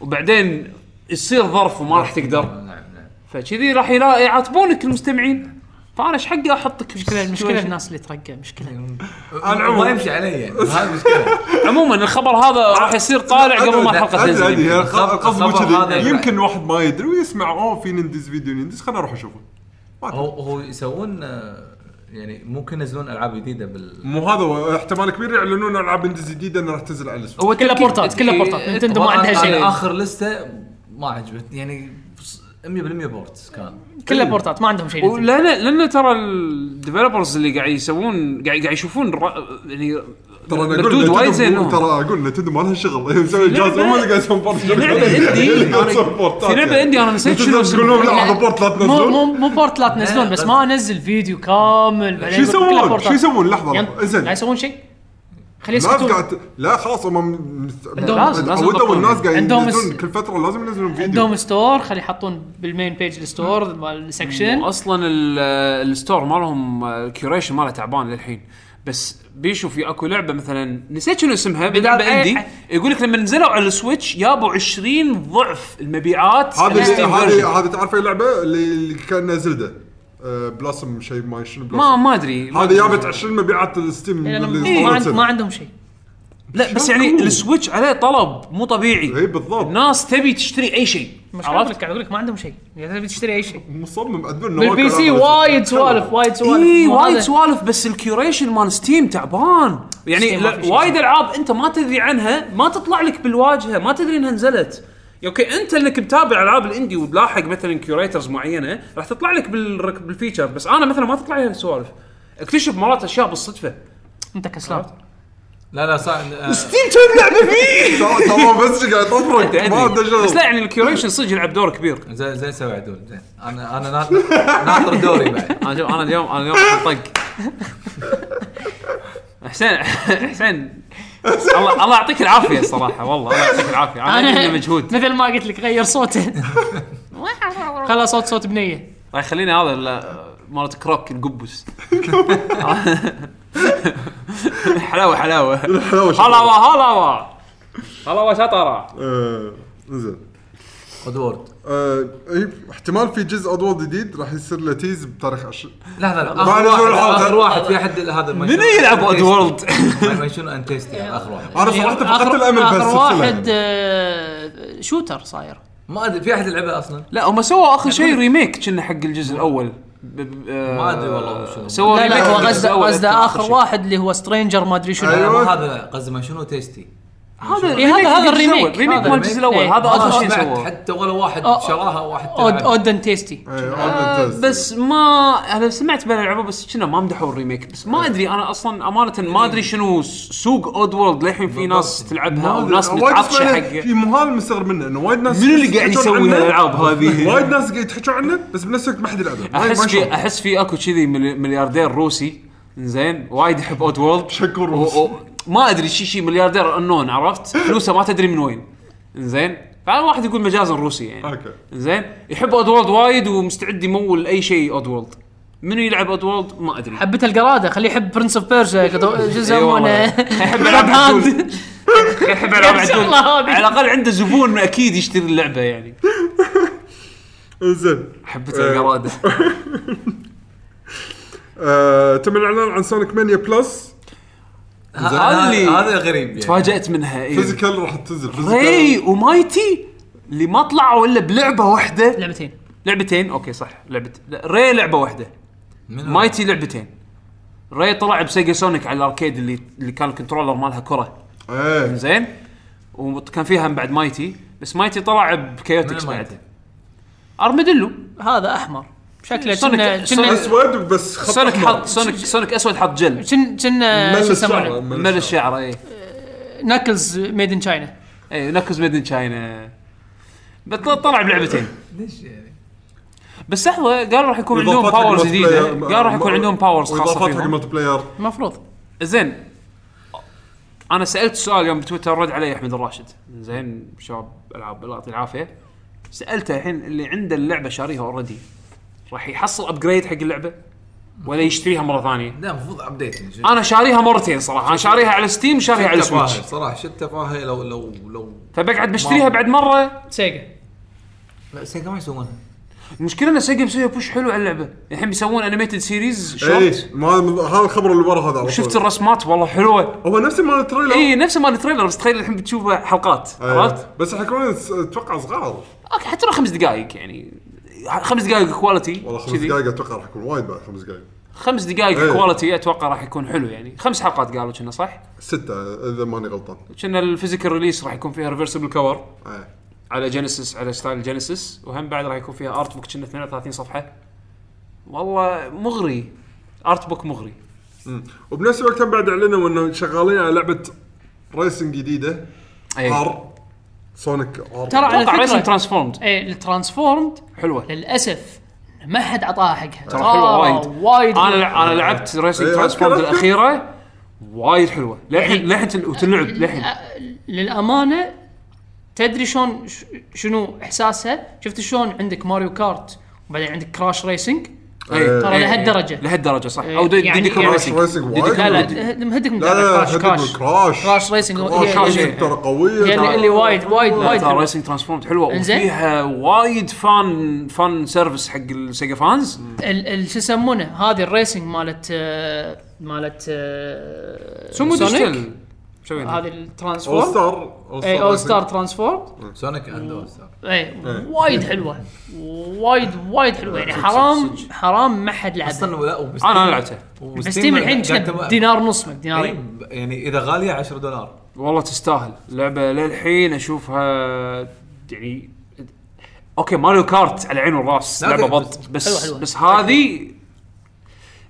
Speaker 1: وبعدين يصير ظرف وما راح تقدر
Speaker 7: نعم نعم
Speaker 1: فكذي راح يلا- يعاتبونك المستمعين فانا ايش حقي احطك
Speaker 4: مشكله المشكله
Speaker 1: بسيتويشن؟
Speaker 4: الناس اللي ترقى مشكله
Speaker 2: العموم.
Speaker 7: ما يمشي علي يعني هذه مشكله
Speaker 1: عموما الخبر هذا راح يصير طالع قبل ما الحلقه
Speaker 2: أدري- أدري،
Speaker 1: تنزل
Speaker 2: هي الخ- قصدي
Speaker 7: الخبر هذا
Speaker 2: كذي
Speaker 7: يبقى.
Speaker 1: يعني.
Speaker 2: يمكن واحد ما يدري ويسمع اوه في ننديز فيديو ننديز خلنا اروح اشوفه ما
Speaker 7: هو
Speaker 2: أدري.
Speaker 7: هو يسوون آه، يعني ممكن ينزلون العاب جديده بال
Speaker 2: مو هذا هو احتمال كبير يعلنون العاب انديز جديده انها راح تنزل على الاسبوع
Speaker 1: هو
Speaker 4: كلها
Speaker 1: تأكيد-
Speaker 4: بورتات كلها بورتات
Speaker 1: إيه،
Speaker 4: نتندو ما
Speaker 7: والله
Speaker 4: عندها
Speaker 7: أنا- أنا
Speaker 4: شيء
Speaker 7: اخر لسته ما عجبتني يعني 100% بورتس كان
Speaker 4: كلها بورتات ما عندهم شيء نتندو.
Speaker 1: لا لا لان ترى الديفلوبرز اللي قاعد يسوون قاعد قاعد يشوفون را- يعني
Speaker 2: ترى انا اقول
Speaker 1: مردود
Speaker 2: نتندو
Speaker 1: وايد
Speaker 2: مو-
Speaker 1: زين لهم.
Speaker 2: ترى اقول نتندو ما لها شغل <laughs> هي مسوي
Speaker 1: لعبة-
Speaker 2: جهاز هم اللي قاعد يسوون بورت شغل. <laughs>
Speaker 1: لعبة
Speaker 2: هي
Speaker 1: عندي.
Speaker 2: اللي قاعد تسوي بورتات
Speaker 1: في لعبه
Speaker 2: يعني.
Speaker 1: عندي انا نسيت شنو
Speaker 2: نتندو تقول لهم لا
Speaker 1: اسمها.
Speaker 2: هذا بورت لا
Speaker 4: مو
Speaker 2: تنزلون
Speaker 4: مو مو بورت لا تنزلون بس ما انزل فيديو كامل بعدين
Speaker 2: شو
Speaker 4: يقول كلها
Speaker 2: يسوون؟
Speaker 4: بورتات.
Speaker 2: شو يسوون؟ لحظة،
Speaker 4: يلا،
Speaker 2: لحظة، إنزين.
Speaker 4: لا يسوون شيء خليه
Speaker 2: الناس
Speaker 4: يسكتون
Speaker 2: قاعد لا خلاص هم مست-
Speaker 1: لازم- لازم
Speaker 2: عودوا
Speaker 1: يضبطون.
Speaker 2: الناس قاعد
Speaker 4: عندهم
Speaker 2: ينزلون
Speaker 4: الس-
Speaker 2: كل فتره لازم ينزلون فيديو
Speaker 4: عندهم ستور خلي يحطون بالمين بيج الستور مال السكشن
Speaker 1: اصلا ال- الستور مالهم الكيوريشن ماله تعبان للحين بس بيشو في اكو لعبه مثلا نسيت شنو اسمها لعبه
Speaker 4: أي-
Speaker 1: عندي يقول لك لما نزلوا على السويتش جابوا 20 ضعف المبيعات
Speaker 2: هذه
Speaker 1: الستيم فيرجن.
Speaker 2: هذه هذه تعرف أي لعبه اللي اللي كان نازلده بلاسم شيء ما شنو
Speaker 1: ما
Speaker 2: بلاسم
Speaker 1: ما ادري ما
Speaker 2: هذه
Speaker 1: أدري.
Speaker 2: جابت 20 مبيعات الستيم اللي
Speaker 4: إيه، ما,
Speaker 2: طلعت
Speaker 4: عند
Speaker 2: سنة.
Speaker 4: ما عندهم شيء
Speaker 1: لا بس يعني السويتش عليه طلب مو طبيعي
Speaker 2: اي إيه، بالضبط
Speaker 1: الناس تبي تشتري اي شيء
Speaker 4: مش عارف
Speaker 1: عرفت؟
Speaker 4: قاعد اقول لك ما عندهم شيء يعني تبي تشتري اي شيء
Speaker 2: مصمم ادون إنه
Speaker 4: بالبي
Speaker 2: واكل
Speaker 4: سي
Speaker 2: هذا
Speaker 4: وايد
Speaker 2: الستيم.
Speaker 4: سوالف وايد سوالف
Speaker 1: اي
Speaker 4: مو
Speaker 1: إيه، وايد
Speaker 4: هذا-
Speaker 1: سوالف بس الكيوريشن مال ستيم تعبان يعني
Speaker 4: ستيم ما
Speaker 1: لا-
Speaker 4: في شيء.
Speaker 1: وايد العاب انت ما تدري عنها ما تطلع لك بالواجهه ما تدري انها نزلت اوكي انت انك متابع العاب الاندي وملاحق مثلا كيوريترز معينه راح تطلع لك بالرك- بالفيتشر بس انا مثلا ما تطلع لي هالسوالف اكتشف مرات اشياء بالصدفه
Speaker 4: انت كسلان
Speaker 7: لا لا صح آه،
Speaker 1: ستيم كم لعبه <laughs> فيه
Speaker 2: ترى- ترى بس قاعد تفرق ما عنده
Speaker 1: بس
Speaker 2: شغل
Speaker 1: لا يعني الكيوريشن صدق يلعب دور كبير
Speaker 7: زي زي سوي عدول زين انا انا ناطر ناطر دوري بعد
Speaker 1: انا شوف انا اليوم انا اليوم أحط طق حسين حسين الله الله يعطيك العافيه الصراحه والله الله يعطيك العافيه عملت لنا
Speaker 4: <laughs>
Speaker 1: مجهود
Speaker 8: مثل ما قلت لك غير صوته خلى صوت صوت بنيه
Speaker 1: الله يخليني هذا ال- مالت كروك القبس حلاوه حلاوه
Speaker 2: الحلاوة شطرة.
Speaker 1: حلاوه حلاوه حلاوه شطره
Speaker 2: آه، زين
Speaker 7: ادوارد
Speaker 2: آه، إيه، احتمال في جزء ادوار جديد راح يصير له تيز بتاريخ 20
Speaker 7: لا لا لا
Speaker 2: ما
Speaker 7: اخر
Speaker 2: نزول
Speaker 7: واحد
Speaker 2: الحلقة.
Speaker 7: اخر واحد في احد هذا ما
Speaker 1: منو
Speaker 7: يشوف-
Speaker 1: يلعب اد وورلد؟
Speaker 7: ما يشون انتيستي اخر واحد
Speaker 2: انا
Speaker 4: يعني
Speaker 2: صراحه فقدت
Speaker 8: آخر-
Speaker 2: الامل
Speaker 8: اخر
Speaker 2: بهالسلسلة
Speaker 8: واحد
Speaker 2: يعني.
Speaker 8: آه، شوتر صاير
Speaker 7: ما ادري في احد لعبه اصلا
Speaker 1: لا هم سووا اخر شيء ريميك كنا حق الجزء الاول ب- ب- آه،
Speaker 7: ما أدري والله وشو.
Speaker 1: سووا
Speaker 4: لا
Speaker 1: ريميك
Speaker 4: لا هو
Speaker 1: حق الجزء
Speaker 4: غزه
Speaker 1: الأول،
Speaker 4: غزه
Speaker 1: أذكر
Speaker 4: اخر
Speaker 1: شيء.
Speaker 4: واحد اللي هو سترينجر ما ادري شنو
Speaker 2: أيوة.
Speaker 7: ما هذا قصدي ما شنو تيستي
Speaker 1: هذا
Speaker 4: إيه، هذا- هذا
Speaker 1: الجزء الأول.
Speaker 4: الريميك.
Speaker 1: ريميك
Speaker 4: هذا
Speaker 1: مال الجزء
Speaker 4: الريميك.
Speaker 1: الاخر
Speaker 4: إيه.
Speaker 1: هذا اخر شيء
Speaker 7: بعد
Speaker 1: سووه
Speaker 7: حتى ولا واحد
Speaker 4: أو-
Speaker 7: شراها واحد
Speaker 4: اود
Speaker 7: تلعب.
Speaker 4: اودن تيستي
Speaker 2: إيه،
Speaker 1: آه،
Speaker 2: أنا ممتاز.
Speaker 1: بس ما انا سمعت بلعبه بس كنا ما مدحوا الريميك بس ما ادري انا اصلا امانه ما ادري شنو س- سوق اود وورلد للحين في ناس تلعبها
Speaker 2: ما
Speaker 1: او
Speaker 2: أدري،
Speaker 1: ناس
Speaker 2: وايد
Speaker 1: متعطشه
Speaker 2: اسمع إنه-
Speaker 1: حقه
Speaker 2: في مو هذا مستغرب منه انه وايد ناس
Speaker 1: منو اللي قاعد
Speaker 2: يحجون
Speaker 1: يسوي
Speaker 2: عنه؟
Speaker 1: هالالعاب هذه؟
Speaker 2: وايد ناس قاعد يحكوا عنه بس بنفس الوقت ما حد يلعبه ما- ما
Speaker 1: احس في
Speaker 2: يشوف.
Speaker 1: احس في اكو كذي ملي- ملياردير روسي زين وايد يحب اوت وورلد
Speaker 2: شكو
Speaker 1: و-
Speaker 2: روس.
Speaker 1: و- ما ادري شي شي ملياردير انون عرفت فلوسه ما تدري من وين زين فالواحد يقول مجازا روسي يعني
Speaker 2: أوكي.
Speaker 1: زين يحب اود وورلد وايد ومستعد يمول اي شيء اود وورلد منو يلعب اود وورلد ما ادري
Speaker 4: حبت القراده خليه يحب برنس اوف
Speaker 1: <laughs>
Speaker 4: بيرجا جزء
Speaker 2: أيوة،
Speaker 1: إي والله.
Speaker 4: من
Speaker 1: يحب
Speaker 4: <laughs>
Speaker 1: العاب عدول يحب العاب عدول
Speaker 4: الله هذه.
Speaker 1: على الاقل عنده زبون اكيد يشتري اللعبه يعني
Speaker 2: إيه، زين
Speaker 1: حبت القراده
Speaker 2: آه، تم الاعلان عن سونيك مانيا بلس
Speaker 7: ه-
Speaker 1: زين.
Speaker 7: هذا
Speaker 1: اللي-
Speaker 7: هذا غريب يعني
Speaker 1: تفاجات منها إيه.
Speaker 2: فيزيكال راح تنزل
Speaker 1: ري
Speaker 2: physical.
Speaker 1: ومايتي اللي ما طلعوا الا بلعبه واحده
Speaker 4: لعبتين
Speaker 1: لعبتين اوكي صح لعبه لا، ري لعبه واحده
Speaker 7: منو؟
Speaker 1: مايتي لعبتين ري طلع بسيجا سونيك على الاركيد اللي اللي كان الكنترولر مالها كره
Speaker 2: ايه
Speaker 1: زين وكان فيها من بعد مايتي بس مايتي طلع بكيوتكس
Speaker 7: منو
Speaker 1: بعد
Speaker 7: مايتي؟
Speaker 1: ارمدلو
Speaker 4: هذا احمر شكله
Speaker 1: سونيك-
Speaker 4: كنا
Speaker 1: سونيك-
Speaker 4: كنا
Speaker 2: اسود بس خط
Speaker 1: سونيك
Speaker 2: أحمر.
Speaker 1: حط سونيك سونيك اسود حط جل
Speaker 4: كن- كنا
Speaker 2: مل
Speaker 4: شو
Speaker 2: الشعر
Speaker 4: يسمونه
Speaker 1: مل الشعر إيه. اي
Speaker 4: ناكلز ميد ان تشاينا
Speaker 1: اي ناكوز ميدن تشاينا طلع بلعبتين
Speaker 7: ليش يعني؟
Speaker 1: بس لحظه قال راح يكون عندهم
Speaker 2: وإضافات حق
Speaker 1: باورز
Speaker 2: multiplayer.
Speaker 1: جديده قال راح يكون عندهم باورز خاصه
Speaker 2: واضافات حق
Speaker 1: فيهم
Speaker 2: الملتي بلاير
Speaker 4: المفروض
Speaker 1: زين انا سالت سؤال يوم بتويتر رد علي احمد الراشد زين شباب العاب الله يعطيه العافيه سالته الحين اللي عنده اللعبه شاريها اوريدي راح يحصل ابجريد حق اللعبه ولا يشتريها مره ثانيه
Speaker 7: لا المفروض ابديت يعني.
Speaker 1: انا شاريها مرتين صراحه انا شاريها على ستيم وشاريها على
Speaker 7: تفاهة،
Speaker 1: السويتش
Speaker 7: صراحه شو التفاهه لو لو لو
Speaker 1: فبقعد بشتريها بعد مره
Speaker 8: سيجا
Speaker 7: لا سيجا ما يسوونها
Speaker 1: المشكله ان سيجا مسويه بوش حلو على اللعبه الحين بيسوون انيميتد سيريز شورت
Speaker 2: ايه ما هذا الخبر اللي ورا هذا على
Speaker 1: شفت
Speaker 2: طول.
Speaker 1: الرسمات والله حلوه
Speaker 2: هو نفس مال التريلر
Speaker 1: اي نفسه مال التريلر بس تخيل الحين بتشوفه حلقات
Speaker 2: أيوة.
Speaker 1: عرفت؟
Speaker 2: بس راح يكون س- اتوقع صغار
Speaker 1: اوكي حتى لو خمس دقائق يعني خمس دقائق كواليتي
Speaker 2: والله خمس
Speaker 1: كذي.
Speaker 2: دقائق اتوقع راح يكون وايد بعد خمس دقائق
Speaker 1: خمس دقائق
Speaker 2: إيه.
Speaker 1: كواليتي اتوقع راح يكون حلو يعني خمس حلقات قالوا كنا صح؟
Speaker 2: سته اذا ماني غلطان
Speaker 1: كنا الفيزيكال ريليس راح يكون فيها ريفرسبل كفر
Speaker 2: ايه
Speaker 1: على جينيسيس على ستايل جينيسيس وهم بعد راح يكون فيها ارت بوك كنا 32 صفحه والله مغري ارت بوك مغري
Speaker 2: مم. وبنفس الوقت هم بعد اعلنوا انه شغالين على لعبه ريسنج جديده
Speaker 1: اي
Speaker 2: ار سونيك ار
Speaker 4: ترى على
Speaker 1: اتوقع ريسن
Speaker 4: فكره
Speaker 1: ترانسفورمد
Speaker 4: ايه الترانسفورمد
Speaker 1: حلوه
Speaker 4: للاسف ما حد عطاها حقها آه،
Speaker 1: ترى حلوه وايد
Speaker 4: وايد
Speaker 1: انا انا لعبت ريسنج
Speaker 2: إيه،
Speaker 1: ترانسفورمد
Speaker 2: أذكر- أذكر.
Speaker 1: الاخيره وايد حلوه للحين للحين تل- وتلعب للحين
Speaker 4: آه، للامانه تدري شلون ش- شنو احساسها؟ شفت شلون عندك ماريو كارت وبعدين عندك كراش ريسنج
Speaker 1: إيه.
Speaker 4: ترى
Speaker 1: إيه.
Speaker 4: لهالدرجة.
Speaker 1: لهالدرجه صح
Speaker 4: إيه.
Speaker 1: او دي
Speaker 4: يعني-
Speaker 1: دي كوم
Speaker 4: يعني-
Speaker 1: ريسنج
Speaker 2: ريسنج
Speaker 1: دي-
Speaker 2: وايد
Speaker 4: لا
Speaker 2: حلوة.
Speaker 4: لا مهدك من
Speaker 2: لا لا
Speaker 4: كراش
Speaker 2: كراش
Speaker 4: كراش
Speaker 2: كراش
Speaker 4: كراش ريسنج هي-
Speaker 2: كراش
Speaker 4: هي-
Speaker 1: ريسنج.
Speaker 2: ريسنج ترى قويه
Speaker 4: هي اللي
Speaker 2: ترى.
Speaker 4: اللي وايد وايد
Speaker 1: لا
Speaker 4: وايد
Speaker 1: ترى
Speaker 4: حلوة.
Speaker 1: ريسنج ترانسفورمد حلوه
Speaker 4: إنزين.
Speaker 1: وفيها وايد فان فان سيرفيس حق السيجا فانز
Speaker 4: ال- ال- شو يسمونه هذه الريسنج مالت آه، مالت آه، سونيك
Speaker 1: ديجيتال. شو يعني؟
Speaker 4: هذه إيه،
Speaker 2: اول
Speaker 4: الترانسفورم
Speaker 2: ستار
Speaker 4: اي اول ستار ترانسفورم
Speaker 7: سونيك اند اول ستار
Speaker 4: اي إيه،
Speaker 2: إيه.
Speaker 4: وايد حلوه وايد وايد حلوه يعني حرام حرام ما حد لعبها
Speaker 7: اصلا ولا وبستيم-
Speaker 1: انا انا لعبته
Speaker 7: وبستيم
Speaker 4: بس تيم الحين
Speaker 7: قاعد
Speaker 4: كنا
Speaker 7: تبقى-
Speaker 4: دينار نص من
Speaker 7: إيه،
Speaker 4: دينارين
Speaker 7: ب- يعني اذا غاليه 10 دولار
Speaker 1: والله تستاهل لعبه للحين اشوفها يعني اوكي ماريو كارت على عين والراس
Speaker 7: لا،
Speaker 1: لعبه
Speaker 7: أوكي،
Speaker 1: بط بس
Speaker 4: حلوة.
Speaker 1: بس هذه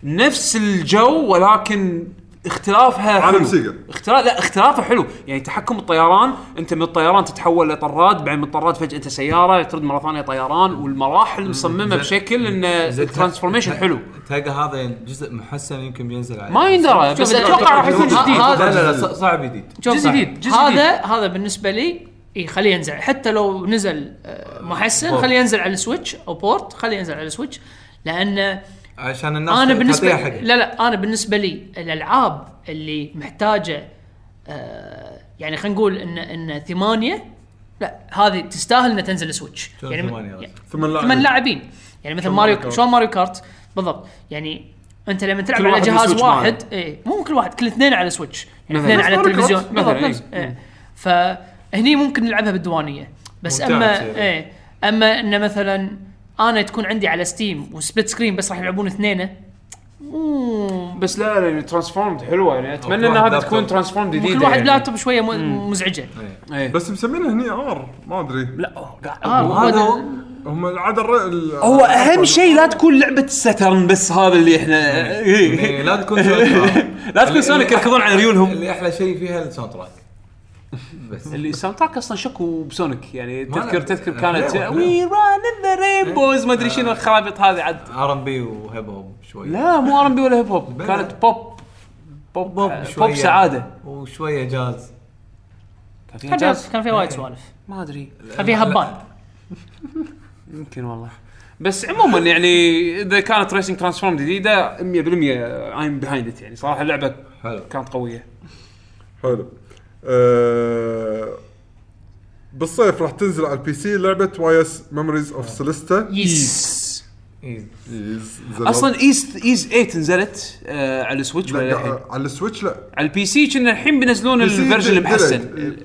Speaker 1: نفس الجو ولكن اختلافها
Speaker 2: عالم
Speaker 1: حلو.
Speaker 2: سيجا.
Speaker 1: اختلاف لا اختلافه حلو يعني تحكم الطيران انت من الطيران تتحول لطراد بعدين من الطراد فجاه انت سياره ترد مره ثانيه طيران والمراحل مصممه
Speaker 7: زين.
Speaker 1: بشكل ان الترانسفورميشن حلو
Speaker 7: تلقى هذا جزء محسن يمكن بينزل عليه
Speaker 1: ما يندرى بس
Speaker 4: شوف،
Speaker 1: اتوقع راح يكون
Speaker 4: شوف،
Speaker 1: جديد
Speaker 4: ه-
Speaker 7: لا
Speaker 4: هذا
Speaker 7: لا لا ص- صعب جديد
Speaker 4: جزء
Speaker 8: صح.
Speaker 4: جديد جزء
Speaker 8: هذا-
Speaker 4: هذا هذا بالنسبه لي اي خليه ينزل حتى لو نزل آه، محسن
Speaker 7: بورت.
Speaker 4: خليه ينزل على السويتش او بورت خليه ينزل على السويتش لان
Speaker 7: عشان الناس
Speaker 4: انا
Speaker 7: تعطيها
Speaker 4: بالنسبه
Speaker 7: حقها.
Speaker 4: لا لا انا بالنسبه لي الالعاب اللي محتاجه آه، يعني خلينا نقول ان ان ثمانيه لا هذه تستاهل انها تنزل يعني سويتش
Speaker 7: شلون
Speaker 1: يعني
Speaker 7: ثمانية قصدك؟
Speaker 2: ثمان لاعبين.
Speaker 4: ثمان لاعبين يعني مثل ماريو
Speaker 2: كارت.
Speaker 4: شلون ماريو كارت بالضبط يعني انت لما تلعب
Speaker 1: كل
Speaker 4: على
Speaker 1: واحد
Speaker 4: جهاز
Speaker 1: بالسويتش
Speaker 4: واحد اي مو كل واحد كل اثنين على سويتش يعني اثنين
Speaker 1: مثلاً.
Speaker 4: على
Speaker 1: نفس ماريو
Speaker 4: التلفزيون
Speaker 1: كارت.
Speaker 4: بالضبط
Speaker 1: مثلاً،
Speaker 4: نفس إيه. فهني ممكن نلعبها بالديوانيه بس إيه،
Speaker 7: ممتعة
Speaker 4: اما
Speaker 7: تصير.
Speaker 4: اي اما انه مثلا انا تكون عندي على ستيم وسبليت سكرين بس راح يلعبون اثنينه
Speaker 1: بس لا لا ترانسفورمد حلوه يعني
Speaker 7: كل
Speaker 1: اتمنى ان
Speaker 7: واحد
Speaker 1: هذا
Speaker 7: لابتوب.
Speaker 1: تكون ترانسفورمد جديده
Speaker 4: كل واحد
Speaker 1: يعني.
Speaker 4: بلابتوب شويه مو- مزعجه
Speaker 1: إيه.
Speaker 2: بس مسمينه هني عار ما ادري
Speaker 4: آه،
Speaker 7: وهذا
Speaker 4: هو-
Speaker 7: هو-
Speaker 2: هم العاده الر- ال-
Speaker 1: هو اهم شيء لا تكون لعبه سترن بس هذا اللي احنا إيه،
Speaker 7: يعني لا تكون
Speaker 1: <laughs>
Speaker 7: سونيك عار.
Speaker 1: لا تكون سونيك يركضون على ريولهم
Speaker 7: اللي احلى شيء فيها الساوند تراك بس
Speaker 1: اللي الساوند تراك اصلا شكو بسونيك يعني
Speaker 7: ما
Speaker 1: تذكر
Speaker 7: لا-
Speaker 1: تذكر
Speaker 7: لا-
Speaker 1: كانت
Speaker 7: لا-
Speaker 1: وي ران ذا رينبوز ما ادري شنو الخرابيط هذه عاد
Speaker 7: ار ام بي وهيب هوب شوي
Speaker 1: آه. لا مو ار بي ولا هيب هوب
Speaker 7: بلى.
Speaker 1: كانت آه، بوب بوب بوب,
Speaker 7: شوية.
Speaker 1: بوب سعاده
Speaker 7: وشويه جاز
Speaker 1: كان فيها
Speaker 4: كان
Speaker 1: جاز
Speaker 4: فيها- كان فيها وايد سوالف
Speaker 1: ما ادري
Speaker 4: كان فيها هبان
Speaker 1: يمكن والله بس عموما يعني اذا كانت ريسنج ترانسفورم جديده 100% ايم بيهايند ات يعني صراحه اللعبه
Speaker 7: حلو
Speaker 1: كانت قويه
Speaker 2: حلو آه، بالصيف راح تنزل على البي سي لعبه واي اس ميموريز اوف
Speaker 4: آه.
Speaker 2: سيليستا
Speaker 4: يس
Speaker 7: إيه.
Speaker 1: اصلا ايست ايز 8 نزلت آه على السويتش ولا الحين
Speaker 2: على السويتش لا
Speaker 1: على البي سي كنا الحين بينزلون الفيرجن المحسن
Speaker 2: بي سي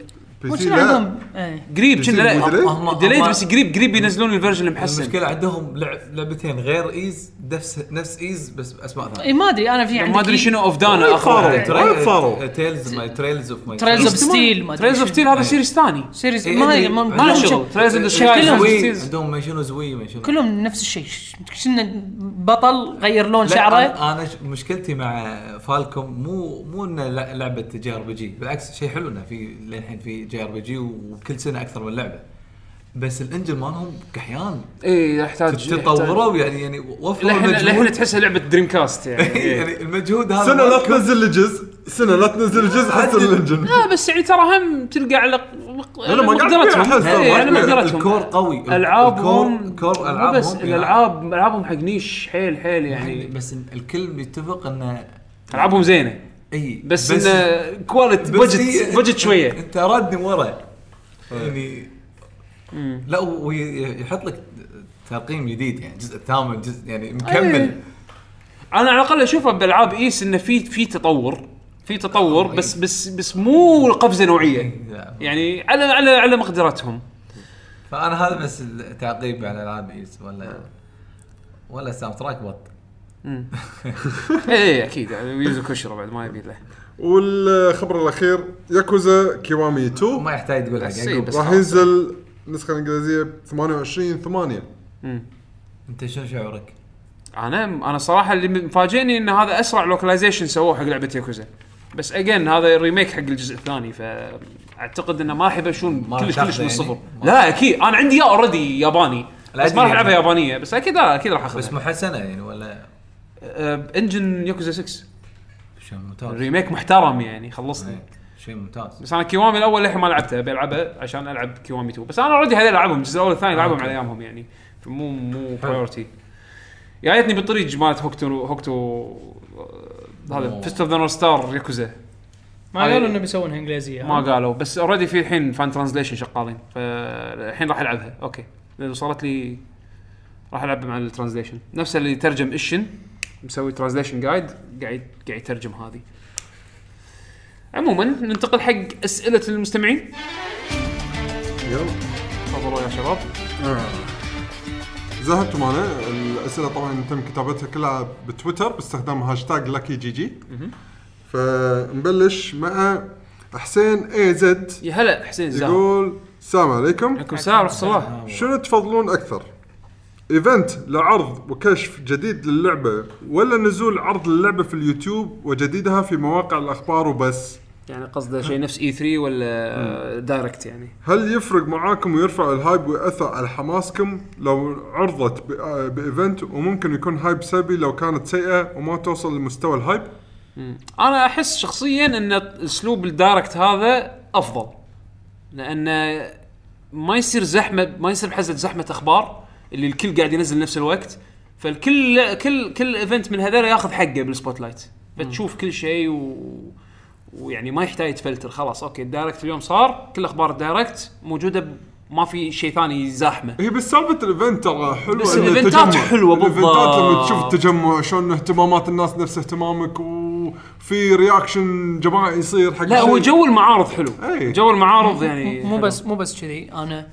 Speaker 4: وشنو
Speaker 2: لا
Speaker 4: عندهم إيه.
Speaker 1: قريب
Speaker 2: بي سي
Speaker 1: كنا
Speaker 2: مو
Speaker 1: لا
Speaker 2: delayed؟
Speaker 7: هم-
Speaker 1: ديليت
Speaker 7: هم-
Speaker 1: بس قريب قريب بينزلون الفيرجن المحسن
Speaker 7: المشكله عندهم لعب لعبتين غير ايز نفس نفس ايز بس باسماء ثانيه
Speaker 4: اي إيه، ما ادري انا في عندي
Speaker 1: ما ادري شنو اوف دانا
Speaker 2: يخالف.
Speaker 1: اخر
Speaker 2: وين صاروا؟
Speaker 7: تيلز ماي تريلز اوف ماي
Speaker 4: تريلز اوف ستيل ما
Speaker 1: تريز اوف ستيل هذا سيريس ثاني
Speaker 4: سيريز
Speaker 7: إيه،
Speaker 4: ما
Speaker 7: أدري.
Speaker 4: ما-
Speaker 7: ما
Speaker 1: ما له
Speaker 4: كلهم
Speaker 1: شغل
Speaker 4: شي-
Speaker 1: تريز ان ذا سكاي
Speaker 4: كلهم
Speaker 7: عندهم ما شنو زوي ما شنو
Speaker 4: كلهم نفس الشيء ش- كنا بطل غير لون
Speaker 7: لا،
Speaker 4: شعره
Speaker 7: انا أنا ش- مشكلتي مع فالكوم مو مو انه لا- لعبه جي ار بي جي بالعكس شيء حلو انه في للحين في جي ار بي جي وكل سنه اكثر من لعبه بس الانجن مالهم كحيان
Speaker 1: اي إيه، يحتاج
Speaker 7: تطوروا يعني يعني وفروا
Speaker 1: لحن لحن
Speaker 7: المجهود
Speaker 1: تحسها لعبه دريم كاست يعني إيه.
Speaker 7: <laughs> يعني المجهود هذا
Speaker 2: سنه لا
Speaker 7: مالكم.
Speaker 2: تنزل الجزء سنه لا تنزل الجزء حتى الانجن
Speaker 1: لا بس يعني ترى هم تلقى على مق- على
Speaker 2: ما قاعد فيها
Speaker 1: مقدرتهم
Speaker 2: أحس
Speaker 1: إيه، على
Speaker 2: والله.
Speaker 1: مقدرتهم
Speaker 7: الكور قوي
Speaker 1: العابهم
Speaker 7: الكور- كور
Speaker 1: مو
Speaker 7: العابهم
Speaker 1: بس
Speaker 7: يعني-
Speaker 1: الالعاب العابهم حق نيش حيل حيل
Speaker 7: يعني
Speaker 1: يعني
Speaker 7: بس الكل بيتفق انه
Speaker 1: العابهم زينه
Speaker 7: اي
Speaker 1: بس, انه كواليتي بجت
Speaker 7: هي-
Speaker 1: بجت شويه
Speaker 7: انت رادني ورا يعني لا ويحط لك ترقيم جديد يعني الجزء الثامن جزء يعني مكمل
Speaker 1: انا على الاقل اشوفها بالعاب ايس انه في في تطور في تطور
Speaker 7: طيب.
Speaker 1: بس بس بس مو قفزه نوعيه يعني على على على مقدرتهم
Speaker 7: فانا هذا بس التعقيب على العاب ايس ولا ولا ساوند تراك بط
Speaker 1: اي اكيد يعني يوزو كوشرو بعد ما يبي له
Speaker 2: والخبر الاخير ياكوزا كيوامي 2
Speaker 7: ما يحتاج تقول حق
Speaker 1: بس
Speaker 7: يعقوب.
Speaker 1: بس
Speaker 2: راح ينزل النسخه الانجليزيه ب 28 8
Speaker 7: انت شنو شعورك؟
Speaker 1: انا انا صراحه اللي مفاجئني ان هذا اسرع لوكلايزيشن سووه حق لعبه ياكوزا بس اجين هذا الريميك حق الجزء الثاني فاعتقد انه ما راح يبلشون
Speaker 7: ما راح
Speaker 1: كلش كلش من
Speaker 7: تاخذه
Speaker 1: الصفر
Speaker 7: يعني؟ ما
Speaker 1: لا اكيد انا عندي يا اوريدي ياباني بس ما راح
Speaker 7: العادي
Speaker 1: العبها
Speaker 7: يعني.
Speaker 1: يابانيه بس اكيد لا اكيد راح
Speaker 7: بس
Speaker 1: اخذها
Speaker 7: محسنه يعني ولا
Speaker 1: أه، انجن ياكوزا 6
Speaker 7: شيء ممتاز
Speaker 1: الريميك محترم يعني خلصني
Speaker 7: إيه، شيء ممتاز
Speaker 1: بس انا كيوامي الاول للحين ما لعبته بلعبه عشان العب كيوامي 2 بس انا اوريدي هذول العبهم الجزء الاول والثاني لعبهم على ايامهم يعني فمو مو برايورتي جايتني بالطريق مالت هوكتو هوكتو آه، هذا
Speaker 7: أوه.
Speaker 1: فيست اوف ذا نورث ستار ياكوزا
Speaker 4: ما قالوا انه بيسوونها انجليزيه
Speaker 1: ما قالوا بس اوريدي في الحين فان ترانزليشن شغالين فالحين راح العبها اوكي لان وصلت لي راح العبها مع الترانزليشن نفس اللي ترجم اشن مسوي ترانزليشن جايد قاعد قاعد يترجم هذه عموما ننتقل حق اسئله المستمعين
Speaker 2: يلا
Speaker 1: تفضلوا يا شباب
Speaker 2: زهقتم انا الاسئله طبعا تم كتابتها كلها بتويتر باستخدام هاشتاج لاكي جي جي فنبلش مع حسين اي زد
Speaker 1: يا هلا حسين زاهر
Speaker 2: يقول السلام عليكم
Speaker 1: عليكم السلام ورحمه الله
Speaker 2: شنو تفضلون اكثر؟ ايفنت لعرض وكشف جديد للعبه ولا نزول عرض اللعبه في اليوتيوب وجديدها في مواقع الاخبار وبس
Speaker 1: يعني قصده شيء نفس اي 3 ولا دايركت يعني
Speaker 2: هل يفرق معاكم ويرفع الهايب ويأثر على حماسكم لو عرضت ب- آه، بايفنت وممكن يكون هايب سلبي لو كانت سيئه وما توصل لمستوى الهايب؟
Speaker 1: انا احس شخصيا ان اسلوب الدايركت هذا افضل لانه ما يصير زحمه ما يصير بحزه زحمه اخبار اللي الكل قاعد ينزل نفس الوقت فالكل كل كل ايفنت من هذول ياخذ حقه بالسبوت لايت فتشوف كل شيء و... ويعني ما يحتاج تفلتر خلاص اوكي الدايركت اليوم صار كل اخبار الدايركت موجوده ب- ما في شيء ثاني زحمه
Speaker 2: هي بس سالفه الايفنت ترى حلوه
Speaker 1: بس
Speaker 2: إنه
Speaker 1: الإيفنتات
Speaker 2: تجمع.
Speaker 1: حلوة بالضبط.
Speaker 2: الايفنتات لما تشوف التجمع شلون اهتمامات الناس نفس اهتمامك وفي رياكشن جماعي يصير حق
Speaker 1: لا هو
Speaker 2: شيء.
Speaker 1: جو المعارض حلو
Speaker 2: أي.
Speaker 1: جو المعارض يعني
Speaker 4: مو بس مو بس كذي انا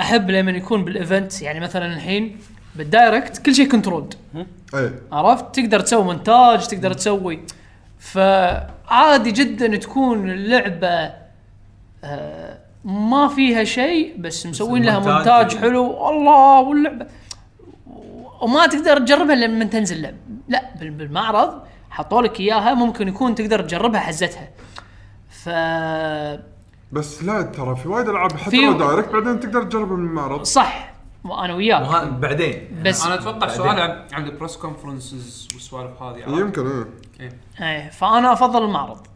Speaker 4: احب لما يكون بالايفنت يعني مثلا الحين بالدايركت كل شيء كنترولد
Speaker 2: ايه
Speaker 4: عرفت تقدر تسوي مونتاج تقدر تسوي فعادي جدا تكون اللعبه آه، ما فيها شيء بس مسوين لها
Speaker 7: المونتاج
Speaker 4: مونتاج
Speaker 7: جميل.
Speaker 4: حلو الله واللعبه وما تقدر تجربها إلا لما تنزل لعب لا بال- بالمعرض حطوا لك اياها ممكن يكون تقدر تجربها حزتها ف
Speaker 2: بس لا ترى في وايد العاب حتى
Speaker 4: في-
Speaker 2: لو دايركت بعدين تقدر تجربها من المعرض
Speaker 4: صح انا وياك
Speaker 7: وها- بعدين
Speaker 4: بس
Speaker 1: انا اتوقع
Speaker 7: بعدين.
Speaker 1: سؤال عن- عن البريس كونفرنسز والسوالف هذه عرفت؟
Speaker 2: يمكن ايه
Speaker 4: ايه فانا افضل المعرض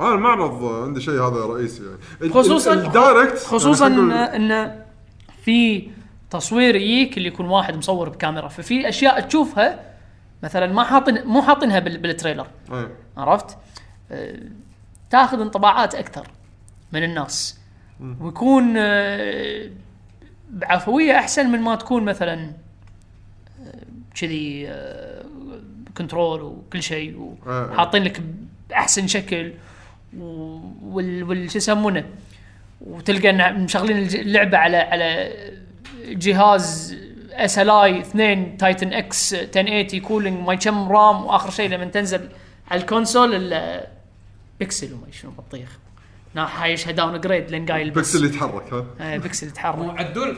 Speaker 2: انا المعرض عندي شيء هذا رئيسي يعني ال-
Speaker 4: خصوصاً-
Speaker 2: ال- الدايركت
Speaker 4: خصوصا
Speaker 2: يعني
Speaker 4: ان
Speaker 2: خلينا نقول-
Speaker 4: ان في تصوير يجيك اللي يكون واحد مصور بكاميرا ففي اشياء تشوفها مثلا ما حاطن مو حاطنها بال- بالتريلر
Speaker 2: إيه.
Speaker 4: عرفت؟ آه، تاخذ انطباعات اكثر من الناس ويكون آه، بعفويه احسن من ما تكون مثلا آه، كذي آه، كنترول وكل شيء
Speaker 2: آه.
Speaker 4: وحاطين لك باحسن شكل و- وال وال- شو يسمونه وتلقى ان مشغلين الج- اللعبه على على جهاز اس ال اي 2 تايتن اكس 1080 كولينج ما كم رام واخر شيء لما تنزل على الكونسول ال- بيكسل وما شنو بطيخ نا حايشها داون جريد لين قايل إيه،
Speaker 2: بس اللي يتحرك ها
Speaker 4: بيكسل يتحرك
Speaker 1: عدول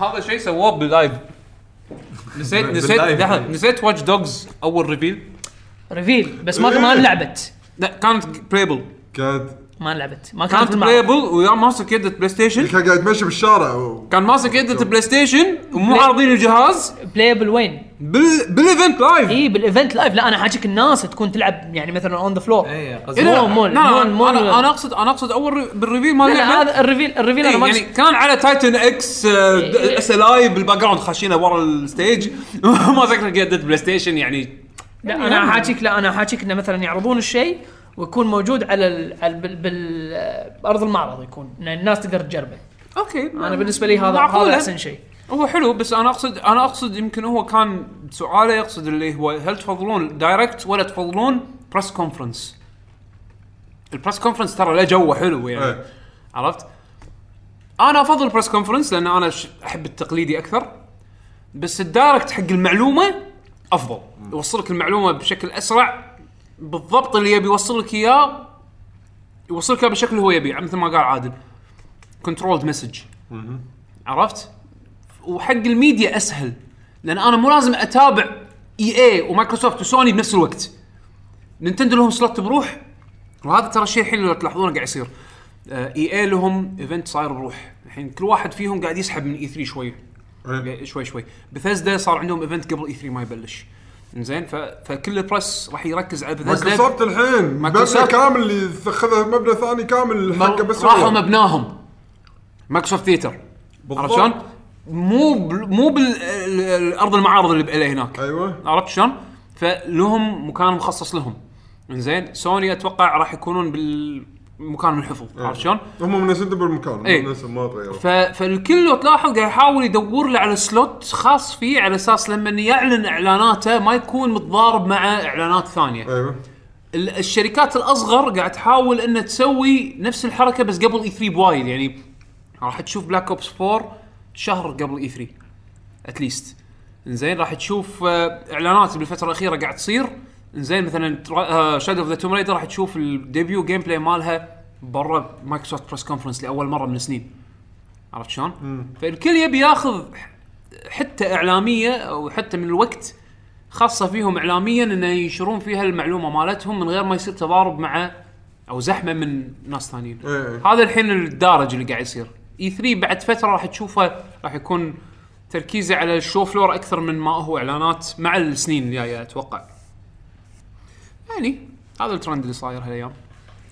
Speaker 1: هذا شيء سووه باللايف نسيت نسيت
Speaker 7: باللايف.
Speaker 1: لحظة، نسيت واتش دوجز اول ريفيل
Speaker 4: ريفيل بس ما ما انلعبت
Speaker 1: لا كانت بلايبل
Speaker 2: كانت
Speaker 4: ما انلعبت ما كانت
Speaker 1: كانت
Speaker 4: بالمعرض.
Speaker 1: بلايبل ويا ماسك يده بلاي ستيشن
Speaker 2: كان قاعد يتمشى بالشارع و-
Speaker 1: كان ماسك يده بلاي ستيشن ومو عارضين الجهاز
Speaker 4: بلايبل وين؟
Speaker 1: بال بالايفنت لايف
Speaker 4: اي بالايفنت لايف لا انا حاجيك الناس تكون تلعب يعني مثلا اون ذا فلور
Speaker 7: اي
Speaker 1: إيه،
Speaker 7: قصدي
Speaker 1: لا،
Speaker 4: مو- مول-
Speaker 1: لا،
Speaker 4: مول-
Speaker 1: أنا-
Speaker 4: مول-
Speaker 1: انا انا اقصد انا اقصد اول ري- بالريفيل مال
Speaker 4: لا لا،
Speaker 1: اللعبة.
Speaker 4: هذا الريفيل الريفيل انا
Speaker 1: إيه،
Speaker 4: ما
Speaker 1: يعني كان على آه، تايتن اكس
Speaker 4: إيه.
Speaker 1: اس ال اي بالباك جراوند خاشينه ورا الستيج <laughs> ما ذكر يده بلاي ستيشن يعني
Speaker 4: لا انا حاكيك لا انا حاكيك انه مثلا يعرضون الشيء ويكون موجود على ال... على بال... بال... بارض المعرض يكون ان الناس تقدر تجربه
Speaker 1: اوكي
Speaker 4: انا بالنسبه لي هذا
Speaker 1: معقولة.
Speaker 4: هذا احسن شيء
Speaker 1: هو حلو بس انا اقصد انا اقصد يمكن هو كان سؤاله يقصد اللي هو هل تفضلون دايركت ولا تفضلون بريس كونفرنس؟ البريس كونفرنس ترى له جو حلو يعني
Speaker 2: إيه.
Speaker 1: عرفت؟ انا افضل بريس كونفرنس لان انا ش- احب التقليدي اكثر بس الدايركت حق المعلومه افضل يوصلك المعلومه بشكل اسرع بالضبط اللي يبي يوصلك اياه يوصلك اياه بالشكل اللي هو يبيه مثل ما قال عادل كنترولد مسج عرفت؟ وحق الميديا اسهل لان انا مو لازم اتابع اي اي ومايكروسوفت وسوني بنفس الوقت نينتندو لهم سلوت بروح وهذا ترى الشيء الحين لو تلاحظونه قاعد يصير اي اي آه، E لهم ايفنت صاير بروح الحين كل واحد فيهم قاعد يسحب من اي 3 شوي
Speaker 2: إيه.
Speaker 1: شوي شوي بثزدا صار عندهم ايفنت قبل اي 3 ما يبلش زين ف... فكل البرس راح يركز على بثزدا
Speaker 2: مايكروسوفت الحين مبنى
Speaker 1: مايكروسوفت.
Speaker 2: كامل اللي اخذه مبنى ثاني كامل حقه بس
Speaker 1: راحوا
Speaker 2: هو.
Speaker 1: مبناهم مايكروسوفت ثيتر عرفت شلون؟ مو بال- مو بالارض المعارض اللي بألي هناك
Speaker 2: ايوه
Speaker 1: عرفت شلون؟ فلهم مكان مخصص لهم زين سوني اتوقع راح يكونون بالمكان الحفظ عرفت شلون؟
Speaker 2: هم منزلين بالمكان
Speaker 1: إيه.
Speaker 2: الناس ما تغيروا
Speaker 1: ف... فالكل لو تلاحظ قاعد يحاول يدور له على سلوت خاص فيه على اساس لما يعلن اعلاناته ما يكون متضارب مع اعلانات ثانيه.
Speaker 2: ايوه
Speaker 1: ال- الشركات الاصغر قاعد تحاول انها تسوي نفس الحركه بس قبل اي 3 بوايد يعني راح تشوف بلاك اوبس 4 شهر قبل E اي 3 اتليست زين راح تشوف آه، اعلانات بالفتره الاخيره قاعد تصير آه، زين مثلا شادو اوف ذا توم رايدر راح تشوف الديبيو جيم بلاي مالها برا مايكروسوفت بريس كونفرنس لاول مره من سنين عرفت شلون؟ فالكل يبي ياخذ حتى اعلاميه او حتى من الوقت خاصه فيهم اعلاميا انه ينشرون فيها المعلومه مالتهم من غير ما يصير تضارب مع او زحمه من ناس ثانيين.
Speaker 2: إيه.
Speaker 1: هذا الحين الدارج اللي قاعد يصير. اي 3 بعد فتره راح تشوفه راح يكون تركيزه على الشو فلور اكثر من ما هو اعلانات مع السنين الجايه اتوقع. يعني هذا الترند اللي صاير هالايام.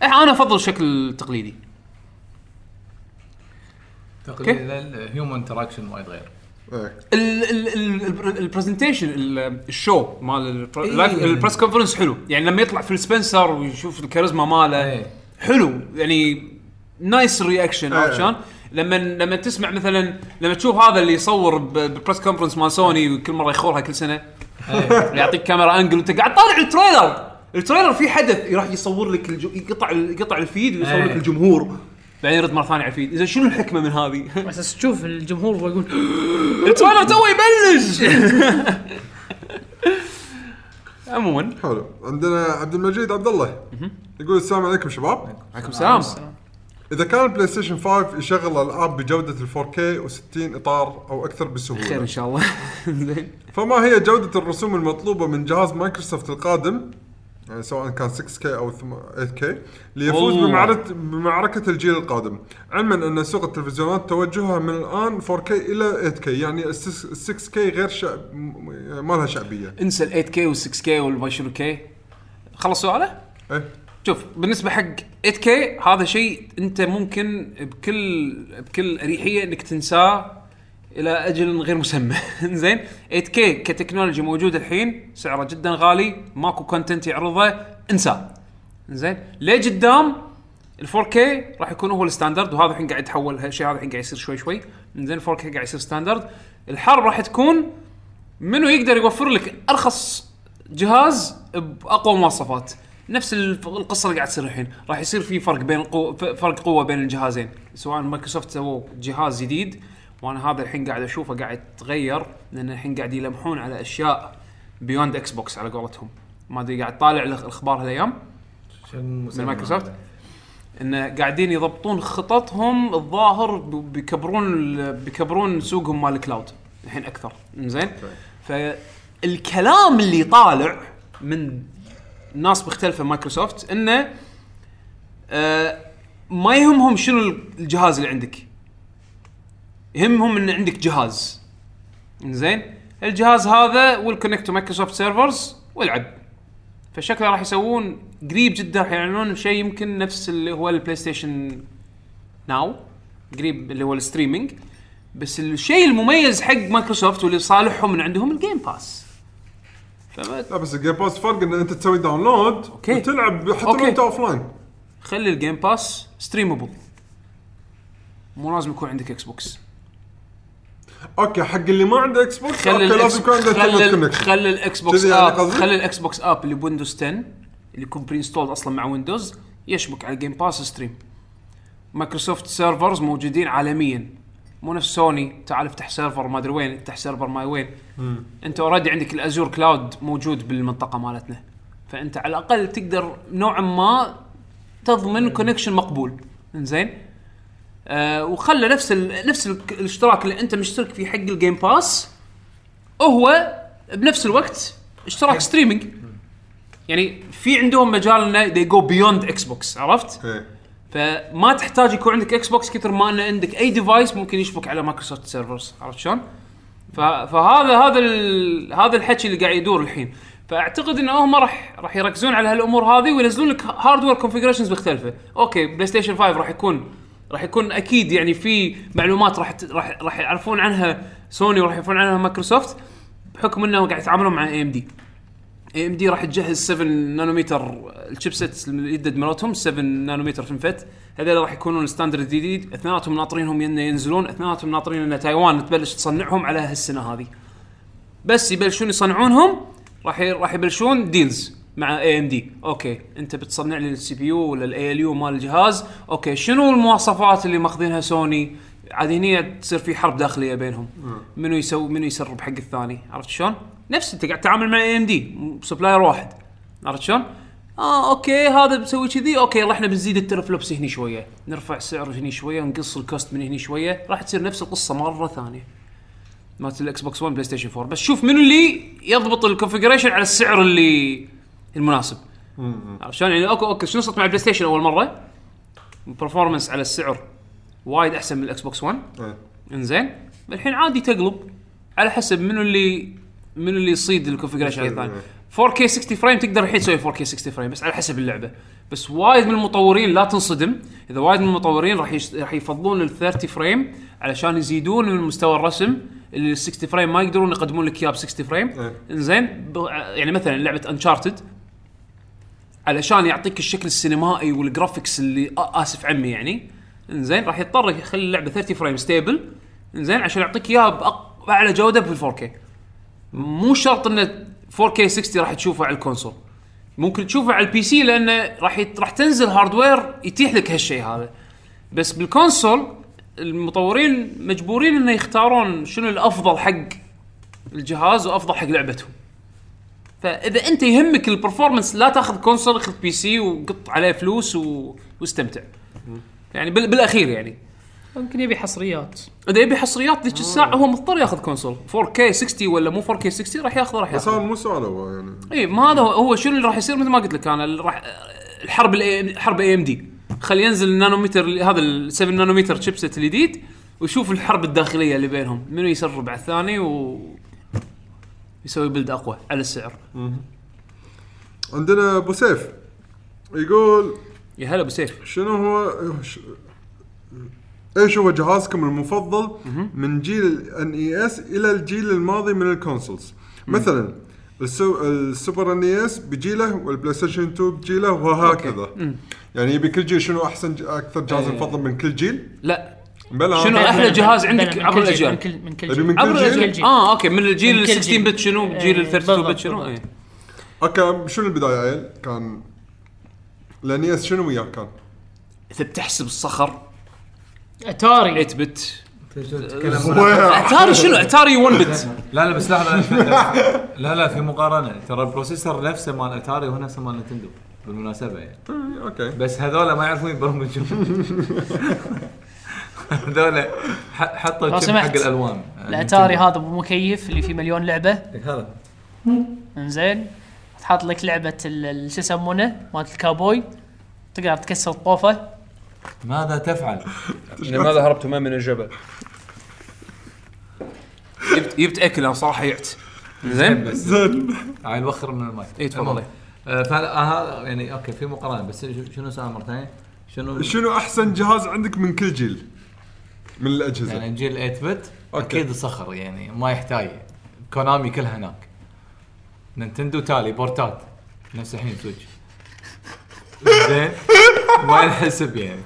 Speaker 1: إيه، انا افضل شكل تقليدي.
Speaker 7: تقريبا هيومن انتراكشن وايد غير
Speaker 2: إيه.
Speaker 1: البرزنتيشن الشو مال البر-
Speaker 7: إيه.
Speaker 1: اللايف- البريس كونفرنس حلو يعني لما يطلع في سبنسر ويشوف الكاريزما ماله
Speaker 7: إيه.
Speaker 1: حلو يعني نايس رياكشن
Speaker 2: إيه.
Speaker 1: عرفت شلون؟ لما لما تسمع مثلا لما تشوف هذا اللي يصور ب- بالبريس كونفرنس مال سوني وكل مره يخورها كل سنه
Speaker 7: إيه.
Speaker 1: اللي يعطيك كاميرا انجل وانت قاعد طالع التريلر التريلر فيه حدث يروح يصور لك الجو... يقطع يقطع الفيد ويصور لك
Speaker 7: إيه.
Speaker 1: الجمهور بعدين يرد مره ثانيه على الفيد اذا شنو الحكمه من هذه؟ <laughs>
Speaker 4: على اساس تشوف الجمهور ويقول
Speaker 1: التويلر تو <laughs> يبلش عموما
Speaker 2: حلو عندنا عبد المجيد عبد الله يقول السلام عليكم شباب
Speaker 1: عليكم السلام
Speaker 2: اذا كان البلاي ستيشن 5 يشغل الالعاب بجوده ال 4K و60 اطار او اكثر
Speaker 1: خير ان
Speaker 2: بسهوله
Speaker 1: <laughs> شاء الله زين
Speaker 2: فما هي جوده الرسوم المطلوبه من جهاز مايكروسوفت القادم يعني سواء كان 6K او ثم- 8K ليفوز
Speaker 1: والله.
Speaker 2: بمعركه بمعركه الجيل القادم علما ان سوق التلفزيونات توجهها من الان 4K الى 8K يعني ال 6K غير شعب م- ما لها شعبيه
Speaker 1: انسى ال 8K وال 6K والما شنو كي خلص سؤاله؟
Speaker 2: ايه
Speaker 1: شوف بالنسبه حق 8K هذا شيء انت ممكن بكل بكل اريحيه انك تنساه الى اجل غير مسمى <laughs> زين 8K كتكنولوجي موجود الحين سعره جدا غالي ماكو كونتنت يعرضه انساه زين ليه قدام ال 4K راح يكون هو الستاندرد وهذا الحين قاعد يتحول هالشيء هذا الحين قاعد يصير شوي شوي زين 4K قاعد يصير ستاندرد الحرب راح تكون منو يقدر يوفر لك ارخص جهاز باقوى مواصفات نفس الف- القصه اللي قاعد تصير الحين راح يصير في فرق بين القو... ف- فرق قوه بين الجهازين سواء مايكروسوفت سووا جهاز جديد وانا هذا الحين قاعد اشوفه قاعد يتغير لان الحين قاعد يلمحون على اشياء بيوند اكس بوكس على قولتهم ما ادري قاعد طالع الأخ- الاخبار هالايام من مايكروسوفت انه قاعدين يضبطون خططهم الظاهر ب- بيكبرون ال- بيكبرون سوقهم مال الكلاود الحين اكثر زين فالكلام اللي طالع من ناس مختلفه مايكروسوفت انه آه ما يهمهم شنو الجهاز اللي عندك يهمهم ان عندك جهاز زين الجهاز هذا والكونكت تو مايكروسوفت سيرفرز والعب فشكله راح يسوون قريب جدا راح يعلنون شيء يمكن نفس اللي هو البلاي ستيشن ناو قريب اللي هو الستريمينج بس الشيء المميز حق مايكروسوفت واللي صالحهم من عندهم الجيم باس فما
Speaker 2: لا بس الجيم باس فرق ان انت تسوي داونلود
Speaker 1: أوكي.
Speaker 2: وتلعب حتى
Speaker 1: أوكي.
Speaker 2: لو انت اوف لاين
Speaker 1: خلي الجيم باس ستريمبل مو لازم يكون عندك اكس بوكس
Speaker 2: اوكي حق اللي ما عنده اكس بوكس
Speaker 1: خلي
Speaker 2: اوكي لازم يكون عنده انترنت
Speaker 1: خلي
Speaker 2: كونكشن
Speaker 1: خلي الاكس بوكس
Speaker 2: كذي يعني
Speaker 1: اب
Speaker 2: قصدي؟
Speaker 1: خلي الاكس بوكس اب اللي بويندوز 10 اللي يكون بري انستولد اصلا مع ويندوز يشبك على جيم باس ستريم مايكروسوفت سيرفرز موجودين عالميا مو نفس سوني تعال افتح سيرفر ما ادري وين افتح سيرفر ما وين انت اوريدي عندك الازور كلاود موجود بالمنطقه مالتنا فانت على الاقل تقدر نوعا ما تضمن كونكشن مقبول زين آه وخلى نفس ال نفس ال الاشتراك اللي انت مشترك فيه حق الجيم باس هو بنفس الوقت اشتراك ستريمينج يعني في عندهم مجال انه they go beyond اكس بوكس عرفت؟
Speaker 2: إيه.
Speaker 1: فما تحتاج يكون عندك اكس بوكس كثر ما ان عندك اي ديفايس ممكن يشبك على مايكروسوفت سيرفرز عرفت شلون؟ ف- فهذا هذا ال- هذا الحكي اللي قاعد يدور الحين فاعتقد ان هم راح راح يركزون على هالامور هذه وينزلون لك هاردوير كونفجريشنز مختلفه، اوكي بلاي ستيشن 5 راح يكون راح يكون اكيد يعني في معلومات راح ت- راح راح يعرفون عنها سوني وراح يعرفون عنها مايكروسوفت بحكم انهم قاعد يتعاملون مع اي ام دي. اي ام دي راح تجهز 7 نانومتر الشيبسيتس الجدد مالتهم 7 نانومتر فنفت هذول راح يكونون الستاندرد الجديد اثنيناتهم ناطرينهم ين- ينزلون اثنيناتهم ناطرين ان تايوان تبلش تصنعهم على هالسنه هذه بس يبلشون يصنعونهم راح ي- راح يبلشون ديلز مع اي ام دي اوكي انت بتصنع لي السي بي يو ولا الاي ال يو مال الجهاز اوكي شنو المواصفات اللي ماخذينها سوني عاد هنا تصير في حرب داخليه بينهم منو يسوي منو يسرب حق الثاني عرفت شلون؟ نفس انت قاعد تتعامل مع اي ام دي سبلاير واحد عرفت شلون؟ اه اوكي هذا بسوي كذي اوكي راح احنا بنزيد الترفلوبس هني شويه نرفع سعر هني شويه نقص الكوست من هني شويه راح تصير نفس القصه مره ثانيه مالت الاكس بوكس 1 بلاي ستيشن 4 بس شوف منو اللي يضبط الكونفجريشن على السعر اللي المناسب عرفت شلون يعني اوكي اوكي شنو صرت مع البلاي ستيشن اول مره برفورمانس على السعر وايد احسن من الاكس بوكس 1
Speaker 2: إيه.
Speaker 1: انزين الحين عادي تقلب على حسب منو اللي منو اللي يصيد الكونفجريشن هاي الثانيه 4K 60 فريم تقدر الحين تسوي 4K 60 فريم بس على حسب اللعبه بس وايد من المطورين لا تنصدم اذا وايد من المطورين راح يش... راح يفضلون ال 30 فريم علشان يزيدون من مستوى الرسم اللي ال 60 فريم ما يقدرون يقدمون لك اياه ب 60 فريم
Speaker 2: إيه.
Speaker 1: انزين ب... يعني مثلا لعبه انشارتد علشان يعطيك الشكل السينمائي والجرافيكس اللي آ- اسف عمي يعني انزين راح يضطر يخلي اللعبه 30 فريم ستيبل انزين عشان يعطيك اياها بأق- باعلى جوده في 4 k مو شرط انه 4K 60 راح تشوفه على الكونسول ممكن تشوفه على البي سي لانه راح يت... راح تنزل هاردوير يتيح لك هالشيء هذا بس بالكونسول المطورين مجبورين انه يختارون شنو الافضل حق الجهاز وافضل حق لعبتهم فاذا انت يهمك البرفورمانس لا تاخذ كونسول خذ بي سي وقط عليه فلوس و... واستمتع يعني بال... بالاخير يعني
Speaker 8: يمكن يبي حصريات
Speaker 1: اذا يبي حصريات
Speaker 2: آه.
Speaker 1: ذيك الساعه هو مضطر ياخذ كونسول 4K 60 ولا مو 4K 60 راح ياخذه راح
Speaker 2: بس
Speaker 1: ياخذه
Speaker 2: هذا مو سؤال هو يعني
Speaker 1: اي ما هذا هو هو شنو اللي راح يصير مثل ما قلت لك انا اللي راح الحرب ال حرب اي ام دي خلي ينزل النانوميتر هذا ال 7 نانوميتر شيبسيت الجديد وشوف الحرب الداخليه اللي بينهم منو يسرب على الثاني و يسوي بلد اقوى على السعر
Speaker 2: عندنا ابو سيف يقول
Speaker 1: يا هلا ابو سيف
Speaker 2: شنو هو ش- ايش هو جهازكم المفضل من جيل الان اي اس الى الجيل الماضي من الكونسولز مثلا السو- السوبر ان اي اس بجيله والبلاي ستيشن 2 بجيله وهكذا يعني يبي كل جيل شنو احسن ج- اكثر جهاز مفضل من كل جيل
Speaker 1: لا
Speaker 2: بلا
Speaker 1: شنو
Speaker 2: أنا-
Speaker 1: أحلى
Speaker 8: بلا-
Speaker 1: جهاز
Speaker 8: بلا،
Speaker 1: عندك
Speaker 8: من
Speaker 1: عبر
Speaker 8: كل جيل،
Speaker 1: الأجيال؟
Speaker 8: من كل من كل
Speaker 2: أبي
Speaker 8: جيل.
Speaker 2: من
Speaker 1: عبر
Speaker 2: كل جيل؟
Speaker 1: الأجيال.
Speaker 4: آه،
Speaker 1: اه اوكي من الجيل
Speaker 8: من
Speaker 1: ال
Speaker 8: كل
Speaker 1: 16
Speaker 8: جيل.
Speaker 1: بت شنو جيل ال
Speaker 8: إيه،
Speaker 1: 32 بت
Speaker 8: بالضبط،
Speaker 1: شنو
Speaker 8: بالضبط.
Speaker 1: إيه.
Speaker 2: اوكي شنو البدايه عيل كان الان اي اس شنو وياه كان؟
Speaker 1: اذا بتحسب الصخر
Speaker 8: اتاري
Speaker 4: إيه،
Speaker 1: 8 بت
Speaker 7: تتكلم عن-
Speaker 2: وياه.
Speaker 1: اتاري شنو اتاري 1 بت
Speaker 7: لا لا بس لحظه لا لا في مقارنه ترى البروسيسور نفسه مال اتاري هو نفسه مال نتندو بالمناسبه يعني
Speaker 2: اوكي
Speaker 7: بس هذول ما يعرفون يبرمجون هذول ح- حطوا
Speaker 8: لو
Speaker 7: شيب حق
Speaker 8: سمحت.
Speaker 7: الالوان
Speaker 4: الاتاري هذا ابو مكيف اللي فيه مليون لعبه
Speaker 7: هذا
Speaker 4: انزين تحط لك لعبه ال- ال- شو يسمونه مالت الكابوي تقدر تكسر الطوفه
Speaker 7: ماذا تفعل؟
Speaker 1: لماذا هربتما من الجبل؟ جبت جبت اكل أنا صراحه يعت زين
Speaker 7: بس عيل وخر من المايك
Speaker 1: اي تفضل
Speaker 7: المهم.
Speaker 1: إيه.
Speaker 7: آه، فهذا يعني اوكي في مقارنه بس ش- شنو سؤال مره ثانيه؟ شنو
Speaker 2: شنو احسن جهاز عندك من كل جيل؟ من الاجهزه
Speaker 7: يعني جيل 8 بت
Speaker 2: أوكي.
Speaker 7: اكيد صخر يعني ما يحتاج كونامي كلها هناك نينتندو تالي بورتات نفس الحين سويتش زين ما ينحسب يعني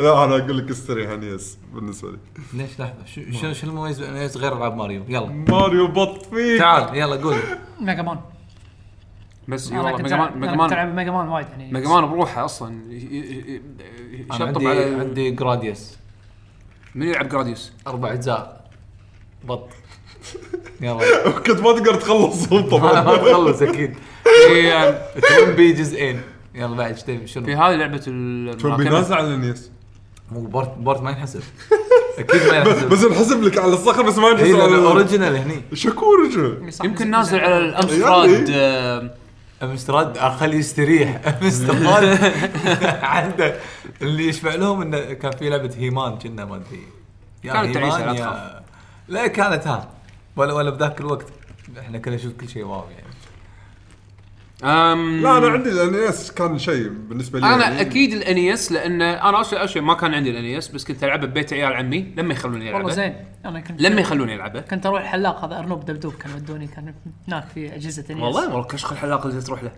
Speaker 2: لا انا اقول لك استريح انيس بالنسبه لي
Speaker 7: ليش لحظه شو- شنو شنو المميز بين NES غير العاب ماريو يلا
Speaker 2: ماريو بط فيه
Speaker 7: تعال يلا قول
Speaker 4: ميجا مان
Speaker 1: بس
Speaker 4: انا
Speaker 1: يلا
Speaker 4: كنت
Speaker 1: أيوة، ميجا
Speaker 4: ألعب-
Speaker 1: مان
Speaker 4: أنا
Speaker 1: ميجا
Speaker 4: كنت
Speaker 1: مان
Speaker 4: العب ميجا مان وايد يعني
Speaker 1: ميجا مان بروحه اصلا ي- ي- ي-
Speaker 7: انا
Speaker 1: يشطب
Speaker 7: عندي
Speaker 1: على
Speaker 7: عندي جراديوس
Speaker 1: من يلعب جراديوس
Speaker 7: اربع اجزاء بط
Speaker 2: <laughs>
Speaker 7: يلا
Speaker 2: كنت ما تقدر تخلصهم
Speaker 7: ما
Speaker 2: طبعا
Speaker 7: ما تخلص اكيد
Speaker 1: في آه،
Speaker 7: توين بي جزئين يلا بعد ايش تبي؟
Speaker 1: في
Speaker 7: شنو
Speaker 1: هذه لعبه
Speaker 2: شو
Speaker 1: المراكمه
Speaker 2: بينزل على النيس
Speaker 7: مو بورت بورت ما ينحسب اكيد ما ينحسب
Speaker 2: بس نحسب لك على الصخر بس ما
Speaker 7: هي
Speaker 2: نحسب على الاوريجن
Speaker 7: الاوريجنال هني
Speaker 2: شكور شو
Speaker 4: صح،
Speaker 1: يمكن
Speaker 4: نزل-
Speaker 1: نازل
Speaker 4: نزل-
Speaker 1: على
Speaker 2: يعني؟
Speaker 1: الامستراد آه،
Speaker 7: امستراد اخليه يستريح <laughs> امستراد عنده اللي يشبع لهم انه كان في لعبه هيمان كنا ما ادري يا
Speaker 1: كانت
Speaker 7: هيمان
Speaker 1: تعيسة، لا
Speaker 7: يا-
Speaker 1: تخاف.
Speaker 7: لا كانت ها ولا ولا بذاك الوقت احنا كنا نشوف كل شيء واو يعني
Speaker 1: أم،
Speaker 2: لا انا عندي الانيس كان شيء بالنسبه لي
Speaker 1: انا
Speaker 2: يعني.
Speaker 1: اكيد الانيس لان انا اصلا أول شيء ما كان عندي الانيس بس كنت العبه ببيت عيال عمي لما يخلوني
Speaker 4: والله
Speaker 1: يلعبه
Speaker 4: زين انا كنت
Speaker 1: لما يخلوني يلعبه
Speaker 4: كنت اروح الحلاق هذا ارنب دبدوب كان ودوني كان هناك في اجهزه NES.
Speaker 1: والله والله كشخ الحلاق اللي تروح له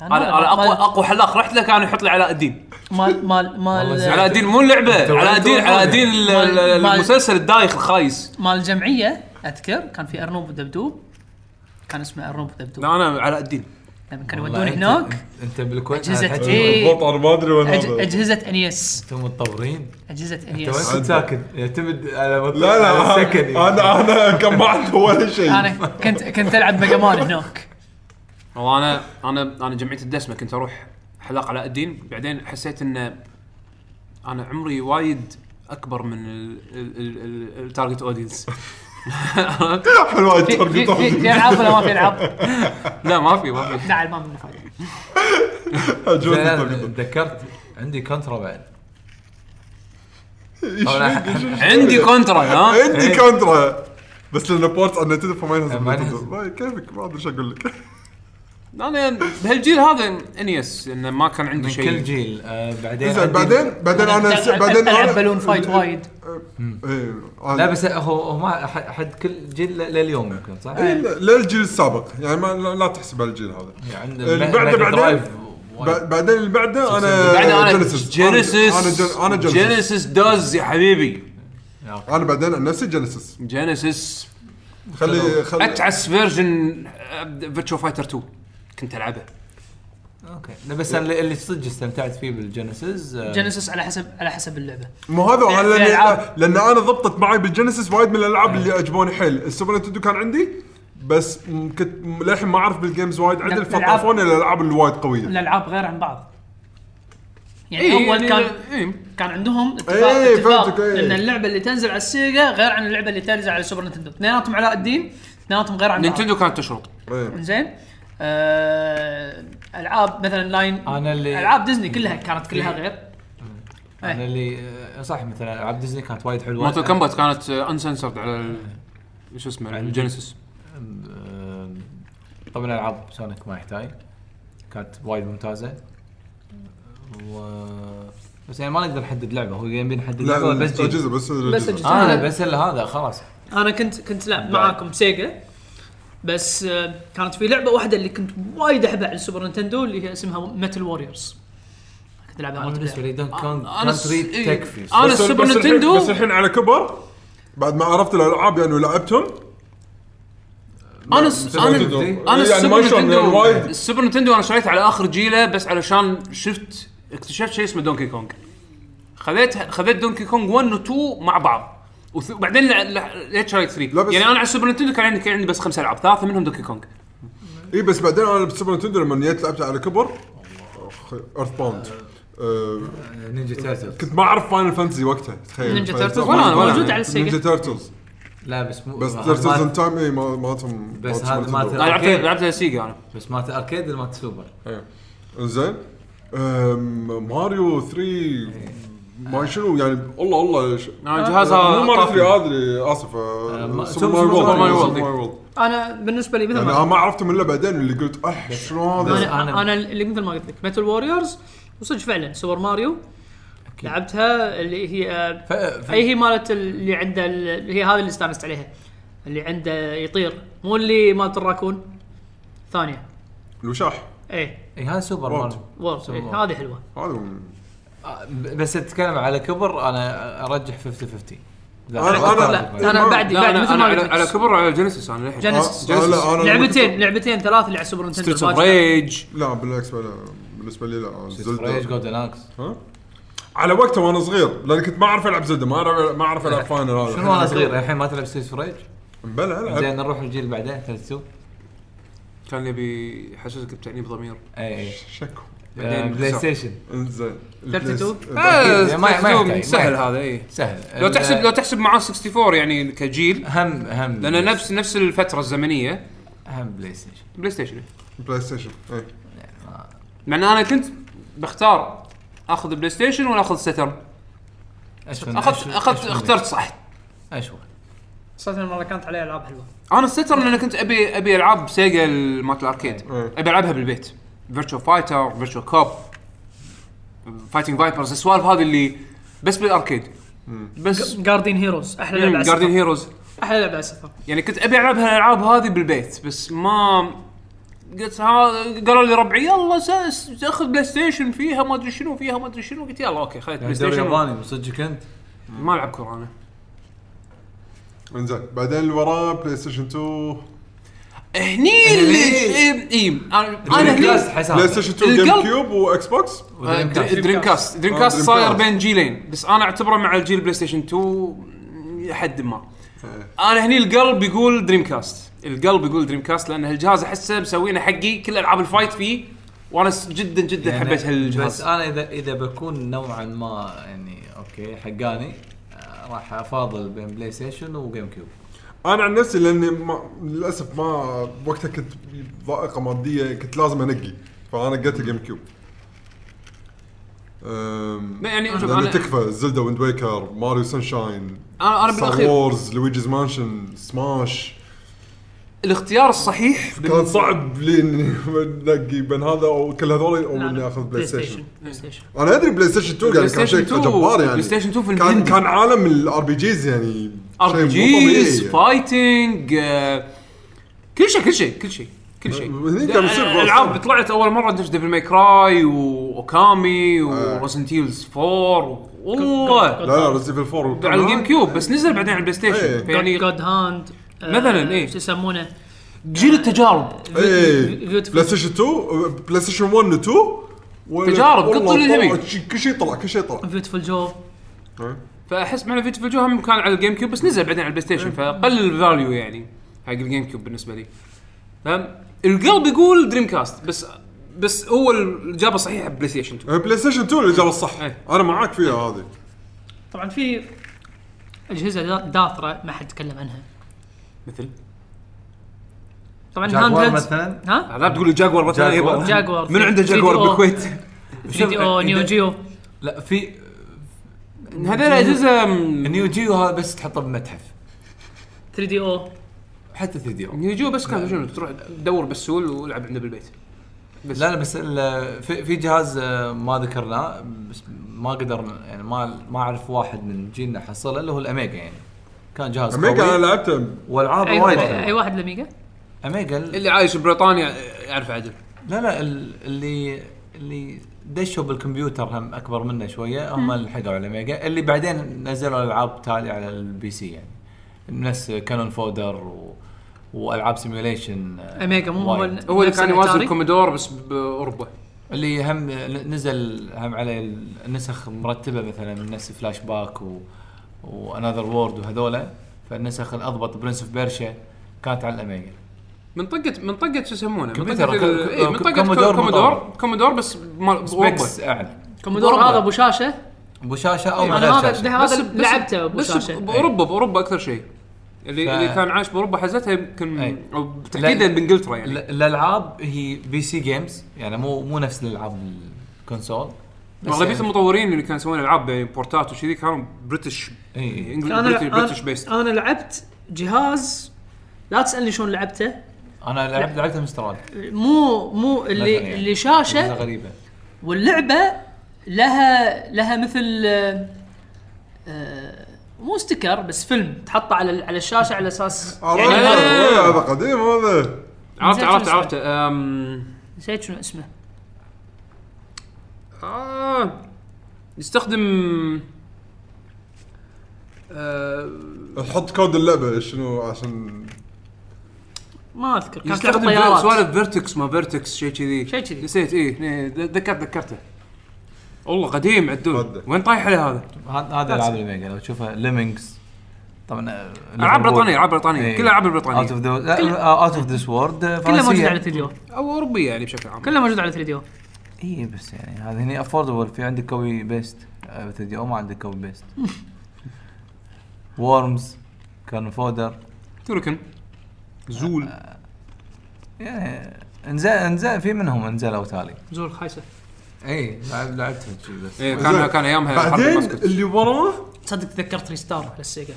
Speaker 4: كان
Speaker 1: انا
Speaker 4: هذا
Speaker 1: انا اقوى
Speaker 4: مال-
Speaker 1: اقوى حلاق رحت له كان يحط لي علاء الدين
Speaker 4: مال مال
Speaker 1: <laughs>
Speaker 7: والله
Speaker 4: مال
Speaker 7: زين.
Speaker 1: علاء الدين مو اللعبه
Speaker 7: وين
Speaker 1: علاء الدين
Speaker 7: تروحون
Speaker 1: علاء الدين ال- ال-
Speaker 4: مال- مال-
Speaker 1: المسلسل الدايخ الخايس
Speaker 4: مال الجمعيه اذكر كان في ارنوب ودبدوب كان اسمه ارنوب ودبدوب
Speaker 1: لا انا علاء الدين
Speaker 4: لما كانوا
Speaker 7: والله
Speaker 4: يودوني
Speaker 7: أنت-
Speaker 4: هناك
Speaker 7: انت بالكويت
Speaker 4: أجهزة
Speaker 7: هذا حكي.
Speaker 4: إيه.
Speaker 2: بط انا ما ادري وين
Speaker 4: أج-
Speaker 2: هذا
Speaker 4: اجهزه انيس
Speaker 7: انتم متطورين
Speaker 4: اجهزه
Speaker 7: انت وين
Speaker 4: <laughs> انيس
Speaker 7: كنت ساكن يعتمد على مط-
Speaker 2: لا
Speaker 7: على يعني.
Speaker 2: لا <laughs>
Speaker 7: السكن
Speaker 2: انا انا كان ما عنده ولا شيء
Speaker 4: انا كنت كنت العب ميجا مان هناك
Speaker 1: والله انا انا انا جمعيه الدسمه كنت اروح حلاق علاء الدين بعدين حسيت ان انا عمري وايد اكبر من التارجت اودينس
Speaker 2: حلوه
Speaker 4: في في- في- في العاب ولا ما في العاب؟
Speaker 1: لا ما في ما في
Speaker 4: لا عاد ما منه
Speaker 7: <laughs>
Speaker 4: فايده
Speaker 2: التارجت
Speaker 7: تذكرت عندي كونترا بعد
Speaker 1: عندي كونترا ها
Speaker 2: عندي كونترا بس لان بورتس عندنا تدفع ما ينهز
Speaker 7: ما
Speaker 2: بالنتندو.
Speaker 7: ينهز.
Speaker 2: ما- كيفك ما ادري ايش اقول لك إيه،
Speaker 1: انا بهالجيل هذا انيس انه ما كان عندي
Speaker 7: من
Speaker 1: شيء
Speaker 7: كل جيل آه بعدين
Speaker 2: زين
Speaker 7: عندي-
Speaker 2: بعدين بعدين انا س- بعدين
Speaker 4: العب
Speaker 2: انا
Speaker 4: بالون فايت وايد
Speaker 2: إيه،
Speaker 7: لا
Speaker 2: أنا-
Speaker 7: بس هو هو ما أح- حد كل جيل ل- لليوم يمكن صح؟
Speaker 2: إيه، للجيل السابق يعني ما لا- لا تحسب الجيل هذا
Speaker 7: عند
Speaker 2: اللي
Speaker 7: بعد-
Speaker 2: بعده-
Speaker 7: بعد
Speaker 2: إيه، بعدين-
Speaker 7: درايف وايد.
Speaker 2: ب- بعدين اللي بعده انا
Speaker 1: بعدين انا
Speaker 2: Genesis. انا
Speaker 1: جينيسيس
Speaker 2: جن- انا جينيسيس
Speaker 1: جينيسيس دوز يا حبيبي
Speaker 2: انا بعدين عن نفسي جينيسيس
Speaker 1: جينيسيس
Speaker 2: خلي خلي
Speaker 1: اتعس فيرجن فيرتشو فايتر 2 كنت العبه
Speaker 7: اوكي لا بس انا اللي- اللي صدق استمتعت فيه بالجينيسيس آه،
Speaker 4: جينيسيس على حسب على حسب اللعبه
Speaker 2: مو هذا انا
Speaker 4: في
Speaker 2: لان,
Speaker 4: ألعاب.
Speaker 2: لأن انا ضبطت معي بالجينيسيس وايد من الالعاب اللي عجبوني حيل السوبر نتندو كان عندي بس م- كنت م- للحين ما اعرف بالجيمز وايد عدل
Speaker 4: لا، نعم، الألعاب-
Speaker 2: فطافوني الالعاب الوايد قويه
Speaker 4: الالعاب غير عن بعض يعني
Speaker 1: إيه،
Speaker 4: اول
Speaker 1: يعني-
Speaker 4: كان
Speaker 1: إيه.
Speaker 4: كان عندهم اتفاق
Speaker 2: إيه،
Speaker 4: اتفاق
Speaker 2: فهمتك، إيه.
Speaker 4: ان اللعبه اللي تنزل على السيجا غير عن اللعبه اللي تنزل على سوبر نتندو اثنيناتهم علاء الدين اثنيناتهم غير عن بعض
Speaker 1: نينتندو كانت تشرط
Speaker 2: إيه.
Speaker 4: زين آه، العاب مثلا لاين
Speaker 7: أنا اللي- إيه.
Speaker 4: العاب ديزني كلها كانت كلها غير
Speaker 1: إيه.
Speaker 7: انا اللي آه، صح مثلا العاب ديزني كانت وايد حلوه
Speaker 1: مورتال كومبات كانت انسنسرد على ال- شو اسمه الجينيسيس
Speaker 7: آه، طبعا العاب سونيك ما يحتاج كانت وايد ممتازه و بس يعني ما نقدر نحدد لعبه هو يبي نحدد
Speaker 2: لا
Speaker 7: لعبه بس
Speaker 2: بس
Speaker 7: جيل
Speaker 2: اجهزه بس
Speaker 4: بس
Speaker 2: الأجهزة.
Speaker 4: أجهزة.
Speaker 7: انا
Speaker 1: آه.
Speaker 7: بس إلا هذا خلاص
Speaker 4: انا كنت كنت لا معاكم سيجا بس آه، كانت في لعبه واحده اللي كنت وايد احبها على السوبر نتندو اللي هي اسمها متل ووريرز كنت العبها
Speaker 7: انا بالنسبه لي دونك كونج
Speaker 1: آه، أنا س-
Speaker 7: كونتري
Speaker 1: إيه.
Speaker 7: تكفي
Speaker 1: أنا
Speaker 2: بس-
Speaker 1: السوبر
Speaker 2: بس الحين-
Speaker 1: نتندو-
Speaker 2: بس الحين على كبر بعد ما عرفت الالعاب يعني ولعبتهم
Speaker 1: انا
Speaker 2: يعني سوبر
Speaker 1: انا
Speaker 2: نتندو.
Speaker 1: انا
Speaker 2: يعني ما
Speaker 1: السوبر
Speaker 2: شلون، يعني
Speaker 1: نتندو
Speaker 2: وايد
Speaker 1: السوبر نتندو انا شريته على اخر جيله بس علشان شفت اكتشفت شيء اسمه دونكي كونغ خذيت خذيت دونكي كونغ 1 و 2 مع بعض وث- وبعدين ل- ل- ليت شريت 3
Speaker 2: لا بس-
Speaker 1: يعني انا على السوبر نتندو كان عندي كان عندي بس خمس العاب ثلاثه منهم دونكي كونغ
Speaker 2: اي بس بعدين انا بالسوبر نتندو لما جيت لعبت على كبر أخ، ايرث باوند أه،
Speaker 7: نينجا تيرتلز
Speaker 2: كنت ما اعرف فاينل فانتسي وقتها تخيل
Speaker 4: نينجا
Speaker 2: فاينل
Speaker 4: تيرتلز
Speaker 1: ولا أنا- ولا أنا.
Speaker 4: موجوده على السيجا
Speaker 2: نينجا تيرتلز
Speaker 7: لا بس مو
Speaker 2: بس
Speaker 7: ما-
Speaker 2: تيرتلز
Speaker 7: ما-
Speaker 2: ان تايم اي ما- مالتهم
Speaker 7: بس
Speaker 2: مالتهم
Speaker 7: هذا ما
Speaker 2: نتندو.
Speaker 1: انا لعبت
Speaker 7: أوكي.
Speaker 1: لعبت سيجا انا
Speaker 7: بس مالت اركيد اللي مالت سوبر
Speaker 2: انزين أم، ماريو 3 ما شنو يعني الله الله ش-
Speaker 1: انا جهازها
Speaker 2: مو ماريو
Speaker 1: طافني.
Speaker 2: 3 ادري اسف أه،
Speaker 7: ما-
Speaker 2: سوبر
Speaker 7: سوبر
Speaker 2: ماريو وورلد.
Speaker 1: ماريو وورلد.
Speaker 2: سوبر ماريو وورلد.
Speaker 4: انا بالنسبه لي مثل
Speaker 2: يعني
Speaker 4: ما
Speaker 2: انا ما عرفتهم الا بعدين اللي قلت اح شنو هذا
Speaker 4: انا
Speaker 7: أنا-
Speaker 4: انا, أنا اللي مثل ما قلت لك متل ووريرز وصدق فعلا سوبر ماريو لعبتها اللي هي آه،
Speaker 7: ف... ف...
Speaker 4: اي هي مالت اللي عنده ال- اللي هي هذه اللي استانست عليها اللي عنده يطير مو اللي مالت الراكون ثانيه
Speaker 2: الوشاح
Speaker 4: ايه
Speaker 7: إيه هذا سوبر
Speaker 2: وورد.
Speaker 7: ماريو
Speaker 4: وورد
Speaker 7: سوبر
Speaker 4: إيه،
Speaker 7: ماريو.
Speaker 4: هذه حلوه
Speaker 2: هذا هو.
Speaker 7: آه، ب- بس اتكلم على كبر انا ارجح 50 50
Speaker 2: أنا- أنا-
Speaker 4: لا انا بعد
Speaker 1: لا
Speaker 4: بعد
Speaker 1: انا
Speaker 4: مثل
Speaker 1: انا
Speaker 4: ما
Speaker 1: على,
Speaker 4: قلت
Speaker 1: على
Speaker 4: لك
Speaker 1: كبر على جينيسيس انا للحين
Speaker 4: جينيسيس.
Speaker 2: آه، لا، أنا-
Speaker 4: لعبتين لعبتين ثلاثه اللي على السوبر نتندو
Speaker 1: ستريتس اوف
Speaker 4: فاجأة.
Speaker 1: ريج
Speaker 2: لا بالعكس أنا- بالنسبه لي لا
Speaker 7: فريج
Speaker 2: زلدة.
Speaker 7: جولدن اكس
Speaker 2: ها على وقته وانا صغير لان كنت ما اعرف العب زلدة ما اعرف ما اعرف العب فاينل هذا
Speaker 7: شنو وانا صغير الحين ما تلعب ستيت فريج
Speaker 2: بلا العب
Speaker 7: زين نروح الجيل اللي بعدين 32
Speaker 1: كان يبي يحسسك بتأنيب ضمير
Speaker 7: اي
Speaker 2: شكو
Speaker 1: بعدين
Speaker 7: بلاي
Speaker 1: بس-
Speaker 7: ستيشن
Speaker 2: انزين
Speaker 4: 32
Speaker 1: آه،
Speaker 7: ما- ما
Speaker 1: تحسب-
Speaker 7: يحتاج، ما
Speaker 1: سهل
Speaker 7: يحتاج.
Speaker 1: هذا اي
Speaker 7: سهل
Speaker 1: لو تحسب
Speaker 7: ال-
Speaker 1: لو تحسب معاه 64 يعني كجيل
Speaker 7: هم هم
Speaker 1: لان نفس نفس الفتره الزمنيه
Speaker 7: هم بلاي ستيشن
Speaker 1: بلاي ستيشن
Speaker 2: بلاي ستيشن إيه.
Speaker 1: مع ان انا كنت بختار اخذ بلاي ستيشن ولا اخذ ستر
Speaker 7: اشون
Speaker 1: اخذت اخذت اخترت صح
Speaker 7: اشون
Speaker 4: صدق المره كانت عليها العاب حلوه
Speaker 1: انا الستر لان كنت ابي ابي العاب سيجا ال- مالت الاركيد
Speaker 2: إيه.
Speaker 1: ابي العبها بالبيت فيرتشو فايتر فيرتشو كوب فايتنج فايبرز السوالف هذه اللي بس بالاركيد بس
Speaker 4: جاردين هيروز احلى لعبه على
Speaker 1: جاردن
Speaker 4: السفر.
Speaker 1: هيروز
Speaker 4: احلى لعبه على السفر
Speaker 1: يعني كنت ابي العب هالالعاب هذه بالبيت بس ما قلت ها قالوا لي ربعي يلا س- س- اخذ بلاي ستيشن فيها ما ادري شنو فيها ما ادري شنو قلت يلا اوكي خذيت بلاي
Speaker 7: دوري
Speaker 1: ستيشن
Speaker 7: ياباني صدقك انت
Speaker 1: آه، ما العب كره انا
Speaker 2: انزين بعدين اللي وراه بلاي ستيشن 2
Speaker 1: هني إيه، اللي اي إي، انا انا
Speaker 7: الكلاس
Speaker 1: هني
Speaker 2: بلاي
Speaker 7: حساب
Speaker 2: ستيشن 2 جيم
Speaker 1: القلب.
Speaker 2: كيوب واكس بوكس
Speaker 1: دريم كاست دريم
Speaker 2: آه،
Speaker 1: كاست
Speaker 2: دريم
Speaker 1: صاير
Speaker 2: كاست.
Speaker 1: بين جيلين بس انا اعتبره مع
Speaker 7: إيه.
Speaker 1: الجيل بلاي ستيشن 2 حد ما انا هني القلب يقول دريم كاست القلب يقول دريم كاست لان هالجهاز احسه مسوينه حقي كل العاب الفايت فيه وانا س- جدا جدا
Speaker 7: يعني
Speaker 1: حبيت
Speaker 7: بس
Speaker 1: هالجهاز
Speaker 7: انا اذا اذا بكون نوعا ما يعني اوكي حقاني آه، راح افاضل بين بلاي ستيشن وجيم كيوب
Speaker 2: انا عن نفسي لاني ما للاسف ما بوقتها كنت ضائقه ماديه كنت لازم انقي فانا قلت الجيم كيوب أم،
Speaker 1: لا، يعني شوف،
Speaker 2: لأن
Speaker 1: أنا-
Speaker 2: تكفى زلدا ويند ويكر ماريو سانشاين
Speaker 1: انا انا
Speaker 2: ستار
Speaker 1: بالاخير
Speaker 2: وورز لويجيز مانشن سماش
Speaker 1: الاختيار الصحيح
Speaker 2: كان صعب لي <laughs> اني انقي بين هذا او كل هذول او اني اخذ بلاي ستيشن
Speaker 4: بلاي ستيشن
Speaker 2: انا ادري بلاي ستيشن 2
Speaker 1: بلاي
Speaker 2: يعني كان شيء
Speaker 1: ستيشن 2
Speaker 2: جبار يعني
Speaker 1: بلاي ستيشن 2 في
Speaker 2: كان
Speaker 1: الهند
Speaker 2: كان عالم الار بي جيز يعني
Speaker 1: ار
Speaker 2: شيء
Speaker 1: بي
Speaker 2: مو طبيعي
Speaker 1: جيز
Speaker 2: يعني.
Speaker 1: فايتنج آه، كل شيء كل شيء كل شيء كل شيء
Speaker 2: هني كان يصير
Speaker 1: آه، العاب طلعت اول مره مثل ديفل ماي كراي واوكامي
Speaker 2: آه.
Speaker 1: وروسنت هيلز 4 والله
Speaker 2: لا لا ريزيفل 4
Speaker 1: على الجيم كيوب بس نزل بعدين على البلاي
Speaker 2: إيه.
Speaker 1: ستيشن
Speaker 4: يعني
Speaker 1: يعني
Speaker 4: جود هاند
Speaker 1: مثلاً، إيه.
Speaker 4: uh, شو يسمونه
Speaker 1: جيل التجارب
Speaker 2: ايه
Speaker 4: Beautiful.
Speaker 2: بلاي ستيشن 2 بلاي ستيشن 1 و 2 و-
Speaker 1: تجارب،
Speaker 2: والله
Speaker 1: قطوا لي
Speaker 2: طلع-
Speaker 1: جميل.
Speaker 2: شي- كل شيء طلع كل شيء طلع
Speaker 4: بيوتفل جو
Speaker 1: فاحس معنى فيت فيجو هم كان على الجيم كيوب بس نزل بعدين على البلاي
Speaker 2: إيه.
Speaker 1: ستيشن فقل الفاليو يعني حق الجيم كيوب بالنسبه لي فاهم القلب يقول دريم كاست بس بس هو الاجابه صحيحه بلاي ستيشن 2
Speaker 2: بلاي ستيشن 2 الاجابه الصح
Speaker 1: إيه.
Speaker 2: انا معاك فيها هذه
Speaker 4: طبعا في اجهزه دا- داثره ما حد تكلم عنها
Speaker 1: مثل
Speaker 4: طبعا
Speaker 7: جاكوار
Speaker 4: هاند
Speaker 7: مثلا
Speaker 4: ها
Speaker 1: لا تقول جاكوار مثلا
Speaker 7: جاكوار.
Speaker 1: يبا.
Speaker 4: جاكوار.
Speaker 1: من عنده
Speaker 4: 3DO.
Speaker 1: جاكوار بالكويت
Speaker 4: 3 دي او
Speaker 1: إيه،
Speaker 4: نيو جيو
Speaker 7: لا في
Speaker 1: هذول اجهزه م-
Speaker 7: نيو جيو هذا بس تحطه بمتحف
Speaker 4: 3 دي او
Speaker 7: حتى 3 دي او
Speaker 1: يجوا بس كان شنو تروح تدور بالسول والعب عنده بالبيت بس
Speaker 7: لا لا بس ال- في في جهاز آه، ما ذكرناه بس ما قدر يعني ما ما اعرف واحد من جيلنا حصله اللي هو الاميجا يعني كان جهاز
Speaker 2: امريكا انا
Speaker 7: قوي
Speaker 2: لعبتها
Speaker 7: والعاب
Speaker 4: اي
Speaker 7: وايد
Speaker 4: واحد
Speaker 7: حلوة.
Speaker 4: اي أيوة، واحد لميجا
Speaker 7: اميجا ال-
Speaker 1: اللي عايش ببريطانيا يعرف عدل
Speaker 7: لا لا ال- اللي اللي دشوا بالكمبيوتر هم اكبر منه شويه هم اللي لحقوا على ميجا اللي بعدين نزلوا العاب تالي على البي سي يعني نفس كانون فودر و... آه، والعاب سيميوليشن
Speaker 4: اميجا مو هو ال-
Speaker 1: هو اللي
Speaker 4: نفس
Speaker 1: كان يوازن
Speaker 4: الأتاري؟
Speaker 1: الكوميدور بس باوروبا
Speaker 7: اللي هم نزل هم على النسخ مرتبه مثلا من نفس فلاش باك و... وانذر وورد وهذولا فالنسخ الاضبط برنس اوف بيرشا كانت على الاميجا
Speaker 1: منطقة منطقة شو يسمونه؟
Speaker 7: كمبيوتر،
Speaker 1: منطقة ال-
Speaker 7: كو-
Speaker 1: إيه،
Speaker 7: كو-
Speaker 1: منطقة
Speaker 7: كومودور
Speaker 1: كومودور
Speaker 7: مطور.
Speaker 1: كومودور كومودور بس مال- باوروبا
Speaker 7: سبيكس اعلى
Speaker 4: كومودور هذا ابو شاشه
Speaker 7: ابو شاشه او من غير
Speaker 4: انا
Speaker 7: شاشة.
Speaker 4: هذا
Speaker 1: بس-
Speaker 4: هذا
Speaker 1: بس-
Speaker 4: لعبته ابو
Speaker 1: بس
Speaker 4: شاشه
Speaker 1: باوروبا باوروبا اكثر شيء اللي
Speaker 7: ف-
Speaker 1: اللي كان عايش باوروبا حزتها يمكن
Speaker 7: أي.
Speaker 1: او تحديدا
Speaker 7: لا-
Speaker 1: بانجلترا يعني
Speaker 7: ال- الالعاب هي بي سي جيمز يعني مو مو نفس الالعاب الكونسول بس
Speaker 1: اغلبيه
Speaker 7: يعني-
Speaker 1: المطورين اللي كانوا يسوون العاب يعني بورتات وشذي كانوا بريتش
Speaker 7: إي.
Speaker 4: انا
Speaker 1: بريتش بيست
Speaker 4: انا لعبت جهاز لا تسالني شلون لعبته
Speaker 7: انا لعبت لعبتها مستراد
Speaker 4: مو مو
Speaker 7: مثلاً
Speaker 4: اللي
Speaker 7: يعني.
Speaker 4: اللي شاشه
Speaker 7: شيء غريبه
Speaker 4: واللعبه لها لها مثل آه، آه، مو استيكر بس فيلم تحطه على على الشاشه على يعني اساس
Speaker 2: عرفت؟ إيه، هذا قديم هذا
Speaker 1: عرفت
Speaker 4: نزلت
Speaker 1: عرفت
Speaker 4: شو
Speaker 1: عرفت أم...
Speaker 4: نسيت شنو اسمه
Speaker 1: آه... يستخدم آه...
Speaker 2: حط كود اللعبه شنو عشان
Speaker 4: ما اذكر كان لعبه
Speaker 1: يستخدم
Speaker 4: طيارات
Speaker 1: سوالف فيرتكس ما فيرتكس شيء كذي
Speaker 4: شيء كذي.
Speaker 1: نسيت اي ذكرت ذكرته والله قديم عدول
Speaker 2: هذا.
Speaker 1: وين طايح عليه هذا؟
Speaker 7: هذا هذا العاب الميجا لو تشوفها ليمنجز طبعا آه، إيه.
Speaker 1: العاب
Speaker 7: ليفربول.
Speaker 1: بريطانيه العاب بريطانيه كلها العاب
Speaker 7: اوت
Speaker 1: بريطانيه
Speaker 7: اوف اوت اوف ذيس وورد
Speaker 4: كلها موجوده على 3 دي
Speaker 1: او اوروبيه يعني بشكل عام
Speaker 4: كلها موجوده على 3 دي
Speaker 7: اي بس يعني هذا هني افوردبل في عندك كوبي بيست آه، 3 دي او ما عندك كوبي بيست وورمز كان فودر
Speaker 1: تركن زول
Speaker 7: يعني انزين انزين في منهم انزلوا تالي
Speaker 4: زول خايسه
Speaker 7: اي إيه، لعب- لعبتها شي بس
Speaker 1: إيه، كان كان ايامها حرب
Speaker 2: بعدين <laughs>
Speaker 1: المسكت
Speaker 2: اللي وراه
Speaker 4: تصدق تذكرت ريستار على السيجا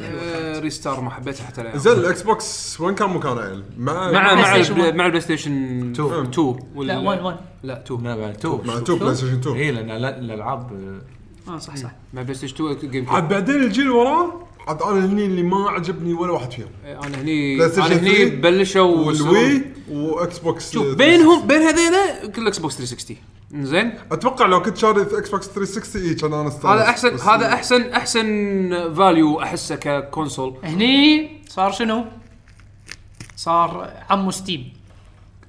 Speaker 1: آه، ريستار ما حبيته حتى الآن.
Speaker 2: زين الاكس بوكس وين كان مكانه عيل؟ مع
Speaker 1: مع
Speaker 4: بلاي
Speaker 1: مع
Speaker 4: ستيشن
Speaker 1: البلاي-
Speaker 4: وان.
Speaker 1: مع البلاي ستيشن 2 2
Speaker 4: لا 1 1
Speaker 1: لا 2
Speaker 7: لا بعد تو
Speaker 2: مع 2 بلاي ستيشن 2
Speaker 7: اي لان ال- الالعاب
Speaker 4: اه صح صح
Speaker 1: مع بلاي ستيشن 2 جيم كيوب
Speaker 2: عاد بعدين الجيل وراه عاد انا هني اللي ما عجبني ولا واحد فيهم
Speaker 1: آه، انا هني
Speaker 2: بلاي ستيشن
Speaker 1: انا هني
Speaker 2: 3
Speaker 1: بلشوا يصيرون-
Speaker 2: والوي واكس بوكس
Speaker 1: شوف بينهم بين هذيلا كل اكس بوكس 360 زين
Speaker 2: اتوقع لو كنت شاري اكس بوكس 360 إيه كان انا استانس
Speaker 1: هذا احسن
Speaker 2: بس-
Speaker 1: هذا احسن احسن فاليو احسه ككونسول
Speaker 4: هني صار شنو؟ صار عمو ستيم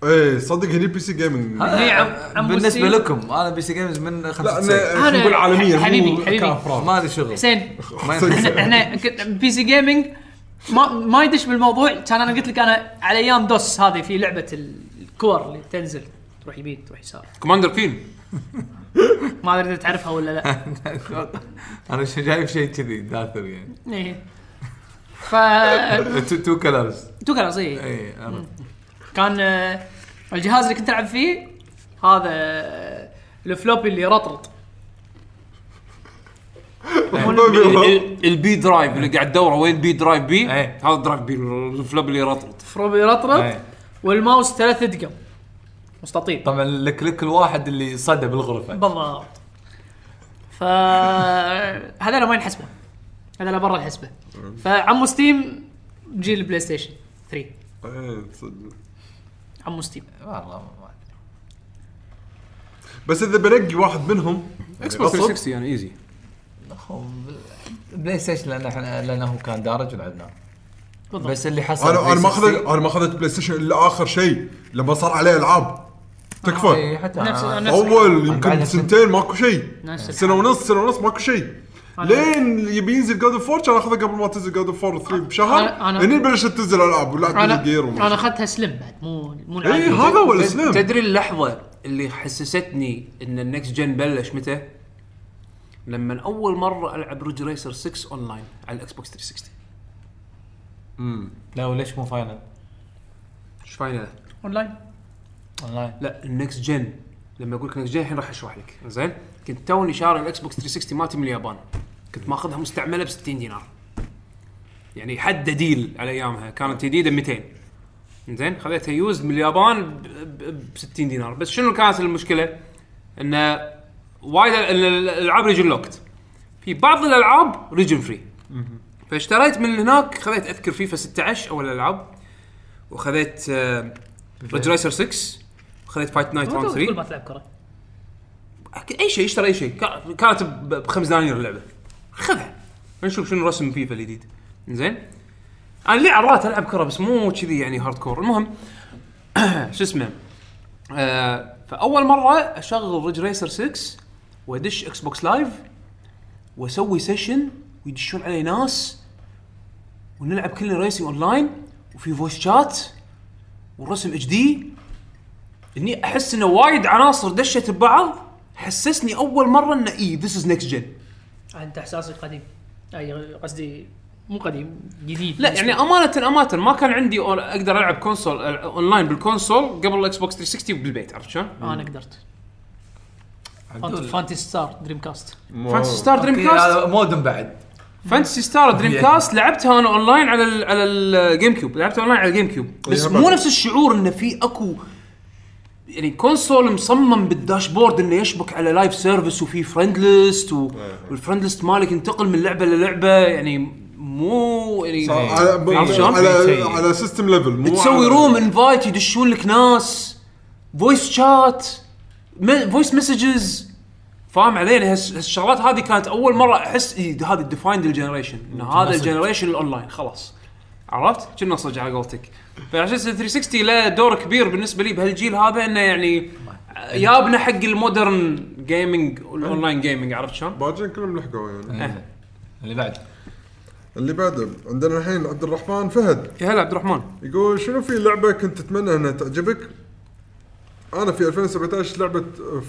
Speaker 2: ايه صدق هني بي سي جيمنج
Speaker 4: هني إيه، عم- عمو
Speaker 7: بالنسبه
Speaker 4: ستيم.
Speaker 7: لكم انا بي سي جيمز من
Speaker 2: لا
Speaker 7: 5
Speaker 2: انا خلينا
Speaker 4: أنا-
Speaker 2: نقول عالميا مو <laughs>
Speaker 4: حبيبي- حبيبي.
Speaker 2: كأفراد.
Speaker 7: ما لي شغل
Speaker 4: حسين
Speaker 7: ما
Speaker 2: أحسن.
Speaker 7: ينفع.
Speaker 4: احنا بي سي جيمنج ما ما يدش بالموضوع كان انا قلت لك انا على ايام دوس هذه في لعبه الكور اللي تنزل تروح يمين تروح يسار
Speaker 1: كوماندر كين
Speaker 4: ما ادري اذا تعرفها ولا لا
Speaker 7: <laughs> انا ش- جايب شيء كذي داثر يعني
Speaker 4: ايه ف
Speaker 7: تو, تو كلرز
Speaker 4: تو كلاس ايه
Speaker 7: اي عرفت.
Speaker 4: كان آه، الجهاز اللي كنت العب فيه هذا آه، الفلوبي اللي رطرط
Speaker 1: البي درايف اللي قاعد تدوره وين بي درايف بي
Speaker 7: إيه.
Speaker 1: هذا درايف بي الفلاب اللي رطرط
Speaker 4: فروبي رطرط
Speaker 7: إيه.
Speaker 4: والماوس ثلاث دقم مستطيل
Speaker 7: طبعا لك لك الواحد اللي صدى بالغرفه
Speaker 4: بالضبط ف هذول ما ينحسبون هذول برا الحسبه فعمو ستيم جيل البلاي ستيشن 3
Speaker 2: إيه، صدق.
Speaker 4: عمو ستيم
Speaker 7: والله ما أدري.
Speaker 2: بس اذا بنقي واحد منهم
Speaker 1: اكس
Speaker 2: بوكس
Speaker 1: 360 يعني ايزي
Speaker 7: هو بلاي ستيشن لان احنا لانه كان دارج ولعبناه
Speaker 4: بالضبط
Speaker 7: بس اللي حصل
Speaker 2: انا انا ما
Speaker 7: 360
Speaker 2: اخذت انا ما اخذت بلاي ستيشن الا اخر شيء لما صار عليه العاب تكفى
Speaker 1: آه، إيه.
Speaker 7: اي إيه، حتى
Speaker 4: نفس-
Speaker 7: أنا-
Speaker 4: نفس-
Speaker 2: اول
Speaker 7: أنا
Speaker 2: يمكن
Speaker 7: بعدها
Speaker 2: سنتين ماكو شيء
Speaker 4: نفس الحال.
Speaker 2: سنه ونص سنه ونص ماكو شيء لين يبي ينزل جاد اوف 4 كان اخذه قبل ما تنزل جاد اوف 4 3 بشهر
Speaker 4: أنا- أنا-
Speaker 2: هني بلشت تنزل العاب ولعبت
Speaker 4: انا
Speaker 2: جير
Speaker 4: انا اخذتها سلم بعد مو مو
Speaker 2: اي
Speaker 4: العادية.
Speaker 2: إيه، هذا هو الاسلام
Speaker 1: تدري اللحظه اللي حسستني ان النكست جن بلش متى؟ لما اول مره العب ريج ريسر 6 اونلاين على الاكس بوكس 360
Speaker 7: لا وليش مو فاينل؟
Speaker 1: ايش فاينل؟
Speaker 4: اونلاين
Speaker 7: اونلاين
Speaker 1: لا النكست جن لما اقول لك نكست جن الحين راح اشرح لك زين كنت توني شاري الاكس بوكس 360 مالتي من اليابان كنت ماخذها مستعمله ب 60 دينار يعني حد ديل على ايامها كانت جديده 200 زين خذيتها يوز من اليابان ب 60 دينار بس شنو كانت المشكله؟ انه وايد ال- ال- الالعاب ريجن لوكت في بعض الالعاب ريجن فري فاشتريت من هناك خذيت اذكر فيفا 16 اول الالعاب وخذيت آه، ريج رايسر 6 وخذيت فايت نايت راوند
Speaker 4: كل
Speaker 1: 3
Speaker 4: ما تلعب كره
Speaker 1: اي شيء اشترى اي شيء كا- كانت ب- بخمس دنانير اللعبه خذها نشوف شنو رسم فيفا الجديد زين انا لي عرات العب كره بس مو كذي يعني هارد كور المهم <clears throat> شو اسمه آه فاول مره اشغل ريج ريسر 6 وادش اكس بوكس لايف واسوي سيشن ويدشون علي ناس ونلعب كلنا ريسنج اونلاين وفي فويس شات والرسم اتش دي اني احس انه وايد عناصر دشت ببعض حسسني اول مره انه اي ذس از نكست جن
Speaker 4: انت احساسك قديم اي قصدي مو قديم جديد
Speaker 1: لا يعني امانه امانه ما كان عندي أون- اقدر العب كونسول ألع- اونلاين بالكونسول قبل الاكس بوكس 360 بالبيت عرفت شلون؟
Speaker 4: انا قدرت
Speaker 7: عبدول.
Speaker 4: فانتي ستار دريم كاست
Speaker 1: فانتسي ستار دريم
Speaker 7: أوكي،
Speaker 1: كاست
Speaker 7: إيه، هذا مودم بعد
Speaker 1: فانتسي ستار دريم كاست لعبتها انا اونلاين على ال على الجيم كيوب لعبتها اونلاين على الجيم كيوب بس
Speaker 2: إيه،
Speaker 1: مو
Speaker 2: بعد.
Speaker 1: نفس الشعور انه في اكو يعني كونسول مصمم بالداشبورد انه يشبك على لايف سيرفيس وفي فريند ليست و... والفريند ليست مالك ينتقل من لعبه للعبه يعني مو يعني
Speaker 2: على
Speaker 1: عرفت شلون؟
Speaker 2: على على سيستم ليفل مو
Speaker 1: تسوي
Speaker 2: على-
Speaker 1: روم انفايت يدشون لك ناس فويس شات فويس مسجز فاهم علي يعني هالش- هالشغلات هذه كانت اول مره احس إي ده إيه، هذه ديفايند الجنريشن ان هذا الجنريشن الاونلاين خلاص عرفت؟ كنا صج على قولتك فعشان 360 له دور كبير بالنسبه لي بهالجيل هذا انه يعني يابنا حق المودرن جيمنج الاونلاين جيمنج عرفت شلون؟
Speaker 2: باجين كلهم لحقوا
Speaker 1: إيه.
Speaker 2: يعني
Speaker 7: اللي بعد
Speaker 2: اللي بعده عندنا الحين عبد الرحمن فهد
Speaker 1: يا هلا عبد الرحمن
Speaker 2: يقول شنو في لعبه كنت تتمنى انها تعجبك؟ انا في 2017 لعبه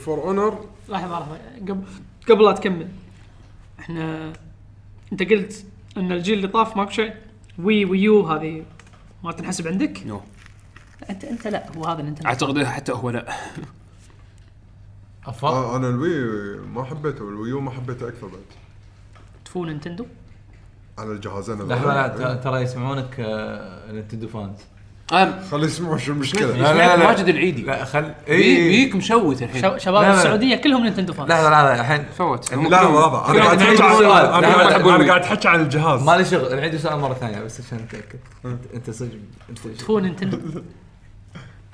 Speaker 2: فور اونر
Speaker 4: لحظه لحظه قبل قبل لا تكمل احنا انت قلت ان الجيل اللي طاف ماكو شيء وي ويو هذه ما تنحسب عندك؟
Speaker 1: نو.
Speaker 4: انت انت لا هو هذا انت
Speaker 1: اعتقد حتى هو لا آه.
Speaker 7: افا
Speaker 2: انا آه، الوي ما حبيته الويو ما حبيته اكثر بعد
Speaker 4: تفو نينتندو
Speaker 2: على الجهازين
Speaker 7: لحظه لا
Speaker 2: هذول.
Speaker 7: ت- ترى يسمعونك آه، نتندو فانز
Speaker 1: أم،
Speaker 2: خلي يسمعوا شو
Speaker 7: <laughs>
Speaker 2: المشكله
Speaker 7: لا، لا، لا.
Speaker 1: ماجد العيدي
Speaker 7: لا خل إيه.
Speaker 1: بي-
Speaker 7: اي
Speaker 1: بيك مشوت الحين
Speaker 4: شو- شباب
Speaker 7: إيه. لا، لا.
Speaker 4: السعوديه كلهم نينتندو فانز
Speaker 7: لحظه لحظه الحين
Speaker 1: فوت
Speaker 2: لا لحظه انا قاعد احكي عن-
Speaker 7: لا،
Speaker 2: أنا قاعد-
Speaker 7: لا،
Speaker 1: لا.
Speaker 2: انا قاعد احكي عن الجهاز
Speaker 7: ما لي شغل نعيد السؤال مره ثانيه بس عشان نتاكد أنت- انت صدق انت شو-
Speaker 4: تفو نينتندو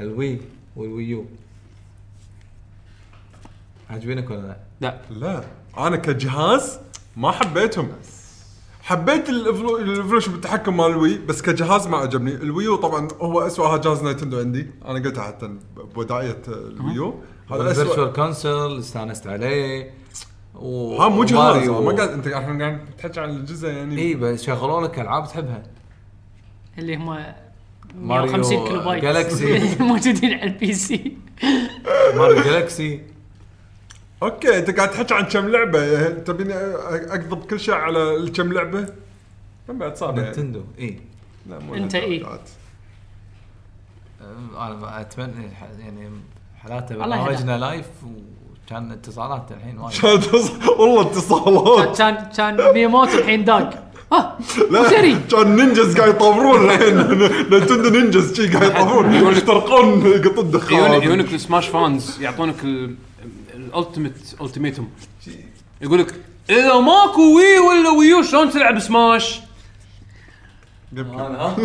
Speaker 7: الوي والويو عاجبينك ولا لا؟
Speaker 1: لا
Speaker 2: لا انا كجهاز ما حبيتهم حبيت الإفلو- الايفولوشن بالتحكم مال الوي بس كجهاز ما عجبني الويو طبعا هو اسوء جهاز نايتندو عندي انا قلتها حتى بودايه الويو هذا اسوء
Speaker 7: الفيرتشوال كونسل استانست عليه و-
Speaker 2: ها مو جهاز
Speaker 7: وماريو. إيه،
Speaker 2: ما قاعد انت احنا قاعد تحكي عن الجزء يعني
Speaker 7: اي بس شغلوا لك العاب تحبها
Speaker 4: اللي هم
Speaker 7: ماريو
Speaker 4: 150 كيلو بايت
Speaker 7: جالاكسي.
Speaker 4: <laughs> موجودين على البي سي
Speaker 7: ماريو جالكسي
Speaker 2: اوكي انت قاعد تحكي عن كم لعبه تبيني اقضب كل شيء على الكم لعبه؟ من بعد صعب يعني.
Speaker 7: نينتندو إيه. اي
Speaker 2: لا مو
Speaker 4: أنت
Speaker 2: <laughs>
Speaker 4: إيه؟
Speaker 2: نتندو.
Speaker 7: انا اتمنى ح- يعني حالاته
Speaker 4: الله
Speaker 7: برنامجنا لايف وكان اتصالات الحين وايد
Speaker 2: كان اتص- والله اتصالات
Speaker 4: آه، كان كان ميموت الحين داق آه، ها وسري
Speaker 2: كان نينجز قاعد يطابرون الحين <laughs> نتندو نينجز شي قاعد يطابرون يخترقون قط
Speaker 1: يجون-
Speaker 2: الدخان
Speaker 1: يجونك السماش فانز يعطونك الالتيميت التيميتم يقول لك اذا ماكو وي ولا ويو شلون تلعب سماش؟
Speaker 6: انا ها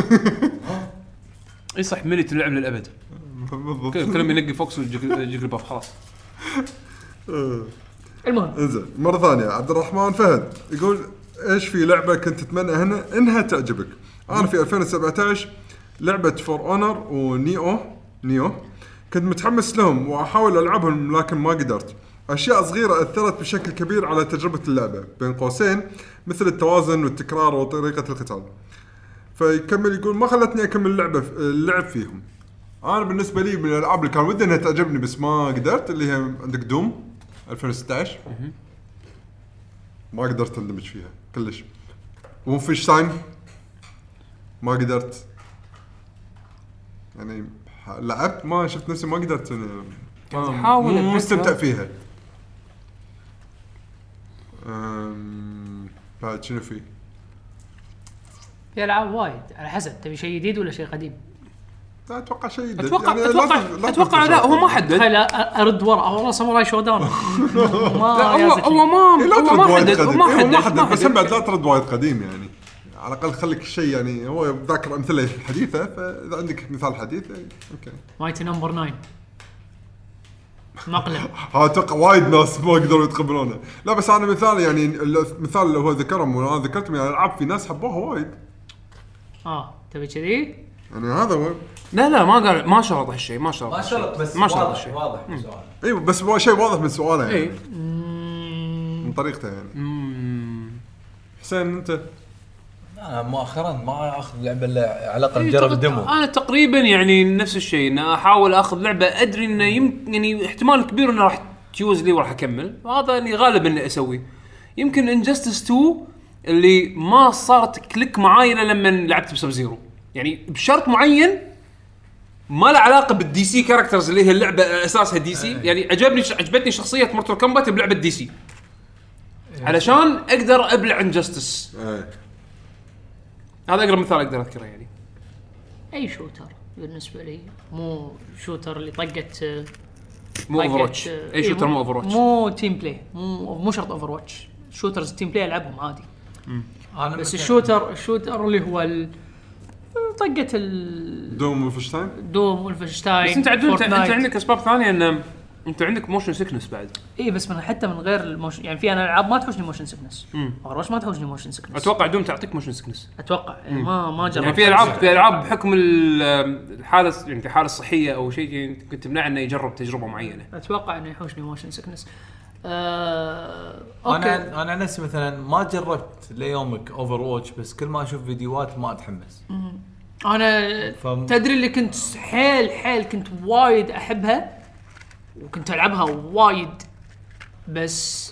Speaker 1: اي صح ملي تلعب للابد
Speaker 2: بالضبط
Speaker 1: كل- كلهم ينقي فوكس وجيجل باف خلاص
Speaker 4: المهم
Speaker 2: انزين مره ثانيه عبد الرحمن فهد يقول ايش في لعبه كنت تتمنى هنا انها تعجبك؟ انا في 2017 لعبه فور اونر ونيو نيو كنت متحمس لهم واحاول العبهم لكن ما قدرت. اشياء صغيره اثرت بشكل كبير على تجربه اللعبه بين قوسين مثل التوازن والتكرار وطريقه القتال. فيكمل يقول ما خلتني اكمل اللعبه اللعب فيهم. انا بالنسبه لي من الالعاب اللي كان ودي انها تعجبني بس ما قدرت اللي هي عندك دوم 2016 ما قدرت اندمج فيها كلش ونفشتاين ما قدرت يعني ح- لعبت ما شفت نفسي ما قدرت يعني ما-
Speaker 4: تحاول
Speaker 2: مو
Speaker 4: أتذكر.
Speaker 2: مستمتع فيها أم، بعد شنو في؟
Speaker 4: في العاب وايد على حسب تبي شيء جديد ولا شيء قديم
Speaker 2: لا اتوقع شيء جديد. يعني
Speaker 1: اتوقع
Speaker 2: لا تف-
Speaker 1: اتوقع اتوقع
Speaker 2: لا تفكر
Speaker 1: لا
Speaker 2: شيء
Speaker 1: هو ما
Speaker 2: جديد.
Speaker 1: حدد
Speaker 4: خليني ارد ورا والله ساموراي شو
Speaker 7: <laughs>
Speaker 4: داون
Speaker 1: لا هو هو
Speaker 2: إيه،
Speaker 1: ما
Speaker 2: لا
Speaker 1: هو
Speaker 2: ترد
Speaker 1: ما
Speaker 2: وايد
Speaker 1: حدد
Speaker 2: قديم
Speaker 1: هو
Speaker 2: إيه،
Speaker 1: ما
Speaker 2: ما
Speaker 1: حدد
Speaker 2: حدد بس هم
Speaker 1: حدد
Speaker 2: بعد لا ترد وايد قديم يعني على الاقل خليك شيء يعني هو ذاكر امثله حديثه فاذا عندك مثال حديث إيه، اوكي
Speaker 4: مايتي نمبر 9
Speaker 1: <laughs>
Speaker 4: مقلب
Speaker 2: ها اتوقع وايد ناس ما قدروا يتقبلونه لا بس انا مثال يعني المثال اللي هو ذكرهم وانا ذكرتهم يعني العاب في ناس حبوها وايد
Speaker 4: اه تبي كذي
Speaker 2: يعني هذا هو
Speaker 1: لا لا ما قال ما شرط هالشيء ما شرط
Speaker 6: ما
Speaker 1: هالشيء.
Speaker 6: شرط بس
Speaker 1: ما شرط
Speaker 6: واضح
Speaker 1: شيء.
Speaker 6: واضح من سؤالك
Speaker 2: اي إيه، بس هو شيء واضح من سؤاله يعني
Speaker 1: اي
Speaker 2: من طريقته يعني
Speaker 1: أمم.
Speaker 2: حسين انت
Speaker 7: انا مؤخرا ما اخذ لعبه الا على الاقل
Speaker 1: إيه،
Speaker 7: نجرب
Speaker 1: تق-
Speaker 7: الديمو
Speaker 4: آه.
Speaker 1: انا تقريبا يعني نفس الشيء ان احاول اخذ لعبه ادري انه يمكن يعني احتمال كبير انه راح تيوز لي وراح اكمل هذا يعني اللي غالبا اللي اسويه يمكن انجستس 2 اللي ما صارت كليك معاي الا لما لعبت بسب زيرو يعني بشرط معين ما له علاقه بالدي سي كاركترز اللي هي اللعبه اساسها دي سي يعني عجبني عجبتني شخصيه مورتال كومبات بلعبه دي سي علشان اقدر ابلع انجستس
Speaker 2: ايه
Speaker 1: هذا اقرب مثال اقدر اذكره يعني
Speaker 4: اي شوتر بالنسبه لي مو شوتر اللي طقت آه،
Speaker 1: مو
Speaker 4: طقت،
Speaker 1: اوفر واتش
Speaker 4: آه،
Speaker 1: اي
Speaker 4: إيه،
Speaker 1: شوتر uh, مو اوفر واتش
Speaker 4: مو تيم بلاي مو مو شرط اوفر واتش شوترز تيم بلاي العبهم عادي
Speaker 7: انا
Speaker 4: بس
Speaker 7: مثل-
Speaker 4: الشوتر الشوتر اللي هو ال... آه، طقه الدوم
Speaker 2: دوم وفشتاين
Speaker 4: والفشتاين
Speaker 1: بس انت عدل انت, انت عندك اسباب ثانيه ان انت عندك موشن سكنس بعد
Speaker 4: اي إيه، بس من حتى من غير الموشن يعني في انا العاب ما تحوشني موشن سكنس اوفر واتش ما تحوشني موشن سكنس
Speaker 1: اتوقع دوم تعطيك موشن سكنس
Speaker 4: اتوقع يعني ما ما جربت
Speaker 1: يعني في العاب في العاب بحكم ال- الحاله يعني الحاله الصحيه او شيء يعني ممكن تمنع انه يجرب تجربه معينه
Speaker 4: اتوقع انه يحوشني موشن سكنس آه... اوكي
Speaker 7: انا انا نفسي مثلا ما جربت ليومك اوفر واتش بس كل ما اشوف فيديوهات ما اتحمس
Speaker 4: انا
Speaker 7: فم-
Speaker 4: تدري اللي كنت حيل حيل كنت وايد احبها وكنت العبها وايد بس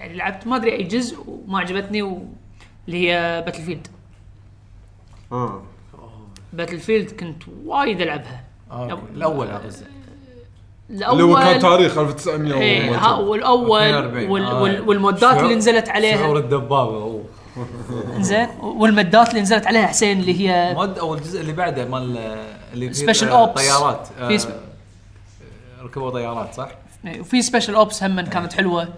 Speaker 4: يعني لعبت ما ادري اي جزء وما عجبتني و... اللي هي باتل فيلد
Speaker 2: اه
Speaker 4: باتل فيلد كنت وايد العبها
Speaker 7: آه،
Speaker 4: أب-
Speaker 7: الاول اقصد
Speaker 4: الاول
Speaker 2: اللي هو كان تاريخ 1900
Speaker 4: ايه
Speaker 2: وما
Speaker 4: ها
Speaker 2: كان.
Speaker 4: والاول
Speaker 7: 42.
Speaker 4: وال...
Speaker 7: آه.
Speaker 4: وال... والمودات
Speaker 7: شعور-
Speaker 4: اللي نزلت عليها
Speaker 7: شعور الدبابه أوه.
Speaker 4: زين والمدات اللي نزلت عليها حسين اللي هي
Speaker 7: مود او الجزء اللي بعده مال اللي فيه
Speaker 4: Special
Speaker 7: آه،
Speaker 4: Ops.
Speaker 7: طيارات آه،
Speaker 4: في سب-
Speaker 7: ركبوا طيارات صح؟
Speaker 4: وفي سبيشل اوبس هم كانت حلوه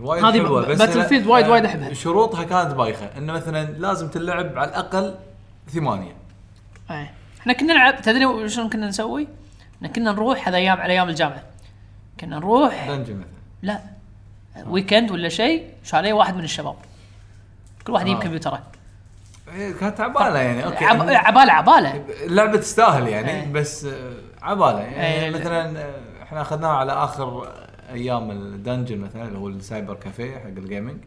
Speaker 7: وايد
Speaker 4: هذه
Speaker 7: حلوه
Speaker 4: ب-
Speaker 7: بس
Speaker 4: باتل
Speaker 7: لا-
Speaker 4: فيلد وايد-
Speaker 7: آه،
Speaker 4: وايد أحبها.
Speaker 7: شروطها كانت بايخه انه مثلا لازم تلعب على الاقل ثمانيه
Speaker 4: ايه احنا كنا نلعب تدري شلون كنا نسوي؟ احنا كنا نروح هذا ايام على ايام الجامعه كنا نروح
Speaker 7: دنجن مثلا
Speaker 4: لا ويكند ولا شيء شاليه واحد من الشباب كل واحد يجيب
Speaker 7: آه.
Speaker 4: كمبيوتره
Speaker 7: إيه، كانت تعبانه يعني اوكي
Speaker 4: عب... عباله عباله
Speaker 7: لعبه تستاهل يعني
Speaker 4: إيه.
Speaker 7: بس آه، عباله
Speaker 4: إيه،
Speaker 7: يعني
Speaker 4: لا.
Speaker 7: مثلا آه، احنا اخذناها على اخر ايام الدنجن مثلا اللي هو السايبر كافيه حق الجيمنج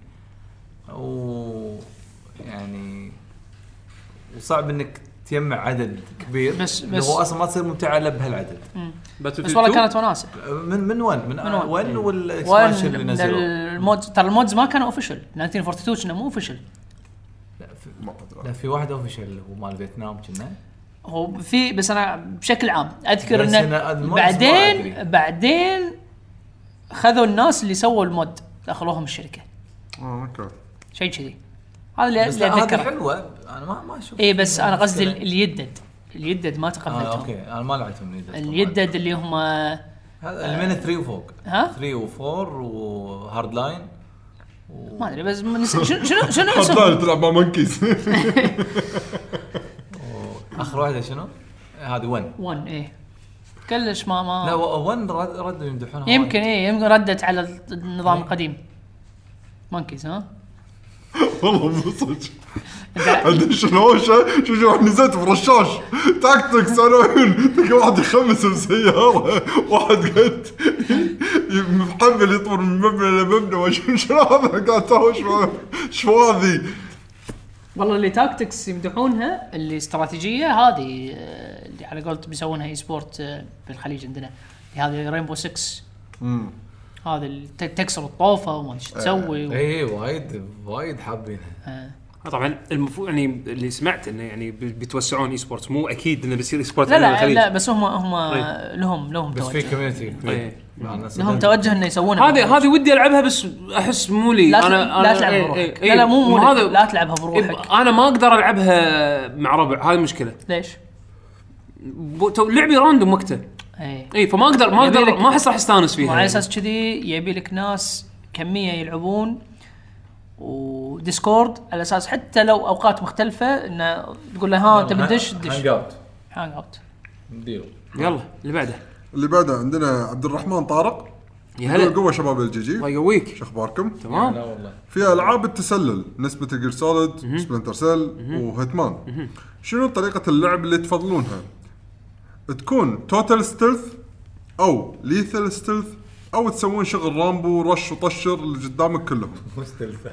Speaker 7: و يعني وصعب انك تجمع عدد كبير
Speaker 4: بس-
Speaker 7: اللي
Speaker 4: بس-
Speaker 7: هو اصلا ما تصير ممتعه الا بهالعدد
Speaker 4: بس والله كانت وناسه
Speaker 7: من من 1 من
Speaker 4: one.
Speaker 7: 1 والاكسبانشن اللي
Speaker 4: وين
Speaker 7: نزلوه
Speaker 4: المودز ترى المودز ما كانوا اوفشل 1942 كنا مو اوفشل
Speaker 7: لا في واحد اوفيشال اللي هو مال فيتنام كنا
Speaker 4: هو في بس انا بشكل عام اذكر
Speaker 7: بس أنا
Speaker 4: انه
Speaker 7: المودز ما
Speaker 4: بعدين
Speaker 7: أدري.
Speaker 4: بعدين خذوا الناس اللي سووا المود دخلوهم الشركه
Speaker 2: اه اوكي
Speaker 4: شيء كذي هذا اللي
Speaker 7: بس
Speaker 4: اللي
Speaker 7: لا، هذه
Speaker 4: اتذكره
Speaker 7: حلوه انا ما ما اشوف
Speaker 4: اي إيه، بس انا قصدي
Speaker 7: مشكلة.
Speaker 4: اللي يدد اللي يدد ما
Speaker 7: آه
Speaker 4: تقبلتهم
Speaker 7: اوكي انا ما لعبتهم اللي يدد.
Speaker 4: اللي يدد اللي هم
Speaker 7: هذا اللي من 3 وفوق
Speaker 4: ها؟
Speaker 7: 3 و4 وهارد لاين
Speaker 4: ما ادري بس من- شنو شنو
Speaker 7: <laughs>
Speaker 4: شنو
Speaker 2: حطها
Speaker 4: اسمهم؟
Speaker 2: تلعب مع مونكيز <laughs>
Speaker 7: اخر واحده شنو؟ هذه 1
Speaker 4: ون اي إيه. كلش ما
Speaker 7: لا
Speaker 4: ما
Speaker 7: 1 رد- ردوا يمدحونها
Speaker 4: آه. يمكن اي يمكن ردت على
Speaker 7: إيه.
Speaker 4: النظام القديم مونكيز ها
Speaker 2: والله مو صدق عندي شلون شا- شو شو نزلت برشاش تاكتك سنوين تلقى واحد يخمس بسياره واحد قاعد ي- محمل يطور من مبنى لمبنى ما شو شو هذا قاعد تهوش معه. شو هذي
Speaker 4: والله اللي تاكتكس يمدحونها اللي استراتيجيه هذه آه، اللي على قولت بيسوونها اي سبورت آه، بالخليج عندنا هذه رينبو 6 هذا اللي ت- تكسر الطوفه وما أدري شو تسوي و-
Speaker 7: اي إيه، وايد وايد حابينها
Speaker 1: طبعا المفروض يعني اللي سمعت انه يعني بي- بيتوسعون اي سبورتس مو اكيد انه بيصير اي سبورت
Speaker 4: لا
Speaker 1: عندنا
Speaker 4: لا
Speaker 1: بالخليج.
Speaker 4: لا بس هم هم
Speaker 1: إيه.
Speaker 4: لهم لهم
Speaker 7: طيب. بس في
Speaker 4: توجه
Speaker 7: كوميونتي
Speaker 1: إيه.
Speaker 4: لهم توجه انه يسوونها
Speaker 1: هذه هذه ودي العبها بس احس مو لي انا
Speaker 4: لا تلعب- لا تلعبها
Speaker 1: إيه،
Speaker 4: بروحك
Speaker 1: إيه،
Speaker 4: لا لا مو مو
Speaker 1: هذا
Speaker 4: لك. لا تلعبها بروحك
Speaker 1: إيه، انا ما اقدر العبها مع ربع هذه مشكله
Speaker 4: ليش؟
Speaker 1: بو- تو- لعبي راندوم وقته
Speaker 4: اي
Speaker 1: اي إيه، فما اقدر ما
Speaker 4: يبي
Speaker 1: اقدر
Speaker 4: لك-
Speaker 1: ما احس راح استانس فيها
Speaker 4: وعلى
Speaker 1: يعني.
Speaker 4: اساس كذي يبي لك ناس كميه يلعبون وديسكورد على اساس حتى لو اوقات مختلفه انه تقول له ها تبي تدش
Speaker 7: هانج
Speaker 4: دش
Speaker 7: اوت
Speaker 4: هانج اوت
Speaker 7: ديل
Speaker 1: يلا اللي بعده
Speaker 2: اللي بعده عندنا عبد الرحمن طارق
Speaker 1: يا
Speaker 2: يقول
Speaker 1: هلا طيب.
Speaker 2: قوه شباب الجي
Speaker 1: الله
Speaker 2: جي
Speaker 1: يقويك
Speaker 2: شو اخباركم؟
Speaker 1: تمام
Speaker 7: لا والله
Speaker 2: في العاب التسلل نسبة جير سوليد سبلنتر سيل وهيتمان شنو طريقة اللعب اللي تفضلونها؟ تكون توتال ستيلث او ليثل ستيلث او تسوون شغل رامبو رش وطشر اللي قدامك كلهم.
Speaker 7: مستلفه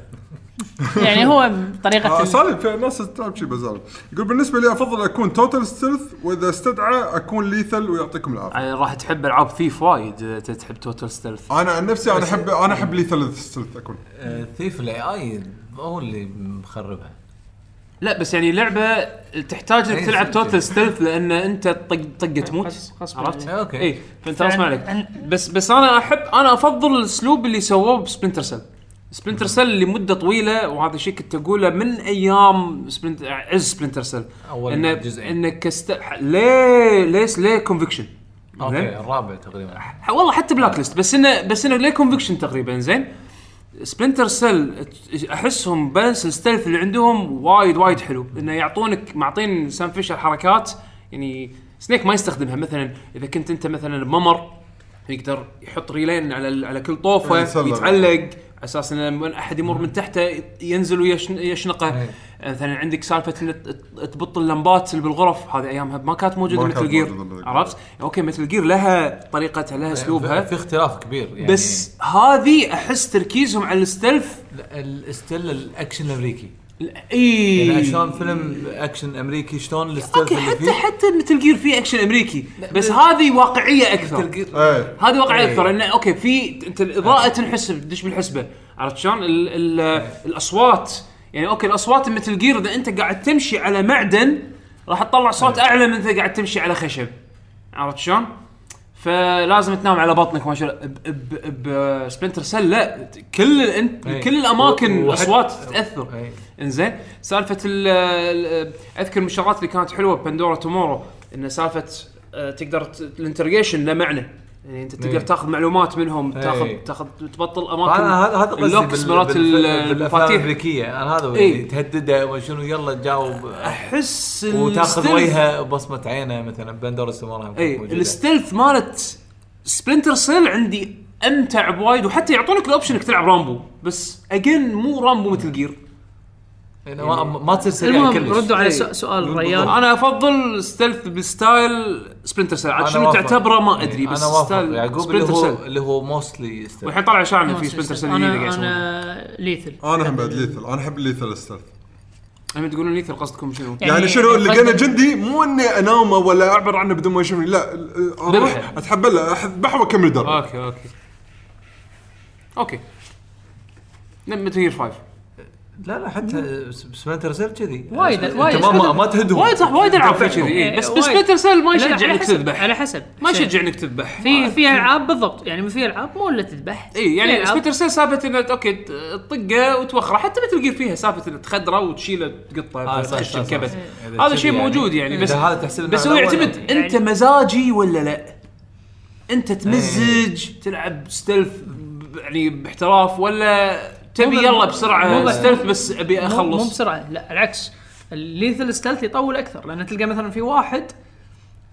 Speaker 4: يعني هو طريقه
Speaker 2: آه،
Speaker 4: ال-
Speaker 2: سالم في ناس تلعب شي بزال. يقول بالنسبة لي افضل اكون توتال ستيلث واذا استدعى اكون ليثل ويعطيكم العافية.
Speaker 1: يعني راح تحب العاب ثيف وايد آه، تحب توتال ستيلث
Speaker 2: انا عن نفسي انا احب انا احب ليثل ستيلث اكون.
Speaker 7: ثيف الاي اي هو اللي مخربها
Speaker 1: لا بس يعني لعبه تحتاج انك
Speaker 7: إيه،
Speaker 1: تلعب
Speaker 7: صدق.
Speaker 1: توتال ستيلث لان انت طق طقه تموت
Speaker 4: غصب
Speaker 1: عرفت؟ إيه،
Speaker 7: عليك. أوكي.
Speaker 1: اي فانت غصب
Speaker 4: فعلاً.
Speaker 1: عليك بس بس انا احب انا افضل الاسلوب اللي سووه بسبلنتر سيل سبلنتر سيل لمده طويله وهذا الشيء كنت اقوله من ايام سبلنتر عز سبلنتر سيل
Speaker 7: أول
Speaker 1: إنه-
Speaker 7: جزئين.
Speaker 1: انك كست... ليه ليه ليه كونفكشن
Speaker 7: اوكي الرابع تقريبا
Speaker 1: ح- والله حتى بلاك ليست بس انه بس انه ليه كونفكشن تقريبا زين سبلنتر سيل احسهم بالانس الستلث اللي عندهم وايد وايد حلو انه يعطونك معطين سام فيشر حركات يعني سنيك ما يستخدمها مثلا اذا كنت انت مثلا بممر يقدر يحط ريلين على ال- على كل طوفه
Speaker 2: يتسلق.
Speaker 1: ويتعلق على اساس انه لما احد يمر من تحته ينزل ويشن-
Speaker 2: إيه.
Speaker 1: يشنقه مثلا عندك سالفه ان ت- تبط اللمبات اللي بالغرف هذه ايامها ما كانت موجوده
Speaker 2: ما
Speaker 1: مثل
Speaker 2: كانت
Speaker 1: جير
Speaker 2: موجودة مثل Gear.
Speaker 1: عرفت؟ اوكي مثل جير لها طريقتها لها اسلوبها
Speaker 7: في اختلاف كبير يعني
Speaker 1: بس هذه احس تركيزهم على الستلف
Speaker 7: ستيل الاكشن الامريكي يعني
Speaker 1: اي
Speaker 7: شلون فيلم اكشن امريكي شلون الستيلث
Speaker 1: اوكي
Speaker 7: اللي
Speaker 1: حتى
Speaker 7: فيه
Speaker 1: حتى مثل جير في اكشن امريكي بس هذه واقعيه اكثر
Speaker 2: ايه
Speaker 1: هذه واقعيه
Speaker 7: إيه.
Speaker 1: اكثر انه اوكي في انت الاضاءه تنحسب تدش بالحسبه عرفت شلون؟ ال ال الاصوات يعني اوكي الاصوات مثل جير اذا انت قاعد تمشي على معدن راح تطلع صوت
Speaker 7: إيه.
Speaker 1: اعلى من اذا قاعد تمشي على خشب عرفت شلون؟ فلازم تنام على بطنك ما شاء الله ب- ب- ب- بسبلنتر سيل لا كل الأن-
Speaker 7: إيه.
Speaker 1: كل الاماكن
Speaker 7: و- وحت-
Speaker 1: الاصوات تاثر
Speaker 7: إيه.
Speaker 1: انزين سالفه ال ال- اذكر من الشغلات اللي كانت حلوه بندورا تومورو ان سالفه آه، تقدر ت- الانترجيشن له معنى يعني انت تقدر
Speaker 7: إيه.
Speaker 1: تاخذ معلومات منهم تاخذ
Speaker 7: إيه.
Speaker 1: تاخذ تبطل اماكن
Speaker 7: انا هذا هذا قصدي
Speaker 1: اللوكس
Speaker 7: بال-
Speaker 1: مرات
Speaker 7: بال-
Speaker 1: ال-
Speaker 7: بالافلام
Speaker 1: المفاتيح
Speaker 7: الامريكيه انا هذا
Speaker 1: إيه.
Speaker 7: اللي تهدده وشنو يلا جاوب
Speaker 1: احس
Speaker 7: وتاخذ
Speaker 1: الستلث-
Speaker 7: وجهها بصمه عينها مثلا بندر استمرها
Speaker 1: اي الستلث إيه، مالت سبلنتر سيل عندي امتع بوايد وحتى يعطونك الاوبشن انك تلعب رامبو بس اجين مو رامبو مثل جير
Speaker 7: يعني ما, ما تصير سريعه
Speaker 5: المهم
Speaker 7: كلش
Speaker 5: ردوا على
Speaker 1: إيه.
Speaker 5: سؤ- سؤال ريال
Speaker 1: انا افضل ستلث بستايل سبلنتر سيل عاد
Speaker 7: أنا
Speaker 1: شنو
Speaker 7: وافق.
Speaker 1: تعتبره ما
Speaker 7: إيه،
Speaker 1: ادري بس
Speaker 7: انا وافق
Speaker 1: ستايل
Speaker 7: يعقوب اللي
Speaker 1: سبلنتر
Speaker 7: هو
Speaker 1: سيل
Speaker 7: اللي هو موستلي
Speaker 1: والحين طلع شعرنا في سبلنتر سيل
Speaker 5: انا انا ليثل
Speaker 2: انا هم بعد ليثل انا احب ليثل ستيلث.
Speaker 1: لما تقولون ليثر قصدكم شنو؟
Speaker 2: يعني شنو
Speaker 4: قصدك-
Speaker 2: لقينا جندي مو اني انامه ولا اعبر عنه بدون ما يشوفني لا ال- اروح
Speaker 1: ذبحه.
Speaker 2: اتحبله اذبحه واكمل درب
Speaker 1: اوكي اوكي اوكي متل جير 5
Speaker 7: لا لا حتى سمنتر سيل كذي
Speaker 4: وايد-
Speaker 7: أنت
Speaker 4: وايد.
Speaker 7: ما- ما ما تهدهم
Speaker 1: وايد صح وايد العاب فيها
Speaker 7: تذبحهم.
Speaker 1: كذي إيه، بس
Speaker 4: إيه،
Speaker 1: بس
Speaker 4: وايد.
Speaker 1: متل سيل ما
Speaker 4: لا،
Speaker 1: يشجع
Speaker 4: على
Speaker 1: انك
Speaker 4: حسب-
Speaker 1: تذبح
Speaker 4: على حسب
Speaker 1: ما
Speaker 4: شيء.
Speaker 1: يشجع انك تذبح
Speaker 4: في في العاب بالضبط يعني في العاب مو الا تذبح
Speaker 1: اي
Speaker 4: في
Speaker 1: يعني
Speaker 4: ألعاب-
Speaker 1: سبيتر سيل سالفه انه اوكي ت- تطقه وتوخره حتى مثل جير فيها سالفه انه تخدره وتشيله تقطه
Speaker 7: آه، صح،
Speaker 1: تخش
Speaker 7: صح، صح.
Speaker 1: الكبت
Speaker 7: إذا
Speaker 1: هذا
Speaker 7: كذي
Speaker 1: شيء
Speaker 7: يعني.
Speaker 1: موجود يعني بس
Speaker 7: إذا هذا تحسب إنه
Speaker 1: بس هو
Speaker 7: هذا أول.
Speaker 1: يعتمد انت
Speaker 4: يعني
Speaker 1: مزاجي ولا لا
Speaker 4: إيه.
Speaker 1: انت تمزج تلعب ستلف ب- يعني باحتراف ولا تبي
Speaker 4: مو ب-
Speaker 1: يلا
Speaker 4: مو ب-
Speaker 1: بسرعه ستلف بس ابي
Speaker 4: مو- مو
Speaker 1: اخلص
Speaker 4: بسرعه لا العكس الليثل ستيلث يطول اكثر لان تلقى مثلا في واحد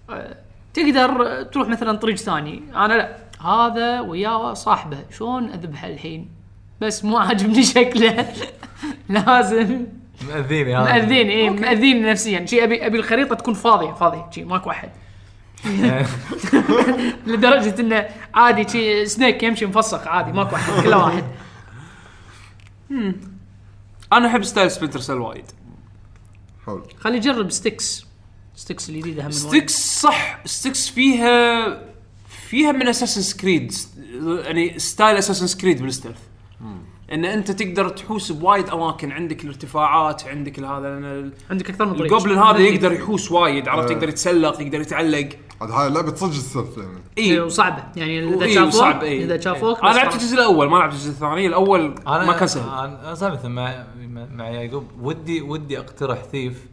Speaker 4: آه، تقدر تروح مثلا طريق ثاني انا لا هذا وياه صاحبه شلون اذبحه الحين بس مو عاجبني <laughs> شكله لازم
Speaker 7: مأذيني آه. هذا
Speaker 4: مأذيني إيه مأذيني نفسيا شي ابي ابي الخريطه تكون فاضيه فاضيه شي ماكو <laughs> احد لدرجه انه عادي شي سنيك يمشي مفسخ عادي ماكو احد كله واحد
Speaker 1: انا احب ستايل سبيتر سيل وايد
Speaker 2: حول
Speaker 4: خلي يجرب ستيكس ستيكس الجديده هم وايد.
Speaker 1: ستكس صح ستكس فيها فيها من اساسن سكريد يعني ستايل اساسن سكريد بالستلث ان انت تقدر تحوس بوايد اماكن عندك الارتفاعات عندك هذا لان
Speaker 4: عندك اكثر من طريق
Speaker 1: الجوبلن هذا يقدر يحوس وايد عرفت يقدر يتسلق يقدر يتعلق
Speaker 2: عاد هاي اللعبه تصج السلف يعني
Speaker 4: إيه،
Speaker 1: اي
Speaker 4: وصعبه يعني اذا
Speaker 1: إيه،
Speaker 4: شافوك
Speaker 1: وصعب، إيه.
Speaker 4: اذا شافوك
Speaker 1: انا
Speaker 4: بس
Speaker 1: لعبت
Speaker 4: خلاص.
Speaker 1: الجزء الاول ما لعبت الجزء الثاني الاول
Speaker 7: انا
Speaker 1: ما كان سهل
Speaker 7: انا آه، أنا صار مثل مع مع يعقوب ودي ودي اقترح ثيف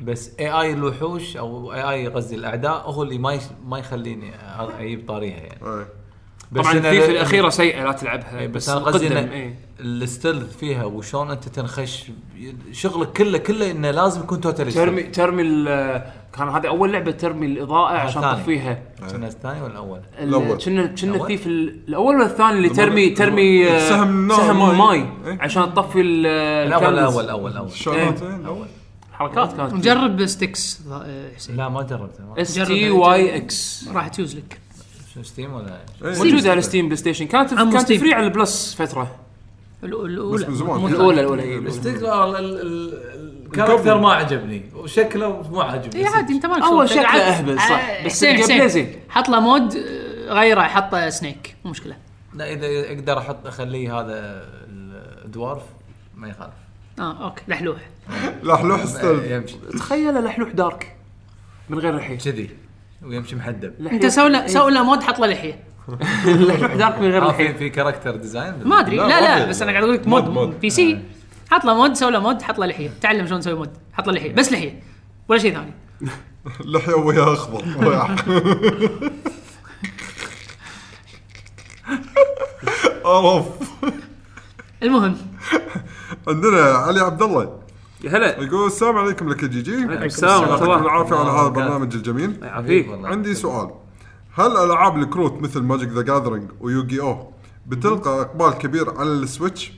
Speaker 7: بس اي اي الوحوش او اي اي قصدي الاعداء هو اللي ما يش- ما يخليني أ- اجيب طاريها يعني
Speaker 2: إيه.
Speaker 7: بس
Speaker 1: طبعا
Speaker 7: أنا-
Speaker 1: الثيف الاخيره سيئه لا تلعبها
Speaker 7: إيه، بس
Speaker 1: بس
Speaker 7: انا قصدي
Speaker 1: القدم،
Speaker 7: ان
Speaker 1: إيه.
Speaker 7: الستلث فيها وشلون انت تنخش ب- شغلك كله كله انه لازم يكون توتالي
Speaker 1: ترمي ترمي ال- كان هذه اول لعبه ترمي
Speaker 7: آه،
Speaker 1: الاضاءه عشان
Speaker 7: الثانية.
Speaker 1: تطفيها
Speaker 7: كنا الثاني ولا الاول؟
Speaker 2: الأول.
Speaker 1: ال- كنا كنا
Speaker 7: الأول؟
Speaker 1: الثيف ال- الاول ولا الثاني اللي ترمي ترمي آه،
Speaker 2: سهم النار
Speaker 1: سهم
Speaker 2: ماي.
Speaker 1: ماي
Speaker 2: إيه.
Speaker 1: عشان تطفي ال-
Speaker 7: الاول
Speaker 1: الكاندلز.
Speaker 7: الاول الاول الاول
Speaker 2: شغلات إيه، الأول.
Speaker 1: حركات كانت
Speaker 4: نجرب ستيكس آه، حسين
Speaker 7: لا ما جربته ما-
Speaker 1: اس تي واي اكس
Speaker 4: راح تيوز لك
Speaker 7: شو ستيم ولا
Speaker 1: موجوده على ستيم بلاي ستيشن كانت
Speaker 4: عمو
Speaker 1: كانت
Speaker 4: ستيم.
Speaker 1: فري على البلس فتره
Speaker 2: بس
Speaker 4: الأو-
Speaker 2: من
Speaker 4: الاولى
Speaker 2: زمان
Speaker 1: الاولى الاولى إيه، الأولى.
Speaker 7: ستيم الكاركتر ما عجبني وشكله ما عجبني
Speaker 4: اي إيه، عادي انت مالك
Speaker 1: اول
Speaker 4: شغل.
Speaker 1: شكله
Speaker 4: عاد-
Speaker 1: اهبل، صح.
Speaker 4: آه،
Speaker 1: بس
Speaker 4: حسين
Speaker 1: الجيم
Speaker 4: حسين
Speaker 1: بلاي زين.
Speaker 4: حط له مود آه، غيره حط سنيك مو مشكله
Speaker 7: لا اذا اقدر احط اخليه هذا الدوارف ما يخالف
Speaker 4: اه اوكي لحلوح
Speaker 2: لحلوح السلف
Speaker 7: يمشي
Speaker 1: تخيل لحلوح دارك من غير لحيه
Speaker 7: كذي ويمشي محدب
Speaker 4: انت سوي له <laughs> سوي له مود حط له لحيه <laughs>
Speaker 1: لحلوح دارك من غير
Speaker 7: آه، في
Speaker 1: لحيه
Speaker 7: في كاركتر ديزاين
Speaker 4: ما ادري
Speaker 2: لا،
Speaker 4: لا لا,
Speaker 2: مود.
Speaker 4: بس انا قاعد اقول لك
Speaker 2: مود،
Speaker 4: مود,
Speaker 2: مود.
Speaker 4: بي سي حط له مود سوي له مود حط له لحيه تعلم شلون تسوي مود حط له لحيه بس لحيه ولا شيء ثاني
Speaker 2: لحيه ويا <laughs> اخضر ويا أحمر. اوف
Speaker 4: المهم
Speaker 2: عندنا علي عبد الله
Speaker 1: يا هلا
Speaker 2: يقول السلام عليكم لك يا جي جي
Speaker 1: عليكم السلام ورحمه
Speaker 2: يعطيكم
Speaker 1: الله
Speaker 2: العافيه على هذا
Speaker 7: الله
Speaker 2: البرنامج الجميل
Speaker 1: يعافيك
Speaker 2: عندي سؤال هل العاب الكروت مثل ماجيك ذا جاذرينج ويوغي اوه بتلقى اقبال كبير على السويتش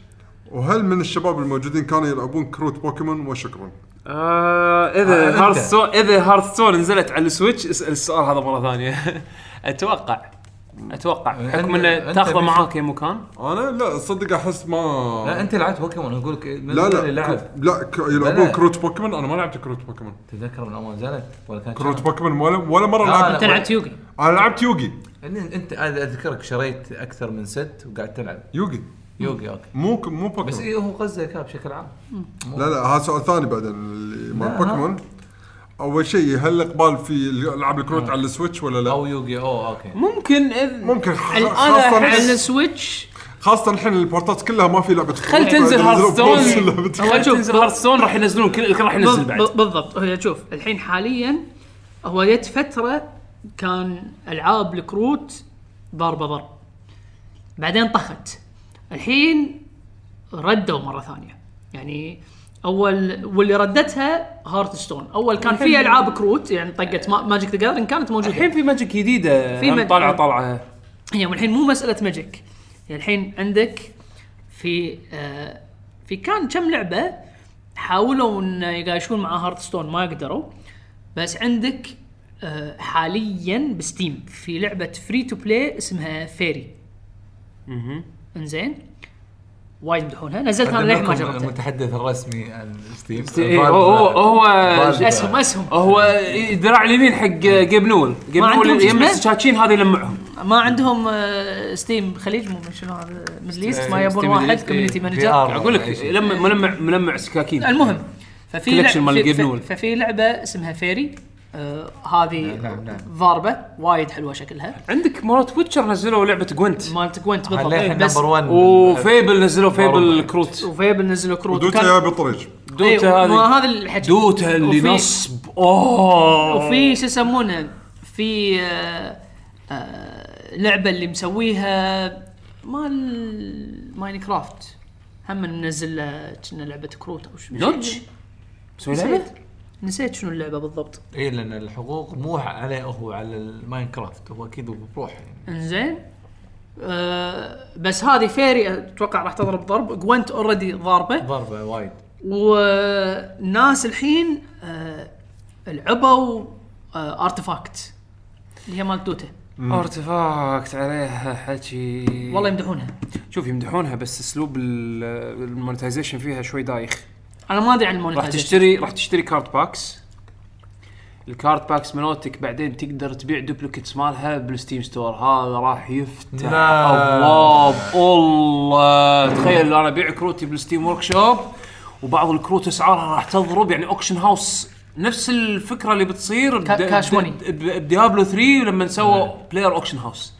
Speaker 2: وهل من الشباب الموجودين كانوا يلعبون كروت بوكيمون وشكرا
Speaker 1: آه
Speaker 7: آه،
Speaker 1: اذا
Speaker 7: أنت.
Speaker 1: آه هارثستون اذا هارثستون نزلت على السويتش اسال السؤال هذا مره <laughs> ثانيه اتوقع اتوقع
Speaker 7: أنت-
Speaker 1: بحكم
Speaker 7: أنت
Speaker 1: انه تاخذه
Speaker 7: بس-
Speaker 1: معاك اي مكان
Speaker 2: انا لا صدق احس ما
Speaker 7: لا انت لعبت بوكيمون اقول لك من
Speaker 2: لا
Speaker 7: اللي
Speaker 2: لا
Speaker 7: لعب
Speaker 2: ك- لا ك-
Speaker 7: لا، لا.
Speaker 2: يلعبون كروت بوكيمون انا ما لعبت كروت بوكيمون
Speaker 7: تتذكر من اول ما نزلت ولا كان
Speaker 2: كروت
Speaker 7: شنو؟
Speaker 2: بوكيمون ولا ولا مره
Speaker 7: لا،
Speaker 2: لعبت
Speaker 4: انت لعبت يوغي
Speaker 2: انا لعبت يوغي
Speaker 7: إن- انت انا اذكرك شريت اكثر من ست وقعدت تلعب
Speaker 2: يوغي
Speaker 7: يوغي اوكي
Speaker 2: مو ك- مو
Speaker 7: بس
Speaker 2: بوكيمون
Speaker 7: إيه هو قصده كاب بشكل عام
Speaker 2: لا لا هذا سؤال ثاني بعدين اللي مال
Speaker 7: لا،
Speaker 2: بوكيمون اول شيء هل الاقبال في العاب الكروت على السويتش ولا لا؟
Speaker 7: او يوغي او اوكي
Speaker 1: ممكن إذ...
Speaker 2: ممكن
Speaker 1: أنا
Speaker 2: خاصه
Speaker 4: على
Speaker 1: أحس-
Speaker 4: السويتش
Speaker 2: خاصة الحين البورتات كلها ما في لعبة
Speaker 1: خل تنزل هارثستون
Speaker 4: هو
Speaker 1: خل
Speaker 4: شوف،
Speaker 1: تنزل هارثستون راح ينزلون كل الكل راح ينزل
Speaker 4: بال-
Speaker 1: بعد
Speaker 4: بال- بالضبط هي شوف الحين حاليا هو جت فتره كان العاب الكروت ضربه ضرب بعدين طخت الحين ردوا مره ثانيه يعني اول واللي ردتها هارت ستون اول كان في العاب كروت يعني طقت ما- ماجيك ذا جاذرينج كانت موجوده
Speaker 1: الحين في ماجيك جديده
Speaker 4: في
Speaker 1: في
Speaker 4: ماجيك.
Speaker 1: طالعه طالعه
Speaker 4: يعني والحين مو مساله ماجيك يعني الحين عندك في آه في كان كم لعبه حاولوا ان يقاشون مع هارتستون ما قدروا بس عندك آه حاليا بستيم في لعبه فري تو بلاي اسمها فيري انزين وايد يمدحونها نزلت انا للحين ما
Speaker 7: قدمناكم
Speaker 4: جربتها
Speaker 7: المتحدث الرسمي عن ستيم
Speaker 1: إيه، هو هو- هو
Speaker 7: فالف-
Speaker 4: اسهم اسهم
Speaker 1: هو الذراع اليمين حق جيب نول جيب
Speaker 4: ما
Speaker 1: نول
Speaker 4: عندهم
Speaker 1: يم
Speaker 4: اسمه؟
Speaker 1: السكاكين هذا يلمعهم
Speaker 4: ما عندهم آه، ستيم خليج مو شنو هذا ميدل ايست ما يبون
Speaker 1: ستيم
Speaker 4: واحد
Speaker 1: ميدل إيست،
Speaker 4: كوميونتي
Speaker 1: إيه.
Speaker 4: مانجر
Speaker 7: VR.
Speaker 1: اقول لك
Speaker 7: أي شيء.
Speaker 1: لما ملمع ملمع سكاكين
Speaker 4: المهم ففي
Speaker 1: Collection
Speaker 4: لعبة
Speaker 1: مال
Speaker 4: في-
Speaker 1: Gabe
Speaker 4: في-
Speaker 1: Newell.
Speaker 4: ففي لعبه اسمها فيري آه هذه
Speaker 7: نعم، نعم.
Speaker 4: ضاربه وايد حلوه شكلها
Speaker 1: عندك مرات ويتشر نزلوا لعبه جوينت
Speaker 4: مالت جوينت
Speaker 7: الحين
Speaker 4: بالضبط بس
Speaker 7: نمبر 1
Speaker 1: وفيبل نزلوا فيبل
Speaker 7: مربع.
Speaker 1: كروت
Speaker 4: وفيبل نزلوا كروت
Speaker 2: دوتا يا بالطريق
Speaker 1: دوتا هذه
Speaker 4: أيوه، هذا الحكي
Speaker 1: دوتا اللي
Speaker 4: وفي-
Speaker 1: نصب اوه
Speaker 4: وفي شو يسمونه في آه، آه، لعبه اللي مسويها مال ماينكرافت هم منزل له كنا لعبه كروت او شو
Speaker 1: دوج؟ مسوي لعبه؟
Speaker 4: نسيت نسيت شنو اللعبه بالضبط
Speaker 7: اي لان إيه، الحقوق مو عليه هو على الماينكرافت هو اكيد هو بروحه يعني
Speaker 4: انزين أه بس هذه فيري اتوقع راح تضرب ضرب جوانت اوريدي ضاربه
Speaker 7: ضربه وايد
Speaker 4: والناس الحين أه لعبوا أه ارتفاكت اللي هي مال دوتا
Speaker 1: ارتفاكت عليها حكي
Speaker 4: والله يمدحونها
Speaker 1: شوف يمدحونها بس اسلوب ال- المونتايزيشن فيها شوي دايخ
Speaker 4: انا ما ادري عن
Speaker 1: راح
Speaker 4: المونتايزيشن
Speaker 1: تشتري راح تشتري كارت باكس الكارت باكس مالتك بعدين تقدر تبيع دوبليكتس مالها بالستيم ستور هذا راح يفتح
Speaker 7: لا.
Speaker 1: ابواب الله تخيل لو انا ابيع كروتي بالستيم ورك شوب وبعض الكروت اسعارها راح تضرب يعني اوكشن هاوس نفس الفكره اللي بتصير بد-
Speaker 4: كاش
Speaker 1: بد-
Speaker 4: موني.
Speaker 1: ب- بديابلو 3 لما
Speaker 4: نعم.
Speaker 1: سووا بلاير اوكشن هاوس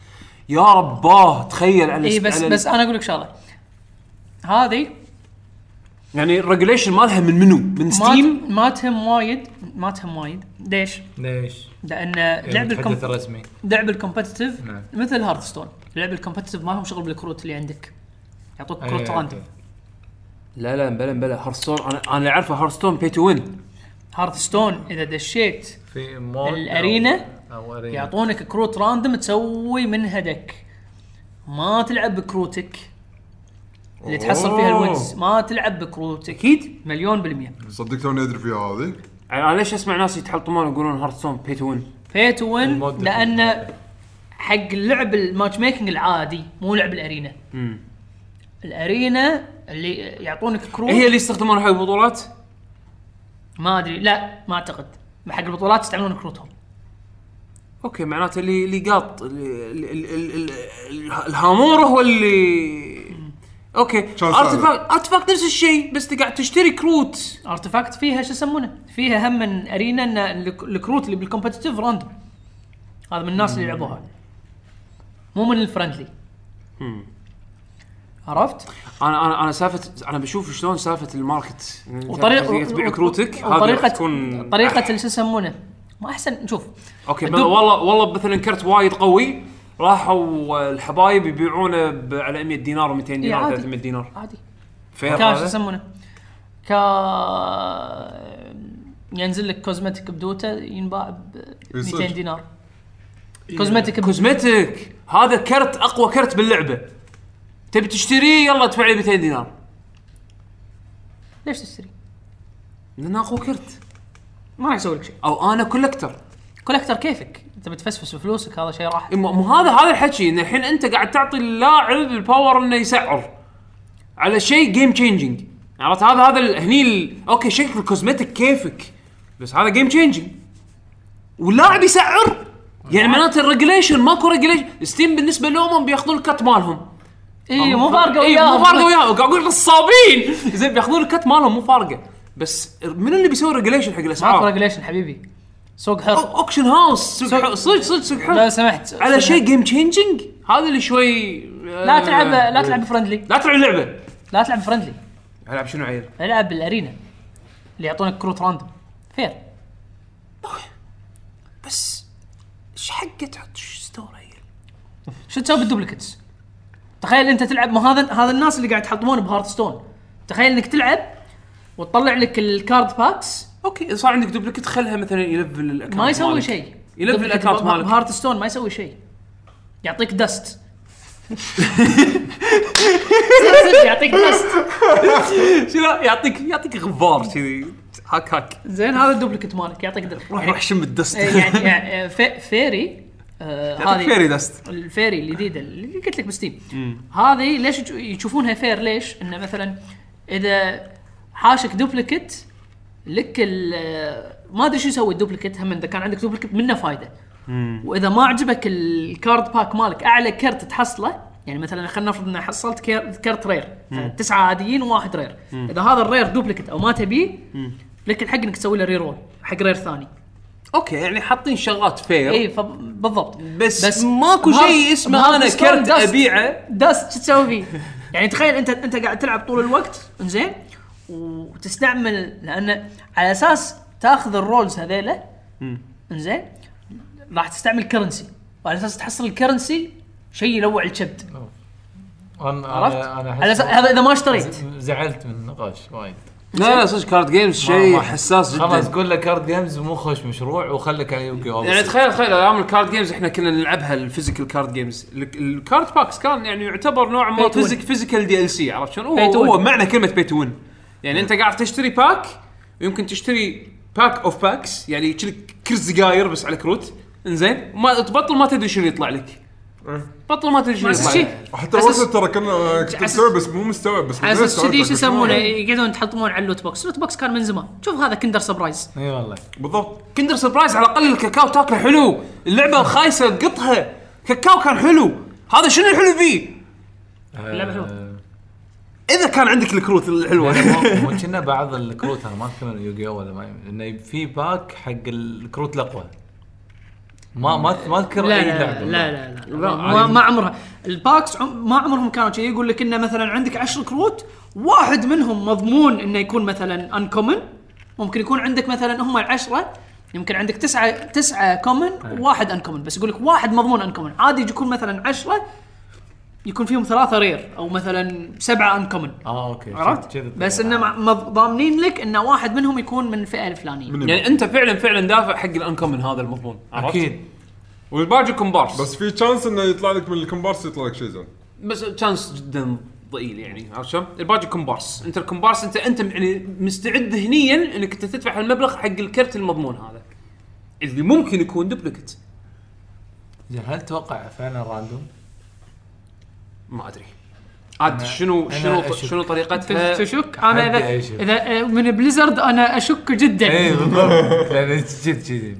Speaker 1: يا رباه تخيل على
Speaker 4: اي إيه، بس
Speaker 1: على-
Speaker 4: بس انا اقول لك شغله هذه
Speaker 1: يعني الريجوليشن مالها من منو؟ من
Speaker 4: ما
Speaker 1: ستيم
Speaker 4: ت- ما تهم وايد ما تهم وايد ليش؟
Speaker 7: ليش؟
Speaker 4: لان
Speaker 1: إيه،
Speaker 4: لعب
Speaker 7: المتحدث
Speaker 4: الكم...
Speaker 7: الرسمي
Speaker 4: لعب الكومبتتف
Speaker 7: نعم.
Speaker 4: مثل هارثستون لعب الكومبتتف ما لهم شغل بالكروت اللي عندك يعطوك
Speaker 1: إيه،
Speaker 4: كروت
Speaker 7: أي-
Speaker 4: راندوم
Speaker 1: لا لا بلا بلا هارستون انا انا اللي اعرفه هارستون بي تو وين
Speaker 4: هارثستون اذا دشيت
Speaker 7: في مود
Speaker 4: الأرينا
Speaker 7: أو- او ارينا
Speaker 4: يعطونك كروت راندوم تسوي منها دك ما تلعب بكروتك اللي تحصل فيها
Speaker 2: أوه.
Speaker 4: الوينز ما تلعب بكروتك اكيد مليون بالمية
Speaker 2: صدق توني ادري فيها هذه
Speaker 1: يعني انا ليش اسمع ناس يتحلطمون يقولون هارستون بي تو وين
Speaker 4: بي تو وين
Speaker 7: المود
Speaker 4: لان
Speaker 7: المود.
Speaker 4: حق اللعب الماتش ميكنج العادي مو لعب الارينا الارينا اللي يعطونك كروت
Speaker 1: إيه هي اللي يستخدمونها حق البطولات؟
Speaker 4: ما ادري لا ما اعتقد حق البطولات يستعملون كروتهم
Speaker 1: اوكي معناته اللي اللي قاط اللي- اللي- اللي- اللي- الهامور هو اللي اوكي
Speaker 2: شلون صار؟
Speaker 1: ارتفاكت ارتفاكت نفس الشيء بس انت قاعد تشتري كروت
Speaker 4: ارتفاكت فيها شو يسمونه فيها هم من ارينا ان الك- الكروت اللي بالكومبتتف راندوم هذا من الناس اللي لعبوها مو من الفرندلي عرفت؟
Speaker 1: انا انا انا سالفه انا بشوف شلون سالفه الماركت يعني
Speaker 4: وطريقه
Speaker 1: تبيع كروتك هذه
Speaker 4: وطريقه
Speaker 1: راح تكون
Speaker 4: طريقه شو يسمونه ما احسن نشوف
Speaker 1: اوكي
Speaker 4: الدب-
Speaker 1: بل- والله والله مثلا كرت وايد قوي راحوا الحبايب يبيعونه ب- على 100 دينار و200 دينار
Speaker 4: عادي.
Speaker 1: و300 دينار
Speaker 4: عادي
Speaker 1: فير
Speaker 4: كاش
Speaker 1: هذا
Speaker 4: يسمونه كا ينزل لك كوزمتيك بدوتا ينباع ب
Speaker 2: يصير.
Speaker 4: 200 دينار كوزمتيك ب-
Speaker 1: كوزمتك هذا كرت اقوى كرت باللعبه تبي تشتريه يلا ادفع لي 200 دينار
Speaker 4: ليش تشتري؟
Speaker 1: لانه اقوى كرت
Speaker 4: ما راح يسوي لك شيء
Speaker 1: او انا كولكتر
Speaker 4: كولكتر كيفك انت بتفسفس بفلوسك هذا شيء راح
Speaker 1: مو مو هذا هذا الحكي ان الحين انت قاعد تعطي اللاعب الباور انه يسعر على شيء جيم تشينجينج عرفت هذا هذا ال- هني ال- اوكي شكل الكوزمتيك كيفك بس هذا جيم تشينجينج واللاعب يسعر يعني معناته الريجليشن ماكو ريجليشن ستيم بالنسبه لهم بياخذون الكت مالهم
Speaker 4: اي مو فارقه
Speaker 1: إيه،
Speaker 4: وياهم
Speaker 1: مو فارقه وياهم قاعد اقول نصابين زين بياخذون الكت مالهم مو فارقه بس من اللي بيسوي ريجليشن حق
Speaker 4: ماكو
Speaker 1: الاسعار؟
Speaker 4: ريجليشن حبيبي سوق حر
Speaker 1: آه. أو- اوكشن هاوس سوق حر- صدق صدق سوق حر
Speaker 4: لو سمحت
Speaker 1: على شيء جيم تشينجينج هذا اللي شوي آه،
Speaker 4: لا تلعب لا تلعب فرندلي
Speaker 1: لا تلعب لعبه
Speaker 4: لا تلعب فرندلي
Speaker 1: العب شنو عيل
Speaker 4: العب بالارينا اللي يعطونك كروت راندوم فير
Speaker 1: بس ايش حقه تحط ستور عيل
Speaker 4: شو تسوي بالدوبلكتس؟ تخيل انت تلعب ما هذا هذا الناس اللي قاعد يحطمون بهارتستون تخيل انك تلعب وتطلع لك الكارد باكس
Speaker 1: اوكي صار عندك دوبلكت خلها مثلا يلفل الاكونت
Speaker 4: ما يسوي
Speaker 1: مالك.
Speaker 4: شيء
Speaker 1: يلفل
Speaker 4: دوبلكت
Speaker 1: الاكونت
Speaker 4: بها-
Speaker 1: مالك
Speaker 4: بهارتستون ما يسوي شيء يعطيك دست يعطيك دست
Speaker 1: <laughs> شنو يعطيك يعطيك غبار كذي هاك هاك
Speaker 4: زين هذا الدوبلكت مالك يعطيك دست
Speaker 1: روح روح شم الدست
Speaker 4: يعني, يعني آه، في- فيري آه،
Speaker 1: يعطيك
Speaker 4: هذه
Speaker 1: فيري دست
Speaker 4: الفيري الجديده اللي قلت لك بستيم هذه ليش يج- يشوفونها فير ليش؟ انه مثلا اذا حاشك دوبليكت لك ال- ما ادري شو يسوي الدوبليكت هم اذا كان عندك دوبليكت منه فايده واذا ما عجبك الكارد باك مالك اعلى كرت تحصله يعني مثلا خلينا نفرض ان حصلت كير- كرت رير تسعه عاديين وواحد رير اذا هذا الرير دوبليكت او ما تبيه لك الحق انك تسوي له ري رول حق رير ثاني
Speaker 1: اوكي يعني حاطين شغلات
Speaker 4: اي
Speaker 1: فير
Speaker 4: فب- بالضبط
Speaker 1: بس, بس ماكو شيء اسمه انا كرت ابيعه
Speaker 4: داست شو تسوي فيه؟ يعني تخيل انت انت قاعد تلعب طول الوقت انزين وتستعمل لان على اساس تاخذ الرولز هذيله انزين راح تستعمل كرنسي وعلى اساس تحصل الكرنسي شيء يلوع الكبد
Speaker 7: انا
Speaker 4: عرفت؟
Speaker 7: أنا- انا
Speaker 4: على
Speaker 7: أحس-
Speaker 4: اساس هذا اذا ما اشتريت
Speaker 7: زعلت من النقاش وايد
Speaker 1: لا لا صدق كارد جيمز
Speaker 7: ما-
Speaker 1: شيء
Speaker 7: ما-
Speaker 1: إيه، حساس
Speaker 7: خلاص
Speaker 1: جدا
Speaker 7: قول له كارد جيمز مو خوش مشروع وخلك على يوكي
Speaker 1: يعني
Speaker 7: اوبس
Speaker 1: تخيل تخيل ايام الكارد جيمز احنا كنا نلعبها الفيزيكال كارد جيمز الكارد باكس كان يعني يعتبر نوع ما
Speaker 4: Pay to win.
Speaker 1: فيزيك فيزيكال دي ال سي عرفت شلون؟ هو,
Speaker 4: Pay to
Speaker 1: هو
Speaker 4: win.
Speaker 1: معنى كلمه بي تو وين يعني انت قاعد تشتري باك يمكن تشتري باك اوف باكس يعني كذي كرزقاير بس على كروت انزين ما تبطل ما تدري شنو يطلع لك بطل ما تدري شنو
Speaker 4: على
Speaker 1: يطلع
Speaker 4: اساس
Speaker 1: لك
Speaker 4: شي-
Speaker 2: حتى
Speaker 4: أساس-
Speaker 2: وصل ترى كنا كنت مستوعب بس مو مستوعب بس يعني
Speaker 4: على اساس
Speaker 2: مستوعب
Speaker 4: كذي شو
Speaker 2: شو
Speaker 4: يسمونه
Speaker 2: معنى.
Speaker 4: يقعدون تحطمون على اللوت بوكس، اللوت بوكس كان من زمان، شوف هذا كندر سبرايز
Speaker 7: اي والله
Speaker 2: بالضبط
Speaker 1: كندر سربرايز على الاقل الكاكاو تاكله حلو اللعبه الخايسه قطها كاكاو كان حلو هذا شنو الحلو فيه
Speaker 7: أه.
Speaker 4: اللعبة حلوة.
Speaker 1: اذا كان عندك الكروت الحلوه
Speaker 7: يعني مو كنا بعض الكروت انا ما اذكر يوغي او ولا ما انه في باك حق الكروت الاقوى ما ما ما اذكر
Speaker 4: لا
Speaker 7: اي
Speaker 4: لا
Speaker 7: لعبه
Speaker 4: لا لا, لا,
Speaker 7: لا،
Speaker 4: يعني. ما,
Speaker 7: عادي.
Speaker 4: ما عمرها الباكس عم ما عمرهم كانوا كذي يقول لك انه مثلا عندك 10 كروت واحد منهم مضمون انه يكون مثلا انكومن ممكن يكون عندك مثلا هم العشره يمكن عندك تسعه تسعه كومن وواحد انكومن بس يقول لك واحد مضمون انكومن عادي يكون مثلا عشره يكون فيهم ثلاثه رير او مثلا سبعه انكومن
Speaker 7: اه اوكي
Speaker 4: عرفت؟ بس انه مع- مض- ضامنين لك انه واحد منهم يكون من الفئه الفلانيه
Speaker 1: يعني انت فعلا فعلا دافع حق الانكومن هذا المضمون عرفت؟
Speaker 7: اكيد
Speaker 1: والباقي كومبارس بس
Speaker 2: بس في تشانس انه يطلع لك من الكمبارس يطلع لك شيء زين
Speaker 1: بس تشانس جدا ضئيل يعني عرفت شلون؟ الباقي كومبارس انت الكومبارس انت انت يعني مستعد ذهنيا انك انت تدفع هالمبلغ حق الكرت المضمون هذا اللي ممكن يكون دوبليكت
Speaker 7: زين، هل توقع فعلا
Speaker 4: <laughs>
Speaker 7: راندوم؟
Speaker 1: ما ادري عاد شنو
Speaker 7: أنا
Speaker 1: شنو
Speaker 7: أشك.
Speaker 1: شنو
Speaker 4: ت-
Speaker 1: طريقتها
Speaker 4: تشك انا
Speaker 7: عندي أي
Speaker 4: اذا
Speaker 7: شيء.
Speaker 4: اذا آه، من بليزرد انا اشك جدا
Speaker 7: اي إيه، بالضبط يعني جد كذي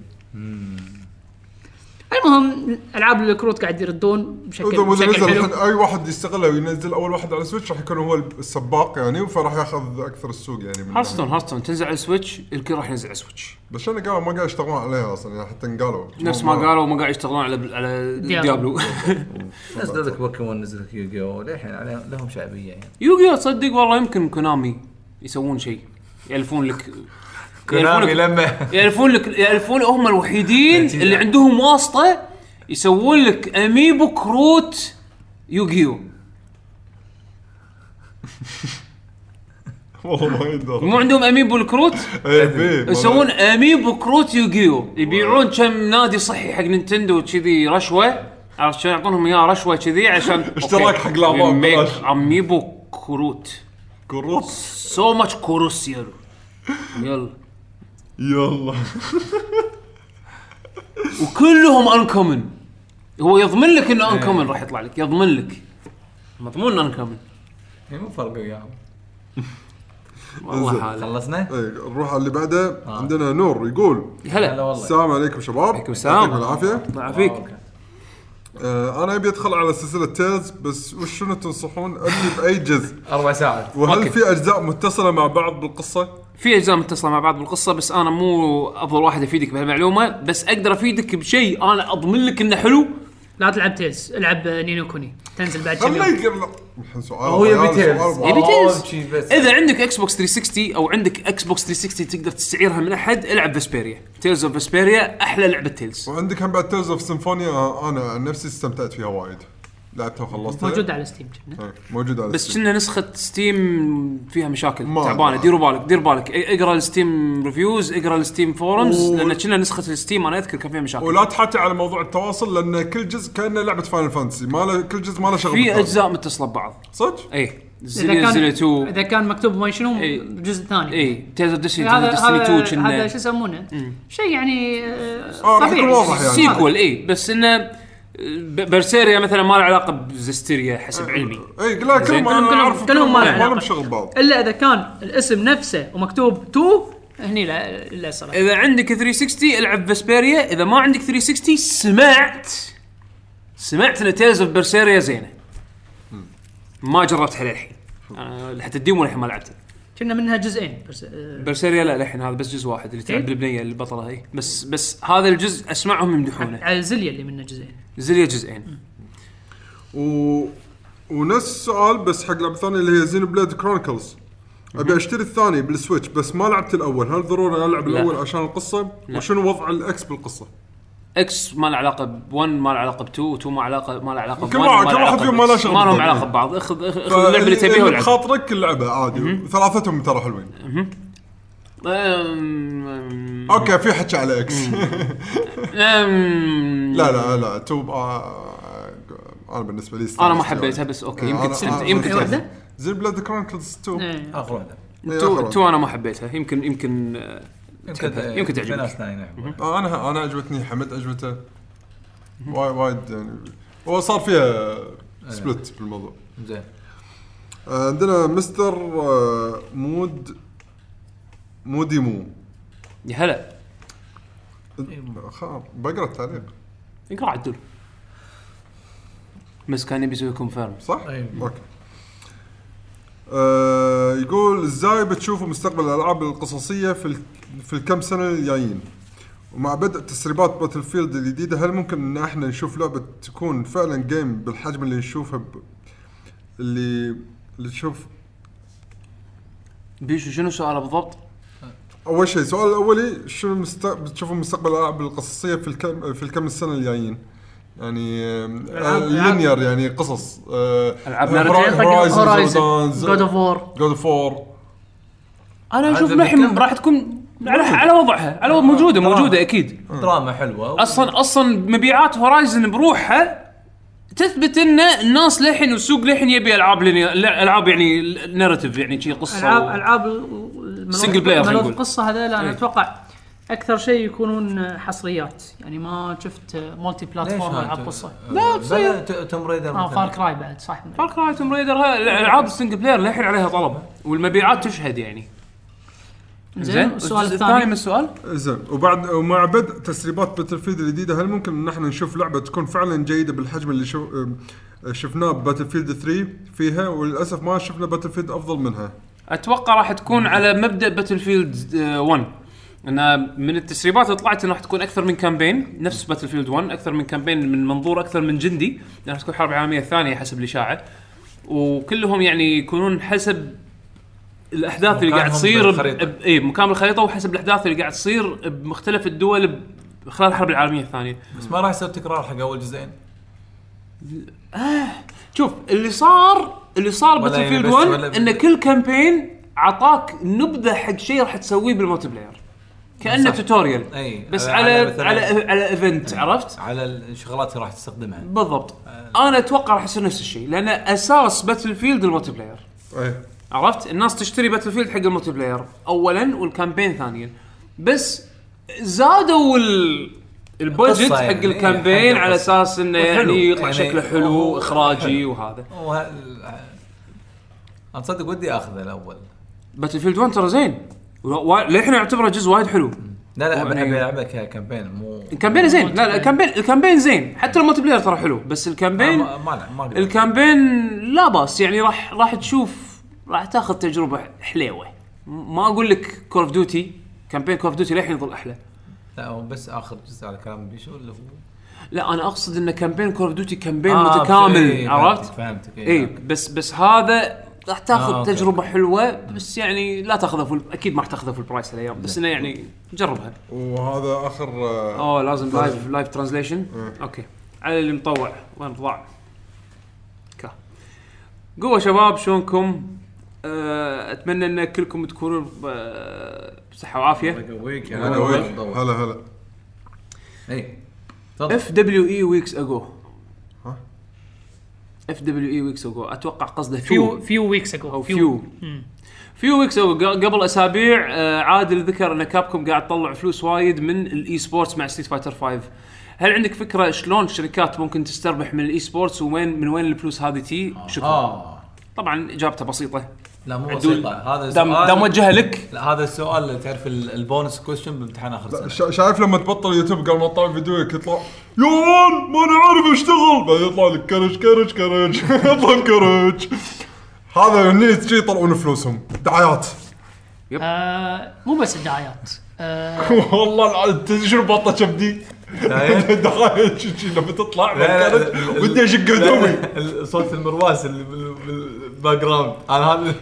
Speaker 4: المهم العاب الكروت قاعد يردون
Speaker 2: اذا
Speaker 4: بشكل
Speaker 2: إذا
Speaker 4: بشكل
Speaker 2: نزل
Speaker 4: حلو
Speaker 2: الحين اي واحد يستغله وينزل اول واحد على السويتش راح يكون هو السباق يعني فراح ياخذ اكثر السوق يعني من
Speaker 1: هارستون هارستون تنزل على السويتش الكل راح ينزل على السويتش
Speaker 2: بس شنو قالوا ما قاعد يشتغلون عليها اصلا يعني حتى انقالوا
Speaker 1: نفس ما قالوا ما قاعد يشتغلون على على <laughs>
Speaker 4: ديابلو.
Speaker 1: ديابلو
Speaker 7: نزل لك بوكيمون نزل لك يوغي او للحين عليهم- لهم شعبيه يعني
Speaker 1: يوغيو تصدق والله يمكن كونامي يسوون شيء يالفون لك يالفون
Speaker 7: كونامي
Speaker 1: لك-
Speaker 7: لما
Speaker 1: يعرفون لك يعرفون هم الوحيدين اللي عندهم واسطه يسوون لك اميبو كروت يوغيو
Speaker 2: والله ما إيه، يندرى
Speaker 1: مو عندهم اميبو الكروت
Speaker 2: <laughs> اي في
Speaker 1: يسوون اميبو كروت يوغيو يبيعون كم نادي صحي حق نينتندو كذي رشوه عرفت شلون يعطونهم اياه رشوه كذي عشان
Speaker 2: <laughs> اشتراك حق الأعضاء ببلاش.
Speaker 1: اميبو كروت
Speaker 2: كروس
Speaker 1: سو ماتش كروس يلا يلا
Speaker 2: يلا
Speaker 1: وكلهم انكومن هو يضمن لك انه
Speaker 2: إيه.
Speaker 1: انكومن راح يطلع لك يضمن لك مضمون انكومن
Speaker 7: هي مو فرق وياهم
Speaker 1: والله حاله
Speaker 7: خلصنا؟
Speaker 2: إيه، نروح على اللي بعده عندنا نور يقول
Speaker 1: هلا
Speaker 7: هلا والله
Speaker 2: السلام عليكم شباب
Speaker 1: طيب. عليكم السلام.
Speaker 2: يعطيكم العافيه
Speaker 1: ما عافيك
Speaker 7: أوكي.
Speaker 2: آه، انا ابي ادخل على سلسله تيلز بس وش شنو تنصحون ابني باي جزء
Speaker 7: اربع ساعات
Speaker 2: وهل
Speaker 1: أوكي.
Speaker 2: في اجزاء متصله مع بعض بالقصه
Speaker 1: في اجزاء متصله مع بعض بالقصه بس انا مو افضل واحد افيدك بهالمعلومه بس اقدر افيدك بشيء انا اضمن لك انه حلو
Speaker 4: لا تلعب تيلز العب نينو كوني تنزل بعد كم
Speaker 2: خليه
Speaker 4: يوم
Speaker 2: يقرا الحين سؤال
Speaker 7: هو يبي
Speaker 2: سؤال،
Speaker 7: تيلز.
Speaker 2: سؤال.
Speaker 1: يبي
Speaker 7: أوه،
Speaker 1: تنزل.
Speaker 7: شي بس.
Speaker 1: اذا عندك اكس بوكس 360 او عندك اكس بوكس 360 تقدر تستعيرها من احد العب فيسبيريا تيلز اوف فيسبيريا احلى لعبه تيلز
Speaker 2: وعندك هم بعد تيلز اوف سيمفونيا انا عن نفسي استمتعت فيها وايد لعبتها وخلصتها
Speaker 4: موجوده على ستيم جنة.
Speaker 2: إيه، موجوده على
Speaker 1: بس
Speaker 2: Steam.
Speaker 1: كنا نسخه ستيم فيها مشاكل
Speaker 2: ما-
Speaker 1: تعبانه ديروا بالك دير بالك إ- اقرا الستيم ريفيوز اقرا الستيم فورمز
Speaker 2: و-
Speaker 1: لان كنا نسخه الستيم انا اذكر كان فيها مشاكل
Speaker 2: ولا تحاتي على موضوع التواصل لان كل جزء كانه لعبه فاينل فانتسي ما له كل جزء ما له شغل
Speaker 1: في
Speaker 2: بالثاني.
Speaker 1: اجزاء متصله ببعض إيه.
Speaker 2: صدق؟
Speaker 1: اي زليا زليا 2
Speaker 4: اذا كان مكتوب ما شنو
Speaker 1: إي.
Speaker 4: الجزء الثاني
Speaker 1: اي إيه، تيزر ديستني
Speaker 4: هذا
Speaker 1: 2 ديستني
Speaker 4: هذا
Speaker 1: 2
Speaker 4: هذا
Speaker 1: كنا
Speaker 4: شو يسمونه شيء يعني آه،
Speaker 2: آه، راح يكون واضح يعني.
Speaker 1: سيكول اي إيه، بس انه ب- برسيريا مثلا ما له علاقه بزستيريا
Speaker 4: أه.
Speaker 1: حسب علمي
Speaker 2: اي إيه، لا كلهم
Speaker 1: كلهم-
Speaker 2: انا اعرف
Speaker 4: كلهم ما له
Speaker 2: ما لهم
Speaker 4: علاقة.
Speaker 2: شغل بعض
Speaker 4: الا اذا كان الاسم نفسه ومكتوب تو هني لا لا صراحه
Speaker 1: اذا عندك 360 العب فيسبيريا اذا ما عندك 360 سمعت سمعت ان تيلز اوف برسيريا زينه ما جربتها للحين أنا حتى الديمو للحين ما لعبته
Speaker 4: كنا منها جزئين بس آه،
Speaker 1: برسيريا لا للحين هذا بس جزء واحد اللي تلعب
Speaker 4: إيه؟
Speaker 1: بالبنيه البطله هي بس بس هذا الجزء اسمعهم يمدحونه
Speaker 4: على زليا اللي منها جزئين
Speaker 1: زليا جزئين
Speaker 2: و... ونفس السؤال بس حق لعبه ثانيه اللي هي زين بليد كرونيكلز ابي اشتري الثاني بالسويتش بس ما لعبت الاول هل ضروري العب
Speaker 1: لا.
Speaker 2: الاول عشان القصه وشنو وضع الاكس بالقصه
Speaker 1: اكس ما له علاقه ب 1 ما له علاقه ب 2 و2 ما له علاقه ما له علاقه ب
Speaker 2: كل
Speaker 1: 1
Speaker 2: واحد-
Speaker 1: ما
Speaker 2: كل
Speaker 1: له
Speaker 2: واحد
Speaker 1: علاقة
Speaker 2: فيهم
Speaker 1: ب-
Speaker 2: ما له شغل
Speaker 1: ما لهم
Speaker 2: ببعض.
Speaker 1: علاقه ببعض اخذ اخذ اخذ اللعبه اللي تبيها والعب
Speaker 2: خاطرك اللعبه عادي ثلاثتهم ترى حلوين
Speaker 1: أم-
Speaker 2: اوكي في حكي على اكس
Speaker 1: أم-
Speaker 2: <laughs> لا لا لا آه، توب انا بالنسبه لي يعني.
Speaker 1: انا ما حبيتها بس اوكي يمكن تستمتع- يمكن تحب.
Speaker 2: زين بلاد كرونيكلز 2
Speaker 4: إيه.
Speaker 7: اخر واحده
Speaker 1: تو تو انا ما حبيتها يمكن يمكن آه، تحبها. يمكن
Speaker 7: في ناس
Speaker 1: تعجبك
Speaker 7: ثانيه نعم
Speaker 2: آه، انا انا عجبتني حمد عجبته وايد وايد يعني هو صار فيها سبلت بالموضوع
Speaker 7: زين
Speaker 2: آه، عندنا مستر آه، مود موديمو
Speaker 1: يا هلا
Speaker 2: خلاص، بقرا التعليق
Speaker 1: اقرا عدل بس كان يبي يسوي كونفيرم
Speaker 2: صح؟
Speaker 7: أي.
Speaker 2: اوكي آه يقول ازاي بتشوفوا مستقبل الالعاب القصصيه في ال... في الكم سنه الجايين؟ ومع بدء تسريبات باتل فيلد الجديده هل ممكن ان احنا نشوف لعبه تكون فعلا جيم بالحجم اللي نشوفها ب... اللي اللي تشوف
Speaker 1: بيشو شنو سؤاله بالضبط؟
Speaker 2: اول شيء السؤال الاولي شنو مست... بتشوفوا مستقبل الالعاب القصصيه في الكم في الكم السنه الجايين؟ يعني
Speaker 4: ألعاب-
Speaker 2: لينير يعني قصص آه،
Speaker 1: ألعاب narrative.
Speaker 2: هورايزن
Speaker 4: جود اوف وور
Speaker 2: جود اوف وور
Speaker 1: انا اشوف
Speaker 7: عاد
Speaker 1: لحم
Speaker 7: بنتكلم-
Speaker 1: راح تكون على على وضعها على
Speaker 2: آه.
Speaker 1: موجوده موجوده اكيد
Speaker 7: دراما حلوه
Speaker 1: اصلا اصلا مبيعات هورايزن بروحها تثبت ان الناس للحين والسوق للحين يبي العاب لينيا- العاب يعني ناريتيف يعني شي قصه
Speaker 4: العاب
Speaker 1: و-
Speaker 4: العاب
Speaker 1: Single player خلينا نقول.
Speaker 4: القصه هذا لا انا
Speaker 1: إيه.
Speaker 4: اتوقع اكثر شيء يكونون حصريات يعني ما شفت مولتي بلاتفورم العاب قصه
Speaker 7: لا تصير توم ريدر
Speaker 4: اه
Speaker 7: مثلاً.
Speaker 4: فار كراي بعد صح
Speaker 1: فار كراي توم ريدر ها- الالعاب السنجل بلاير للحين عليها طلب والمبيعات تشهد يعني
Speaker 4: زين السؤال الثاني
Speaker 1: من السؤال
Speaker 2: زين وبعد ومع بدء تسريبات باتل فيلد الجديده هل ممكن ان احنا نشوف لعبه تكون فعلا جيده بالحجم اللي شو آه، شفناه باتل فيلد 3 فيها وللاسف ما شفنا باتل فيلد افضل منها
Speaker 1: اتوقع راح تكون على مبدا باتل فيلد 1 ان من التسريبات اللي طلعت انه راح تكون اكثر من كامبين نفس باتل فيلد 1 اكثر من كامبين من منظور اكثر من جندي لأن راح تكون حرب عالميه ثانيه حسب الاشاعه وكلهم يعني يكونون حسب الاحداث اللي قاعد
Speaker 7: مكانهم
Speaker 1: تصير ب-
Speaker 7: بالخريطة.
Speaker 1: ب- اي مكان الخريطه وحسب الاحداث اللي قاعد تصير بمختلف الدول ب- خلال الحرب العالميه الثانيه
Speaker 7: بس ما راح يصير تكرار حق اول جزئين
Speaker 1: شوف اللي صار اللي صار
Speaker 7: ولا
Speaker 1: باتل
Speaker 7: يعني
Speaker 1: فيلد
Speaker 7: بس
Speaker 1: 1
Speaker 7: ولا-
Speaker 1: ان كل كامبين عطاك نبذه حق شيء راح تسويه بالمالتي بلاير كانه
Speaker 7: صح.
Speaker 1: توتوريال
Speaker 7: أي،
Speaker 1: بس
Speaker 7: على- على
Speaker 1: على
Speaker 7: مثلاً-
Speaker 1: على على ايفنت عرفت
Speaker 7: على الشغلات اللي راح تستخدمها
Speaker 1: بالضبط انا اتوقع راح يصير نفس الشيء لان اساس باتل فيلد المالتي بلاير
Speaker 2: ايه
Speaker 1: عرفت الناس تشتري باتل فيلد حق الملتي بلاير اولا والكامبين ثانيا بس زادوا ال البادجت
Speaker 7: القصة
Speaker 1: حق
Speaker 7: يعني،
Speaker 1: الكامبين
Speaker 7: حق
Speaker 1: على
Speaker 7: القصة.
Speaker 1: اساس انه
Speaker 7: وحلو.
Speaker 1: يعني يطلع
Speaker 7: يعني
Speaker 1: شكله حلو
Speaker 7: هو-
Speaker 1: اخراجي وهذا
Speaker 7: وه... انا تصدق ودي اخذه الاول
Speaker 1: باتل فيلد 1 ترى زين و- و- للحين اعتبره جزء وايد حلو
Speaker 7: لا لا
Speaker 1: وأنا-
Speaker 7: بحب العبه ككامبين مو
Speaker 1: الكامبين زين لا لا الكامبين الكامبين زين حتى الملتي بلاير ترى حلو بس الكامبين
Speaker 7: ما ما ما أقدر.
Speaker 1: الكامبين لا باس يعني راح راح تشوف راح تاخذ تجربه حليوه م- ما اقول لك كول اوف ديوتي كامبين كول اوف ديوتي للحين يظل احلى
Speaker 7: لا هو بس اخر جزء على كلام بيشو اللي هو
Speaker 1: لا انا اقصد ان كامبين كول اوف ديوتي كامبين
Speaker 7: آه،
Speaker 1: متكامل
Speaker 7: إيه،
Speaker 1: عرفت؟
Speaker 7: فهمتك
Speaker 1: اي بس بس هذا راح تاخذ
Speaker 7: آه،
Speaker 1: آه
Speaker 7: أوكي.
Speaker 1: تجربه حلوه بس يعني لا تاخذه فل... اكيد ما راح تاخذه في البرايس هالايام بس انه يعني جربها
Speaker 2: وهذا اخر آه،
Speaker 1: اوه لازم لايف لايف ترانزليشن اوكي على اللي مطوع وين ضاع كا. قوة شباب شلونكم؟ آه، اتمنى ان كلكم تكونون آه، بصحة وعافية
Speaker 7: قويك
Speaker 2: هلا ويك. هلا هلا
Speaker 7: اي تفضل
Speaker 1: E اف دبليو اي ويكس اجو اف دبليو اي ويكس اجو اتوقع قصده
Speaker 4: فيو
Speaker 1: فيو
Speaker 4: فيو ويكس اجو
Speaker 1: او فيو فيو ويكس اجو قبل اسابيع آه، عادل ذكر ان كابكم قاعد تطلع فلوس وايد من الاي سبورتس مع ستريت فايتر 5 هل عندك فكره شلون الشركات ممكن تستربح من الاي سبورتس وين من وين الفلوس هذه تي؟ شكرا
Speaker 7: اه
Speaker 1: طبعا اجابته بسيطه
Speaker 7: لا مو
Speaker 1: عدول.
Speaker 7: بسيطه هذا
Speaker 1: دام
Speaker 7: سؤال
Speaker 1: دام وجهها لك
Speaker 7: لا هذا السؤال اللي تعرف ال- البونس كويشن بامتحان اخر سنه
Speaker 2: شا- شايف لما تبطل يوتيوب قبل ما تطلع فيديوك يطلع يوان ما انا عارف اشتغل بعدين يطلع لك كرج كرج كرج <laughs> يطلع كرج هذا هني شي يطلعون فلوسهم دعايات
Speaker 4: آه مو بس الدعايات آه
Speaker 2: <laughs> والله العظيم تدري شنو بطه كبدي
Speaker 7: شايف؟
Speaker 2: <laughs> دعايات شي- شي لما تطلع من
Speaker 7: لا، لا،
Speaker 2: الكرج
Speaker 7: ال- ال-
Speaker 2: ودي اشق هدومي
Speaker 7: ال- صوت المرواس اللي بال- بالباك جراوند انا هذا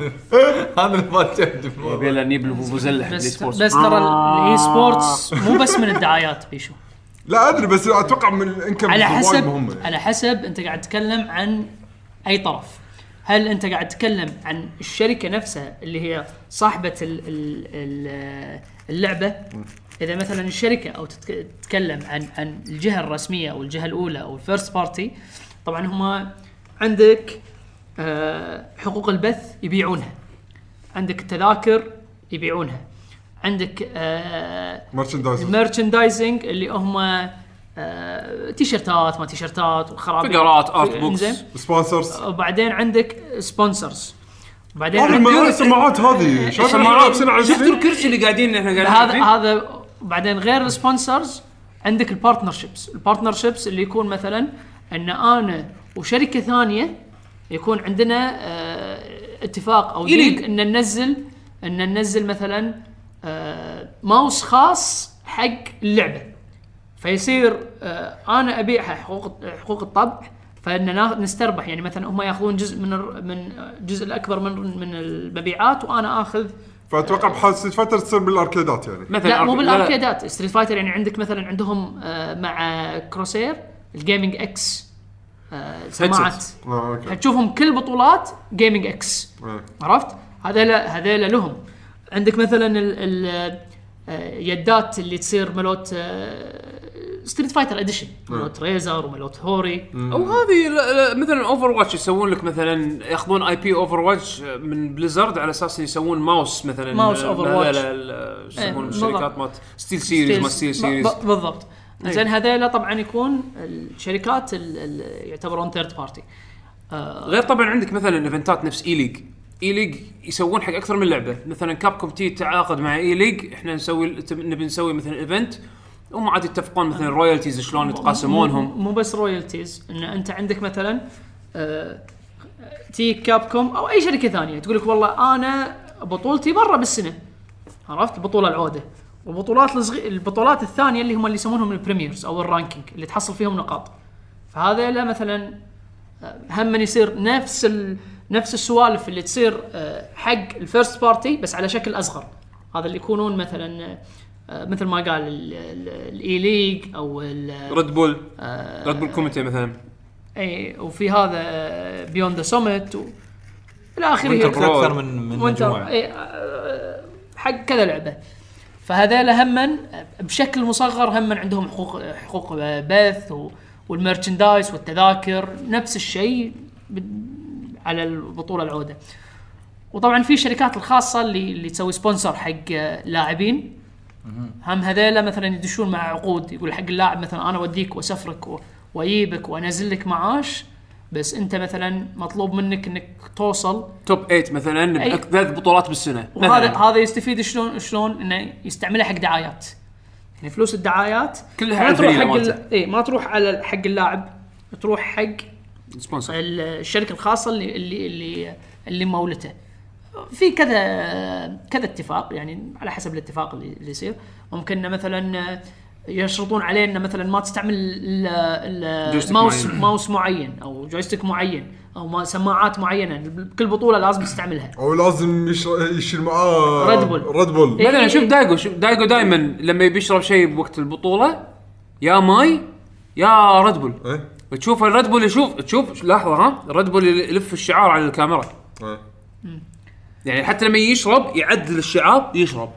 Speaker 7: هذا اللي ما تعجب
Speaker 1: يبي نجيب البوبوزلة حق الاي
Speaker 4: بس
Speaker 1: سبورتس
Speaker 4: بس ترى الاي سبورتس مو بس من الدعايات بيشو
Speaker 2: لا ادري بس اتوقع من الانكم
Speaker 4: على حسب
Speaker 2: مهمه يعني.
Speaker 4: على حسب انت قاعد تتكلم عن اي طرف هل انت قاعد تتكلم عن الشركه نفسها اللي هي صاحبه ال ال ال اللعبه اذا مثلا الشركه او تتك- تتكلم عن عن الجهه الرسميه او الجهه الاولى او الفيرست بارتي طبعا هما عندك آه، حقوق البث يبيعونها عندك التذاكر يبيعونها عندك آه،
Speaker 2: مرشندايز
Speaker 4: الميرشندايزنج اللي هم آه، تيشرتات ما تيشرتات وخرابيط
Speaker 1: فقرات، آرت بوكس.
Speaker 4: إنزين.
Speaker 2: سبونسرز
Speaker 4: وبعدين عندك سبونسرز بعدين
Speaker 2: هذه ما-
Speaker 4: عندك
Speaker 2: السماعات هذه شايف السماعات سنة على
Speaker 1: شفتوا
Speaker 2: سنة
Speaker 1: الكرسي اللي قاعدين احنا قاعدين
Speaker 4: هذا
Speaker 1: فيه؟
Speaker 4: هذا بعدين غير السبونسرز عندك البارتنرشيبس البارتنرشيبس اللي يكون مثلا ان انا وشركه ثانيه يكون عندنا آه، اتفاق او ديل
Speaker 1: يليق.
Speaker 4: ان ننزل ان ننزل مثلا آه، ماوس خاص حق اللعبه فيصير آه، انا ابيعها حقوق حقوق الطبع فان نا- نستربح يعني مثلا هم ياخذون جزء من الر- من الجزء الاكبر من من المبيعات وانا اخذ
Speaker 2: فاتوقع بحال ستريت فايتر تصير بالاركيدات يعني
Speaker 1: مثلا
Speaker 4: لا مو
Speaker 1: أرك- لا، لا.
Speaker 4: بالاركيدات ستريت فايتر يعني عندك مثلا عندهم آه، مع كروسير الجيمنج اكس آه، سماعات
Speaker 2: آه، اوكي
Speaker 4: تشوفهم كل بطولات جيمنج اكس
Speaker 2: آه.
Speaker 4: عرفت هذيلا هذيلا لهم عندك مثلا ال ال آه، يدات اللي تصير ملوت آه، ستريت فايتر اديشن ملوت ريزر وملوت هوري
Speaker 1: او هذه لا- لا، مثلا اوفر واتش يسوون لك مثلا ياخذون اي بي اوفر واتش من بليزرد على اساس يسوون ماوس مثلا
Speaker 4: ماوس
Speaker 1: لا-
Speaker 4: Overwatch.
Speaker 1: لا- لا- لا، شو
Speaker 4: إيه،
Speaker 1: يسمون
Speaker 4: بالضبط.
Speaker 1: الشركات مالت ستيل سيريز ما ستيل سيريز
Speaker 4: ب- بالضبط زين هذيلا طبعا يكون الشركات ال- ال- يعتبرون آه، ثيرد بارتي
Speaker 1: غير طبعا عندك مثلا ايفنتات نفس اي ليج اي ليج يسوون حق اكثر من لعبه مثلا كابكوم تي تعاقد مع اي ليج احنا نسوي نبي نسوي مثلا ايفنت هم عاد يتفقون مثلا رويالتيز شلون يتقاسمونهم
Speaker 4: مو بس رويالتيز ان انت عندك مثلا آه، تيك كابكوم او اي شركه ثانيه تقول لك والله انا بطولتي برا بالسنه عرفت بطوله العوده والبطولات الصغي... البطولات الثانيه اللي هم اللي يسمونهم البريميرز او الرانكينج اللي تحصل فيهم نقاط فهذا لا مثلا آه، هم من يصير نفس ال... نفس السوالف اللي تصير آه، حق الفيرست بارتي بس على شكل اصغر هذا اللي يكونون مثلا آه، آه، مثل ما قال ال- ال- الاي ليج او ال-
Speaker 1: ريد بول ريد بول كوميتي مثلا
Speaker 4: اي آه، إيه، وفي هذا بيوند ذا سمت الى
Speaker 1: Winter
Speaker 4: اخره
Speaker 1: Pro.
Speaker 7: اكثر من من
Speaker 4: وانتر
Speaker 7: مجموعه
Speaker 4: اي آه، حق كذا لعبه فهذيلا هم بشكل مصغر هم عندهم حقوق حقوق بث و- والمرشندايز والتذاكر نفس الشيء بال- على البطوله العوده وطبعا في الشركات الخاصه اللي اللي تسوي سبونسر حق آه، لاعبين هم هذيلا مثلا يدشون مع عقود يقول حق اللاعب مثلا انا اوديك واسفرك و- واجيبك وانزل لك معاش بس انت مثلا مطلوب منك انك توصل
Speaker 1: توب 8 مثلا
Speaker 4: أي.
Speaker 1: بأك- ثلاث بطولات بالسنه
Speaker 4: وهذا
Speaker 1: مثلا
Speaker 4: هذا يستفيد شلون شلون انه يستعملها حق دعايات يعني فلوس الدعايات
Speaker 1: كلها
Speaker 4: ما
Speaker 1: على
Speaker 4: تروح
Speaker 1: الفريق
Speaker 4: حق
Speaker 1: مالته.
Speaker 4: ال- اي ما تروح على حق اللاعب تروح حق
Speaker 1: سبونسر
Speaker 4: ال- الشركه الخاصه اللي اللي اللي اللي مولته في كذا كذا اتفاق يعني على حسب الاتفاق اللي اللي يصير ممكن إنه مثلا يشرطون عليه انه مثلا ما تستعمل ال- ال-
Speaker 1: جويستيك
Speaker 4: ماوس
Speaker 1: معين.
Speaker 4: ماوس معين او جويستيك معين او ما- سماعات معينه كل بطوله لازم تستعملها
Speaker 2: او لازم يش- يشيل آه، معاه
Speaker 4: ريد بول.
Speaker 2: ريد بول
Speaker 4: إيه.
Speaker 1: مثلا شوف دايجو شوف دايجو دائما لما يبي يشرب شيء بوقت البطوله يا ماي يا ريد بول
Speaker 2: إيه؟
Speaker 1: تشوف الريد بول يشوف تشوف لحظه ها الريد بول يلف الشعار على الكاميرا
Speaker 2: إيه.
Speaker 1: يعني حتى لما يشرب يعدل الشعار يشرب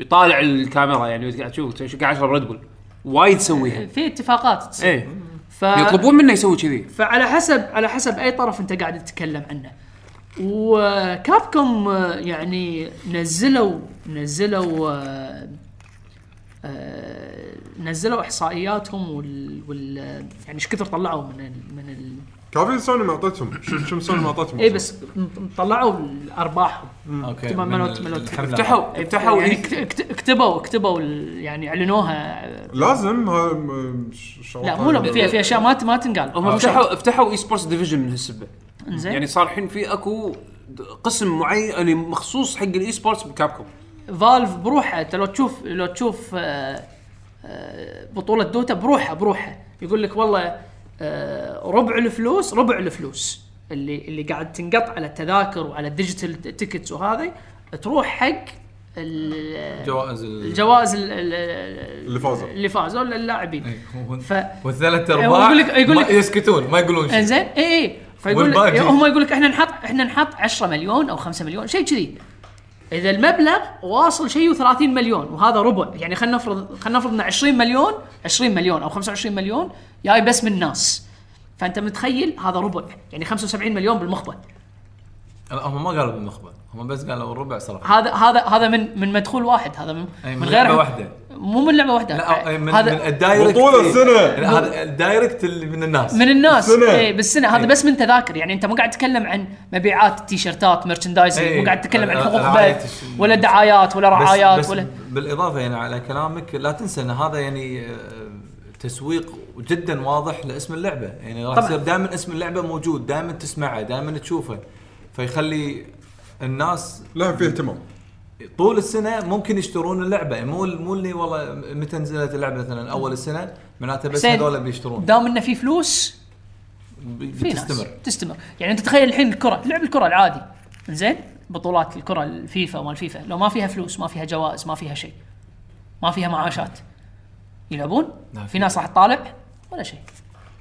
Speaker 1: يطالع
Speaker 4: إيه.
Speaker 1: الكاميرا يعني قاعد تشوف شو قاعد يشرب ريد بول وايد يسويها
Speaker 4: في اتفاقات تصير
Speaker 1: ايه
Speaker 4: ف- ف...
Speaker 1: يطلبون منه يسوي كذي
Speaker 4: فعلى حسب على حسب اي طرف انت قاعد تتكلم عنه وكابكم آه، يعني نزلوا نزلوا آه، آه، نزلوا احصائياتهم وال, وال يعني ايش كثر طلعوا من ال من ال
Speaker 2: كافي سوني ما اعطتهم شو شو سوني ما اعطتهم
Speaker 4: اي إيه، بس طلعوا الارباح
Speaker 7: اوكي
Speaker 4: ما- ما
Speaker 7: من
Speaker 4: لو-
Speaker 7: ال-
Speaker 4: ما لو-
Speaker 7: الحملة.
Speaker 1: فتحوا فتحوا
Speaker 4: يعني
Speaker 1: إيه.
Speaker 4: كت- كت- كتبوا كتبوا ال- يعني اعلنوها
Speaker 2: لازم ها- م- ش- شغلات
Speaker 4: لا مو لو-
Speaker 2: ثانية.
Speaker 4: في في اشياء ما ت- ما تنقال
Speaker 1: هم فتحوا فتحوا اي سبورتس ديفيجن من هالسبه
Speaker 4: زين
Speaker 1: يعني صار الحين في اكو د- قسم معين يعني مخصوص حق الاي سبورتس بكابكم
Speaker 4: فالف بروحه انت لو تشوف لو تشوف آه، آه، بطوله دوتا بروحه بروحه يقول لك والله آه، ربع الفلوس ربع الفلوس اللي اللي قاعد تنقط على التذاكر وعلى الديجيتال تيكتس وهذه تروح حق ال-
Speaker 7: جوائز ال-
Speaker 4: الجوائز ال- ال-
Speaker 2: اللي فازوا.
Speaker 4: اللي فازوا اللاعبين
Speaker 7: إيه، هو-
Speaker 4: ف
Speaker 7: والثلاث
Speaker 4: هو
Speaker 7: ارباع
Speaker 4: يقول لك- يقول
Speaker 7: ما-
Speaker 4: لك-
Speaker 7: يسكتون ما يقولون شيء
Speaker 4: انزين اي اي إيه، فيقول
Speaker 7: والباقي؟
Speaker 4: هم يقول لك احنا نحط احنا نحط 10 مليون او 5 مليون شيء كذي اذا المبلغ واصل شيء و30 مليون وهذا ربع يعني خلينا نفرض خلينا نفرض ان 20 مليون 20 مليون او 25 مليون جاي بس من ناس فانت متخيل هذا ربع يعني 75 مليون بالمخبط
Speaker 7: لا، هم ما قالوا بالنخبه هم بس قالوا الربع صرف
Speaker 4: هذا هذا هذا من من مدخول واحد هذا من,
Speaker 7: أي، من
Speaker 4: من غير
Speaker 7: لعبة واحدة.
Speaker 4: مو من لعبه واحده
Speaker 7: لا أي، من, من
Speaker 4: هذا
Speaker 7: الدايركت
Speaker 2: بطولة
Speaker 7: إيه.
Speaker 2: السنة.
Speaker 7: لا، هذا الدايركت اللي من الناس
Speaker 4: من الناس
Speaker 2: بالسنة.
Speaker 4: اي بالسنه هذا
Speaker 7: إي.
Speaker 4: بس من تذاكر يعني انت مو قاعد تتكلم عن مبيعات تيشرتات
Speaker 7: إي. إيه.
Speaker 4: مرشندايزنج مو قاعد تتكلم عن
Speaker 7: ال-
Speaker 4: حقوق
Speaker 7: رعاية
Speaker 4: بث
Speaker 7: الش-
Speaker 4: ولا دعايات ولا
Speaker 7: آه، بس-
Speaker 4: رعايات
Speaker 7: بس
Speaker 4: ولا
Speaker 7: بالاضافه يعني على كلامك لا تنسى ان هذا يعني آه، تسويق جدا واضح لاسم اللعبه يعني راح
Speaker 4: طبعاً.
Speaker 7: يصير دائما اسم اللعبه موجود دائما تسمعه دائما تشوفه فيخلي الناس
Speaker 2: لا في اهتمام
Speaker 7: طول السنه ممكن يشترون اللعبه مو مو اللي والله متى نزلت اللعبه مثلا اول السنه معناته بس
Speaker 4: حسين،
Speaker 7: هذول بيشترون
Speaker 4: دام انه في فلوس
Speaker 7: بي-
Speaker 4: في ناس
Speaker 7: بتستمر
Speaker 4: تستمر يعني انت تخيل الحين الكره لعب الكره العادي زين بطولات الكره الفيفا وما الفيفا لو ما فيها فلوس ما فيها جوائز ما فيها شيء ما فيها معاشات يلعبون
Speaker 7: لا،
Speaker 4: في ناس راح تطالع ولا شيء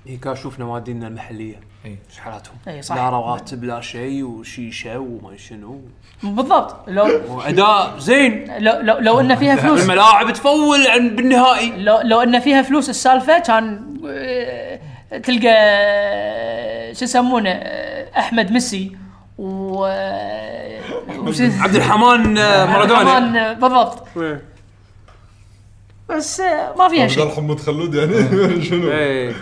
Speaker 1: هي كان شوف نوادينا المحليه
Speaker 7: إي.
Speaker 1: ايش حالاتهم
Speaker 4: إي، صح.
Speaker 1: لا رواتب لا شيء وشيشه وما شنو
Speaker 4: بالضبط لو
Speaker 1: واداء زين
Speaker 4: لو لو, لو ان
Speaker 7: <laughs>
Speaker 4: فيها فلوس
Speaker 1: الملاعب تفول عن بالنهائي
Speaker 4: لو لو ان فيها فلوس السالفه كان آه، تلقى آه، شو يسمونه آه، احمد ميسي و آه، وش-
Speaker 1: عبد الحمان آه، مارادونا
Speaker 4: كمان، آه، بالضبط بس آه، ما فيها
Speaker 2: بدل
Speaker 4: شيء إيه.
Speaker 2: حمود خلود يعني <laughs> شنو
Speaker 1: إي.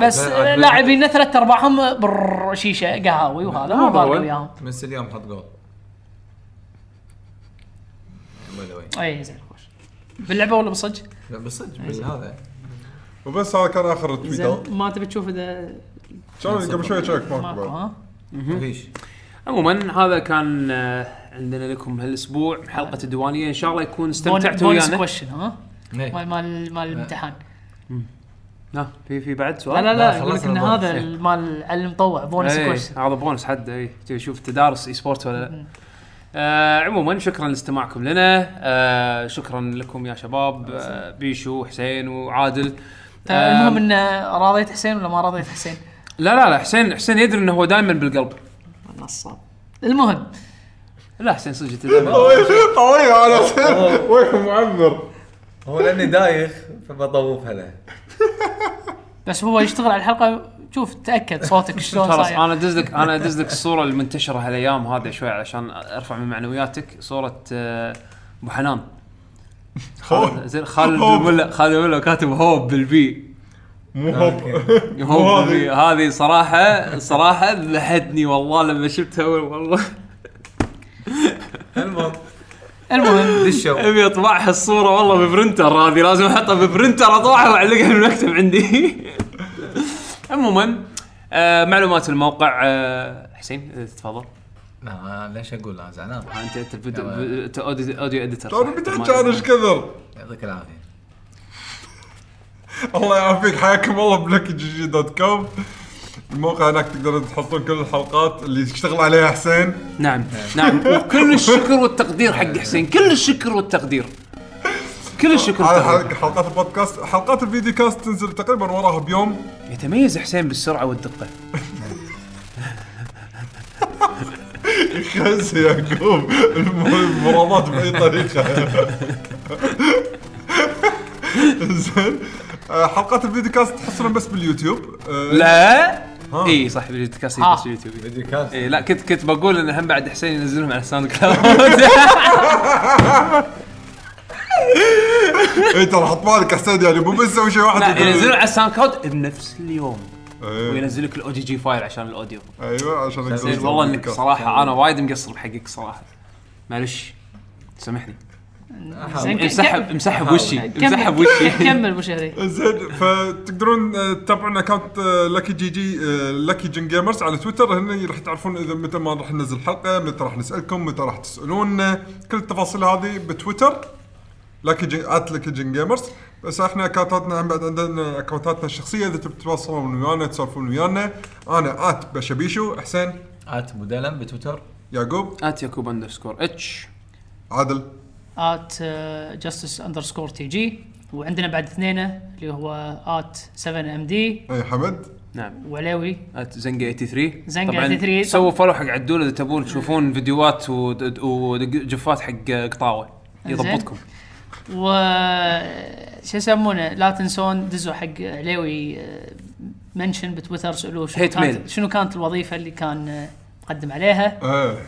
Speaker 4: بس
Speaker 7: عاد-
Speaker 4: آه،
Speaker 7: عاد-
Speaker 4: لاعبين ثلاث ارباعهم بر شيشه قهاوي وهذا ما
Speaker 1: هذا هو.
Speaker 4: بالي وياهم
Speaker 7: ميسي اليوم حط جول By the way.
Speaker 4: اي إيه، زين خوش باللعبه ولا بالصج؟
Speaker 7: لا بالصدق بال- هذا
Speaker 2: وبس هذا كان اخر التويتر
Speaker 4: زين ما تبي تشوف اذا
Speaker 2: كان يعني؟ قبل شوي شيك ماكو
Speaker 4: ماكو
Speaker 2: بعد.
Speaker 4: ها؟
Speaker 7: ما فيش
Speaker 1: عموما هذا كان آه، عندنا لكم هالاسبوع من حلقه الديوانيه ان شاء الله يكون استمتعتوا
Speaker 4: بونس
Speaker 1: ويانا
Speaker 4: كويشن ها؟ مال مال مال الامتحان
Speaker 1: ها، في في بعد
Speaker 4: لا
Speaker 1: سؤال
Speaker 4: لا
Speaker 7: لا،
Speaker 4: لا يقول لك
Speaker 7: خلصنا
Speaker 4: ان
Speaker 7: البونس.
Speaker 4: هذا
Speaker 7: إيه.
Speaker 4: مال على المطوع بونس
Speaker 1: إي،
Speaker 4: كويشن
Speaker 1: إيه، هذا بونس حد اي تبي تشوف تدارس اي سبورت ولا لا آه عموما شكرا لاستماعكم لنا آه شكرا لكم يا شباب آه بيشو حسين وعادل
Speaker 4: آه،
Speaker 1: آم،
Speaker 4: المهم ان راضيت حسين ولا ما راضيت حسين؟
Speaker 1: لا لا لا حسين حسين يدري انه هو دائما بالقلب
Speaker 4: نصاب المهم
Speaker 1: لا حسين صدق أنت
Speaker 4: <laughs>
Speaker 1: دايماً-
Speaker 2: <laughs> طويل على سير وين معمر
Speaker 7: هو لاني دايخ فبطوف هلا
Speaker 4: بس هو يشتغل على الحلقه شوف تاكد صوتك شلون
Speaker 1: خلاص
Speaker 4: صاير
Speaker 1: انا ادز لك انا ادز لك الصوره المنتشره هالايام هذه شوي علشان ارفع من معنوياتك صوره آه، ابو حنان خالد زين خالد
Speaker 2: هوب.
Speaker 1: الملا خالد الملا كاتب هوب بالبي
Speaker 2: مو هوب مو
Speaker 1: هوب
Speaker 2: هذه.
Speaker 1: بالبي هذه صراحه صراحه ذبحتني والله لما شفتها والله
Speaker 7: المهم
Speaker 1: <laughs>
Speaker 4: المهم
Speaker 7: دشوا <laughs>
Speaker 1: ابي اطبعها الصوره والله ببرنتر هذه لازم احطها ببرنتر اطبعها واعلقها بالمكتب عندي عموما آه معلومات الموقع آه حسين آه، تفضل
Speaker 7: لا نعم، ليش اقول انا زعلان
Speaker 1: ها، انت انت الفيديو انت أوديو- اوديو اديتر
Speaker 2: ترى
Speaker 1: صح؟
Speaker 2: بديت
Speaker 1: ما-
Speaker 2: كان ايش كثر
Speaker 7: يعطيك العافيه
Speaker 2: الله يعافيك حياكم الله بلاك جي جي دوت كوم الموقع هناك تقدرون تحطون كل الحلقات اللي اشتغل عليها حسين
Speaker 1: نعم نعم وكل الشكر والتقدير حق حسين كل الشكر والتقدير كل الشكر
Speaker 2: على
Speaker 1: والتقدير
Speaker 2: حلق- حلقات البودكاست حلقات الفيديو كاست تنزل تقريبا وراها بيوم
Speaker 1: يتميز حسين بالسرعه والدقه
Speaker 2: خس يعقوب المرامات باي طريقه <laughs> زين آه، حلقات الفيديو كاست تحصلون بس باليوتيوب آه،
Speaker 1: لا
Speaker 2: ها.
Speaker 1: اي صح فيديو كاست بس في اليوتيوب اي إيه، لا كنت كنت بقول ان هم بعد حسين ينزلهم على ساوند كلاود
Speaker 2: اي إيه، ترى حط بالك حسين يعني مو بس يسوي شيء
Speaker 1: <laughs>
Speaker 2: واحد
Speaker 4: <laughs>
Speaker 1: لا
Speaker 2: يقول-
Speaker 1: ينزلون على ساوند كلاود بنفس اليوم
Speaker 2: إيه،
Speaker 1: وينزل لك الاودي جي فايل عشان الاوديو
Speaker 4: إيه،
Speaker 2: ايوه عشان أقدر
Speaker 1: زين
Speaker 2: أسوي
Speaker 1: والله
Speaker 2: فيديو
Speaker 1: انك
Speaker 2: كاست.
Speaker 1: صراحه انا وايد مقصر بحقك صراحه معلش سامحني
Speaker 4: زين كم-
Speaker 1: مسحب مسحب وشي
Speaker 4: <laughs> كم-
Speaker 1: مسحب وشي
Speaker 4: كمل ابو شهري
Speaker 2: زين فتقدرون آه، تتابعون آه، اكونت لكي جي جي لكي جن جيمرز على تويتر هنا راح تعرفون اذا متى ما راح ننزل حلقه متى راح نسالكم متى راح تسالون كل التفاصيل هذه بتويتر لكي جن ات لكي جن جيمرز بس احنا اكونتاتنا هم بعد عندنا اكونتاتنا الشخصيه اذا تبي تتواصلون ويانا تسولفون ويانا انا ات بشبيشو حسين
Speaker 7: ات ابو دلم بتويتر
Speaker 2: يعقوب
Speaker 1: ات يعقوب اندرسكور اتش
Speaker 2: عادل
Speaker 4: ات جاستس اندرسكور تي جي وعندنا بعد اثنين اللي هو ات 7 ام دي
Speaker 2: اي حمد
Speaker 1: نعم
Speaker 4: وعليوي
Speaker 1: ات زنجا 83
Speaker 4: زنقة
Speaker 1: طبعاً
Speaker 4: 83.
Speaker 1: سووا فولو حق عدول اذا تبون تشوفون فيديوهات ود- وجفات حق قطاوه يضبطكم
Speaker 4: و شو يسمونه لا تنسون دزوا حق عليوي آه، منشن بتويتر سالوه شنو
Speaker 1: Hate
Speaker 4: كانت
Speaker 1: mail.
Speaker 4: شنو كانت الوظيفه اللي كان آه، مقدم عليها
Speaker 2: ايه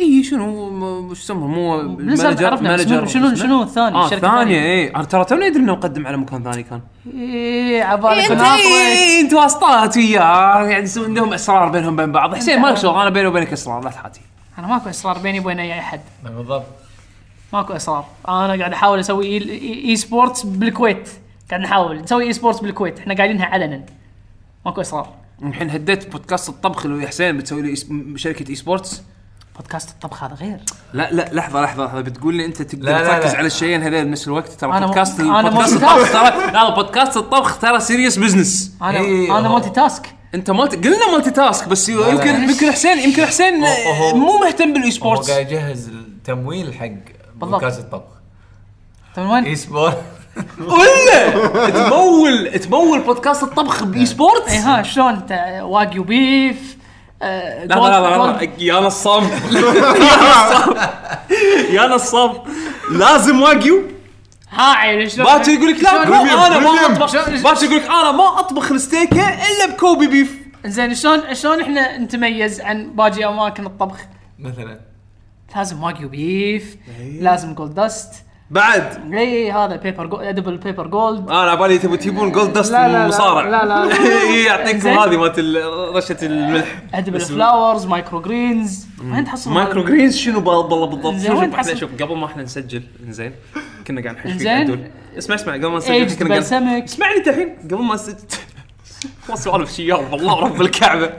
Speaker 1: اي إيه، شنو هو- م- وش اسمه مو
Speaker 4: نزل
Speaker 1: مانجر
Speaker 4: عرفنا، بس
Speaker 1: مانجر
Speaker 4: شنو- شنو-
Speaker 1: اسمه؟
Speaker 4: شنو الثاني؟
Speaker 1: اه
Speaker 4: شركة
Speaker 1: ثانيه
Speaker 4: ثانية.
Speaker 1: اي انا ترى توني ادري انه مقدم على مكان ثاني كان
Speaker 4: ايه
Speaker 1: انت
Speaker 4: عبالك ناطرك
Speaker 1: إيه، انت واسطات وياه يعني يسوون عندهم اسرار بينهم بين بعض حسين مالك شغل انا بيني وبينك اسرار لا تحاتي
Speaker 4: انا ماكو اسرار بيني وبين اي احد
Speaker 7: نعم، بالضبط
Speaker 4: ماكو اسرار انا قاعد احاول اسوي اي, إي- إي سبورتس بالكويت قاعد نحاول نسوي اي سبورتس بالكويت احنا قاعدينها علنا ماكو اسرار
Speaker 1: الحين هديت بودكاست الطبخ اللي ويا حسين بتسوي لي إيس- شركه اي سبورتس
Speaker 4: بودكاست الطبخ هذا غير
Speaker 1: لا لا لحظه لحظه لحظه بتقول لي انت تقدر
Speaker 7: لا، لا،
Speaker 1: تركز
Speaker 7: لا.
Speaker 1: على الشيئين هذول بنفس الوقت ترى
Speaker 4: أنا مو-
Speaker 1: بودكاست
Speaker 4: أنا مو-
Speaker 1: بودكاست الطبخ ترى لا بودكاست الطبخ ترى سيريس بزنس
Speaker 4: انا
Speaker 7: إيه،
Speaker 4: انا
Speaker 7: هو-
Speaker 4: مالتي تاسك
Speaker 1: انت مالتي قلنا مالتي تاسك بس
Speaker 7: لا.
Speaker 1: يمكن يمكن حسين يمكن حسين
Speaker 7: هو- هو-
Speaker 1: مو مهتم بالاي
Speaker 7: هو
Speaker 1: سبورتس
Speaker 7: قاعد يجهز التمويل حق بودكاست الطبخ
Speaker 4: تمام طيب، وين؟
Speaker 7: اي <laughs> سبورت
Speaker 1: ولا تمول تمول بودكاست الطبخ باي
Speaker 4: اي
Speaker 1: سبورتس
Speaker 4: إيه، ها شلون انت واقيو بيف آه،
Speaker 1: لا
Speaker 4: جولد-
Speaker 1: لا لا
Speaker 4: جولد-
Speaker 1: لا يا نصاب <laughs> يا نصاب يا نصاب لازم واقيو
Speaker 4: ها عيل شلون
Speaker 1: باكر يقول لك لا
Speaker 2: بريميوم،
Speaker 1: ما انا ما
Speaker 2: بريميوم.
Speaker 1: اطبخ باكر يقول لك انا ما اطبخ الستيكه الا بكوبي بيف
Speaker 4: زين شلون شلون احنا نتميز عن باقي اماكن الطبخ؟
Speaker 7: مثلا
Speaker 4: لازم واقيو بيف
Speaker 1: إيه.
Speaker 4: لازم جولد داست
Speaker 1: بعد
Speaker 4: اي إيه، هذا بيبر جو... ادبل بيبر جولد
Speaker 1: انا على بالي تبون تجيبون جولد داست
Speaker 4: لا، لا، لا،
Speaker 1: المصارع
Speaker 4: لا، لا، لا.
Speaker 1: <laughs> إيه، يعطيكم
Speaker 4: زين.
Speaker 1: هذه مالت ال- رشه الملح
Speaker 4: ادبل
Speaker 1: بس-
Speaker 4: فلاورز مايكرو جرينز وين تحصل
Speaker 1: مايكرو جرينز شنو بالله بالضبط
Speaker 4: إنزين،
Speaker 1: شوف
Speaker 4: وين
Speaker 1: شوف احنا
Speaker 4: حصل-
Speaker 1: شوف قبل ما احنا نسجل انزين كنا قاعد نحكي في
Speaker 4: إنزين.
Speaker 1: عدول اسمع اسمع قبل ما نسجل
Speaker 4: Aged
Speaker 1: كنا قاعد
Speaker 4: balsamic.
Speaker 1: اسمعني انت الحين قبل ما نسجل <laughs> ما سوالف شياب والله رب الكعبه <laughs>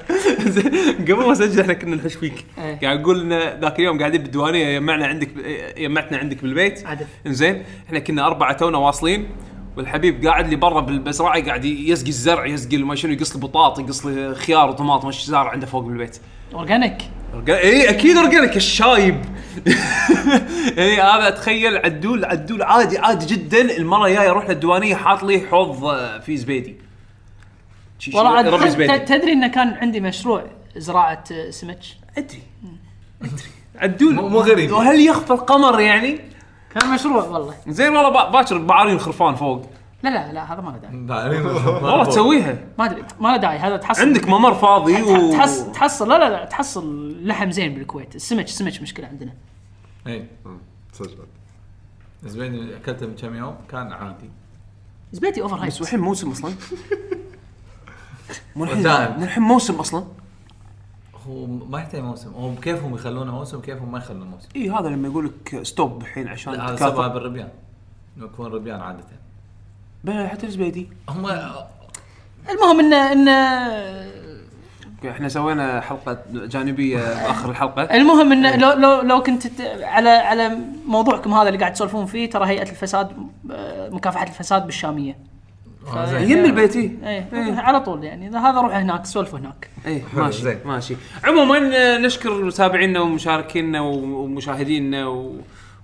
Speaker 1: إنزين، قبل ما نسجل احنا كنا نحش فيك
Speaker 4: إيه.
Speaker 1: قاعد نقول إن ذاك اليوم قاعدين بالديوانيه يجمعنا عندك يجمعتنا عندك بالبيت
Speaker 4: عدل.
Speaker 1: انزين احنا كنا اربعه تونا واصلين والحبيب قاعد لي برا بالمزرعه قاعد يسقي الزرع يسقي ما شنو يقص لي بطاط يقص لي خيار وطماط ما شو زارع عنده فوق بالبيت
Speaker 4: اورجانيك
Speaker 1: أورجا- اي اكيد اورجانيك الشايب <laughs> يعني هذا اتخيل عدول عدول عادي عادي جدا المره الجايه اروح للديوانيه حاط لي حوض آه، فيه زبيدي شي- شي-
Speaker 4: والله
Speaker 1: ربي
Speaker 4: عاد ت-
Speaker 1: زبيدي
Speaker 4: تدري انه كان عندي مشروع زراعه آه، سمك
Speaker 1: ادري أدري. عدول
Speaker 7: مو- مو غريب.
Speaker 1: وهل يخفى القمر يعني؟
Speaker 4: كان مشروع والله
Speaker 1: زين والله با- باكر بعارين خرفان فوق
Speaker 4: لا لا لا هذا ما له داعي
Speaker 7: <laughs>
Speaker 1: والله تسويها
Speaker 4: ما ادري ما له داعي هذا تحصل
Speaker 1: عندك ممر فاضي و
Speaker 4: تحصل تحصل لا لا لا تحصل لحم زين بالكويت السمك السمك مشكله عندنا
Speaker 7: اي
Speaker 2: سجلت
Speaker 7: زبيدي اكلته إيه. من كم يوم كان عادي
Speaker 4: زبيتي اوفر هايت
Speaker 1: بس الحين موسم اصلا مو الحين
Speaker 7: دائم.
Speaker 1: مو الحين موسم اصلا
Speaker 7: هو ما يحتاج موسم هو كيفهم يخلونه موسم كيفهم ما يخلونه موسم
Speaker 1: اي هذا لما يقول لك ستوب الحين عشان
Speaker 7: هذا
Speaker 1: تكاثر.
Speaker 7: سببها بالربيان إنه يكون ربيان عاده
Speaker 1: بلا حتى الزبيدي <laughs>
Speaker 7: هم آه،
Speaker 4: المهم انه انه
Speaker 1: احنا سوينا حلقه
Speaker 7: <laughs>
Speaker 1: جانبيه باخر الحلقه
Speaker 4: المهم انه لو لو لو كنت ت- على على موضوعكم هذا اللي قاعد تسولفون فيه ترى هيئه الفساد آه، مكافحه الفساد بالشاميه
Speaker 1: يم البيت إيه.
Speaker 4: ايه على طول يعني إذا هذا روح هناك سولفوا هناك
Speaker 7: <laughs>
Speaker 1: ايه ماشي
Speaker 7: زين.
Speaker 1: ماشي عموما آه، نشكر متابعينا ومشاركينا ومشاهدينا و...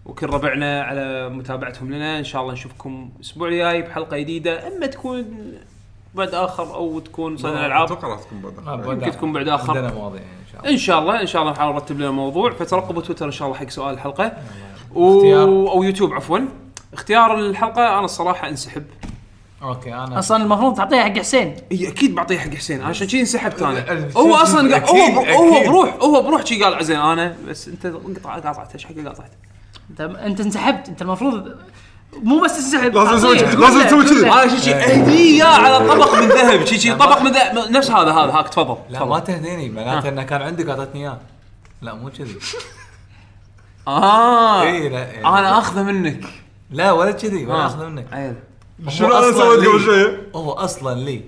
Speaker 1: وكل ربعنا على متابعتهم لنا ان شاء الله نشوفكم الاسبوع الجاي بحلقه جديده اما تكون بعد اخر او تكون صدى الالعاب
Speaker 2: اتوقع راح تكون بدر
Speaker 1: يمكن تكون بعد آخر.
Speaker 7: آه، عندنا مواضيع يعني ان شاء
Speaker 1: ان شاء الله
Speaker 7: الله
Speaker 1: ان شاء الله نحاول نرتب لنا موضوع فترقبوا تويتر ان شاء الله حق سؤال الحلقه و...
Speaker 7: اختيار.
Speaker 1: او يوتيوب عفوا اختيار الحلقه انا الصراحه انسحب
Speaker 7: اوكي انا
Speaker 4: اصلا المفروض تعطيها حق حسين
Speaker 1: اي اكيد إيه، بعطيه حق حسين عشان كذي انسحبت انا
Speaker 7: أكيد،
Speaker 1: هو اصلا قا-
Speaker 7: أكيد،
Speaker 1: هو هو
Speaker 7: أكيد.
Speaker 1: بروح هو بروح شي قال زين انا بس انت انقطع قاطعت ايش حق قاطعت
Speaker 4: انت انت انسحبت انت المفروض مو بس تنسحب
Speaker 2: لازم تسوي كذي،
Speaker 4: تعطيه، تقول
Speaker 2: لازم
Speaker 4: له-
Speaker 2: تسوي
Speaker 4: تقول
Speaker 2: كذي.
Speaker 4: له.
Speaker 1: انا شي شي هديه على طبق من ذهب شي شي طبق من ذهب نفس هذا هذا هاك تفضل
Speaker 7: لا ما
Speaker 1: تفضل
Speaker 7: تهديني معناته انه كان عندك اعطتني اياه لا مو كذي
Speaker 1: اه
Speaker 7: إي، لا، يعني.
Speaker 1: انا اخذه منك
Speaker 7: لا ولا كذي
Speaker 1: آه.
Speaker 7: ولا اخذه منك
Speaker 1: عيل
Speaker 2: شنو
Speaker 7: هو
Speaker 2: انا
Speaker 7: أصلاً
Speaker 2: سويت
Speaker 7: لي.
Speaker 2: قبل شويه؟
Speaker 7: هو اصلا لي
Speaker 1: إيه.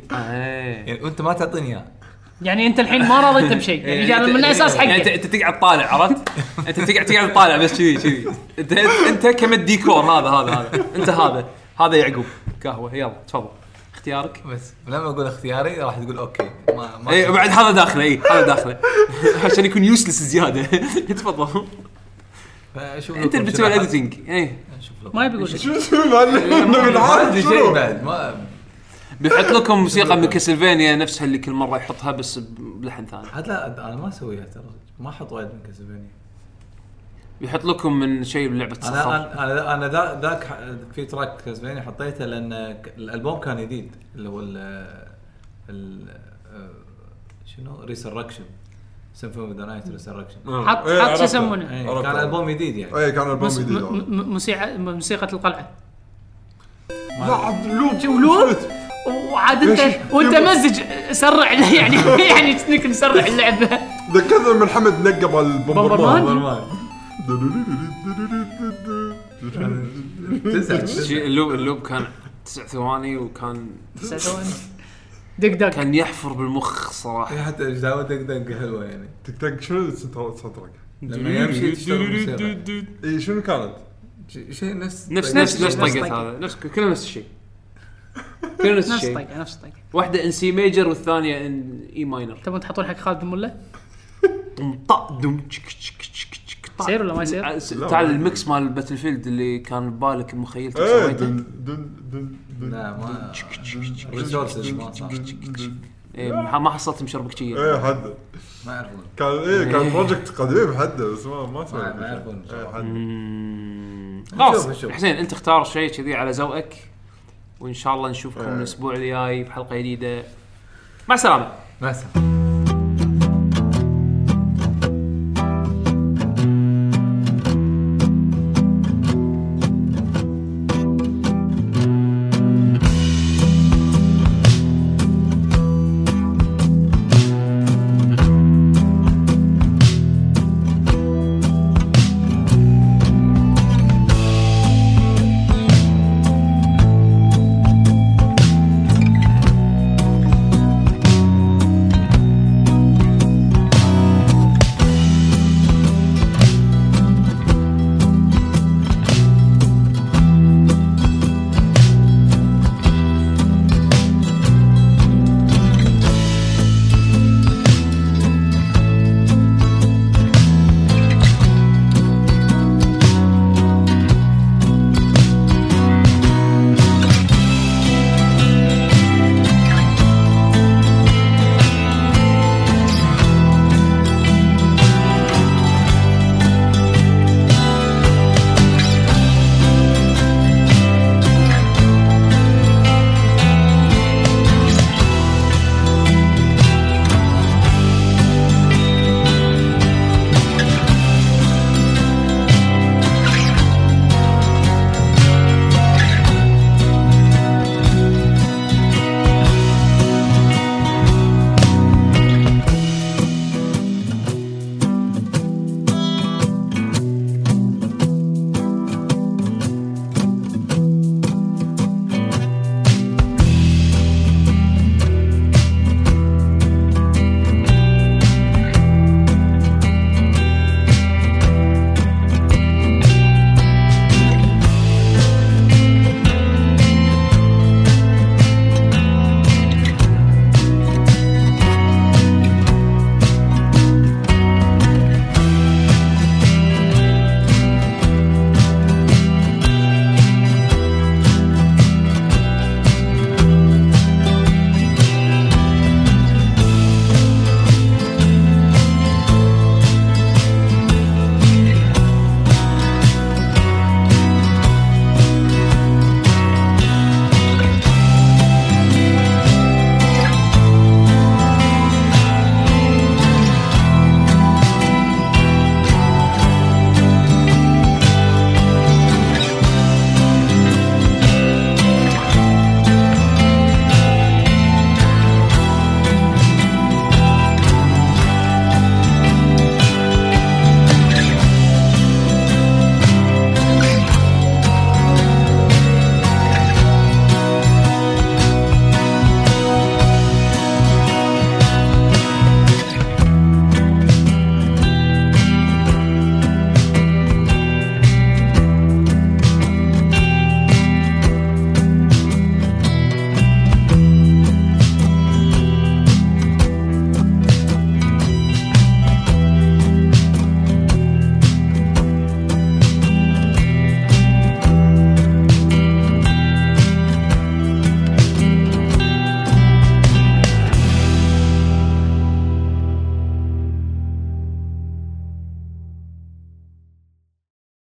Speaker 7: يعني وانت ما تعطيني اياه
Speaker 4: يعني انت الحين ما راضيت بشيء يعني
Speaker 1: أنت-
Speaker 4: يعني من الاساس
Speaker 1: يعني انت
Speaker 4: حقه
Speaker 1: انت تقعد طالع عرفت؟ <laughs> انت تقعد تقعد طالع بس كذي كذي انت انت كمد ديكور هذا هذا هذا انت هذا هذا يعقوب قهوه يلا تفضل اختيارك
Speaker 7: بس لما اقول اختياري راح تقول اوكي ما ما
Speaker 1: اي إيه، بعد هذا داخله اي هذا <laughs> داخله عشان يكون يوسلس <laughs> زياده تفضل
Speaker 7: فأشوف
Speaker 1: انت
Speaker 7: لكم
Speaker 1: اللي بتسوي إيه.
Speaker 7: شنو راح-
Speaker 1: الاديتنج اي
Speaker 7: أشوف لكم.
Speaker 4: ما يبي يقول شيء
Speaker 2: شو شو من
Speaker 7: ما عندي
Speaker 2: العادي
Speaker 7: شيء
Speaker 2: شنو؟
Speaker 7: بعد ما
Speaker 1: بيحط لكم موسيقى من كاسلفينيا نفسها اللي كل مره يحطها بس بلحن ثاني
Speaker 7: عاد لا انا ما اسويها ترى ما احط وايد من كاسلفينيا
Speaker 1: بيحط لكم من شيء بلعبه
Speaker 7: انا
Speaker 1: صخر
Speaker 7: أنا- انا انا ذا- ذاك ح- في تراك كاسلفينيا حطيته لان ك- الالبوم كان جديد اللي هو ال ال- آه، شنو ريسركشن سيمفوني اوف ذا نايت ريسركشن
Speaker 2: آه،
Speaker 4: حط
Speaker 2: إيه، إيه.
Speaker 4: حط شو
Speaker 2: عرفته.
Speaker 4: يسمونه
Speaker 2: عرفت.
Speaker 7: كان البوم جديد يعني
Speaker 2: اي كان البوم
Speaker 4: مس-
Speaker 2: جديد
Speaker 4: م-
Speaker 2: هذا.
Speaker 4: م- موسيقى موسيقى القلعه
Speaker 2: لا عاد لوب
Speaker 4: ولوب؟ وعاد انت
Speaker 2: ليش؟
Speaker 4: وانت
Speaker 2: يبا.
Speaker 4: مزج سرع يعني <laughs> يعني كأنك مسرع اللعبه
Speaker 2: ذكرنا من حمد نقى بالبومبرمان
Speaker 4: بومبرمان؟
Speaker 7: تزعل تزعل.
Speaker 1: شي- اللوب اللوب كان تسع ثواني وكان
Speaker 4: دق دق
Speaker 1: كان يحفر بالمخ صراحه
Speaker 7: في إيه، حتى اجزاء دق دق حلوه يعني
Speaker 2: تك تك شنو الساوند تراك؟
Speaker 7: لما
Speaker 1: <laughs>
Speaker 7: يمشي تشتغل طيب. موسيقى.
Speaker 2: اي شنو كانت؟
Speaker 7: شي- شيء نفس
Speaker 1: نفس
Speaker 7: طيب،
Speaker 1: نفس نفس
Speaker 4: نفس
Speaker 1: طقت
Speaker 4: طقة.
Speaker 1: هذا نفس كله نفس الشيء كله نفس
Speaker 4: نفس
Speaker 1: الشيء
Speaker 4: طقه نفس طقه
Speaker 1: واحده ان سي ميجر والثانيه ان اي ماينر
Speaker 4: تبون تحطون حق خالد مله
Speaker 1: دم طق دم تشك تشك تشك تشك طق.
Speaker 4: يصير ولا ما يصير؟
Speaker 1: ع- أه، س-
Speaker 2: لا،
Speaker 1: تعال
Speaker 2: ما-
Speaker 1: الميكس مال باتل فيلد اللي كان ببالك بمخيلتك
Speaker 2: ايه
Speaker 1: سويته
Speaker 2: دن دن دن دن
Speaker 7: لا ما ريسورسز ما صح
Speaker 1: إيه، ما ما حصلت مشربكتيه
Speaker 2: ايه حد
Speaker 7: ما يعرفون
Speaker 2: كان ايه كان بروجكت قديم حده بس ما ما سوى
Speaker 7: ما- ما يعرفون.
Speaker 2: ايه حد
Speaker 7: نشوف-
Speaker 1: خلاص
Speaker 7: نشوف.
Speaker 1: حسين انت اختار شيء كذي على ذوقك وان شاء الله نشوفكم
Speaker 2: إيه.
Speaker 1: الاسبوع الجاي بحلقه جديده مع السلامه
Speaker 7: ما يعرفون